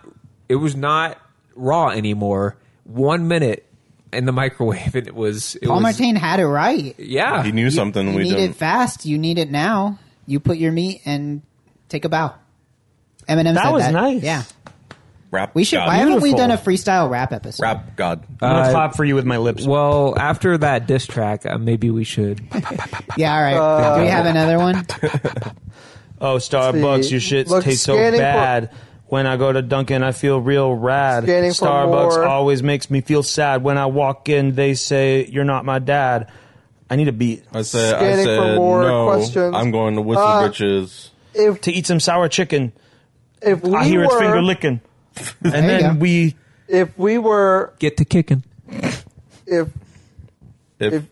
Speaker 3: it was not raw anymore. One minute in the microwave, and it was. It
Speaker 4: Paul
Speaker 3: was,
Speaker 4: Martin had it right.
Speaker 3: Yeah,
Speaker 5: He knew something
Speaker 4: You
Speaker 5: we
Speaker 4: need
Speaker 5: didn't.
Speaker 4: it fast. You need it now. You put your meat and take a bow. Eminem
Speaker 1: That
Speaker 4: said
Speaker 1: was
Speaker 4: that.
Speaker 1: nice.
Speaker 4: Yeah,
Speaker 5: Rap
Speaker 4: we should.
Speaker 5: God.
Speaker 4: Why haven't we
Speaker 1: Beautiful.
Speaker 4: done a freestyle rap episode?
Speaker 5: Rap God.
Speaker 1: I'm gonna
Speaker 3: Uh,
Speaker 1: clap for you with my lips.
Speaker 3: Well, after that diss track, uh, maybe we should.
Speaker 4: Yeah, all right.
Speaker 2: Uh,
Speaker 4: Do we have another one?
Speaker 1: oh, Starbucks,
Speaker 2: see.
Speaker 1: your shit
Speaker 2: Look,
Speaker 1: tastes so
Speaker 2: scanning for-
Speaker 1: bad. when I go to Dunkin', I feel real rad.
Speaker 2: Scanning for
Speaker 1: Starbucks
Speaker 2: more.
Speaker 1: always makes me feel sad. When I walk in, they say, You're not my dad. I need a beat.
Speaker 5: I said, I
Speaker 2: Scanning for
Speaker 5: said
Speaker 2: more
Speaker 5: no.
Speaker 2: questions.
Speaker 5: I'm going to Whistle
Speaker 2: Uh,
Speaker 5: Bitches.
Speaker 2: If
Speaker 1: To eat some sour chicken.
Speaker 2: if we
Speaker 1: I hear
Speaker 2: were
Speaker 1: its finger licking. And
Speaker 4: you
Speaker 1: then
Speaker 4: go.
Speaker 1: we
Speaker 2: if we were
Speaker 3: Get to kicking.
Speaker 2: if
Speaker 5: If,
Speaker 2: if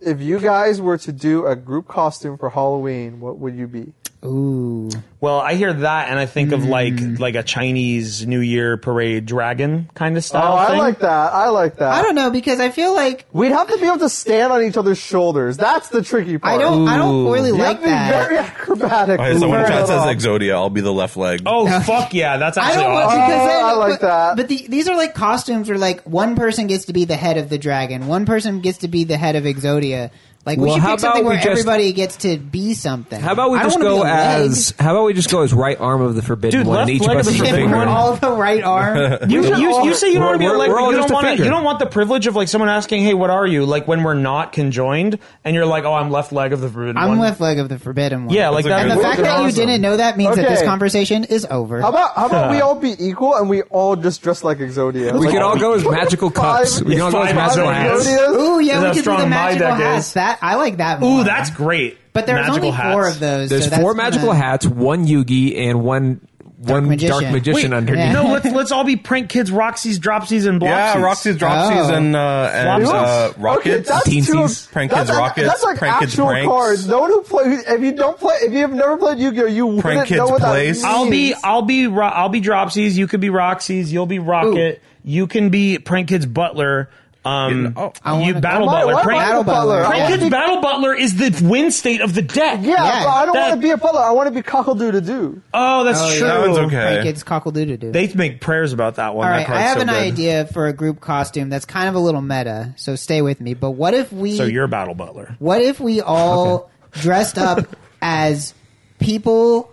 Speaker 2: if you guys were to do a group costume for Halloween, what would you be?
Speaker 4: Ooh,
Speaker 1: Well, I hear that, and I think of like
Speaker 4: Mm.
Speaker 1: like a Chinese New Year parade dragon kind of style.
Speaker 2: Oh, I
Speaker 1: thing.
Speaker 2: like that. I like that.
Speaker 4: I don't know because I feel like
Speaker 2: We'd have to be able to stand on each other's shoulders. That's the tricky part.
Speaker 4: I don't. I don't really
Speaker 2: You have
Speaker 4: like
Speaker 2: to be
Speaker 4: that.
Speaker 2: very acrobatic.
Speaker 5: okay, so when
Speaker 2: Fair
Speaker 5: Chad says
Speaker 2: enough.
Speaker 5: Exodia, I'll be the left leg.
Speaker 1: Oh fuck yeah, that's
Speaker 4: I
Speaker 1: actually
Speaker 4: don't want
Speaker 1: awesome.
Speaker 4: because then,
Speaker 2: Oh, I like
Speaker 4: but,
Speaker 2: that.
Speaker 4: But the, these are like costumes where like one person gets to be the head of the dragon, one person gets to be the head of Exodia. Like we
Speaker 3: Well,
Speaker 4: should
Speaker 3: how
Speaker 4: pick something
Speaker 3: about we
Speaker 4: where
Speaker 3: just-
Speaker 4: everybody gets to be something.
Speaker 3: How about we
Speaker 4: I don't
Speaker 3: just
Speaker 4: wanna be
Speaker 3: go
Speaker 4: a leg.
Speaker 3: as? How about we just go as right arm of the forbidden
Speaker 1: Dude,
Speaker 3: one?
Speaker 1: left
Speaker 3: and each
Speaker 1: leg
Speaker 3: of
Speaker 1: of
Speaker 3: us
Speaker 1: the
Speaker 3: is a
Speaker 1: forbidden
Speaker 3: finger.
Speaker 1: one.
Speaker 4: all the right arm.
Speaker 1: You, you, you say you don't want to be a
Speaker 3: We're-
Speaker 1: leg,
Speaker 3: we're
Speaker 1: but
Speaker 3: all
Speaker 1: you
Speaker 3: just
Speaker 1: don't
Speaker 3: a
Speaker 1: want that.
Speaker 3: finger.
Speaker 1: You don't want the privilege of like someone asking, "Hey, what are you?" Like when we're not conjoined, and you're like, "Oh, I'm left leg of the forbidden
Speaker 4: I'm
Speaker 1: one."
Speaker 4: left leg of the forbidden one.
Speaker 1: Yeah, like
Speaker 5: That's a
Speaker 1: that.
Speaker 4: And the
Speaker 5: Those
Speaker 4: fact
Speaker 5: are
Speaker 4: that you
Speaker 5: awesome.
Speaker 4: didn't know that means that this
Speaker 2: Okay.
Speaker 4: conversation is over.
Speaker 2: How about how about we all be equal and we all just dress like Exodia?
Speaker 3: We
Speaker 2: Like,
Speaker 3: could all go as magical cups.
Speaker 2: Five-
Speaker 3: We can all go as
Speaker 1: five
Speaker 3: magical
Speaker 1: Exodia.
Speaker 3: hats.
Speaker 2: Exodias?
Speaker 4: Ooh, yeah,
Speaker 1: Is
Speaker 4: we
Speaker 1: how
Speaker 4: could do
Speaker 1: strong
Speaker 4: the
Speaker 1: my
Speaker 4: magical
Speaker 1: deck
Speaker 4: hats.
Speaker 1: is.
Speaker 4: That I like that. More.
Speaker 1: Ooh, that's great.
Speaker 4: But there's
Speaker 1: Magical
Speaker 4: only four
Speaker 1: hats.
Speaker 4: of those.
Speaker 3: There's
Speaker 4: so that's
Speaker 3: 4
Speaker 4: kinda-
Speaker 3: magical hats, one Yugi, and one one
Speaker 4: magician.
Speaker 3: dark magician
Speaker 1: Wait,
Speaker 3: underneath.
Speaker 4: Yeah.
Speaker 1: no, let's let's all be prank kids, Roxy's, Dropsies, and Bloxies.
Speaker 5: yeah, Roxy's Dropsies
Speaker 4: Oh.
Speaker 5: and uh, and uh,
Speaker 2: Okay,
Speaker 5: Rockets.
Speaker 2: that's two
Speaker 3: Teensies,
Speaker 2: of-
Speaker 5: Prank
Speaker 2: that's,
Speaker 5: Kids Rockets,
Speaker 2: That's like
Speaker 5: Prank Kids
Speaker 2: actual
Speaker 5: Pranks.
Speaker 2: cards. No one who play. If you don't play, if you have never played Yu-Gi-Oh, you wouldn't
Speaker 5: Kids
Speaker 2: know what
Speaker 5: Plays.
Speaker 2: that means.
Speaker 1: I'll be I'll be Ro- I'll be Dropsies. You could be Roxy's. You'll be Rocket. You can be Prank Kid's Butler. Um,
Speaker 5: oh.
Speaker 4: I wanna
Speaker 1: you
Speaker 4: go-
Speaker 1: Battle
Speaker 2: Why-
Speaker 1: Butler.
Speaker 2: why
Speaker 1: Prank,
Speaker 2: Michael
Speaker 4: Battle
Speaker 2: Butler?
Speaker 4: Butler.
Speaker 2: I
Speaker 1: Prank
Speaker 2: wanna
Speaker 1: Kid's
Speaker 2: be-
Speaker 1: Battle Butler is the win state of the deck.
Speaker 2: Yeah,
Speaker 4: Yeah.
Speaker 2: but I don't
Speaker 1: That-
Speaker 2: want to be a butler. I want to be cockle to do.
Speaker 1: Oh, that's
Speaker 4: Oh, yeah.
Speaker 1: true.
Speaker 5: That one's okay.
Speaker 4: Right, kids, cockle-doodle do.
Speaker 1: They make prayers about that one.
Speaker 4: All
Speaker 1: That
Speaker 4: right, I
Speaker 1: card's
Speaker 4: have
Speaker 1: so
Speaker 4: an
Speaker 1: good.
Speaker 4: idea for a group costume that's kind of a little meta, so stay with me. But what if we?
Speaker 1: So you're Battle Butler.
Speaker 4: what if we all dressed up as people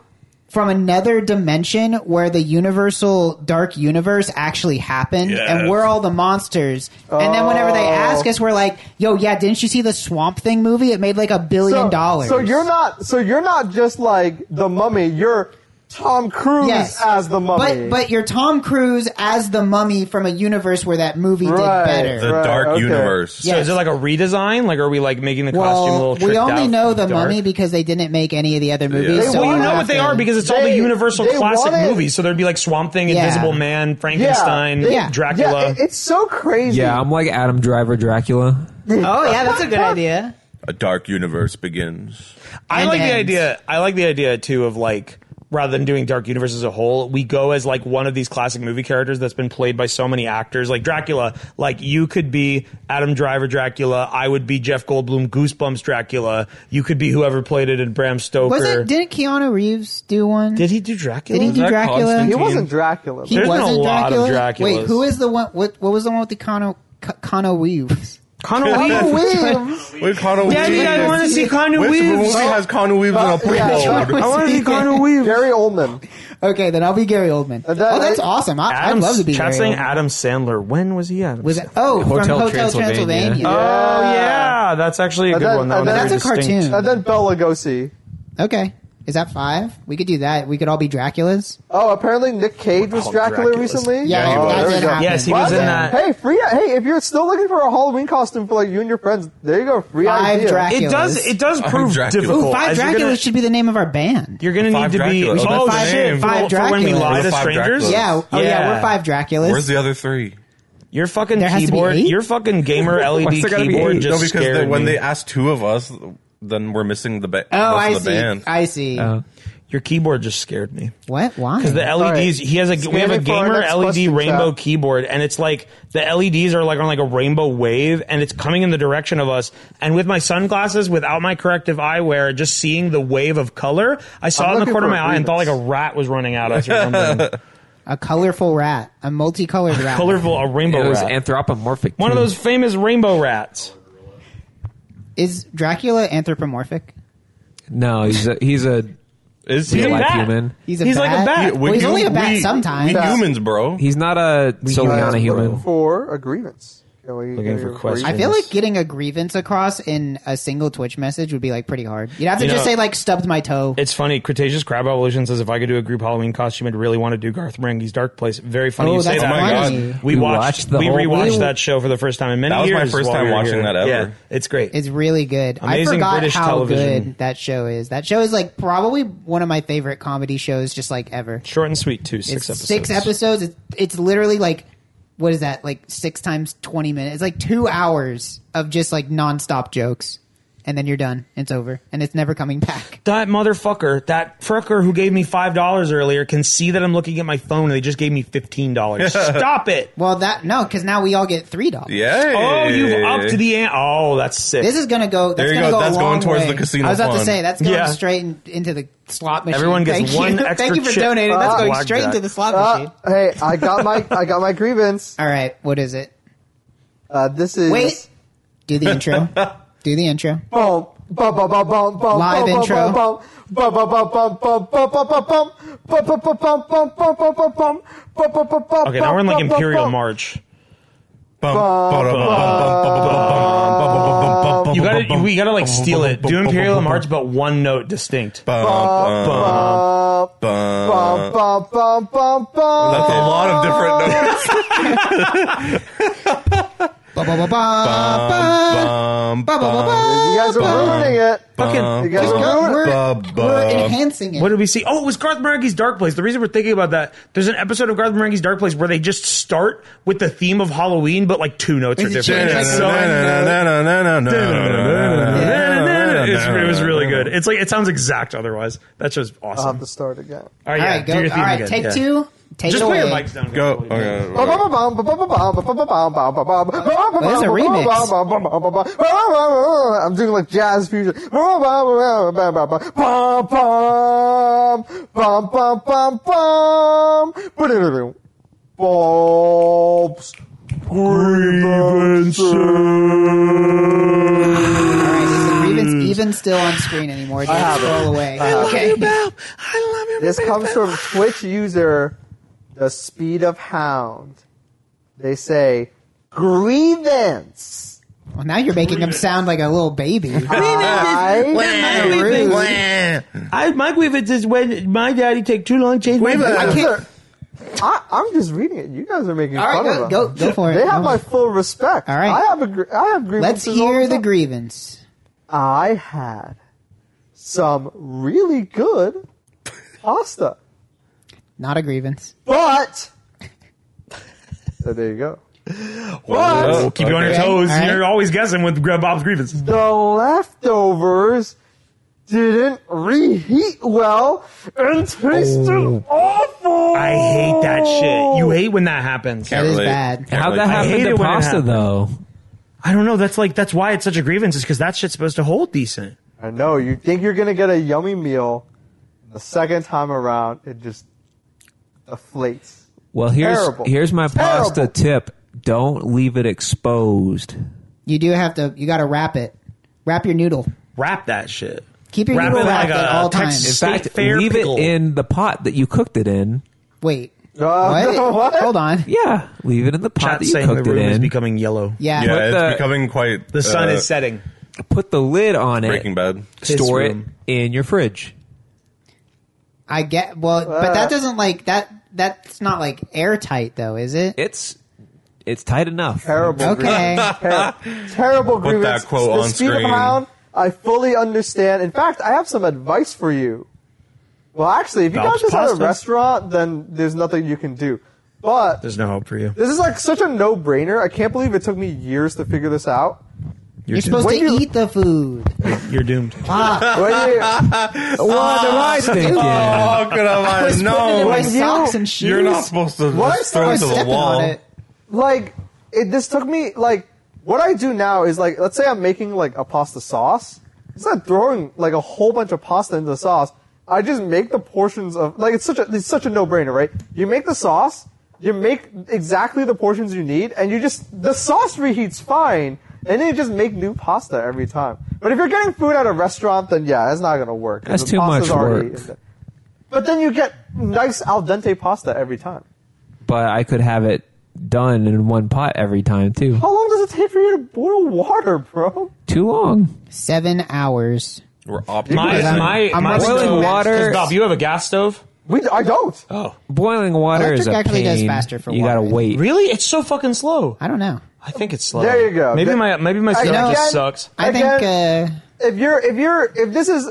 Speaker 4: from another dimension where the universal dark universe actually happened, and we're all the monsters. And then whenever they
Speaker 2: Oh.
Speaker 4: ask us, we're like, "Yo, yeah, didn't you see the Swamp Thing movie? It made like a billion
Speaker 2: So,
Speaker 4: dollars."
Speaker 2: so you're not. So you're not just like the mummy. You're Tom Cruise as the mummy.
Speaker 4: But but you're Tom Cruise as the mummy from a universe where that movie
Speaker 2: Right.
Speaker 4: did better.
Speaker 5: The
Speaker 2: Right,
Speaker 5: Dark
Speaker 2: okay.
Speaker 5: Universe.
Speaker 4: Yeah.
Speaker 1: So is it like a redesign? Like, are we like making the costume a
Speaker 4: well,
Speaker 1: little tricked
Speaker 4: we only
Speaker 1: out
Speaker 4: know the
Speaker 1: dark?
Speaker 4: mummy because they didn't make any of the other movies.
Speaker 2: They
Speaker 4: So
Speaker 1: Well, you
Speaker 2: wanted-
Speaker 1: know what they are because it's all the
Speaker 2: They-
Speaker 1: Universal
Speaker 2: they
Speaker 1: classic
Speaker 2: wanted-
Speaker 1: movies. So there'd be like Swamp Thing,
Speaker 4: Yeah.
Speaker 1: Invisible Man, Frankenstein,
Speaker 4: Yeah.
Speaker 1: Dracula.
Speaker 2: Yeah, it- it's so crazy.
Speaker 3: Yeah, I'm like Adam Driver Dracula.
Speaker 4: oh yeah, that's a good idea.
Speaker 5: A Dark Universe begins.
Speaker 1: I
Speaker 4: and
Speaker 1: like
Speaker 4: ends.
Speaker 1: the idea. I like the idea too of like rather than doing Dark Universe as a whole, we go as like one of these classic movie characters that's been played by so many actors, like Dracula. Like you could be Adam Driver Dracula. I would be Jeff Goldblum Goosebumps Dracula. You could be whoever played it in Bram Stoker.
Speaker 4: Was it? Didn't Keanu Reeves do one?
Speaker 1: Did he do Dracula?
Speaker 4: Did he do
Speaker 5: that
Speaker 4: Dracula?
Speaker 5: Constantine?
Speaker 2: He wasn't Dracula.
Speaker 4: He
Speaker 1: There's been a
Speaker 4: wasn't
Speaker 1: lot of
Speaker 4: Dracula.
Speaker 1: Draculas.
Speaker 4: Wait, who is the one? What what was the one with the Cano C- Cano Reeves?
Speaker 1: Connor
Speaker 2: Tom
Speaker 1: Weaves.
Speaker 2: Weaves.
Speaker 5: Wait, Connor
Speaker 1: Yeah, you guys want to see Connor
Speaker 5: Which
Speaker 1: Weaves?
Speaker 5: movie has Connor Weaves in a
Speaker 2: Yeah,
Speaker 5: prequel?
Speaker 1: Oh, I want to see Connor Weaves.
Speaker 2: Gary Oldman.
Speaker 4: Okay, then I'll be Gary Oldman.
Speaker 2: Uh, that-
Speaker 4: oh, that's awesome. I, I'd
Speaker 1: Adam,
Speaker 4: love to be
Speaker 1: Chad's
Speaker 4: Gary
Speaker 1: saying
Speaker 4: Oldman.
Speaker 1: Adam Sandler. When was he Adam?
Speaker 4: was
Speaker 1: Sandler?
Speaker 4: it? Oh,
Speaker 3: Hotel
Speaker 4: from Hotel
Speaker 3: Transylvania.
Speaker 4: Transylvania.
Speaker 1: Oh yeah, that's actually a good
Speaker 2: then-
Speaker 1: one. That
Speaker 2: and
Speaker 1: one's
Speaker 2: then-
Speaker 1: very
Speaker 4: That's a
Speaker 1: distinct.
Speaker 4: cartoon.
Speaker 2: And then Bella Lugosi.
Speaker 1: Oh.
Speaker 4: okay, is that five? We could do that. We could all be Draculas.
Speaker 2: Oh, apparently Nick Cage was
Speaker 1: Oh,
Speaker 2: Dracula
Speaker 1: Draculas.
Speaker 2: recently.
Speaker 4: Yeah,
Speaker 2: oh,
Speaker 4: that
Speaker 2: there we
Speaker 4: did
Speaker 2: go.
Speaker 4: happen.
Speaker 1: Yes, he
Speaker 2: Well,
Speaker 1: was in
Speaker 2: yeah.
Speaker 1: that.
Speaker 2: Hey, free! Hey, if you're still looking for a Halloween costume for like you and your friends, there you go. Free
Speaker 4: Five
Speaker 2: idea.
Speaker 4: Drac-
Speaker 1: It does. It does prove
Speaker 5: Dracula.
Speaker 1: difficult.
Speaker 4: Ooh, 5
Speaker 1: as you're
Speaker 4: Draculas
Speaker 1: gonna-
Speaker 4: should be the name of our band.
Speaker 1: You're gonna
Speaker 5: Five
Speaker 1: need to be.
Speaker 5: Dracula. Oh,
Speaker 1: Oh, shit!
Speaker 5: that's the
Speaker 1: For,
Speaker 4: name.
Speaker 1: for when we
Speaker 4: Five
Speaker 1: lie
Speaker 5: Draculas.
Speaker 1: to
Speaker 5: Five
Speaker 1: strangers.
Speaker 5: Draculas.
Speaker 4: Yeah. Oh yeah, we're five Draculas.
Speaker 5: Where's the other three?
Speaker 1: Your fucking
Speaker 4: There has to be
Speaker 1: keyboard.
Speaker 4: eight?
Speaker 1: Your fucking gamer LED
Speaker 3: there gotta be
Speaker 1: keyboard
Speaker 3: eight?
Speaker 5: no,
Speaker 1: just
Speaker 5: because
Speaker 1: scared
Speaker 5: the, when
Speaker 1: me.
Speaker 5: they ask two of us, then we're missing the, ba-
Speaker 4: oh,
Speaker 5: rest
Speaker 4: I
Speaker 5: of the
Speaker 4: see.
Speaker 5: band.
Speaker 4: I see.
Speaker 3: Uh,
Speaker 1: Your keyboard just scared me.
Speaker 4: What? Why?
Speaker 1: Because Oh. the LEDs, he has a we have a
Speaker 2: Scanning for our
Speaker 1: gamer
Speaker 2: next
Speaker 1: LED
Speaker 2: question,
Speaker 1: rainbow
Speaker 2: Chad.
Speaker 1: keyboard, and it's like the LEDs are like on like a rainbow wave, and it's coming in the direction of us. And with my sunglasses, without my corrective eyewear, just seeing the wave of color, I saw
Speaker 2: I'm
Speaker 1: it in the
Speaker 2: looking
Speaker 1: corner of
Speaker 2: for
Speaker 1: my
Speaker 2: a
Speaker 1: eye and thought like
Speaker 2: grievance.
Speaker 1: a rat was running at us or something.
Speaker 4: a colorful rat, a multicolored rat.
Speaker 1: Colorful, a rainbow
Speaker 3: It was
Speaker 1: rat.
Speaker 3: anthropomorphic.
Speaker 1: One of
Speaker 3: too.
Speaker 1: those famous rainbow rats.
Speaker 4: Is Dracula anthropomorphic?
Speaker 3: No, he's a, he's a
Speaker 5: Is
Speaker 1: He's
Speaker 5: he
Speaker 1: a
Speaker 3: like
Speaker 1: bat.
Speaker 3: human.
Speaker 4: He's a
Speaker 1: He's
Speaker 4: bat.
Speaker 1: like a bat.
Speaker 4: Well, he's only a bat
Speaker 5: we-
Speaker 4: sometimes.
Speaker 5: We humans, bro.
Speaker 3: he's not a solely not a human.
Speaker 2: for a grievance. Can we-
Speaker 1: Looking
Speaker 2: can
Speaker 1: for
Speaker 2: we-
Speaker 1: questions.
Speaker 4: I feel like getting a grievance across in a single Twitch message would be like pretty hard. You'd have to
Speaker 1: You
Speaker 4: just
Speaker 1: know-
Speaker 4: say like stubbed my toe.
Speaker 1: It's funny. Cretaceous Crab Evolution says if I could do a group Halloween costume, I'd really want to do Garth Marenghi's Dark Place. Very funny
Speaker 4: Oh,
Speaker 1: you say
Speaker 4: that's
Speaker 1: that.
Speaker 4: funny.
Speaker 1: God. We,
Speaker 3: We
Speaker 1: watched,
Speaker 3: watched the
Speaker 1: we
Speaker 3: whole
Speaker 1: rewatched
Speaker 3: thing.
Speaker 1: that show for the first time in many
Speaker 5: That was
Speaker 1: years.
Speaker 5: my first
Speaker 1: while
Speaker 5: time
Speaker 1: we were
Speaker 5: watching
Speaker 1: here.
Speaker 5: that ever.
Speaker 1: Yeah, it's great.
Speaker 4: It's really good. I
Speaker 1: Amazing
Speaker 4: forgot
Speaker 1: British
Speaker 4: how
Speaker 1: television.
Speaker 4: good that show is. That show is like probably one of my favorite comedy shows, just like ever.
Speaker 1: Short and sweet too. Six
Speaker 4: it's
Speaker 1: episodes.
Speaker 4: six episodes. It's, it's literally like what is that? Like six times twenty minutes. It's like two hours of just like nonstop jokes, and then you're done. It's over, and it's never coming back.
Speaker 1: That motherfucker, that fricker who gave me five dollars earlier, can see that I'm looking at my phone, and they just gave me fifteen dollars. Stop it!
Speaker 4: Well, that no, because now we all get three dollars.
Speaker 5: yeah.
Speaker 1: Oh, you've upped the ant. Oh, that's sick.
Speaker 4: This is gonna go. That's
Speaker 5: There you
Speaker 4: gonna
Speaker 5: go.
Speaker 4: a
Speaker 5: That's going
Speaker 4: long
Speaker 5: towards
Speaker 4: way.
Speaker 5: the casino
Speaker 4: I was about to
Speaker 5: fund.
Speaker 4: say that's going
Speaker 1: Yeah.
Speaker 4: straight in, into the slot machine.
Speaker 1: Everyone gets
Speaker 4: Thank
Speaker 1: one
Speaker 4: you.
Speaker 1: extra
Speaker 4: Thank you for
Speaker 1: chip.
Speaker 4: donating. That's
Speaker 2: Ah,
Speaker 4: going
Speaker 1: whack
Speaker 4: straight
Speaker 1: that.
Speaker 4: into the slot
Speaker 2: Uh,
Speaker 4: machine.
Speaker 2: hey, I got my I got my grievance.
Speaker 4: All right, what is it?
Speaker 2: Uh, this is
Speaker 4: Wait, do the intro. do the intro.
Speaker 2: Boom, bum, bum, bum, bum, bum,
Speaker 4: Live
Speaker 2: bum,
Speaker 4: intro.
Speaker 2: bum, bum, bum, bum, bum, bum, bum, bum, bum, bum, bum, bum, bum, bum, bum, bum, bum, bum, bum, bum, bum, bum, bum, bum,
Speaker 1: okay, now we're in like
Speaker 2: bum, bum,
Speaker 1: Imperial
Speaker 2: bum.
Speaker 1: March. You
Speaker 5: You
Speaker 1: gotta, we gotta like steal it. Do Imperial March, but one note distinct.
Speaker 2: Bum, bum, bum, bum, bum, bum.
Speaker 5: That's a lot of different notes.
Speaker 4: Ba, ba, ba, ba,
Speaker 5: Bum,
Speaker 4: ba, ba, ba, ba.
Speaker 2: You guys are ruining it.
Speaker 1: Fucking
Speaker 2: You guys
Speaker 4: Just go-
Speaker 2: are ruining it.
Speaker 5: Ba,
Speaker 4: We're,
Speaker 5: ba.
Speaker 4: we're enhancing it.
Speaker 1: What did we see? Oh, it was Garth Marenghi's Dark Place. The reason we're thinking about that, there's an episode of Garth Marenghi's Dark Place where they just start with the theme of Halloween, but like two notes are
Speaker 4: Is it
Speaker 1: different.
Speaker 4: just like
Speaker 1: So- It's- it was really good. It's like it sounds exact otherwise. That show's
Speaker 2: I'll have
Speaker 1: awesome.
Speaker 2: to start again.
Speaker 1: All right,
Speaker 4: all
Speaker 1: yeah,
Speaker 4: right,
Speaker 1: do
Speaker 4: Um,
Speaker 1: your
Speaker 4: go. All
Speaker 1: theme
Speaker 4: right,
Speaker 1: again,
Speaker 4: take
Speaker 1: yeah.
Speaker 4: two. Take
Speaker 1: Just
Speaker 4: it
Speaker 1: put
Speaker 4: away.
Speaker 1: your mics down.
Speaker 5: Go.
Speaker 1: guys.
Speaker 5: Okay.
Speaker 2: There's
Speaker 4: a
Speaker 2: remix. I'm doing like jazz fusion. Bob's grievances.
Speaker 4: All right, is the grievance even still on screen anymore? Do
Speaker 2: have it.
Speaker 4: scroll away. okay.
Speaker 2: This comes from Twitch user The Speed of Hound. They say, grievance.
Speaker 4: Well, now you're making him sound like a little baby.
Speaker 2: I,
Speaker 1: I, my grievance is when my daddy take too long to change my
Speaker 4: I can't.
Speaker 2: I, I'm just reading it. You guys are making
Speaker 4: All
Speaker 2: fun
Speaker 4: right, go,
Speaker 2: of
Speaker 4: go,
Speaker 2: them.
Speaker 4: go for it.
Speaker 2: They have
Speaker 4: Go.
Speaker 2: my full respect.
Speaker 4: All right.
Speaker 2: I have a gr- I have
Speaker 4: Let's
Speaker 2: grievances. all
Speaker 4: hear the
Speaker 2: time.
Speaker 4: grievance.
Speaker 2: I had some really good pasta,
Speaker 4: Not a grievance.
Speaker 2: but so there you go.
Speaker 5: Oh,
Speaker 1: Keep you on your
Speaker 5: okay.
Speaker 1: toes.
Speaker 4: All right.
Speaker 1: You're always guessing with Grub Bob's grievance.
Speaker 2: The leftovers didn't reheat well and tasted awful.
Speaker 1: I hate that shit.
Speaker 4: Oh.
Speaker 1: You hate when that happens.
Speaker 5: Can't
Speaker 4: That is
Speaker 5: relate.
Speaker 4: bad.
Speaker 5: Can't
Speaker 3: How'd
Speaker 5: relate.
Speaker 3: that
Speaker 1: hate
Speaker 3: happen
Speaker 1: it
Speaker 3: to
Speaker 1: when it
Speaker 3: pasta
Speaker 1: happens.
Speaker 3: though?
Speaker 1: I don't know. That's like that's why it's such a grievance is because that shit's supposed to hold decent.
Speaker 2: I know. You think you're gonna get a yummy meal, the second time around, it just deflates.
Speaker 3: Well, here's
Speaker 2: Terrible.
Speaker 3: here's my
Speaker 2: Terrible.
Speaker 3: pasta tip: don't leave it exposed.
Speaker 4: You do have to. You got to wrap it. Wrap your noodle.
Speaker 1: Wrap that shit.
Speaker 4: Keep your
Speaker 1: Wrap
Speaker 4: noodle
Speaker 1: it
Speaker 4: wrapped
Speaker 1: like
Speaker 4: at
Speaker 1: a
Speaker 4: all
Speaker 1: Texas-
Speaker 3: In
Speaker 4: times.
Speaker 1: State
Speaker 3: fact,
Speaker 1: Fair
Speaker 3: leave
Speaker 1: pickle.
Speaker 3: it in the pot that you cooked it in.
Speaker 4: Wait.
Speaker 2: Uh,
Speaker 4: What?
Speaker 2: what?
Speaker 4: Hold on.
Speaker 3: Yeah, leave it in the pot
Speaker 1: Chat
Speaker 3: that you
Speaker 1: saying the
Speaker 3: cooked it
Speaker 1: room is
Speaker 3: in.
Speaker 1: becoming yellow.
Speaker 4: Yeah.
Speaker 5: Yeah, it's
Speaker 3: the-
Speaker 5: becoming quite.
Speaker 1: The sun
Speaker 5: uh,
Speaker 1: is setting.
Speaker 3: Put the lid on
Speaker 5: Breaking
Speaker 3: it.
Speaker 5: Bad.
Speaker 3: Store
Speaker 1: This
Speaker 3: it
Speaker 1: room.
Speaker 3: in your fridge.
Speaker 4: I get. Well, but that doesn't like that. That's not like airtight though, is it?
Speaker 3: It's it's tight enough.
Speaker 2: Terrible.
Speaker 4: Okay.
Speaker 2: grievance. Ter- terrible
Speaker 5: Put
Speaker 2: grievance.
Speaker 5: that quote
Speaker 2: The
Speaker 5: on
Speaker 2: Stephen
Speaker 5: screen.
Speaker 2: Brown, I fully understand. In fact, I have some advice for you. Well, actually, if you
Speaker 1: Bob's
Speaker 2: got this at a
Speaker 1: Pastas.
Speaker 2: restaurant, then there's nothing you can do. But
Speaker 1: There's no hope for you.
Speaker 2: this is like such a no-brainer. I can't believe it took me years to figure this out.
Speaker 4: You're, supposed to
Speaker 2: When you-
Speaker 4: eat the food.
Speaker 1: You're doomed.
Speaker 2: When you,
Speaker 8: What am I
Speaker 1: Ah.
Speaker 8: thinking?
Speaker 5: How could I have
Speaker 4: No, my
Speaker 5: known?
Speaker 2: you-
Speaker 4: socks and shoes.
Speaker 5: You're not supposed to
Speaker 2: What?
Speaker 5: just throw
Speaker 4: I
Speaker 5: it
Speaker 4: was
Speaker 5: to the
Speaker 4: stepping on
Speaker 5: wall.
Speaker 4: it.
Speaker 2: like it, this took me like what I do now is like let's say I'm making like a pasta sauce. Instead of throwing like a whole bunch of pasta into the sauce, I just make the portions of like it's such a it's such a no brainer, right? You make the sauce, you make exactly the portions you need, and you just the sauce reheats fine, and then you just make new pasta every time. But if you're getting food at a restaurant, then yeah, that's not gonna work. 'cause
Speaker 8: That's
Speaker 2: the
Speaker 8: too
Speaker 2: pasta's
Speaker 8: much
Speaker 2: already
Speaker 8: work.
Speaker 2: in there. But then you get nice al dente pasta every time.
Speaker 3: but I could have it done in one pot every time too.
Speaker 2: How long does it take for you to boil water, bro?
Speaker 3: Too long.
Speaker 4: Seven hours.
Speaker 5: We're
Speaker 1: My,
Speaker 5: optimizing.
Speaker 1: my,
Speaker 4: I'm
Speaker 1: my
Speaker 4: running
Speaker 1: stove-
Speaker 4: low.
Speaker 3: water-
Speaker 1: 'Cause, Bob, you have a gas stove?
Speaker 2: We, I don't.
Speaker 3: Boiling water
Speaker 4: Electric
Speaker 3: is a
Speaker 4: actually
Speaker 3: pain.
Speaker 4: does faster for
Speaker 3: you gotta
Speaker 4: water.
Speaker 3: wait.
Speaker 1: Really? It's so fucking slow.
Speaker 4: I don't know.
Speaker 1: I think it's slow.
Speaker 2: There you go.
Speaker 1: Maybe
Speaker 2: That-
Speaker 1: my maybe my
Speaker 2: I
Speaker 1: stove just
Speaker 2: know. Again-
Speaker 1: sucks.
Speaker 4: I think uh,
Speaker 2: If you're if you're if this is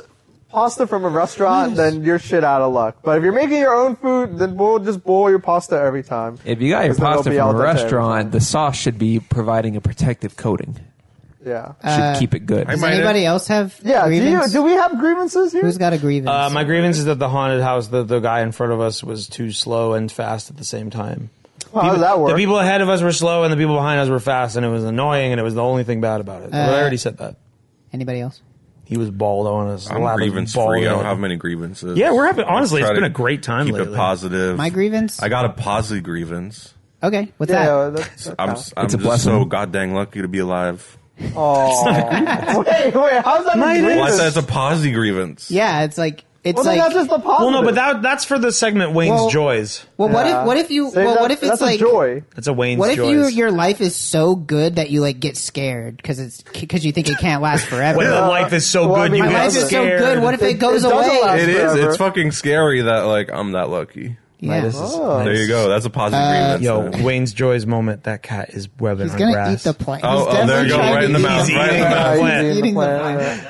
Speaker 2: pasta from a restaurant, then you're shit out of luck. But if you're making your own food, then we'll just boil your pasta every time.
Speaker 3: If you got your
Speaker 2: 'Cause then it'll
Speaker 3: pasta
Speaker 2: be
Speaker 3: from
Speaker 2: al
Speaker 3: a
Speaker 2: dente every
Speaker 3: restaurant, the sauce should be providing a protective coating.
Speaker 2: time. Yeah.
Speaker 3: Should keep it good.
Speaker 4: does
Speaker 5: might have-
Speaker 4: anybody else have
Speaker 2: yeah. Do, you,
Speaker 4: Uh, grievance?
Speaker 2: do we have grievances here?
Speaker 4: Who's got a grievance?
Speaker 1: Uh, my grievance is that the haunted house, the, the guy in front of us was too slow and fast at the same time.
Speaker 2: Well, How does that
Speaker 1: The
Speaker 2: work?
Speaker 1: people ahead of us were slow and the people behind us were fast, and it was annoying, and it was the only thing bad about it. I
Speaker 4: Uh,
Speaker 1: already said that.
Speaker 4: anybody else?
Speaker 1: He was bald on us. A lot
Speaker 5: I'm
Speaker 1: of
Speaker 5: grievance
Speaker 1: bald
Speaker 5: free. I don't
Speaker 1: on-
Speaker 5: have many grievances.
Speaker 1: Yeah, we're having-
Speaker 5: Let's
Speaker 1: honestly, it's
Speaker 5: try
Speaker 1: been a
Speaker 5: to
Speaker 1: great time
Speaker 5: Keep
Speaker 1: lately.
Speaker 5: it positive.
Speaker 4: My grievance?
Speaker 5: I got a positive grievance.
Speaker 4: okay, what's
Speaker 2: yeah,
Speaker 4: that?
Speaker 2: that's, that
Speaker 5: I'm,
Speaker 2: counts.
Speaker 5: s- I'm
Speaker 3: It's a
Speaker 5: just
Speaker 3: blessing.
Speaker 5: so goddamn lucky to be alive.
Speaker 2: Aw. wait, wait. How's that a
Speaker 5: Well, I
Speaker 2: grievance?
Speaker 5: said it's a positive grievance.
Speaker 4: Yeah, it's like it's
Speaker 2: well, then
Speaker 4: like
Speaker 2: that's just the
Speaker 1: Well,
Speaker 2: positive.
Speaker 1: no, but that that's for the segment Wayne's
Speaker 4: Well-
Speaker 1: Joys.
Speaker 4: well, what if what if you
Speaker 2: See,
Speaker 4: well,
Speaker 2: that-
Speaker 4: what if it's
Speaker 2: that's
Speaker 4: like
Speaker 2: a joy?
Speaker 1: That's a Wayne's
Speaker 4: what if
Speaker 1: Joys.
Speaker 4: you, your life is so good that you like get scared because it's because you think it can't last forever?
Speaker 1: Wait, the life is so
Speaker 2: well, I
Speaker 1: good,
Speaker 2: mean,
Speaker 1: you
Speaker 4: my
Speaker 1: get
Speaker 4: life is so
Speaker 1: scared.
Speaker 4: good. What if it,
Speaker 2: It-
Speaker 4: goes
Speaker 2: it does
Speaker 4: away?
Speaker 2: allow-
Speaker 5: It is.
Speaker 2: Forever.
Speaker 5: It's fucking scary that like I'm that lucky.
Speaker 4: yeah.
Speaker 5: There you go. That's a positive
Speaker 4: Uh,
Speaker 5: grievance.
Speaker 1: Yo,
Speaker 5: man.
Speaker 1: Wayne's Joys moment. That cat is webbing
Speaker 4: He's
Speaker 1: on
Speaker 4: gonna
Speaker 1: grass.
Speaker 4: eat the plant.
Speaker 5: Oh,
Speaker 4: He's
Speaker 5: oh, there
Speaker 4: definitely
Speaker 5: you go.
Speaker 4: trying
Speaker 5: Right
Speaker 4: to
Speaker 5: in the
Speaker 4: eat
Speaker 5: mouth.
Speaker 1: He's
Speaker 5: Right in
Speaker 1: eating
Speaker 5: the
Speaker 1: the
Speaker 5: mouth.
Speaker 1: plant.
Speaker 2: Yeah, he's
Speaker 4: Eating the
Speaker 2: plant.
Speaker 4: plant.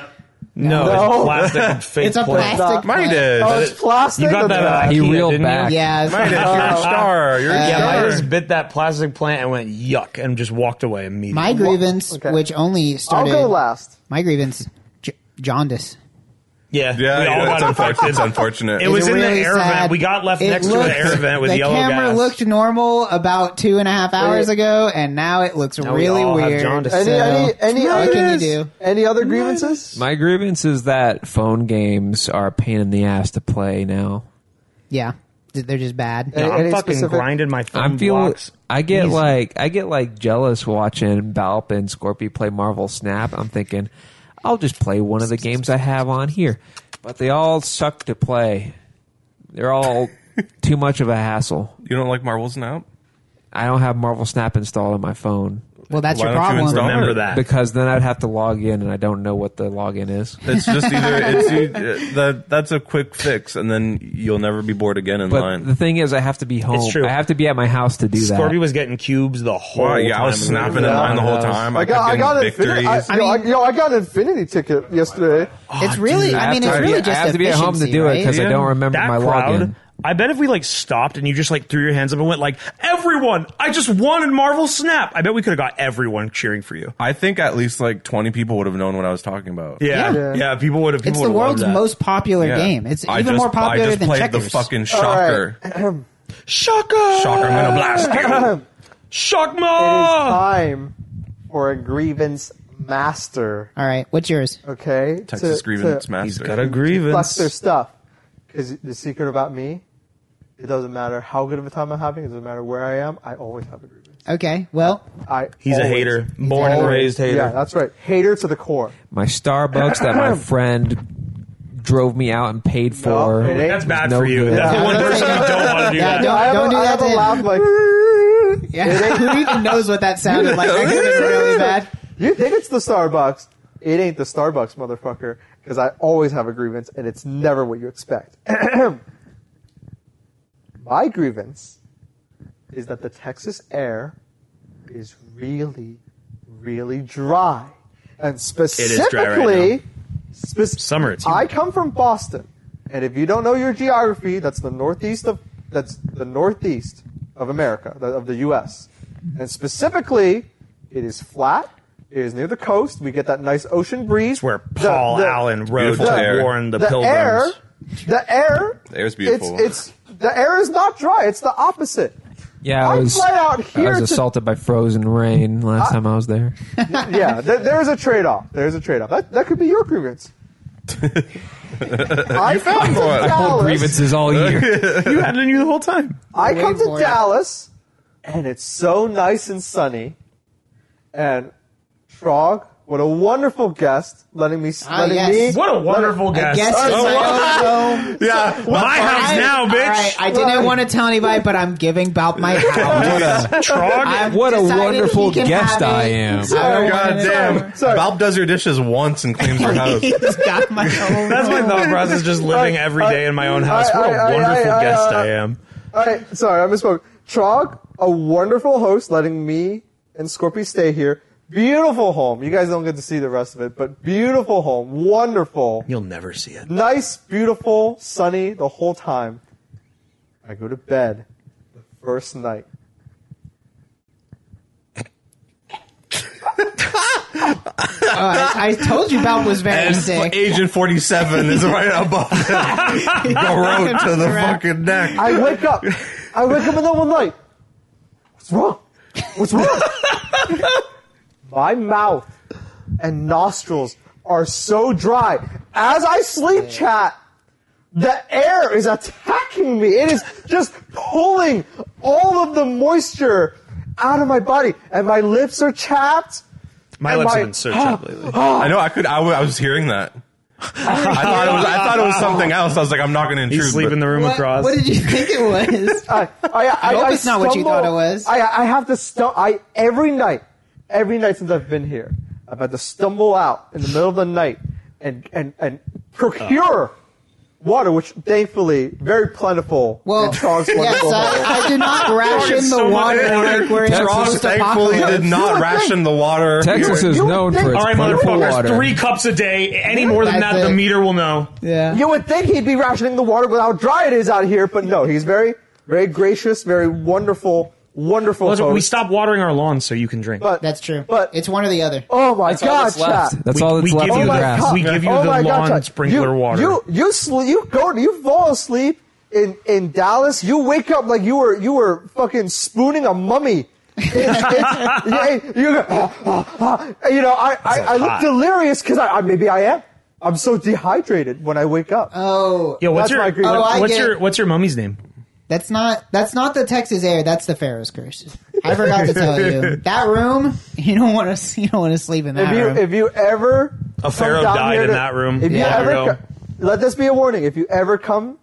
Speaker 1: No,
Speaker 2: No.
Speaker 1: it's plastic fake
Speaker 4: It's a
Speaker 1: plant.
Speaker 4: plastic.
Speaker 5: Mine
Speaker 4: plant.
Speaker 5: did.
Speaker 2: Oh, it's plastic.
Speaker 1: You got that?
Speaker 2: That's-
Speaker 1: Uh,
Speaker 3: He
Speaker 1: Ikea,
Speaker 3: reeled
Speaker 1: didn't
Speaker 3: back.
Speaker 1: You?
Speaker 4: Yeah, it's
Speaker 5: Mine did. You're
Speaker 4: not-
Speaker 5: a star. You're a
Speaker 4: Uh,
Speaker 1: Yeah,
Speaker 5: star.
Speaker 1: mine just bit that plastic plant and went yuck and just walked away immediately.
Speaker 4: my grievance,
Speaker 2: Okay.
Speaker 4: which only
Speaker 2: I'll
Speaker 4: started.
Speaker 2: go last.
Speaker 4: my grievance, j- jaundice.
Speaker 1: yeah,
Speaker 5: Yeah,
Speaker 1: we all
Speaker 5: yeah, it's
Speaker 1: got
Speaker 5: unfortunate. It's
Speaker 1: infected.
Speaker 5: unfortunate.
Speaker 1: It was
Speaker 4: It's
Speaker 1: in the
Speaker 4: really
Speaker 1: air
Speaker 4: sad.
Speaker 1: vent. We got left
Speaker 4: It
Speaker 1: next to an
Speaker 4: looked-
Speaker 1: air vent with
Speaker 4: the
Speaker 1: yellow
Speaker 4: camera
Speaker 1: gas.
Speaker 4: looked normal about two and a half hours ago, and now it looks
Speaker 1: we
Speaker 4: really
Speaker 1: all have
Speaker 4: weird.
Speaker 1: jaundice.
Speaker 2: Any
Speaker 4: So,
Speaker 2: any any
Speaker 4: what
Speaker 2: other
Speaker 4: can you do?
Speaker 2: Any other grievances?
Speaker 3: My grievance is that phone games are a pain in the ass to play now.
Speaker 4: Yeah, they're just bad.
Speaker 1: No, I'm
Speaker 2: Any
Speaker 1: fucking
Speaker 2: specific-
Speaker 1: grinding my phone
Speaker 3: I'm feeling.
Speaker 1: blocks.
Speaker 3: I get
Speaker 1: Easy.
Speaker 3: like I get like jealous watching Balp and Scorpy play Marvel Snap. I'm thinking, I'll just play one of the games I have on here, but they all suck to play. They're all too much of a hassle.
Speaker 5: You don't like Marvel Snap?
Speaker 3: I don't have Marvel Snap installed on my phone
Speaker 4: Well, that's
Speaker 5: Why
Speaker 4: your
Speaker 5: don't you
Speaker 4: problem.
Speaker 5: install-
Speaker 1: remember that.
Speaker 3: because then I'd have to log in, and I don't know what the login is.
Speaker 5: It's just either it's e- that that's a quick fix, and then you'll never be bored again in
Speaker 3: But
Speaker 5: line.
Speaker 3: the thing is, I have to be home.
Speaker 1: true.
Speaker 3: I have to be at my house to do
Speaker 1: Scorpy
Speaker 3: that.
Speaker 1: was getting cubes the whole
Speaker 5: Wow,
Speaker 1: time.
Speaker 5: yeah, I was
Speaker 1: we were
Speaker 5: snapping in
Speaker 1: there.
Speaker 2: Yeah.
Speaker 5: line the whole time.
Speaker 2: I got, I
Speaker 5: kept
Speaker 2: got
Speaker 5: getting
Speaker 2: infinity. I,
Speaker 5: victories.
Speaker 2: yo, I, yo, I got an infinity ticket yesterday.
Speaker 4: it's really.
Speaker 5: Oh,
Speaker 1: dude,
Speaker 4: I mean, it's
Speaker 3: I have to
Speaker 4: really
Speaker 3: be-
Speaker 4: just
Speaker 3: I have to be at home to
Speaker 4: efficiency,
Speaker 3: do it
Speaker 4: right?
Speaker 3: because I don't remember
Speaker 1: that
Speaker 3: my
Speaker 1: crowd.
Speaker 3: login.
Speaker 1: I bet if we like stopped and you just like threw your hands up and went like, "Everyone, I just wanted Marvel Snap." I bet we could have got everyone cheering for you.
Speaker 5: I think at least like 20 people would have known what I was talking about.
Speaker 1: Yeah, yeah.
Speaker 2: Yeah.
Speaker 1: people would have.
Speaker 4: It's the world's most popular
Speaker 5: Yeah.
Speaker 4: game. It's
Speaker 5: I
Speaker 4: even
Speaker 5: just-
Speaker 4: more popular
Speaker 5: I just
Speaker 4: than
Speaker 5: played
Speaker 4: checkers.
Speaker 5: the fucking shocker.
Speaker 1: shocker.
Speaker 5: Shocker, I'm gonna blast you.
Speaker 1: Shock
Speaker 2: It is
Speaker 1: ma.
Speaker 2: time for a grievance master.
Speaker 4: All right, what's yours?
Speaker 2: Okay,
Speaker 5: Texas
Speaker 2: to,
Speaker 5: grievance
Speaker 2: to
Speaker 5: master.
Speaker 1: grievance.
Speaker 2: flex their stuff. Because the secret about me, it doesn't matter how good of a time I'm having. It doesn't matter where I am. I always have a grievance.
Speaker 4: Okay, well,
Speaker 2: I
Speaker 1: He's a
Speaker 2: always-
Speaker 1: hater, born and
Speaker 2: always-
Speaker 1: raised hater.
Speaker 2: Yeah, that's right. Hater to the core.
Speaker 3: My Starbucks that my friend drove me out and paid for.
Speaker 2: it ain't.
Speaker 1: That's bad
Speaker 3: No
Speaker 1: for you.
Speaker 3: good.
Speaker 1: That's the
Speaker 4: Yeah.
Speaker 1: one person you don't want to do
Speaker 4: Yeah,
Speaker 1: that.
Speaker 4: don't-
Speaker 2: I have a,
Speaker 4: do
Speaker 2: I
Speaker 4: that
Speaker 2: have
Speaker 4: to
Speaker 2: a
Speaker 4: him.
Speaker 2: loud like.
Speaker 4: yeah, who even knows what that sounded like? That could have been really bad.
Speaker 2: You think it's the Starbucks? It ain't the Starbucks, motherfucker. Because I always have a grievance, and it's never what you expect. My grievance is that the Texas air is really, really dry, and
Speaker 1: is
Speaker 2: specifically,
Speaker 1: dry right
Speaker 2: spec-
Speaker 1: Summer, it's
Speaker 2: I come from Boston, and if you don't know your geography, that's the northeast of that's the northeast of America, the- of the U.S. And specifically, it is flat, is near the coast. We get that nice ocean breeze.
Speaker 1: It's where Paul Allen rode
Speaker 5: Beautiful
Speaker 1: to
Speaker 5: air.
Speaker 1: warn the,
Speaker 2: the
Speaker 1: pilgrims.
Speaker 2: air, the air,
Speaker 5: The air's beautiful.
Speaker 2: It's, it's the air is not dry. It's the opposite.
Speaker 3: Yeah, I
Speaker 2: I'm
Speaker 3: was,
Speaker 2: flat out
Speaker 3: I
Speaker 2: here
Speaker 3: was
Speaker 2: to-
Speaker 3: assaulted by frozen rain last time I was there.
Speaker 2: Yeah, th- there's a trade off. There's a trade off. That, that could be your grievance. I come to
Speaker 5: one. I
Speaker 2: Dallas.
Speaker 3: Grievances all year.
Speaker 1: You had it in you the whole time.
Speaker 2: I come
Speaker 4: Wait
Speaker 2: to
Speaker 4: for it.
Speaker 2: Dallas, and it's so nice and sunny. And Frog, what a wonderful guest, letting me
Speaker 4: Ah,
Speaker 2: letting
Speaker 4: yes.
Speaker 2: me
Speaker 1: What a wonderful guest.
Speaker 4: Guess
Speaker 1: Oh,
Speaker 4: it's my own home.
Speaker 1: yeah,
Speaker 5: Oh,
Speaker 1: my house
Speaker 4: I-
Speaker 1: now,
Speaker 4: All right,
Speaker 1: bitch.
Speaker 4: I didn't want to tell anybody, but I'm giving about my house.
Speaker 1: Trog.
Speaker 4: I've
Speaker 3: What a
Speaker 4: decided
Speaker 3: wonderful
Speaker 4: he can
Speaker 3: guest
Speaker 4: have it.
Speaker 3: I am.
Speaker 4: I don't
Speaker 5: God
Speaker 4: want it
Speaker 5: damn.
Speaker 2: Sorry.
Speaker 5: Bob does her dishes once and cleans her house.
Speaker 4: anymore. He's got my own.
Speaker 1: That's my thought process. Just living every day in my own house.
Speaker 2: I-
Speaker 1: What
Speaker 2: I- I-
Speaker 1: a wonderful
Speaker 2: I- uh, I-
Speaker 1: guest
Speaker 2: I-
Speaker 1: I am.
Speaker 2: All right, sorry, I misspoke. Trog, a wonderful host, letting me and Scorpy stay here. Beautiful home. You guys don't get to see the rest of it, but beautiful home. Wonderful.
Speaker 1: You'll never see it.
Speaker 2: Nice, beautiful, sunny the whole time. I go to bed the first night.
Speaker 4: Oh, I, I told you Bob was very
Speaker 5: And
Speaker 4: sick.
Speaker 5: Agent 47 is right above it. the road to the fucking neck.
Speaker 2: I wake up. I wake up in the middle of the night. What's wrong? What's wrong? My mouth and nostrils are so dry. As I sleep, chat, the air is attacking me. It is just pulling all of the moisture out of my body, and my lips are chapped.
Speaker 1: My
Speaker 2: And
Speaker 1: lips
Speaker 2: my-
Speaker 1: have been so chapped lately.
Speaker 5: I know. I could. I, w- I was hearing that. I thought it was. I thought it was something else. I was like, I'm not going to intrude.
Speaker 1: You sleep
Speaker 5: but-
Speaker 1: in the room
Speaker 4: What,
Speaker 1: across.
Speaker 4: what did you think it was?
Speaker 2: I, I, I,
Speaker 4: hope
Speaker 2: I
Speaker 4: it's not what you
Speaker 2: stumble-
Speaker 4: thought it was.
Speaker 2: I, I have to stumble. I every night, every night since I've been here, I've had to stumble out in the middle of the night and and and procure water, which thankfully very plentiful.
Speaker 4: Well,
Speaker 2: in Charles
Speaker 4: yes, uh,
Speaker 2: wonderful home.
Speaker 4: I, I did not ration the water like we're in a
Speaker 3: Texas
Speaker 5: Frogs
Speaker 4: post
Speaker 5: thankfully did
Speaker 4: apocalypse.
Speaker 5: not
Speaker 2: You
Speaker 5: ration the water.
Speaker 3: Texas is
Speaker 2: You would
Speaker 3: known
Speaker 2: think-
Speaker 3: for its
Speaker 2: All
Speaker 1: All right,
Speaker 3: plentiful
Speaker 1: motherfuckers.
Speaker 3: water.
Speaker 1: Three cups a day. Any more than
Speaker 4: That's
Speaker 1: that, the
Speaker 4: it.
Speaker 1: meter will know.
Speaker 4: Yeah.
Speaker 2: You would think he'd be rationing the water without how dry it is out here, but no, he's very, very gracious, very wonderful, wonderful.
Speaker 1: we
Speaker 2: host.
Speaker 1: stop watering our lawns so you can drink.
Speaker 2: But-
Speaker 4: That's true.
Speaker 2: But-
Speaker 4: it's one or the other.
Speaker 2: oh my
Speaker 8: all
Speaker 2: god,
Speaker 8: that's left.
Speaker 2: chat!
Speaker 3: That's
Speaker 1: We-
Speaker 3: all that's
Speaker 1: we
Speaker 3: left
Speaker 1: give
Speaker 2: Oh
Speaker 3: of
Speaker 1: you
Speaker 3: the
Speaker 1: that.
Speaker 3: grass.
Speaker 1: We give you the
Speaker 2: my
Speaker 1: lawn
Speaker 2: Chuck.
Speaker 1: sprinkler
Speaker 2: you,
Speaker 1: water.
Speaker 2: You you sleep. You go. You fall asleep in in Dallas. You wake up like you were you were fucking spooning a mummy. It's- it's- yeah, you, go, "Ah, ah, ah." you know, I, I, I look
Speaker 1: hot.
Speaker 2: delirious because I, I maybe I am. I'm so dehydrated when I wake up.
Speaker 4: Oh,
Speaker 1: Yo, what's
Speaker 2: That's my
Speaker 1: your
Speaker 2: green-
Speaker 1: what-
Speaker 4: Oh, I
Speaker 1: what's
Speaker 4: get
Speaker 1: your
Speaker 4: it.
Speaker 1: what's your mummy's name?
Speaker 4: that's not that's not the Texas air. That's the Pharaoh's curse. I forgot to tell you that room. You don't want to. You don't want to sleep in that
Speaker 2: if you
Speaker 4: room.
Speaker 2: if you ever
Speaker 1: Uh-huh. A pharaoh
Speaker 2: come down
Speaker 1: died
Speaker 2: here
Speaker 1: in
Speaker 2: to-
Speaker 1: that room
Speaker 2: If you
Speaker 4: long
Speaker 2: ever
Speaker 1: ago.
Speaker 2: co- let this be a warning. If you ever come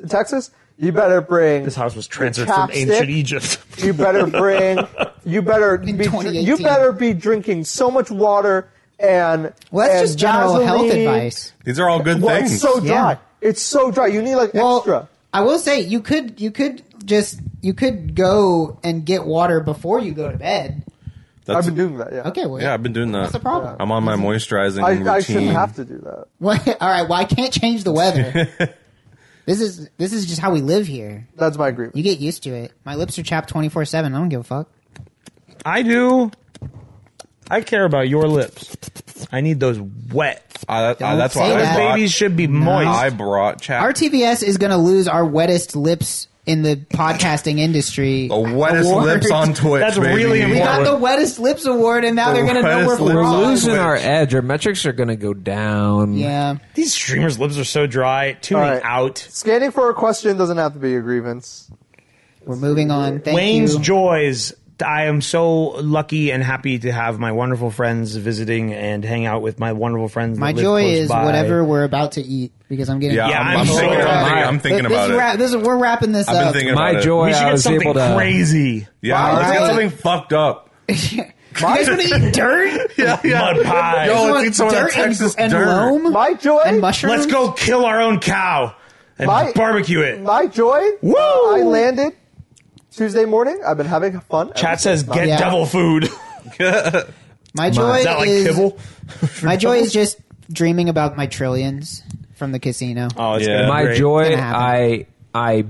Speaker 2: to Texas, you better bring
Speaker 1: This house was transferred from ancient
Speaker 2: Chapstick.
Speaker 1: Egypt.
Speaker 2: You better bring. You better be.
Speaker 4: 2018.
Speaker 2: You better be drinking so much water and.
Speaker 4: well, that's
Speaker 2: and
Speaker 4: just general health
Speaker 2: Vaseline.
Speaker 4: advice.
Speaker 5: These are all good
Speaker 2: Well,
Speaker 5: things.
Speaker 2: it's so dry.
Speaker 4: Yeah.
Speaker 2: It's so dry. You need like
Speaker 4: Well,
Speaker 2: extra.
Speaker 4: I will say you could you could just you could go and get water before you go to bed.
Speaker 5: That's-
Speaker 2: I've been doing that. Yeah.
Speaker 4: Okay, well,
Speaker 5: Yeah, I've been doing that.
Speaker 4: What's the problem?
Speaker 5: I'm on my moisturizing routine.
Speaker 2: I, I shouldn't have to do that.
Speaker 4: Well, all right. Well, I can't change the weather. this is this is just how we live here.
Speaker 2: That's my
Speaker 4: You
Speaker 2: agreement.
Speaker 4: get used to it. My lips are chapped twenty four seven. I don't give a fuck.
Speaker 1: I do. I care about your lips. I need those wet.
Speaker 5: I- I- that's why
Speaker 4: say
Speaker 5: I
Speaker 4: that.
Speaker 5: brought,
Speaker 1: Babies should be moist.
Speaker 5: I brought chat.
Speaker 4: RTVS is going to lose our wettest lips in the podcasting industry.
Speaker 5: the wettest
Speaker 4: award.
Speaker 5: lips on Twitch.
Speaker 1: That's
Speaker 5: baby.
Speaker 1: really
Speaker 4: We
Speaker 1: important.
Speaker 4: got the wettest lips award, and now
Speaker 5: The
Speaker 4: they're going to know
Speaker 5: wettest
Speaker 4: we're
Speaker 5: lips.
Speaker 3: We're
Speaker 4: wrong.
Speaker 3: losing our
Speaker 5: Switch.
Speaker 3: edge. Our metrics are going to go down.
Speaker 4: Yeah,
Speaker 1: These streamers' lips are so dry. Tuning
Speaker 2: All right.
Speaker 1: out.
Speaker 2: Scanning for a question doesn't have to be a grievance.
Speaker 4: we're moving on. Thank
Speaker 1: Wayne's
Speaker 4: you.
Speaker 1: Joys. I am so lucky and happy to have my wonderful friends visiting and hang out with my wonderful friends. that
Speaker 4: My
Speaker 1: live
Speaker 4: joy
Speaker 1: close
Speaker 4: is
Speaker 1: by.
Speaker 4: whatever we're about to eat because I'm getting.
Speaker 5: Yeah,
Speaker 1: Yeah,
Speaker 5: I'm,
Speaker 1: I'm
Speaker 5: I'm
Speaker 1: so
Speaker 5: thinking, I'm
Speaker 1: dry.
Speaker 5: thinking, I'm thinking
Speaker 4: This
Speaker 5: about
Speaker 4: is
Speaker 5: it.
Speaker 4: wrap- this is- we're wrapping this
Speaker 5: I've been
Speaker 4: up.
Speaker 5: thinking
Speaker 3: My
Speaker 5: about
Speaker 3: joy,
Speaker 5: it.
Speaker 1: We should
Speaker 3: I
Speaker 1: get
Speaker 3: was
Speaker 1: something
Speaker 3: able to.
Speaker 1: crazy.
Speaker 5: Yeah, let's get
Speaker 4: Alright.
Speaker 5: something fucked up.
Speaker 4: you guys want to eat dirt?
Speaker 5: Yeah,
Speaker 1: Mud pie.
Speaker 5: Yo, let's
Speaker 4: Want
Speaker 5: eat some of that
Speaker 4: dirt and-
Speaker 5: Texas
Speaker 4: and,
Speaker 5: dirt.
Speaker 4: loam
Speaker 2: My joy.
Speaker 4: and mushrooms.
Speaker 1: Let's go kill our own cow and
Speaker 2: My-
Speaker 1: barbecue it.
Speaker 2: My joy.
Speaker 1: Woo!
Speaker 2: I landed Tuesday morning. I've been having fun.
Speaker 1: Chat says get
Speaker 4: Yeah.
Speaker 1: devil food.
Speaker 4: My joy
Speaker 1: Is that like
Speaker 4: is
Speaker 1: kibble?
Speaker 4: my joy is just dreaming about my trillions from the casino.
Speaker 1: Oh, it's
Speaker 5: Yeah.
Speaker 1: gonna be
Speaker 3: My
Speaker 1: great.
Speaker 3: joy,
Speaker 4: Gonna happen.
Speaker 3: I I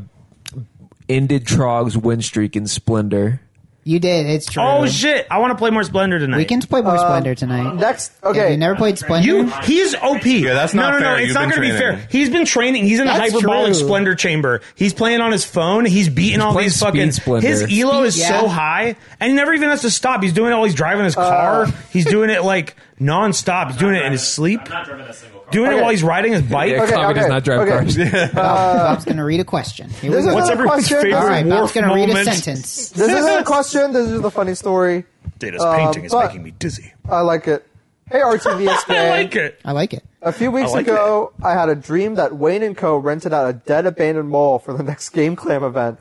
Speaker 3: ended Trog's win streak in splendor.
Speaker 4: You did. It's true.
Speaker 1: Oh shit! I want to play more Splendor tonight.
Speaker 4: We can play more Splendor tonight.
Speaker 2: Um, Next,
Speaker 4: Have
Speaker 2: okay.
Speaker 4: you never played Splendor?
Speaker 1: You, he's OP. Yeah,
Speaker 5: that's
Speaker 1: no,
Speaker 5: not
Speaker 1: no,
Speaker 5: fair.
Speaker 1: no. It's
Speaker 5: You've
Speaker 1: not
Speaker 5: been
Speaker 1: going to be
Speaker 5: training.
Speaker 1: fair. He's been training. He's in the
Speaker 4: That's
Speaker 1: hyperbolic
Speaker 4: true.
Speaker 1: splendor chamber. He's playing on his phone. He's beating all
Speaker 3: playing
Speaker 1: these fucking.
Speaker 3: Speed Splendor.
Speaker 1: His elo is
Speaker 4: Speed-
Speaker 1: so
Speaker 4: yeah.
Speaker 1: high, and he never even has to stop. He's doing it while he's driving his
Speaker 4: Uh.
Speaker 1: car. he's doing it like nonstop. He's doing it in his sleep.
Speaker 6: I'm not driving a single car.
Speaker 1: Doing it
Speaker 2: Okay.
Speaker 1: while he's riding his bike.
Speaker 3: Yeah, Kami does
Speaker 2: okay,
Speaker 3: not drive
Speaker 2: okay.
Speaker 3: cars.
Speaker 4: Bob's going to read a question. Here we
Speaker 2: This
Speaker 4: go.
Speaker 2: is
Speaker 1: What's
Speaker 2: Another
Speaker 1: everyone's
Speaker 2: question?
Speaker 1: favorite
Speaker 4: All right, Bob's
Speaker 1: Worf
Speaker 4: going to read
Speaker 1: moment?
Speaker 4: a sentence.
Speaker 2: This isn't a question. This is the funny story.
Speaker 1: Data's
Speaker 4: Uh,
Speaker 1: painting is
Speaker 2: but-
Speaker 1: making me dizzy.
Speaker 2: I like it. Hey, RTVS
Speaker 1: I
Speaker 2: gang.
Speaker 1: like it.
Speaker 4: I like it.
Speaker 2: A few weeks
Speaker 1: I like
Speaker 2: ago, I had a dream that Wayne and Co. rented out a dead abandoned mall for the next Game Clam event.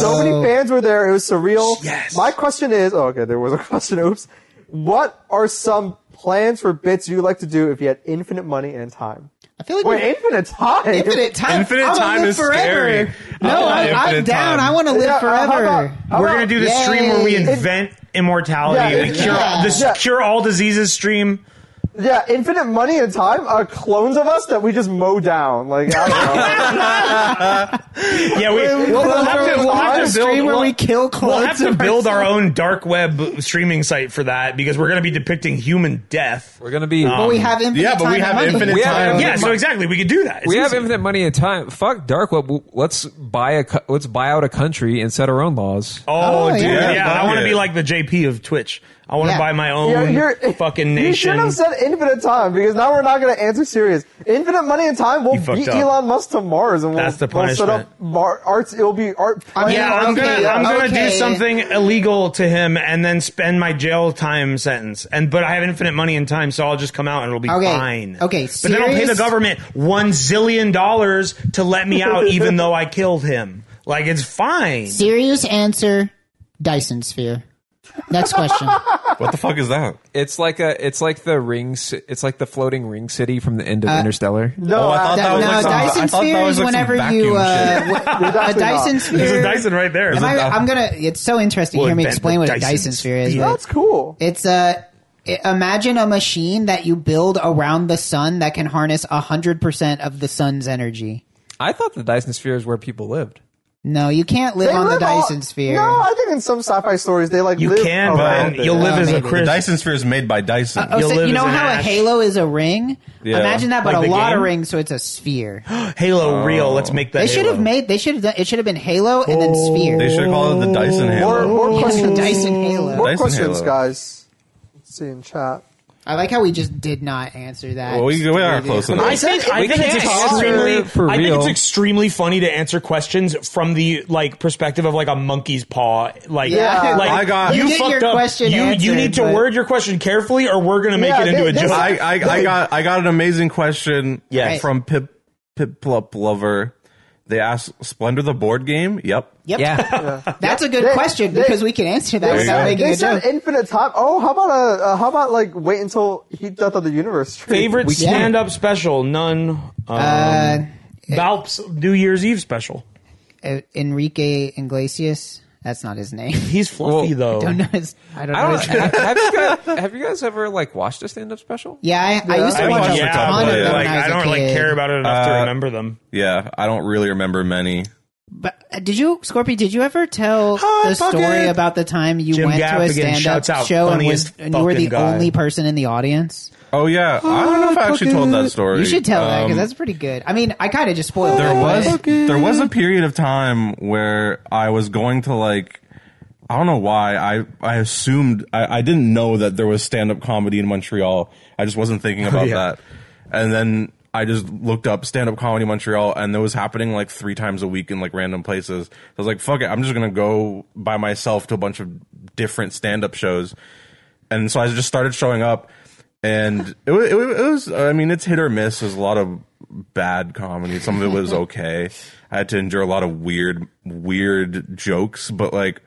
Speaker 2: So
Speaker 4: Yo.
Speaker 2: many fans were there; it was surreal.
Speaker 1: Yes.
Speaker 2: My question is, oh, okay, there was a question. Oops. What are some plans for bits you'd like to do if you had infinite money and time?
Speaker 4: I feel like
Speaker 2: Wait,
Speaker 4: we-
Speaker 2: infinite time.
Speaker 4: infinite time.
Speaker 5: Infinite
Speaker 4: I wanna
Speaker 5: time
Speaker 4: live
Speaker 5: is
Speaker 4: forever.
Speaker 5: scary.
Speaker 4: No,
Speaker 1: Uh,
Speaker 5: I want
Speaker 4: I, I'm
Speaker 5: infinite
Speaker 4: down.
Speaker 5: time.
Speaker 4: I want to live
Speaker 2: Yeah, uh, how
Speaker 4: forever.
Speaker 2: about- how
Speaker 1: We're
Speaker 2: about-
Speaker 1: gonna do this
Speaker 4: Yay.
Speaker 1: stream where we invent immortality.
Speaker 2: Yeah,
Speaker 1: we cure
Speaker 4: yeah.
Speaker 1: this
Speaker 2: Yeah.
Speaker 1: cure all diseases stream.
Speaker 2: Yeah, infinite money and time are clones of us that we just mow down. Like I don't know.
Speaker 1: Yeah, we,
Speaker 2: We'll-
Speaker 1: we'll, have to, we'll have
Speaker 2: live
Speaker 1: to
Speaker 4: stream
Speaker 1: build.
Speaker 4: where
Speaker 1: We'll,
Speaker 4: we kill clones.
Speaker 1: we'll have to
Speaker 4: of
Speaker 1: build our
Speaker 4: ourselves.
Speaker 1: own dark web streaming site for that because we're going to be depicting human death.
Speaker 3: We're gonna be.
Speaker 4: But we have infinite
Speaker 5: um, Yeah, but
Speaker 4: time
Speaker 5: we
Speaker 4: and
Speaker 5: have
Speaker 4: money.
Speaker 5: infinite
Speaker 3: We have
Speaker 5: time.
Speaker 3: infinite-
Speaker 1: Yeah, so exactly, we could do that. It's
Speaker 3: we have
Speaker 1: easy.
Speaker 3: infinite money and time. Fuck dark web. Let's buy a. co- Let's buy out a country and set our own laws.
Speaker 1: Oh,
Speaker 4: Oh,
Speaker 1: dude, yeah,
Speaker 4: yeah.
Speaker 1: I want to
Speaker 5: Yeah.
Speaker 1: be like the JP of Twitch. I want to
Speaker 4: Yeah.
Speaker 1: buy my own
Speaker 2: You're- you're-
Speaker 1: fucking
Speaker 2: You should
Speaker 1: nation.
Speaker 2: have said infinite time because now we're not going to answer serious. Infinite money and time will
Speaker 1: You fucked
Speaker 2: beat
Speaker 1: up.
Speaker 2: Elon Musk to Mars, and we'll,
Speaker 1: That's the
Speaker 2: we'll set
Speaker 1: punishment.
Speaker 2: up mar- arts. It'll be art.
Speaker 4: I mean,
Speaker 1: yeah, I'm
Speaker 4: Okay,
Speaker 1: gonna I'm gonna do
Speaker 4: okay.
Speaker 1: something illegal to him and then spend my jail time sentence. And but I have infinite money and time, so I'll just come out and it'll be
Speaker 4: Okay,
Speaker 1: fine.
Speaker 4: okay,
Speaker 1: but then I'll pay the
Speaker 4: serious-
Speaker 1: government one zillion dollars to let me out, even though I killed him. Like it's fine.
Speaker 4: Serious answer. Dyson sphere. Next question.
Speaker 5: What the fuck is that?
Speaker 3: It's like a. It's like the rings. It's like the floating ring city from the end of Interstellar.
Speaker 2: no,
Speaker 5: Oh, I thought
Speaker 2: I-
Speaker 5: that
Speaker 4: no,
Speaker 5: was like some- I
Speaker 4: Dyson
Speaker 5: thought that
Speaker 4: sphere
Speaker 5: was
Speaker 4: is
Speaker 5: like some
Speaker 4: whenever you.
Speaker 5: vacuum
Speaker 4: Uh,
Speaker 5: shit.
Speaker 4: w- a
Speaker 2: Definitely not.
Speaker 4: Dyson
Speaker 2: There's
Speaker 4: sphere.
Speaker 1: There's a Dyson right there.
Speaker 4: Am I, I'm gonna. It's so interesting
Speaker 1: We'll
Speaker 4: to hear me
Speaker 1: invent
Speaker 4: explain
Speaker 1: the
Speaker 4: what a
Speaker 1: Dyson
Speaker 4: Dyson sphere is.
Speaker 1: sphere.
Speaker 4: but-
Speaker 2: that's cool.
Speaker 4: It's a i- imagine a machine that you build around the sun that can harness hundred percent of the sun's energy.
Speaker 3: I thought the Dyson Sphere is where people lived.
Speaker 4: No, you can't live
Speaker 2: They
Speaker 4: on
Speaker 2: live
Speaker 4: the
Speaker 2: all-
Speaker 4: Dyson sphere.
Speaker 2: No, I think in some sci-fi stories they like
Speaker 1: You
Speaker 2: live
Speaker 1: can, but
Speaker 2: around
Speaker 1: then
Speaker 2: it.
Speaker 1: you'll live as a
Speaker 4: maybe.
Speaker 5: The
Speaker 1: Chris.
Speaker 5: Dyson sphere is made by Dyson.
Speaker 4: Oh,
Speaker 1: You'll
Speaker 4: so
Speaker 1: live
Speaker 4: you know
Speaker 1: as an
Speaker 4: how
Speaker 1: ash.
Speaker 4: a halo is a ring?
Speaker 5: Yeah.
Speaker 4: Imagine that, but
Speaker 1: Like
Speaker 4: a
Speaker 1: the
Speaker 4: lot of
Speaker 1: game?
Speaker 4: rings, so it's a sphere.
Speaker 1: Halo real. Let's make that.
Speaker 4: they should have
Speaker 1: Halo. Oh.
Speaker 4: made. They should have done. It should have been Halo and then sphere.
Speaker 5: They should call it the Dyson
Speaker 2: More,
Speaker 5: Halo.
Speaker 2: more
Speaker 4: It's the
Speaker 2: questions.
Speaker 4: Dyson Halo.
Speaker 2: More
Speaker 5: Dyson
Speaker 2: questions,
Speaker 5: Halo.
Speaker 2: guys. Let's see in chat.
Speaker 4: I like how we just did not answer that.
Speaker 5: Well, we, we are close enough.
Speaker 1: I think, I
Speaker 3: We
Speaker 1: think it's
Speaker 3: can't answer
Speaker 1: extremely
Speaker 3: for
Speaker 1: I think
Speaker 3: real.
Speaker 1: it's extremely funny to answer questions from the like perspective of like a monkey's paw. Like,
Speaker 2: Yeah.
Speaker 1: like
Speaker 5: I got-
Speaker 1: you,
Speaker 4: You get
Speaker 1: fucked
Speaker 4: your
Speaker 1: up.
Speaker 4: question
Speaker 1: you you
Speaker 4: answered,
Speaker 1: need to
Speaker 4: but-
Speaker 1: word your question carefully, or we're gonna make
Speaker 2: Yeah,
Speaker 1: it into
Speaker 2: they-
Speaker 1: a
Speaker 2: they-
Speaker 1: joke.
Speaker 5: I, I, I got I got an amazing question
Speaker 1: Yes.
Speaker 5: from Pip Piplup Lover. They asked Splendor the board game? Yep.
Speaker 4: Yep.
Speaker 3: Yeah,
Speaker 4: That's a good
Speaker 2: They-
Speaker 4: question
Speaker 2: they-
Speaker 4: because we can answer that
Speaker 2: They
Speaker 4: without
Speaker 5: go.
Speaker 2: said,
Speaker 4: making
Speaker 2: they
Speaker 4: a joke.
Speaker 2: said infinite time. Oh, how about a? Uh, how about like wait until he death of the universe?
Speaker 1: Favorite
Speaker 4: can't.
Speaker 1: stand-up special? None. Um,
Speaker 4: Uh,
Speaker 1: Balp's New Year's Eve special.
Speaker 4: uh, Enrique Iglesias. That's not his name.
Speaker 1: He's fluffy though.
Speaker 4: don't know his. I don't know.
Speaker 3: I don't,
Speaker 4: his name.
Speaker 3: have, you guys, have you guys ever like watched a stand-up special?
Speaker 4: Yeah, I, I used to
Speaker 5: I
Speaker 4: watch
Speaker 5: watched
Speaker 4: a
Speaker 5: it,
Speaker 4: ton of
Speaker 5: but,
Speaker 4: them
Speaker 1: like
Speaker 4: when I was
Speaker 1: I
Speaker 4: a
Speaker 1: don't like
Speaker 4: kid.
Speaker 1: care about it enough to
Speaker 5: Uh,
Speaker 1: remember them.
Speaker 5: Yeah. I don't really remember many.
Speaker 4: But uh, did you, Scorpy? Did you ever tell
Speaker 1: Hi,
Speaker 4: the
Speaker 1: fuck
Speaker 4: story
Speaker 1: it.
Speaker 4: about the time you
Speaker 1: Jim
Speaker 4: went to a
Speaker 1: Gaffigan shouts
Speaker 4: stand-up
Speaker 1: out,
Speaker 4: show and, was,
Speaker 1: funniest
Speaker 4: and you were the
Speaker 1: fucking guy.
Speaker 4: only person in the audience?
Speaker 5: Oh yeah. I don't know if I actually told that story.
Speaker 4: You should tell that because
Speaker 5: Um,
Speaker 4: that's pretty good. I mean, I kind of just spoiled.
Speaker 5: there
Speaker 4: it,
Speaker 5: was
Speaker 4: but-
Speaker 5: there was a period of time where I was going to like I don't know why I I assumed I, I didn't know that there was stand up comedy in Montreal. I just wasn't thinking about
Speaker 1: yeah.
Speaker 5: that, and then I just looked up stand up comedy Montreal, and that was happening like three times a week in like random places. I was like, fuck it, I'm just gonna go by myself to a bunch of different stand up shows, and so I just started showing up. And it was, it wa- it was, I mean, it's hit or miss. There's a lot of bad comedy. Some of it was okay. I had to endure a lot of weird, weird jokes, but like,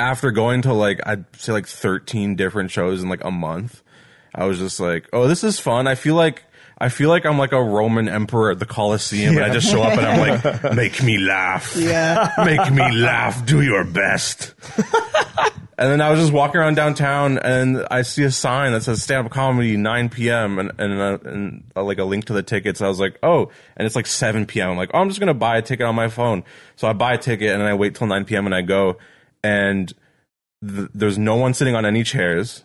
Speaker 5: after going to like I'd say like 13 different shows in like a month, I was just like, "Oh, this is fun." I feel like I feel like I'm like a Roman emperor at the Colosseum and I just show up and I'm like, "Make me laugh."
Speaker 4: Yeah.
Speaker 5: Make me laugh. Do your best. and then I was just walking around downtown and I see a sign that says stand up comedy 9 p.m. and and, uh, and uh, like a link to the tickets. I was like, "Oh," and it's like 7 p.m. I'm like, "Oh, I'm just going to buy a ticket on my phone." So I buy a ticket and then I wait till 9 p.m. and I go and th- there's no one sitting on any chairs,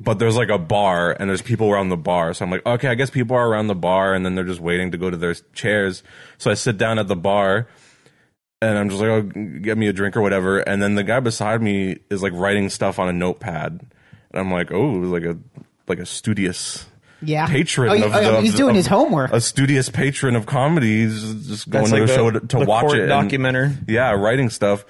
Speaker 5: but there's like a bar and there's people around the bar. So I'm like, okay, I guess people are around the bar and then they're just waiting to go to their chairs. So I sit down at the bar and I'm just like, oh, g- get me a drink or whatever. And then the guy beside me is like writing stuff on a notepad, and I'm like, oh, like a like a studious.
Speaker 4: Yeah.
Speaker 5: patron.
Speaker 4: Oh, he-
Speaker 5: of
Speaker 4: oh,
Speaker 5: the-
Speaker 4: he's
Speaker 5: of-
Speaker 4: doing
Speaker 5: of-
Speaker 4: his homework.
Speaker 5: A studious patron of comedy, he's just going
Speaker 1: That's
Speaker 5: to
Speaker 1: like
Speaker 5: the
Speaker 1: the-
Speaker 5: show to, to
Speaker 1: the
Speaker 5: watch
Speaker 1: court
Speaker 5: it. and-
Speaker 1: documentary.
Speaker 5: yeah, writing stuff.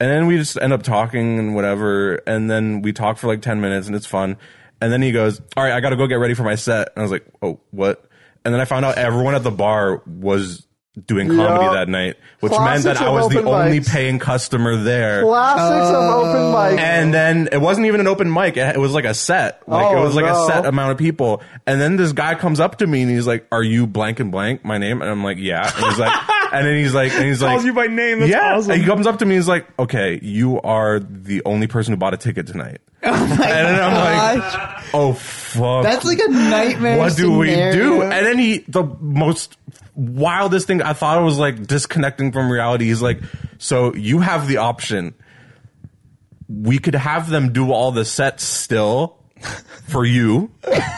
Speaker 5: And then we just end up talking and whatever. And then we talk for like 10 minutes and it's fun. And then he goes, All right, I got to go get ready for my set. And I was like, Oh, what? And then I found out everyone at the bar was doing comedy
Speaker 2: Yup.
Speaker 5: that night, which
Speaker 2: Classics
Speaker 5: meant that I
Speaker 2: of
Speaker 5: was the
Speaker 2: open
Speaker 5: only
Speaker 2: mics.
Speaker 5: paying customer there.
Speaker 2: Classics
Speaker 4: Uh,
Speaker 2: of open mic.
Speaker 5: And
Speaker 1: Uh-huh.
Speaker 5: then it wasn't even an open mic. It it was like a set. Like
Speaker 2: Oh,
Speaker 5: it was like
Speaker 2: no.
Speaker 5: a set amount of people. And then this guy comes up to me and he's like, "Are you blank and blank? My name?" And I'm like, "Yeah." And he's like, and then he's like, and he's like,
Speaker 1: Calls you by name. That's
Speaker 5: yeah.
Speaker 1: awesome.
Speaker 5: And he comes up to me and he's like, "Okay, you are the only person who bought a ticket tonight." and then I'm like, "Oh fuck."
Speaker 4: That's like a nightmare.
Speaker 5: what do we do?
Speaker 4: scenario.
Speaker 5: And then he, the most wildest thing I thought it was like disconnecting from reality. He's like, so you have the option. We could have them do all the sets still for you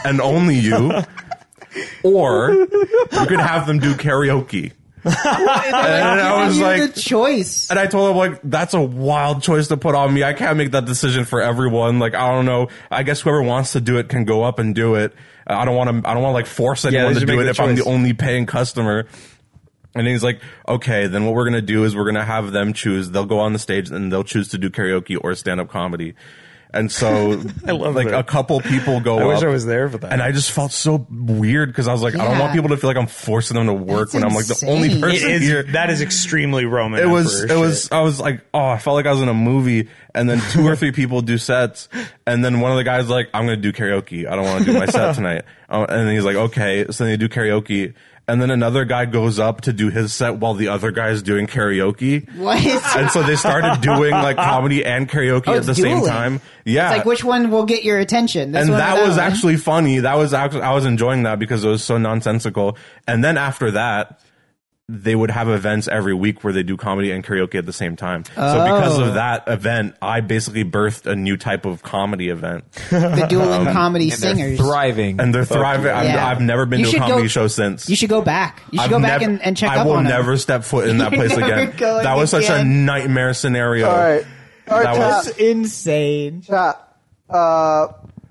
Speaker 5: and only you, or we could have them do karaoke. and I was
Speaker 4: You're
Speaker 5: like,
Speaker 4: the choice.
Speaker 5: and I told him like that's a wild choice to put on me. I can't make that decision for everyone. Like I don't know. I guess whoever wants to do it can go up and do it. Uh, I don't want to. I don't want to like force anyone
Speaker 1: they
Speaker 5: to
Speaker 1: should
Speaker 5: do
Speaker 1: make
Speaker 5: it
Speaker 1: the
Speaker 5: if I'm the
Speaker 1: choice.
Speaker 5: only paying customer. And he's like, okay, then what we're gonna do is we're gonna have them choose. They'll go on the stage and they'll choose to do karaoke or stand up comedy. And so, I
Speaker 1: love
Speaker 5: like
Speaker 1: that.
Speaker 5: a couple people go.
Speaker 1: I wish
Speaker 5: up,
Speaker 1: I was there for that.
Speaker 5: And I just felt so weird because I was like, I don't
Speaker 4: Yeah.
Speaker 5: want people to feel like I'm forcing them to work
Speaker 4: That's
Speaker 5: when I'm like the only
Speaker 4: insane. It
Speaker 1: It
Speaker 5: person
Speaker 1: is-
Speaker 5: here
Speaker 1: that is extremely Roman.
Speaker 5: it was it
Speaker 1: Emperor
Speaker 5: was
Speaker 1: shit.
Speaker 5: i was like oh i felt like i was in a movie and then two or three people do sets and then one of the guys like i'm gonna do karaoke i don't want to do my set tonight Oh, and then he's like okay so then they do karaoke and then another guy goes up to do his set while the other guy is doing karaoke
Speaker 4: What?
Speaker 5: and so they started doing like comedy and karaoke
Speaker 4: Oh,
Speaker 5: at
Speaker 4: it's
Speaker 5: the same
Speaker 4: dueling.
Speaker 5: time yeah
Speaker 4: It's like which one will get your attention? This
Speaker 5: and
Speaker 4: one or
Speaker 5: that was
Speaker 4: one?
Speaker 5: actually funny. That was actually I was enjoying that because it was so nonsensical. And then after that, they would have events every week where they do comedy and karaoke at the same time. So because
Speaker 4: Oh.
Speaker 5: of that event, I basically birthed a new type of comedy event,
Speaker 4: the dueling comedy singers.
Speaker 3: thriving.
Speaker 5: and they're thriving. I've,
Speaker 4: Yeah.
Speaker 5: I've never been
Speaker 4: You
Speaker 5: to a
Speaker 4: should
Speaker 5: comedy
Speaker 4: go-
Speaker 5: show since.
Speaker 4: You should go back. You should go back
Speaker 5: nev-
Speaker 4: and, and check
Speaker 5: I
Speaker 4: up
Speaker 5: will
Speaker 4: on them.
Speaker 5: never step foot in that
Speaker 4: You're
Speaker 5: place
Speaker 4: never
Speaker 5: again.
Speaker 4: going
Speaker 5: That was such a
Speaker 4: again.
Speaker 5: nightmare scenario.
Speaker 2: All right. All right,
Speaker 5: That
Speaker 2: Pat.
Speaker 5: was-
Speaker 4: That's insane.
Speaker 2: Pat, Uh,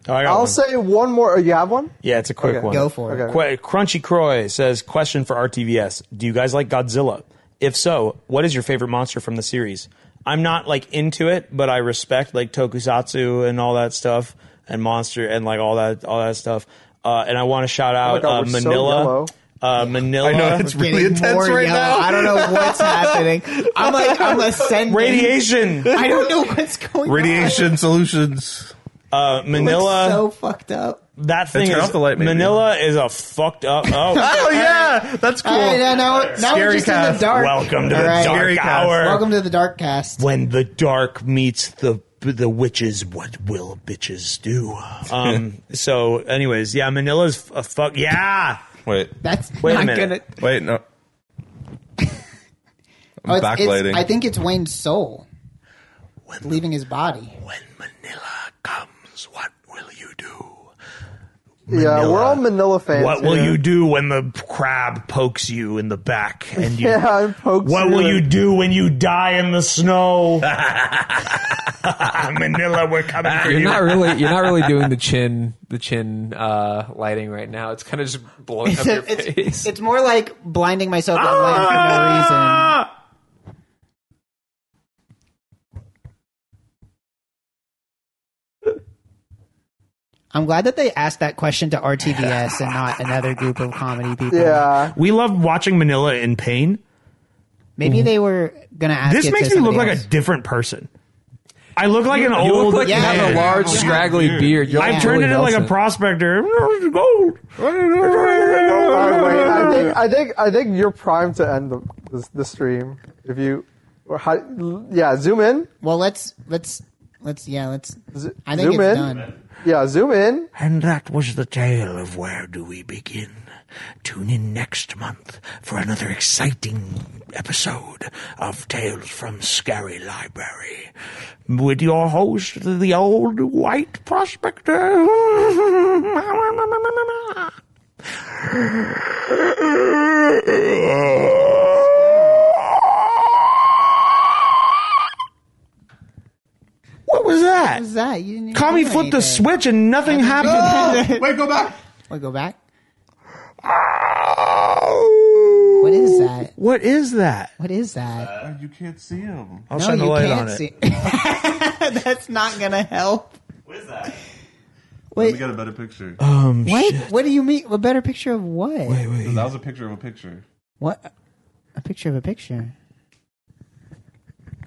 Speaker 1: Oh, I got
Speaker 2: I'll
Speaker 1: one.
Speaker 2: say one more. You have one?
Speaker 1: Yeah, it's a quick
Speaker 2: Okay.
Speaker 1: one.
Speaker 4: Go for it.
Speaker 2: Okay.
Speaker 1: Qu- Crunchy Croy says, question for RTVS. Do you guys like Godzilla? If so, what is your favorite monster from the series? I'm not like into it, but I respect like tokusatsu and all that stuff and monster and like all that, all that stuff. Uh, and I want to shout out
Speaker 2: God,
Speaker 1: uh,
Speaker 2: we're so
Speaker 1: Manila.
Speaker 2: yellow.
Speaker 1: uh, Manila.
Speaker 5: I know it's
Speaker 4: We're
Speaker 5: really
Speaker 4: getting
Speaker 5: intense
Speaker 4: more
Speaker 5: right
Speaker 4: yellow.
Speaker 5: now.
Speaker 4: I don't know what's happening. I'm like I'm ascending.
Speaker 1: Radiation.
Speaker 4: I don't know what's going on.
Speaker 5: Radiation solutions.
Speaker 1: Uh, Manila.
Speaker 4: It's so fucked up.
Speaker 1: that thing
Speaker 5: turn
Speaker 1: is
Speaker 5: off the light, maybe.
Speaker 1: Manila is a fucked up. Oh,
Speaker 5: Oh yeah, that's cool.
Speaker 4: All right, now, now, now we're
Speaker 5: Scary
Speaker 4: just in
Speaker 5: cast.
Speaker 4: the dark.
Speaker 1: welcome to the
Speaker 4: All right.
Speaker 1: dark
Speaker 5: Scary cast.
Speaker 1: hour.
Speaker 4: Welcome to the dark cast.
Speaker 1: when the dark meets the the witches, what will bitches do? Um. so, anyways, yeah, Manila's a fuck. Yeah,
Speaker 5: Wait,
Speaker 4: That's
Speaker 1: Wait a
Speaker 4: not
Speaker 1: minute.
Speaker 4: gonna.
Speaker 5: wait, no.
Speaker 4: Oh, it's, it's-
Speaker 5: Backlighting.
Speaker 4: I think it's Wayne's soul leaving his body.
Speaker 1: when Manila comes, what will you do?
Speaker 2: Yeah, we're all Manila fans.
Speaker 1: What will
Speaker 2: here.
Speaker 1: you do when the crab pokes you in the back and you?
Speaker 2: Yeah, I'm poked.
Speaker 1: What will you do when you die in the snow? Manila, we're coming for
Speaker 3: You're
Speaker 1: you.
Speaker 3: not really you're not really doing the chin the chin uh, lighting right now. It's kind of just blowing up your
Speaker 4: it's,
Speaker 3: face.
Speaker 4: it's more like blinding myself in light for no
Speaker 1: Ah!
Speaker 4: reason. I'm glad that they asked that question to RTVS and not another group of comedy people.
Speaker 2: Yeah.
Speaker 1: We love watching Manila in pain.
Speaker 4: Maybe they were gonna ask.
Speaker 1: This
Speaker 4: it
Speaker 1: makes
Speaker 4: to
Speaker 1: me look
Speaker 4: somebody
Speaker 1: like
Speaker 4: else.
Speaker 1: a different person. I look like an
Speaker 3: you
Speaker 1: old.
Speaker 3: look like you
Speaker 4: Yeah.
Speaker 3: have a
Speaker 1: man.
Speaker 3: large
Speaker 4: Yeah.
Speaker 3: straggly beard. You're
Speaker 1: I've
Speaker 3: like
Speaker 1: turned
Speaker 3: Willie
Speaker 1: into like a
Speaker 3: Nelson.
Speaker 1: prospector.
Speaker 2: All right, wait, I think I think I think you're primed to end the the, the stream if you. Or how, yeah, zoom in.
Speaker 4: Well, let's let's let's yeah let's.
Speaker 2: Z-
Speaker 4: I think
Speaker 2: zoom
Speaker 4: it's
Speaker 2: in.
Speaker 4: done.
Speaker 2: Yeah, zoom in.
Speaker 1: And that was the tale of Where Do We Begin? Tune in next month for another exciting episode of Tales from Scary Library with your host, the old white prospector. What was that?
Speaker 4: What's that? You didn't
Speaker 1: Kami
Speaker 4: do
Speaker 1: flipped the
Speaker 4: anything.
Speaker 1: switch and nothing happened.
Speaker 7: Wait, go back.
Speaker 4: Wait, go back.
Speaker 3: Oh.
Speaker 4: What is that?
Speaker 1: What is that?
Speaker 4: What is that?
Speaker 5: You can't see him.
Speaker 3: I'll shine the light on it.
Speaker 4: That's not gonna help.
Speaker 9: What is that?
Speaker 5: Let
Speaker 4: Wait,
Speaker 5: me get a better picture.
Speaker 3: Oh,
Speaker 1: Um,
Speaker 4: what?
Speaker 1: shit.
Speaker 4: What do you mean? A better picture of what?
Speaker 1: Wait, wait.
Speaker 5: that was a picture of a picture.
Speaker 4: What? A picture of a picture.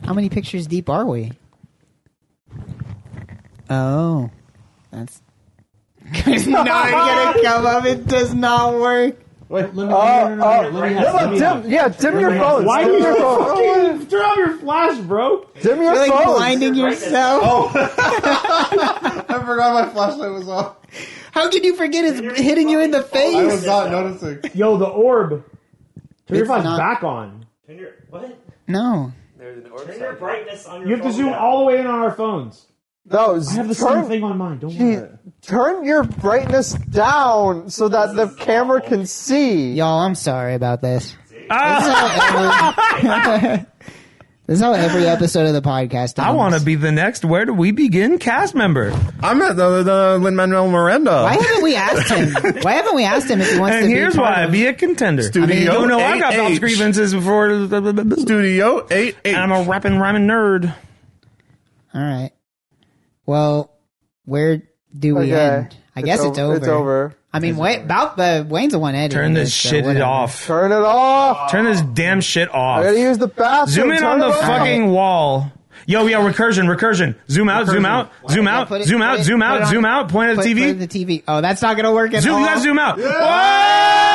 Speaker 4: How many pictures deep are we? Oh, that's. it's not gonna come up. It does not work.
Speaker 7: Wait, let me,
Speaker 2: Oh, oh,
Speaker 7: let me ask,
Speaker 2: no,
Speaker 7: let me
Speaker 2: dim, yeah, dim your phone.
Speaker 7: Why
Speaker 2: dim
Speaker 7: do
Speaker 2: your
Speaker 7: you
Speaker 2: phone.
Speaker 7: fucking turn on your flash, bro?
Speaker 2: Dim your
Speaker 4: You're like
Speaker 2: phone.
Speaker 4: blinding yourself.
Speaker 7: Oh. I forgot my flashlight was off.
Speaker 4: How can you forget it's hitting you in the
Speaker 7: I
Speaker 4: face?
Speaker 7: was not noticing.
Speaker 10: Yo, the orb.
Speaker 7: Turn your
Speaker 4: It's
Speaker 7: flash
Speaker 4: not-
Speaker 7: back on.
Speaker 9: Turn your what?
Speaker 4: No.
Speaker 9: There's an orb. Turn your brightness on your.
Speaker 10: You have to zoom all the way in on our phones.
Speaker 2: No,
Speaker 10: I have the same
Speaker 2: turn,
Speaker 10: thing on mine. Don't worry.
Speaker 2: turn your brightness down so that the camera can see.
Speaker 4: Y'all, I'm sorry about this.
Speaker 3: Ah!
Speaker 4: This is how every, this is how every episode of the podcast.
Speaker 3: I want to be the next. Where do we begin? Cast member,
Speaker 5: I'm at the, the Lin Manuel Miranda.
Speaker 4: Why haven't we asked him? Why haven't we asked him if he wants
Speaker 3: and
Speaker 4: to
Speaker 3: here's
Speaker 4: be part
Speaker 3: why:
Speaker 4: of-
Speaker 3: be a contender.
Speaker 5: Studio
Speaker 3: I mean, you know I got
Speaker 5: 8H.
Speaker 3: bounce grievances before. And
Speaker 5: Studio 8 8.
Speaker 3: I'm a rapping, rhyming nerd.
Speaker 4: All right. Well, where do we
Speaker 2: Okay.
Speaker 4: end? I guess it's
Speaker 2: o-
Speaker 4: over.
Speaker 2: It's over.
Speaker 4: I mean, wait, about the Wayne's the one editing.
Speaker 3: Turn this
Speaker 4: so
Speaker 3: shit
Speaker 4: whatever.
Speaker 3: off.
Speaker 2: Turn it off.
Speaker 3: Turn this damn shit
Speaker 2: I
Speaker 3: off.
Speaker 2: gotta use the bathroom.
Speaker 3: Zoom in
Speaker 2: Turn
Speaker 3: on
Speaker 2: it
Speaker 3: the
Speaker 2: off.
Speaker 3: fucking wall. Yo, yeah, recursion, recursion. Zoom out, zoom out, zoom
Speaker 4: Yeah,
Speaker 3: out,
Speaker 4: put it-
Speaker 3: zoom
Speaker 4: put
Speaker 3: out,
Speaker 4: it-
Speaker 3: zoom
Speaker 4: put it
Speaker 3: out,
Speaker 4: on-
Speaker 3: zoom out. Point at
Speaker 4: Put,
Speaker 3: the
Speaker 4: put it
Speaker 3: TV.
Speaker 4: in the TV. Oh, that's not gonna work at
Speaker 3: Zoom,
Speaker 4: all.
Speaker 3: you guys zoom out. Whoa!